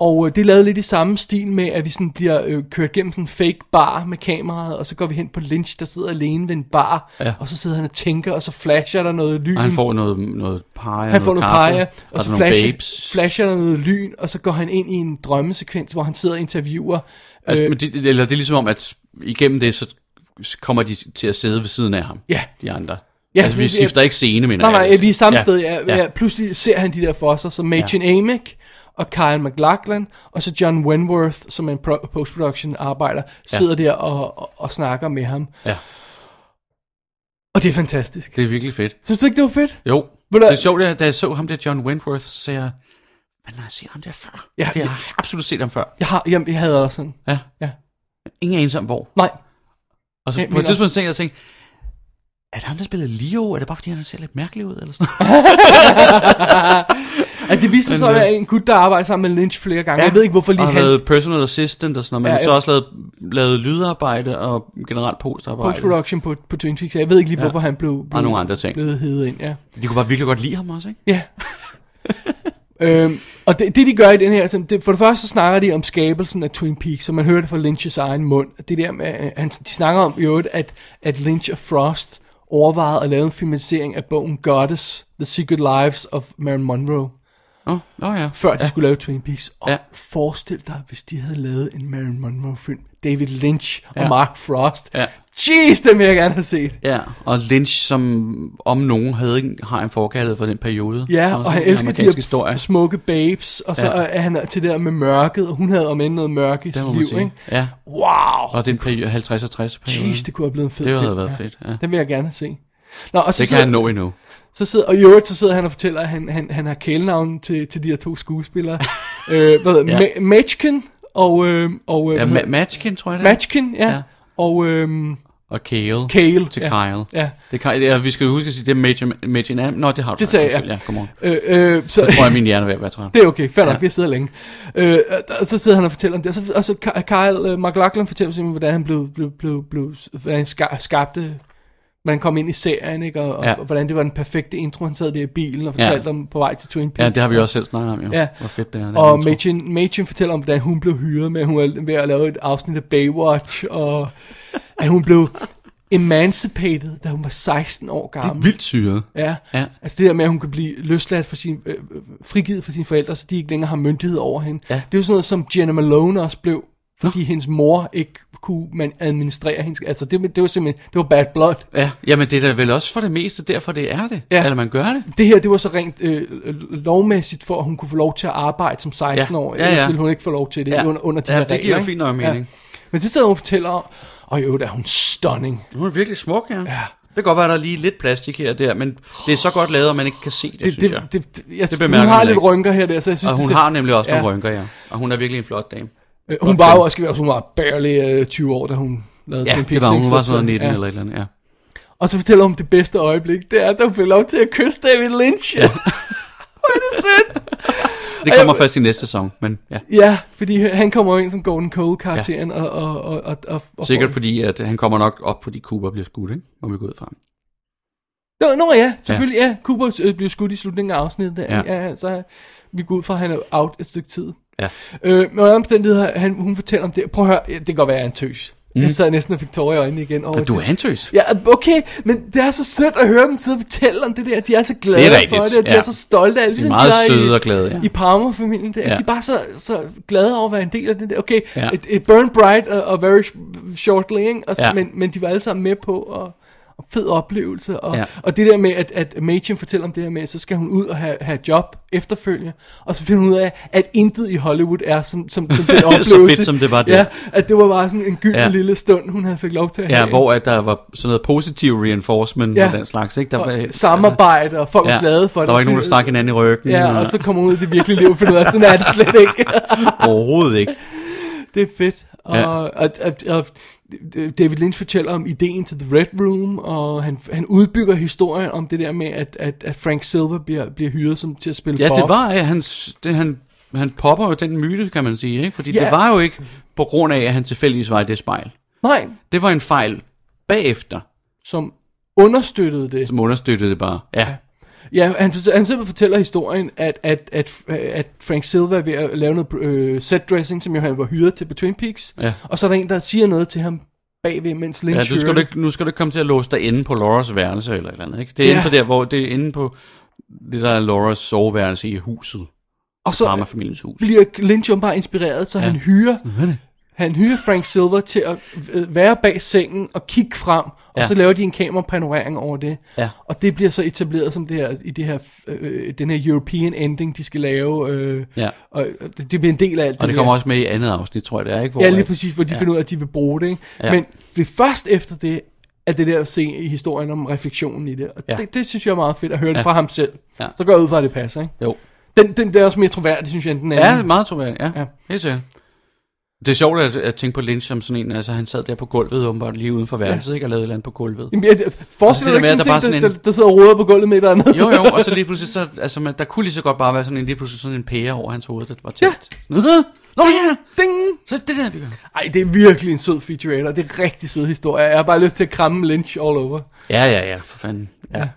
Speaker 4: Og øh, det er lavet lidt i samme stil med, at vi sådan bliver øh, kørt gennem sådan en fake bar med kameraet, og så går vi hen på Lynch, der sidder alene ved en bar,
Speaker 5: Ja.
Speaker 4: ja. og så sidder han og tænker, og så flasher der noget lyn.
Speaker 5: Og han får noget, noget pege,
Speaker 4: Han får noget
Speaker 5: kaffe,
Speaker 4: peger, og så
Speaker 5: nogle
Speaker 4: flasher,
Speaker 5: babes.
Speaker 4: flasher der noget lyn, og så går han ind i en drømmesekvens, hvor han sidder og interviewer.
Speaker 5: Altså,
Speaker 4: øh,
Speaker 5: men det, eller det er ligesom om, at igennem det, så kommer de til at sidde ved siden af ham.
Speaker 4: Ja.
Speaker 5: De andre. Ja, altså, vi
Speaker 4: men-
Speaker 5: skifter ikke scene, mener
Speaker 4: nej,
Speaker 5: jeg. altså.
Speaker 4: Nej, vi er samme ja. sted. Ja,
Speaker 5: ja.
Speaker 4: ja. Ja. Pludselig ser han de der for sig, som Machen ja. Amick og Kyle McLachlan, og så John Wentworth, som er en pro- post-production arbejder, sidder der og, og, og snakker med ham.
Speaker 5: Ja.
Speaker 4: Og det er fantastisk.
Speaker 5: Det er virkelig fedt.
Speaker 4: Synes du ikke, det var fedt?
Speaker 5: Jo.
Speaker 4: Ved du-
Speaker 5: det er sjovt, at da jeg så ham der John Wentworth, så sagde jeg, men har jeg set ham der før?
Speaker 4: Ja,
Speaker 5: Ja, det har jeg absolut set ham før.
Speaker 4: Jeg, har, jeg, jeg havde også sådan.
Speaker 5: Ja.
Speaker 4: Ja.
Speaker 5: Ingen anelse om hvor.
Speaker 4: Nej.
Speaker 5: Og så
Speaker 4: Ja,
Speaker 5: på
Speaker 4: men altså-
Speaker 5: et tidspunkt tænkte jeg, tænkte, er det ham, der spillede Leo? Er det bare, fordi han ser lidt mærkelig ud? Eller sådan?
Speaker 4: At det viser
Speaker 5: Men,
Speaker 4: sig at være
Speaker 5: øh,
Speaker 4: en gut, der arbejder sammen med Lynch flere gange. Ja. Jeg ved ikke, hvorfor lige
Speaker 5: og
Speaker 4: han...
Speaker 5: han... lavede personal assistant og sådan noget, men
Speaker 4: Ja,
Speaker 5: ja,
Speaker 4: ja.
Speaker 5: så også lavet, lavet lydarbejde og generelt postarbejde.
Speaker 4: post-production på, på Twin Peaks. Jeg ved ikke lige,
Speaker 5: Ja.
Speaker 4: hvorfor han blev, blev,
Speaker 5: Og nogle andre ting.
Speaker 4: blev hedet ind. Ja.
Speaker 5: De kunne bare virkelig godt lide ham også, ikke?
Speaker 4: ja. (laughs) øhm, og det, det, de gør i den her, altså, det, for det første så snakker de om skabelsen af Twin Peaks, som man hørte fra Lynch's egen mund. Det der med, øh, han, de snakker om i øvrigt, at, at Lynch og Frost overvejede at lave en filmatisering af bogen Goddess, The Secret Lives of Marilyn Monroe,
Speaker 5: Åh, oh, oh, ja.
Speaker 4: før de skulle lave Twin Peaks. Og
Speaker 5: Ja.
Speaker 4: ja. forestil dig, hvis de havde lavet en Marilyn Monroe-film, David Lynch og
Speaker 5: Ja.
Speaker 4: Mark Frost.
Speaker 5: Ja.
Speaker 4: Jeez, den vil jeg gerne have set.
Speaker 5: Ja, og Lynch, som om nogen havde, en- har en forkærlighed for den periode.
Speaker 4: Ja, og, han
Speaker 5: den
Speaker 4: elsker de
Speaker 5: amerikanske
Speaker 4: her
Speaker 5: historie.
Speaker 4: historie. smukke babes, og så
Speaker 5: Ja.
Speaker 4: ja. er han til det der med mørket, og hun havde om end noget mørke i
Speaker 5: Det
Speaker 4: sit
Speaker 5: må man
Speaker 4: liv,
Speaker 5: sige.
Speaker 4: ikke?
Speaker 5: Ja.
Speaker 4: Wow!
Speaker 5: Og den periode, 50 og 60 periode.
Speaker 4: Jeez, det kunne have blevet en fed
Speaker 5: Det havde
Speaker 4: film,
Speaker 5: været
Speaker 4: ja.
Speaker 5: fedt, ja.
Speaker 4: Den vil jeg gerne se. Nå, og så
Speaker 5: Det kan
Speaker 4: sidder,
Speaker 5: han nå endnu.
Speaker 4: Så sidder, og i øvrigt så sidder han og fortæller, at han, han, han har kælenavn til, til de her to
Speaker 5: (laughs)
Speaker 4: skuespillere. øh, hvad hedder
Speaker 5: Ja.
Speaker 4: ja. Matchkin og... Øh, og øh,
Speaker 5: Ja,
Speaker 4: hvad hedder-
Speaker 5: Ma- Matchkin, tror jeg det er.
Speaker 4: Matchkin, ja.
Speaker 5: Ja.
Speaker 4: ja. Og... Øh,
Speaker 5: Og Kale.
Speaker 4: Kale,
Speaker 5: Til
Speaker 4: ja.
Speaker 5: Kyle.
Speaker 4: Ja.
Speaker 5: Det er, Kyle- ja, vi skal jo huske at sige, det er Major, Major Nam. Nå, det har du.
Speaker 4: Det sagde jeg.
Speaker 5: Undskyld, Ja, come on.
Speaker 4: øh, øh, så,
Speaker 5: Så tror jeg, min hjerne er ved at være træt.
Speaker 4: Det er okay, fair nok,
Speaker 5: Ja.
Speaker 4: vi har siddet længe. Øh, og så sidder han og fortæller om det, og så, og så Ka- Kyle øh, McLachlan fortæller simpelthen, hvordan han blev, blev, blev, blev hvordan han ska- skabte, hvordan han kom ind i serien, ikke? Og,
Speaker 5: Ja.
Speaker 4: ja. og, hvordan det var den perfekte intro, han sad der i bilen og
Speaker 5: Ja.
Speaker 4: fortalte ja. om på vej til Twin Peaks.
Speaker 5: Ja, det har vi også selv snakket om, jo.
Speaker 4: Ja.
Speaker 5: Hvor fedt det er. den
Speaker 4: Og
Speaker 5: intro.
Speaker 4: Machen, Machen fortæller om, hvordan hun blev hyret med, at hun var ved at lave et afsnit af Baywatch, og at hun blev emancipated, da hun var 16 år gammel.
Speaker 5: Det er vildt syret.
Speaker 4: Ja.
Speaker 5: Ja.
Speaker 4: ja, altså det der med, at hun kan blive løsladt for sin, øh, øh, frigivet for sine forældre, så de ikke længere har myndighed over hende.
Speaker 5: Ja.
Speaker 4: Det er jo sådan noget, som Jenna Malone også blev, fordi hendes mor ikke kunne man administrere hendes... Altså det, det var simpelthen, det var bad blood.
Speaker 5: Ja, jamen det er da vel også for det meste, derfor det er det.
Speaker 4: Ja.
Speaker 5: Eller man gør det.
Speaker 4: Det her, det var så rent øh, øh, lovmæssigt for, at hun kunne få lov til at arbejde som 16 år.
Speaker 5: Ja, ja.
Speaker 4: Ellers ville hun ikke få lov til det
Speaker 5: Ja.
Speaker 4: under, under de
Speaker 5: Ja,
Speaker 4: her
Speaker 5: det giver
Speaker 4: regler,
Speaker 5: jo fint nok
Speaker 4: ikke?
Speaker 5: mening.
Speaker 4: Men det sidder hun og fortæller om, og i øvrigt er hun stunning.
Speaker 5: Hun er virkelig smuk, ja. ja. Det kan godt være, der er lige lidt plastik her og der, men det er så godt lavet, at man ikke kan se det, det synes jeg.
Speaker 4: det, det, jeg,
Speaker 5: Det
Speaker 4: det
Speaker 5: bemærker
Speaker 4: hun har
Speaker 5: man
Speaker 4: lidt
Speaker 5: ikke.
Speaker 4: rynker her og der, så jeg synes,
Speaker 5: og
Speaker 4: det
Speaker 5: hun
Speaker 4: ser-
Speaker 5: har nemlig også
Speaker 4: Ja.
Speaker 5: nogle rynker, ja. Og hun er virkelig en flot dame.
Speaker 4: Øh, hun var jo også, skal vi også- hun var barely øh, 20 år, da hun lavede
Speaker 5: Ja,
Speaker 4: Twin Peaks.
Speaker 5: det var hun.
Speaker 4: ikke?
Speaker 5: Hun
Speaker 4: Så-
Speaker 5: var sådan noget
Speaker 4: så-
Speaker 5: 19
Speaker 4: ja.
Speaker 5: eller et eller andet, ja.
Speaker 4: Og så fortæller hun om det bedste (laughs) øjeblik, det er, da hun fik lov til at kysse David Lynch. Ja. Hvor er det sødt.
Speaker 5: Det kommer først i næste sæson, men ja.
Speaker 4: Ja, fordi han kommer jo ind som Gordon Cole-karakteren, og, og, og, og, og, og
Speaker 5: Sikkert fordi, at han kommer nok op, fordi Cooper bliver skudt, ikke? Om vi går ud fra.
Speaker 4: Nå, nå ja, selvfølgelig, ja. ja. Cooper øh, bliver skudt i slutningen af afsnittet. Der.
Speaker 5: Ja.
Speaker 4: Ja. ja. så vi går ud fra, at han er out et stykke tid.
Speaker 5: Ja.
Speaker 4: Øh, med omstændigheder, han, hun fortæller om det. Prøv at høre, ja, det kan godt være, at jeg er en tøs.
Speaker 5: Mm.
Speaker 4: Mm. Jeg sad næsten og fik tårer i øjnene igen. Over
Speaker 5: Men du er
Speaker 4: det.
Speaker 5: en tøs.
Speaker 4: Ja, okay, men det er så sødt at høre dem sidde og fortælle om det der. De er så glade
Speaker 5: Det er rigtigt,
Speaker 4: for det, og de
Speaker 5: ja.
Speaker 4: er så stolte af det.
Speaker 5: De er meget søde og glade, ja.
Speaker 4: I Palmer-familien, der.
Speaker 5: Ja.
Speaker 4: Ja. de er bare så, så glade over at være en del af det der. Okay,
Speaker 5: Ja.
Speaker 4: ja. et, et burn bright og, og very sh- shortly, ikke? Og,
Speaker 5: Ja.
Speaker 4: ja. men, men de var alle sammen med på og, og fed oplevelse. Og,
Speaker 5: Ja.
Speaker 4: ja. og det der med, at, at Machen fortæller om det her med, så skal hun ud og have, have job efterfølgende, og så finder hun ud af, at intet i Hollywood er som,
Speaker 5: (laughs)
Speaker 4: som, som den
Speaker 5: Så
Speaker 4: oplevelse.
Speaker 5: fedt, som det var der.
Speaker 4: Ja, at det var bare sådan en gylden
Speaker 5: Ja.
Speaker 4: ja. lille stund, hun havde fik lov til at
Speaker 5: Ja,
Speaker 4: have.
Speaker 5: hvor at der var sådan noget positiv reinforcement Øh, ja. og den slags, ikke? Der
Speaker 4: og
Speaker 5: var, altså-
Speaker 4: samarbejde, og folk var glade for det.
Speaker 5: Der var ikke nogen, der stak hinanden i ryggen.
Speaker 4: Ja, og så kommer hun ud i det virkelige liv og finder ud af, sådan er det
Speaker 5: (laughs)
Speaker 4: slet ikke.
Speaker 5: Overhovedet ikke.
Speaker 4: det er fedt. Og,
Speaker 5: Ja.
Speaker 4: ja. og, og, og David Lynch fortæller om ideen til The Red Room, og han, han udbygger historien om det der med, at, at, at Frank Silver bliver, bliver hyret som, til at spille
Speaker 5: (laughs) Ja,
Speaker 4: Bob.
Speaker 5: det var, ja, hans, det, han, han popper jo den myte, kan man sige, ikke? Fordi ja.
Speaker 4: Ja.
Speaker 5: det var jo ikke på grund af, at han tilfældigvis var i det spejl.
Speaker 4: Nej,
Speaker 5: Det var en fejl bagefter,
Speaker 4: som understøttede det.
Speaker 5: som understøttede det bare. Ja,
Speaker 4: Ja, han, for- han simpelthen fortæller historien, at, at, at, at Frank Silva er ved at lave noget øh, set dressing, som jo han var hyret til på Twin Peaks.
Speaker 5: Ja.
Speaker 4: Og så er der en, der siger noget til ham bagved, mens
Speaker 5: ja
Speaker 4: Lynch
Speaker 5: du skal
Speaker 4: hører
Speaker 5: du
Speaker 4: det.
Speaker 5: ikke, nu skal du ikke komme til at låse dig inde på Lauras værelse eller et eller andet, ikke? Det er ja.
Speaker 4: Ja.
Speaker 5: inde på der, hvor det er inde på det der er Lauras soveværelse i huset.
Speaker 4: Og så-
Speaker 5: Farmerfamiliens hus.
Speaker 4: bliver Lynch jo bare inspireret, så
Speaker 5: Ja.
Speaker 4: ja. han hyrer han hyrer Frank Silver til at øh, være bag sengen og kigge frem, og
Speaker 5: Ja.
Speaker 4: ja. så laver de en kamerapanorering over det.
Speaker 5: Ja.
Speaker 4: Og det bliver så etableret som det her, i det her, øh, den her European ending, de skal lave. Øh,
Speaker 5: Ja.
Speaker 4: Og og det, det bliver en del af alt
Speaker 5: Og det
Speaker 4: her.
Speaker 5: kommer også med i andet afsnit, tror jeg, det er, ikke?
Speaker 4: ja, lige
Speaker 5: at-
Speaker 4: præcis, hvor de ja. finder ud af, at de vil bruge det. Ikke?
Speaker 5: Ja.
Speaker 4: Ja. Men det er først efter det, at det der scene i historien om refleksionen i det. Og
Speaker 5: Ja.
Speaker 4: ja. det, det synes jeg er meget fedt at høre ja.
Speaker 5: Ja.
Speaker 4: det fra ham selv.
Speaker 5: Ja.
Speaker 4: Så går jeg ud fra, at det passer. Ikke?
Speaker 5: Jo.
Speaker 4: Den, den der er også mere troværdig, synes jeg, end den anden.
Speaker 5: Ja, meget troværdigt, ja. ja.
Speaker 4: Ja.
Speaker 5: Helt sikkert. Det er sjovt at, at tænke på Lynch som sådan en, altså han sad der på gulvet åbenbart lige uden for værelset, ja. ikke, og lavede et eller andet på gulvet.
Speaker 4: Jamen, jeg,
Speaker 5: Altså,
Speaker 4: forestil dig
Speaker 5: det
Speaker 4: ikke sådan en,
Speaker 5: der med, at der bare sådan
Speaker 4: der,
Speaker 5: en-
Speaker 4: der, der sidder og roder på gulvet med et eller andet.
Speaker 5: Jo, jo, og så lige pludselig, så, altså, man, der kunne lige så godt bare være sådan en, lige pludselig sådan en pære over hans hoved, der var tæt. Ja. Nå ja,
Speaker 4: Ding!
Speaker 5: så er det der, vi gør.
Speaker 4: Ej, det er virkelig en sød featurette, og det er rigtig sød historie. Jeg har bare lyst til at kramme Lynch all over.
Speaker 5: Ja, ja, ja, for fanden. Ja. ja.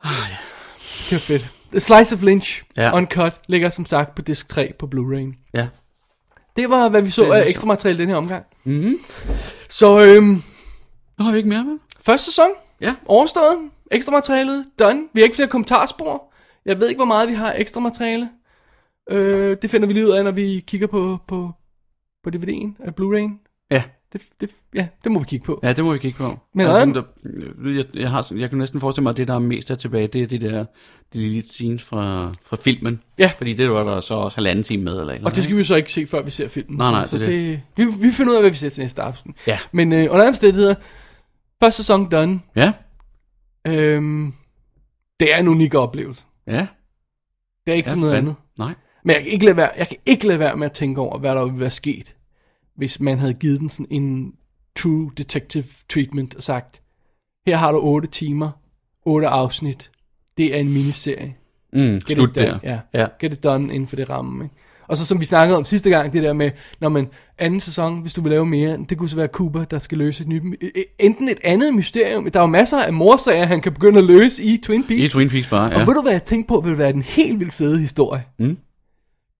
Speaker 4: Det er fedt. The Slice of Lynch,
Speaker 5: Ja.
Speaker 4: ja. uncut, ligger som sagt på disk 3 på Blu-ray.
Speaker 5: ja.
Speaker 4: Det var, hvad vi så
Speaker 5: Det er
Speaker 4: af
Speaker 5: så-
Speaker 4: ekstra materiale den her omgang. Mm-hmm. Så øhm,
Speaker 5: Mhm. Nu har vi ikke mere med.
Speaker 4: første sæson,
Speaker 5: Ja.
Speaker 4: overstået, ekstra materialet, done. Vi har ikke flere kommentarspor. Jeg ved ikke, hvor meget vi har af ekstra materiale. Øh, det finder vi lige ud af, når vi kigger på, på, på DVD'en af Blu-ray'en.
Speaker 5: Ja.
Speaker 4: Det, det, ja, det må vi kigge på.
Speaker 5: Ja, det må vi kigge på.
Speaker 4: Men
Speaker 5: altså,
Speaker 4: øhm,
Speaker 5: der, jeg, jeg, har, sådan- jeg kan næsten forestille mig, at det, der er mest er tilbage, det er de der de lille scenes fra, fra filmen.
Speaker 4: Ja.
Speaker 5: Fordi det var der så også halvanden time med, eller, eller
Speaker 4: Og det skal vi så ikke se, før vi ser filmen.
Speaker 5: Nej, nej,
Speaker 4: Så
Speaker 5: det er
Speaker 4: det, det, vi, vi finder ud af, hvad vi ser til næste aften.
Speaker 5: Ja.
Speaker 4: Men øh, under andre steder, første sæson done.
Speaker 5: Ja,
Speaker 4: Øhm, det er en unik oplevelse.
Speaker 5: ja.
Speaker 4: Det er ikke ja,
Speaker 5: ja,
Speaker 4: som noget
Speaker 5: fanden.
Speaker 4: andet.
Speaker 5: Nej.
Speaker 4: Men jeg kan, ikke lade være, jeg kan ikke lade være med at tænke over, hvad der ville være sket, hvis man havde givet den sådan en true detective treatment og sagt, her har du 8 timer, 8 afsnit, det er en miniserie.
Speaker 5: Mm,
Speaker 4: Get
Speaker 5: slut
Speaker 4: it done.
Speaker 5: der.
Speaker 4: Ja.
Speaker 5: ja.
Speaker 4: Get it done inden for det ramme. Ikke? Og så som vi snakkede om sidste gang, det der med, når man anden sæson, hvis du vil lave mere, det kunne så være Cooper, der skal løse et nyt, my- e- enten et andet mysterium. Der er jo masser af morsager, han kan begynde at løse i Twin Peaks.
Speaker 5: I Twin Peaks bare,
Speaker 4: Og
Speaker 5: ja.
Speaker 4: ved du, hvad jeg tænkte på, ville være den helt vildt fede historie?
Speaker 5: Mm.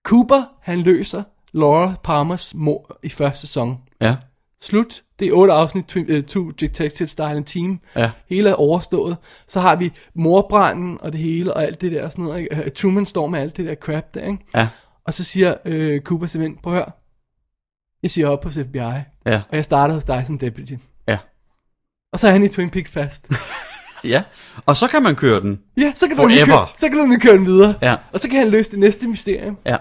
Speaker 4: Cooper, han løser Laura Palmers mor i første sæson.
Speaker 5: Ja,
Speaker 4: Slut. Det er otte afsnit, Twin, uh, Two Detective Style and Team.
Speaker 5: Ja.
Speaker 4: Hele er overstået. Så har vi morbranden og det hele og alt det der. og Sådan noget, ikke? Øh, Truman står med alt det der crap der. Ikke?
Speaker 5: ja,
Speaker 4: Og så siger øh, Cooper simpelthen, prøv at høre. Jeg siger op på FBI,
Speaker 5: ja,
Speaker 4: og jeg startede hos dig som deputy.
Speaker 5: ja.
Speaker 4: Og så er han i Twin Peaks
Speaker 5: (laughs)
Speaker 4: fast.
Speaker 5: Ja, og så kan man køre den.
Speaker 4: ja, så kan, du nemlig
Speaker 5: Forever.
Speaker 4: køre, så kan du nemlig køre den videre.
Speaker 5: Ja.
Speaker 4: Og så kan han løse det næste mysterium.
Speaker 5: Ja.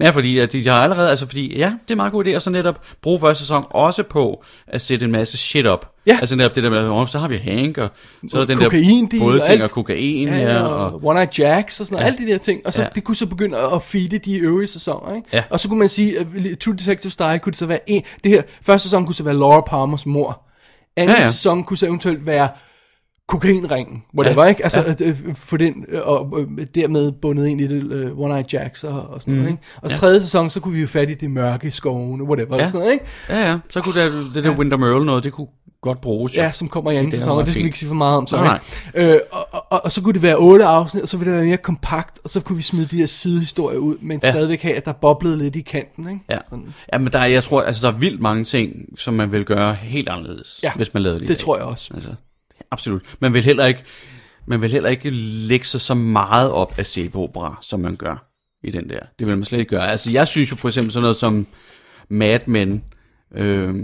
Speaker 5: Ja, fordi at de har allerede, altså fordi, ja, det er en meget god idé at så netop bruge første sæson også på at sætte en masse shit op.
Speaker 4: Ja.
Speaker 5: Altså netop det der med, oh, så har vi Hank, og så er der den der
Speaker 4: Kokaindeal og
Speaker 5: bådting
Speaker 4: alt.
Speaker 5: og kokain, ja, ja, og,
Speaker 4: og One Eye Jacks og sådan noget,
Speaker 5: Ja.
Speaker 4: ja. alle de der ting. Og så
Speaker 5: Ja.
Speaker 4: ja. det kunne så begynde at, at feede de øvrige sæsoner, ikke?
Speaker 5: Ja.
Speaker 4: Og så kunne man sige, at li- True Detective Style kunne det så være en... Det her første sæson kunne så være Laura Palmers mor. Anden
Speaker 5: Ja,
Speaker 4: ja,
Speaker 5: ja.
Speaker 4: ja. sæson kunne så eventuelt være kokainringen, whatever, ja, ikke? Altså, ja. at, øh, få den, øh, og øh, dermed bundet ind i det, øh, One Eye Jacks og, og sådan mm.
Speaker 5: Mm.
Speaker 4: noget, ikke? Og så
Speaker 5: Ja.
Speaker 4: tredje sæson, så kunne vi jo fat i det mørke i skovene, whatever, ja. og sådan noget, ikke?
Speaker 5: Ja, ja. Så kunne det, det der ja. Winter Merle noget, det kunne godt bruges. jo.
Speaker 4: Ja, som kommer i anden
Speaker 5: Det er
Speaker 4: sæson, og
Speaker 5: meget
Speaker 4: det skal vi
Speaker 5: fint.
Speaker 4: ikke sige for meget om. Så,
Speaker 5: Nej,
Speaker 4: Øh, og, og, og, og, så kunne det være otte afsnit, og så ville det være mere kompakt, og så kunne vi smide de her sidehistorier ud, men ja.
Speaker 5: Ja.
Speaker 4: stadigvæk have, at der boblede lidt i kanten, ikke?
Speaker 5: Ja. ja, men der, er- jeg tror, altså, der er vildt mange ting, som man vil gøre helt anderledes,
Speaker 4: Ja,
Speaker 5: ja, hvis man lavede det i
Speaker 4: det
Speaker 5: dag.
Speaker 4: tror jeg også.
Speaker 5: Altså, absolut. Man vil heller ikke, man vil heller ikke lægge sig så meget op af sæbeopera, som man gør i den der. Det vil man slet ikke gøre. Altså, jeg synes jo for eksempel sådan noget som Mad Men øh,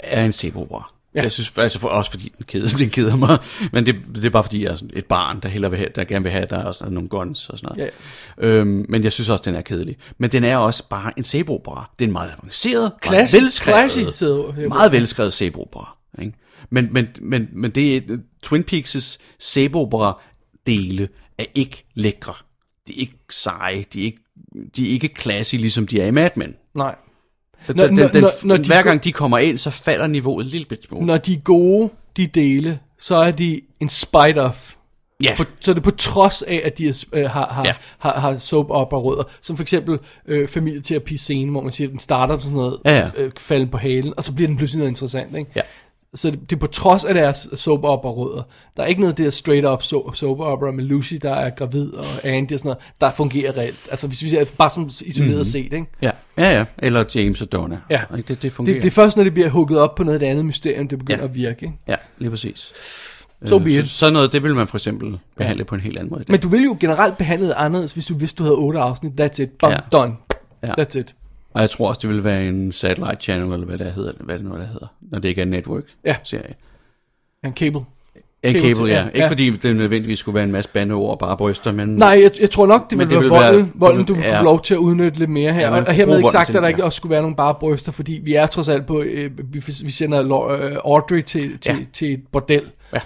Speaker 5: er en sæbeopera.
Speaker 4: Ja.
Speaker 5: Ja. Jeg synes altså for, også fordi den keder, (laughs) den keder mig, men det, det er bare fordi jeg er sådan et barn der hellere vil have, der gerne vil have at der er også er nogle guns og sådan noget. Øhm, men jeg synes også, den er kedelig. Men den er også bare en sæbeopera. Det er en meget avanceret,
Speaker 4: Classic-
Speaker 5: meget velskrevet,
Speaker 4: classic sæbeopera.
Speaker 5: meget velskrevet sæbeopera. ikke? Men, men, men, men det er, Twin Peaks' sæbeopera dele er ikke lækre. De er ikke seje. De er ikke, de er ikke classy, ligesom de er i Mad Men.
Speaker 4: Nej.
Speaker 5: Den,
Speaker 4: Når-
Speaker 5: den,
Speaker 4: når-
Speaker 5: den,
Speaker 4: når- når de
Speaker 5: hver
Speaker 4: go-
Speaker 5: gang de kommer ind, så falder niveauet en lille bit smule.
Speaker 4: Når de er gode, de dele, så er de en spite of.
Speaker 5: Ja.
Speaker 4: På, så er det på trods af, at de er, øh, har, har, ja.
Speaker 5: Ja.
Speaker 4: har, har soap opera rødder. Som for eksempel øh, familieterapi scene, hvor man siger, at den starter som sådan noget
Speaker 5: Ja, ja.
Speaker 4: Øh, falden på halen, og så bliver den pludselig noget interessant. Ikke?
Speaker 5: Ja.
Speaker 4: Så det, det er på trods af deres soap opera rødder. Der er ikke noget af det der straight up so, soap opera med Lucy, der er gravid, og Andy og sådan noget, der fungerer reelt. Altså hvis vi ser bare sådan isoleret
Speaker 5: Mhm.
Speaker 4: mm. set. Ikke?
Speaker 5: Ja. ja, ja. Eller James og Donna.
Speaker 4: Ja.
Speaker 5: Ikke? Det, det fungerer.
Speaker 4: Det, det er først, når det bliver hugget op på noget af det andet mysterium, det begynder ja.
Speaker 5: Ja.
Speaker 4: at virke. Ikke?
Speaker 5: Ja, lige præcis.
Speaker 4: So
Speaker 5: Øh,
Speaker 4: be it.
Speaker 5: Så, sådan noget, det vil man for eksempel behandle på en helt anden måde. i dag.
Speaker 4: Men du ville jo generelt behandle det anderledes, hvis du vidste, du havde otte afsnit. That's it. Bum,
Speaker 5: Ja.
Speaker 4: ja. done.
Speaker 5: Ja.
Speaker 4: That's it.
Speaker 5: Og jeg tror også, det vil være en satellite channel, eller hvad det hedder, hvad det nu der hedder, når det ikke er en
Speaker 4: Ja.
Speaker 5: network-serie.
Speaker 4: En cable.
Speaker 5: En cable, ja. Ikke
Speaker 4: ja.
Speaker 5: fordi det nødvendigvis skulle være en masse bandeord og bare bryster, men...
Speaker 4: Nej, jeg, jeg tror nok, det
Speaker 5: Men
Speaker 4: ville være volden, volden, du
Speaker 5: det
Speaker 4: ville
Speaker 5: vil-
Speaker 4: få lov til at udnytte lidt mere her.
Speaker 5: Ja,
Speaker 4: Ja, og,
Speaker 5: man
Speaker 4: og hermed
Speaker 5: bruger
Speaker 4: ikke
Speaker 5: volden
Speaker 4: sagt,
Speaker 5: til
Speaker 4: at der
Speaker 5: det,
Speaker 4: ikke
Speaker 5: ja.
Speaker 4: også skulle være nogle bare bryster, fordi vi er trods alt på, øh, vi, vi sender Lo- øh, Audrey til, til, ja.
Speaker 5: Ja.
Speaker 4: til et bordel.
Speaker 5: Ja.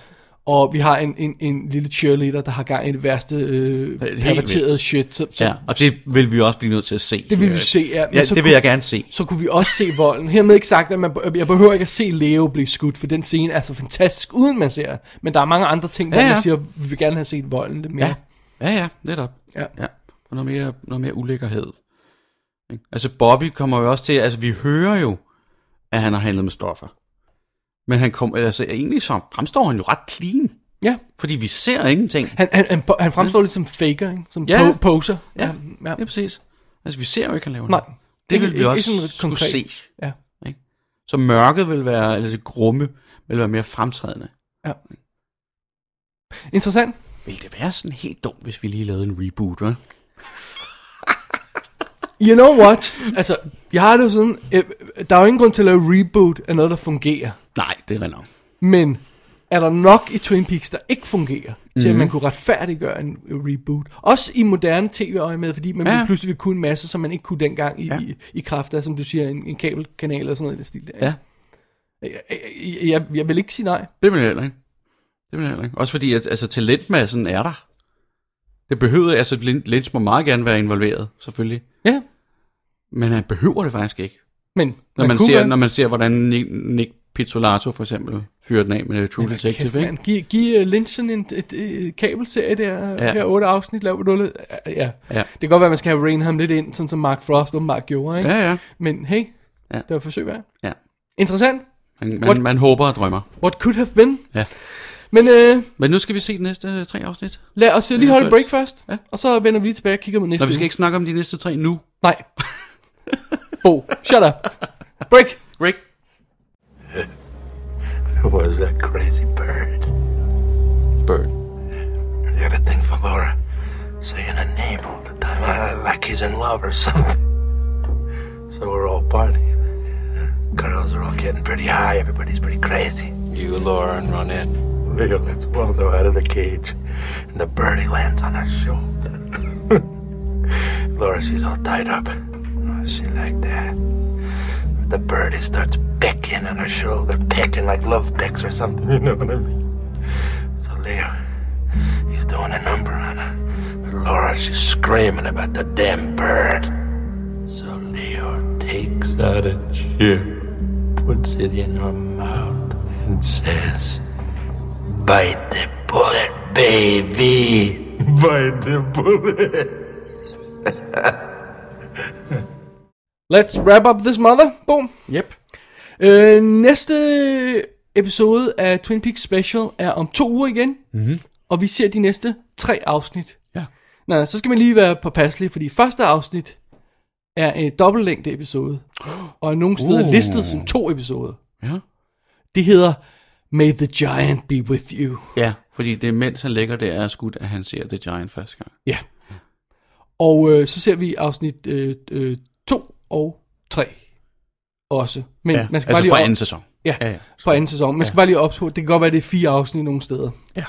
Speaker 4: Og vi har en, en, en lille cheerleader, der har gang i det værste øh,
Speaker 5: Helt
Speaker 4: perverterede
Speaker 5: vildt.
Speaker 4: shit. Så, så,
Speaker 5: Ja, og det vil vi også blive nødt til at se.
Speaker 4: Det vil vi
Speaker 5: Øh,
Speaker 4: se, ja. Men
Speaker 5: ja
Speaker 4: så
Speaker 5: det vil
Speaker 4: kunne-
Speaker 5: jeg gerne se.
Speaker 4: så kunne vi også se volden. Hermed ikke sagt, at man, jeg behøver ikke at se Leo blive skudt, for den scene er så fantastisk, uden man ser. Men der er mange andre ting, hvor ja, ja.
Speaker 5: Ja, ja.
Speaker 4: man siger, vi vil gerne have set volden lidt mere.
Speaker 5: Ja, ja, ja netop.
Speaker 4: Ja.
Speaker 5: ja. Og noget mere, noget mere ulækkerhed. Ikke? Altså Bobby kommer jo også til, altså vi hører jo, at han har handlet med stoffer. Men han kom, altså egentlig så fremstår han jo ret clean.
Speaker 4: Ja.
Speaker 5: Fordi vi ser ingenting.
Speaker 4: Han, han, han, han fremstår ja. lidt som faker, ikke? som ja.
Speaker 5: Ja.
Speaker 4: po- poser.
Speaker 5: Ja,
Speaker 4: ja.
Speaker 5: ja. præcis. Altså, vi ser jo ikke, han laver
Speaker 4: Nej.
Speaker 5: noget. Det
Speaker 4: Ikke-
Speaker 5: vil vi
Speaker 4: ikke-
Speaker 5: også
Speaker 4: ikke sådan lidt
Speaker 5: skulle
Speaker 4: konkret.
Speaker 5: se.
Speaker 4: Ja.
Speaker 5: Ikke? Så mørket vil være, eller det grumme, vil være mere fremtrædende.
Speaker 4: Interessant.
Speaker 5: Vil det være sådan helt dumt, hvis vi lige lavede en reboot, hva'?
Speaker 4: You know what? Altså, jeg har det jo sådan, øh, der er jo ingen grund til at lave reboot af noget, der fungerer.
Speaker 5: Nej, det er rigtig nok.
Speaker 4: Men er der nok i Twin Peaks, der ikke fungerer, til at
Speaker 5: Mhm.
Speaker 4: man kunne retfærdiggøre en reboot? Også i moderne tv med, fordi man
Speaker 5: Ja.
Speaker 4: ja. pludselig vil kunne en masse, som man ikke kunne dengang i, ja.
Speaker 5: Ja.
Speaker 4: i, i kraft af, som du siger, en, en kabelkanal og sådan noget i den stil. Der.
Speaker 5: Ja.
Speaker 4: Jeg, jeg, jeg, jeg vil ikke sige nej.
Speaker 5: Det vil jeg heller ikke. Det vil jeg heller ikke. Også fordi, at, altså, talentmassen er der. Det behøvede, altså, Lin- Lynch må meget gerne være involveret, selvfølgelig.
Speaker 4: Ja.
Speaker 5: Men han behøver det faktisk ikke.
Speaker 4: Men
Speaker 5: Når man,
Speaker 4: kunne
Speaker 5: ser,
Speaker 4: gøre-
Speaker 5: når man ser, hvordan Nick, Nick Pizzolato for eksempel fyrer den af med øh, True Detective,
Speaker 4: Kæft,
Speaker 5: ikke?
Speaker 4: man. Giv, giv øh, Lynch sådan en et, et, et kabelserie der, ja.
Speaker 5: Ja.
Speaker 4: her otte afsnit, lav du ja. ja.
Speaker 5: Ja.
Speaker 4: Det kan godt være, man skal have rain ham lidt ind, sådan som Mark Frost åbenbart gjorde, ikke?
Speaker 5: Ja, ja.
Speaker 4: Men hey, ja.
Speaker 5: Ja.
Speaker 4: det var et forsøg værd.
Speaker 5: Ja.
Speaker 4: Interessant.
Speaker 5: Man,
Speaker 4: What-
Speaker 5: man, man håber og drømmer.
Speaker 4: What could have been.
Speaker 5: Ja.
Speaker 4: Men øh,
Speaker 5: Men nu skal vi se de næste øh, tre afsnit.
Speaker 4: lad os øh, lige holde et break
Speaker 5: Eventuelt.
Speaker 4: først, ja.
Speaker 5: Ja.
Speaker 4: og så vender vi lige tilbage og kigger mod næste
Speaker 5: Nå, vi skal
Speaker 4: uge.
Speaker 5: ikke snakke om de næste tre nu.
Speaker 4: Nej. Bo, shut up. Break.
Speaker 5: Rick.
Speaker 12: was that crazy bird. Bird? You had a thing for Laura. Saying her name all the time. uh, Like he's in love or something. So we're all partying. Girls are all getting pretty high. Everybody's pretty crazy. You, Laura, and Ronette. Leo lets Waldo out of the cage. And the birdie lands on her shoulder. (laughs) Laura, she's all tied up. Oh, she like that. The birdie starts pecking on her shoulder, pecking like love pecks or something, you know what I mean? So Leo, he's doing a number on her. But Laura, she's screaming about the damn bird. So Leo takes out a chair, puts it in her mouth, and says, Bite the bullet, baby. Bite the bullet.
Speaker 4: Let's wrap up this mother, boom.
Speaker 5: Yep.
Speaker 4: Øh, næste episode af Twin Peaks Special er om to uger igen,
Speaker 5: Mhm.
Speaker 4: og vi ser de næste tre afsnit.
Speaker 5: Ja.
Speaker 4: Nå, så skal man lige være påpasselig, fordi første afsnit er en dobbeltlængde episode, og er nogle steder
Speaker 5: Uh.
Speaker 4: uh. listet som to episoder.
Speaker 5: Ja.
Speaker 4: Det hedder May the Giant Be With You.
Speaker 5: Ja, fordi det er mens han ligger der er skudt, at han ser The Giant første gang.
Speaker 4: Ja. Og øh, så ser vi afsnit 2 øh, øh, to og 3 også. Men
Speaker 5: Ja,
Speaker 4: man skal
Speaker 5: altså
Speaker 4: bare lige
Speaker 5: fra
Speaker 4: op-
Speaker 5: anden sæson.
Speaker 4: Ja, ja,
Speaker 5: Ja, ja.
Speaker 4: ja. fra anden sæson. Man skal bare lige op på, det kan godt være, det er fire afsnit nogle steder.
Speaker 5: Ja.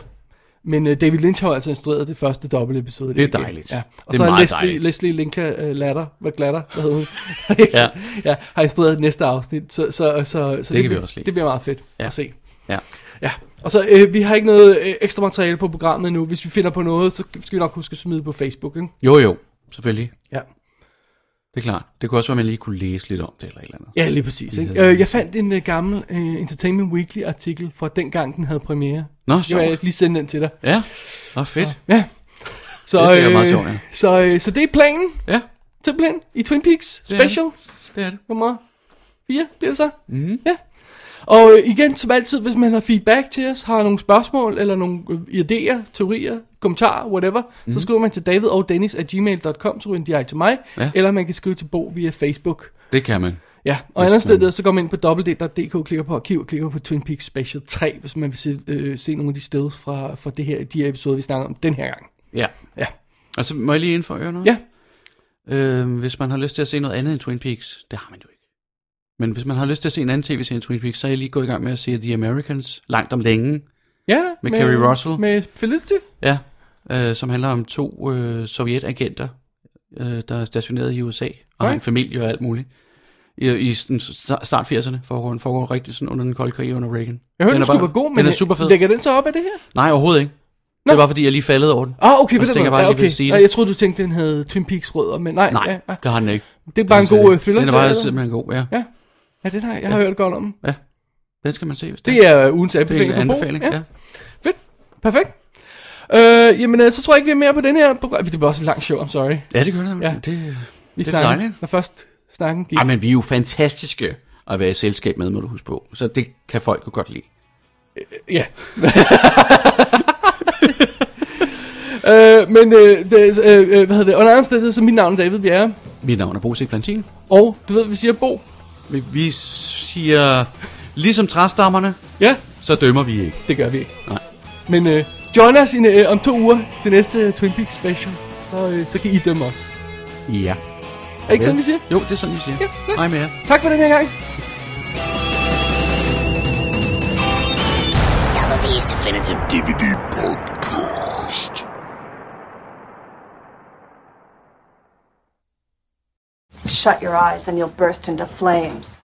Speaker 4: Men øh, David Lynch har jo altså instrueret det første dobbeltepisode.
Speaker 5: Det er
Speaker 4: igen.
Speaker 5: dejligt.
Speaker 4: Ja.
Speaker 5: Det
Speaker 4: Og
Speaker 5: er
Speaker 4: så har
Speaker 5: meget
Speaker 4: Leslie,
Speaker 5: dejligt.
Speaker 4: Leslie Linka øh, Latter, hvad glatter, hvad hedder hun?
Speaker 5: (laughs) Ja.
Speaker 4: (laughs) ja. har instrueret det næste afsnit, så, så, så, så det,
Speaker 5: kan vi
Speaker 4: bliver,
Speaker 5: også lide.
Speaker 4: det bliver meget fedt
Speaker 5: Ja.
Speaker 4: at se.
Speaker 5: Ja.
Speaker 4: Ja, og så øh, vi har ikke noget øh, ekstra materiale på programmet nu. Hvis vi finder på noget, så skal vi nok huske at smide det på Facebook, ikke?
Speaker 5: Jo, jo, selvfølgelig.
Speaker 4: Ja.
Speaker 5: Det er klart. Det kunne også være, at man lige kunne læse lidt om det eller et eller andet.
Speaker 4: Ja, lige præcis.
Speaker 5: Vi
Speaker 4: Ikke?
Speaker 5: havde-
Speaker 4: Øh, jeg fandt en øh, gammel øh, Entertainment Weekly artikel fra dengang, den havde premiere.
Speaker 5: Nå,
Speaker 4: så jeg vil
Speaker 5: sjovt.
Speaker 4: lige sende den til dig.
Speaker 5: Ja, nå fedt.
Speaker 4: Så, ja. Så,
Speaker 5: Det ser meget sjovt, ja.
Speaker 4: så, øh, så det er planen.
Speaker 5: Ja.
Speaker 4: Simpelthen i Twin Peaks
Speaker 5: Det er det.
Speaker 4: Special.
Speaker 5: Det er det.
Speaker 4: Nummer 4 bliver det så.
Speaker 5: Mhm.
Speaker 4: Mm. Ja. Og øh, igen, som altid, hvis man har feedback til os, har nogle spørgsmål, eller nogle øh, idéer, teorier, kommentarer, whatever, mm.
Speaker 5: Mhm.
Speaker 4: så skriver man til david og dennis at gmail.com, så ryger en direkte til mig,
Speaker 5: Ja.
Speaker 4: ja. eller man kan skrive til Bo via Facebook.
Speaker 5: Det kan man.
Speaker 4: Ja, og
Speaker 5: Hvis
Speaker 4: andet sted
Speaker 5: man-
Speaker 4: der, så går man ind på www.dk, klikker på arkiv, klikker på Twin Peaks Special 3, hvis man vil se, øh, se nogle af de steds fra, fra det her, de her episoder, vi snakker om den her gang.
Speaker 5: Ja.
Speaker 4: Ja.
Speaker 5: Og så må jeg lige indføre noget?
Speaker 4: Ja.
Speaker 5: Øh, hvis man har lyst til at se noget andet end Twin Peaks, det har man jo ikke. Men hvis man har lyst til at se en anden tv-serie end Twin Peaks, så er jeg lige gået i gang med at se The Americans langt om længe.
Speaker 4: Ja,
Speaker 5: Med Kerry Russell.
Speaker 4: Med Felicity.
Speaker 5: Ja, øh, som handler om to øh, sovjetagenter, øh, der er stationeret i USA, og har en
Speaker 4: Right.
Speaker 5: familie og alt muligt. I, i sådan sta- start 80'erne foregår den foregår rigtig sådan under den kolde krig under Reagan.
Speaker 4: Jeg hørte, den,
Speaker 5: er bare-
Speaker 4: skulle være god, men
Speaker 5: den er Ah, super fed.
Speaker 4: lægger den så op af det her?
Speaker 5: Nej, overhovedet ikke. Nå.
Speaker 4: Nå.
Speaker 5: Det var fordi, jeg lige faldet over den.
Speaker 4: Ah, okay,
Speaker 5: Og
Speaker 4: på den
Speaker 5: så tænker jeg
Speaker 4: måde.
Speaker 5: bare,
Speaker 4: Ja,
Speaker 5: lige vil
Speaker 4: okay.
Speaker 5: sige
Speaker 4: Ja,
Speaker 5: det.
Speaker 4: jeg troede, du tænkte, den havde Twin Peaks rødder, men nej.
Speaker 5: Nej,
Speaker 4: ja, ja.
Speaker 5: det har den ikke.
Speaker 4: Det er bare en
Speaker 5: Den
Speaker 4: god
Speaker 5: ser-
Speaker 4: øh, thriller.
Speaker 5: Den er bare
Speaker 4: serie.
Speaker 5: simpelthen god, ja.
Speaker 4: Ja, ja den har jeg, jeg har hørt godt om. den.
Speaker 5: Ja, den skal man se, hvis
Speaker 4: Det er øh, ugens
Speaker 5: Det er en
Speaker 4: anbefaling for Bo.
Speaker 5: anbefaling, ja.
Speaker 4: Fedt. Perfekt. Øh, jamen, øh, så tror jeg ikke, vi er mere på den her program. Det bliver også et langt show, I'm sorry.
Speaker 5: Ja, det gør det.
Speaker 4: Ja.
Speaker 5: Det,
Speaker 4: Vi
Speaker 5: det er
Speaker 4: snakker,
Speaker 5: dejligt.
Speaker 4: når først snakken gik.
Speaker 5: Ej, men vi er jo fantastiske at være i selskab med, må du huske på. Så det kan folk jo godt lide.
Speaker 4: Ja. øh, men, øh, det, øh, øh, hvad hedder det? Under andre omstændigheder, så mit navn er David Bjerre.
Speaker 5: Mit navn er Bo C. Plantin.
Speaker 4: Og du ved, hvad vi siger, Bo.
Speaker 5: Vi, vi siger, ligesom træstammerne,
Speaker 4: Ja,
Speaker 5: så dømmer vi ikke.
Speaker 4: det gør vi ikke.
Speaker 5: Nej.
Speaker 4: Men øh, join os in, øh, om to uger til næste Twin Peaks special. Så, øh, så kan I dømme os.
Speaker 5: Ja.
Speaker 4: Er ikke sådan, vi siger?
Speaker 5: Jo, det er sådan, vi siger.
Speaker 4: Ja, ja.
Speaker 5: Hej med jer.
Speaker 4: Tak for den her gang.
Speaker 3: Double D's Definitive DVD Podcast.
Speaker 10: Shut your eyes and you'll burst into flames.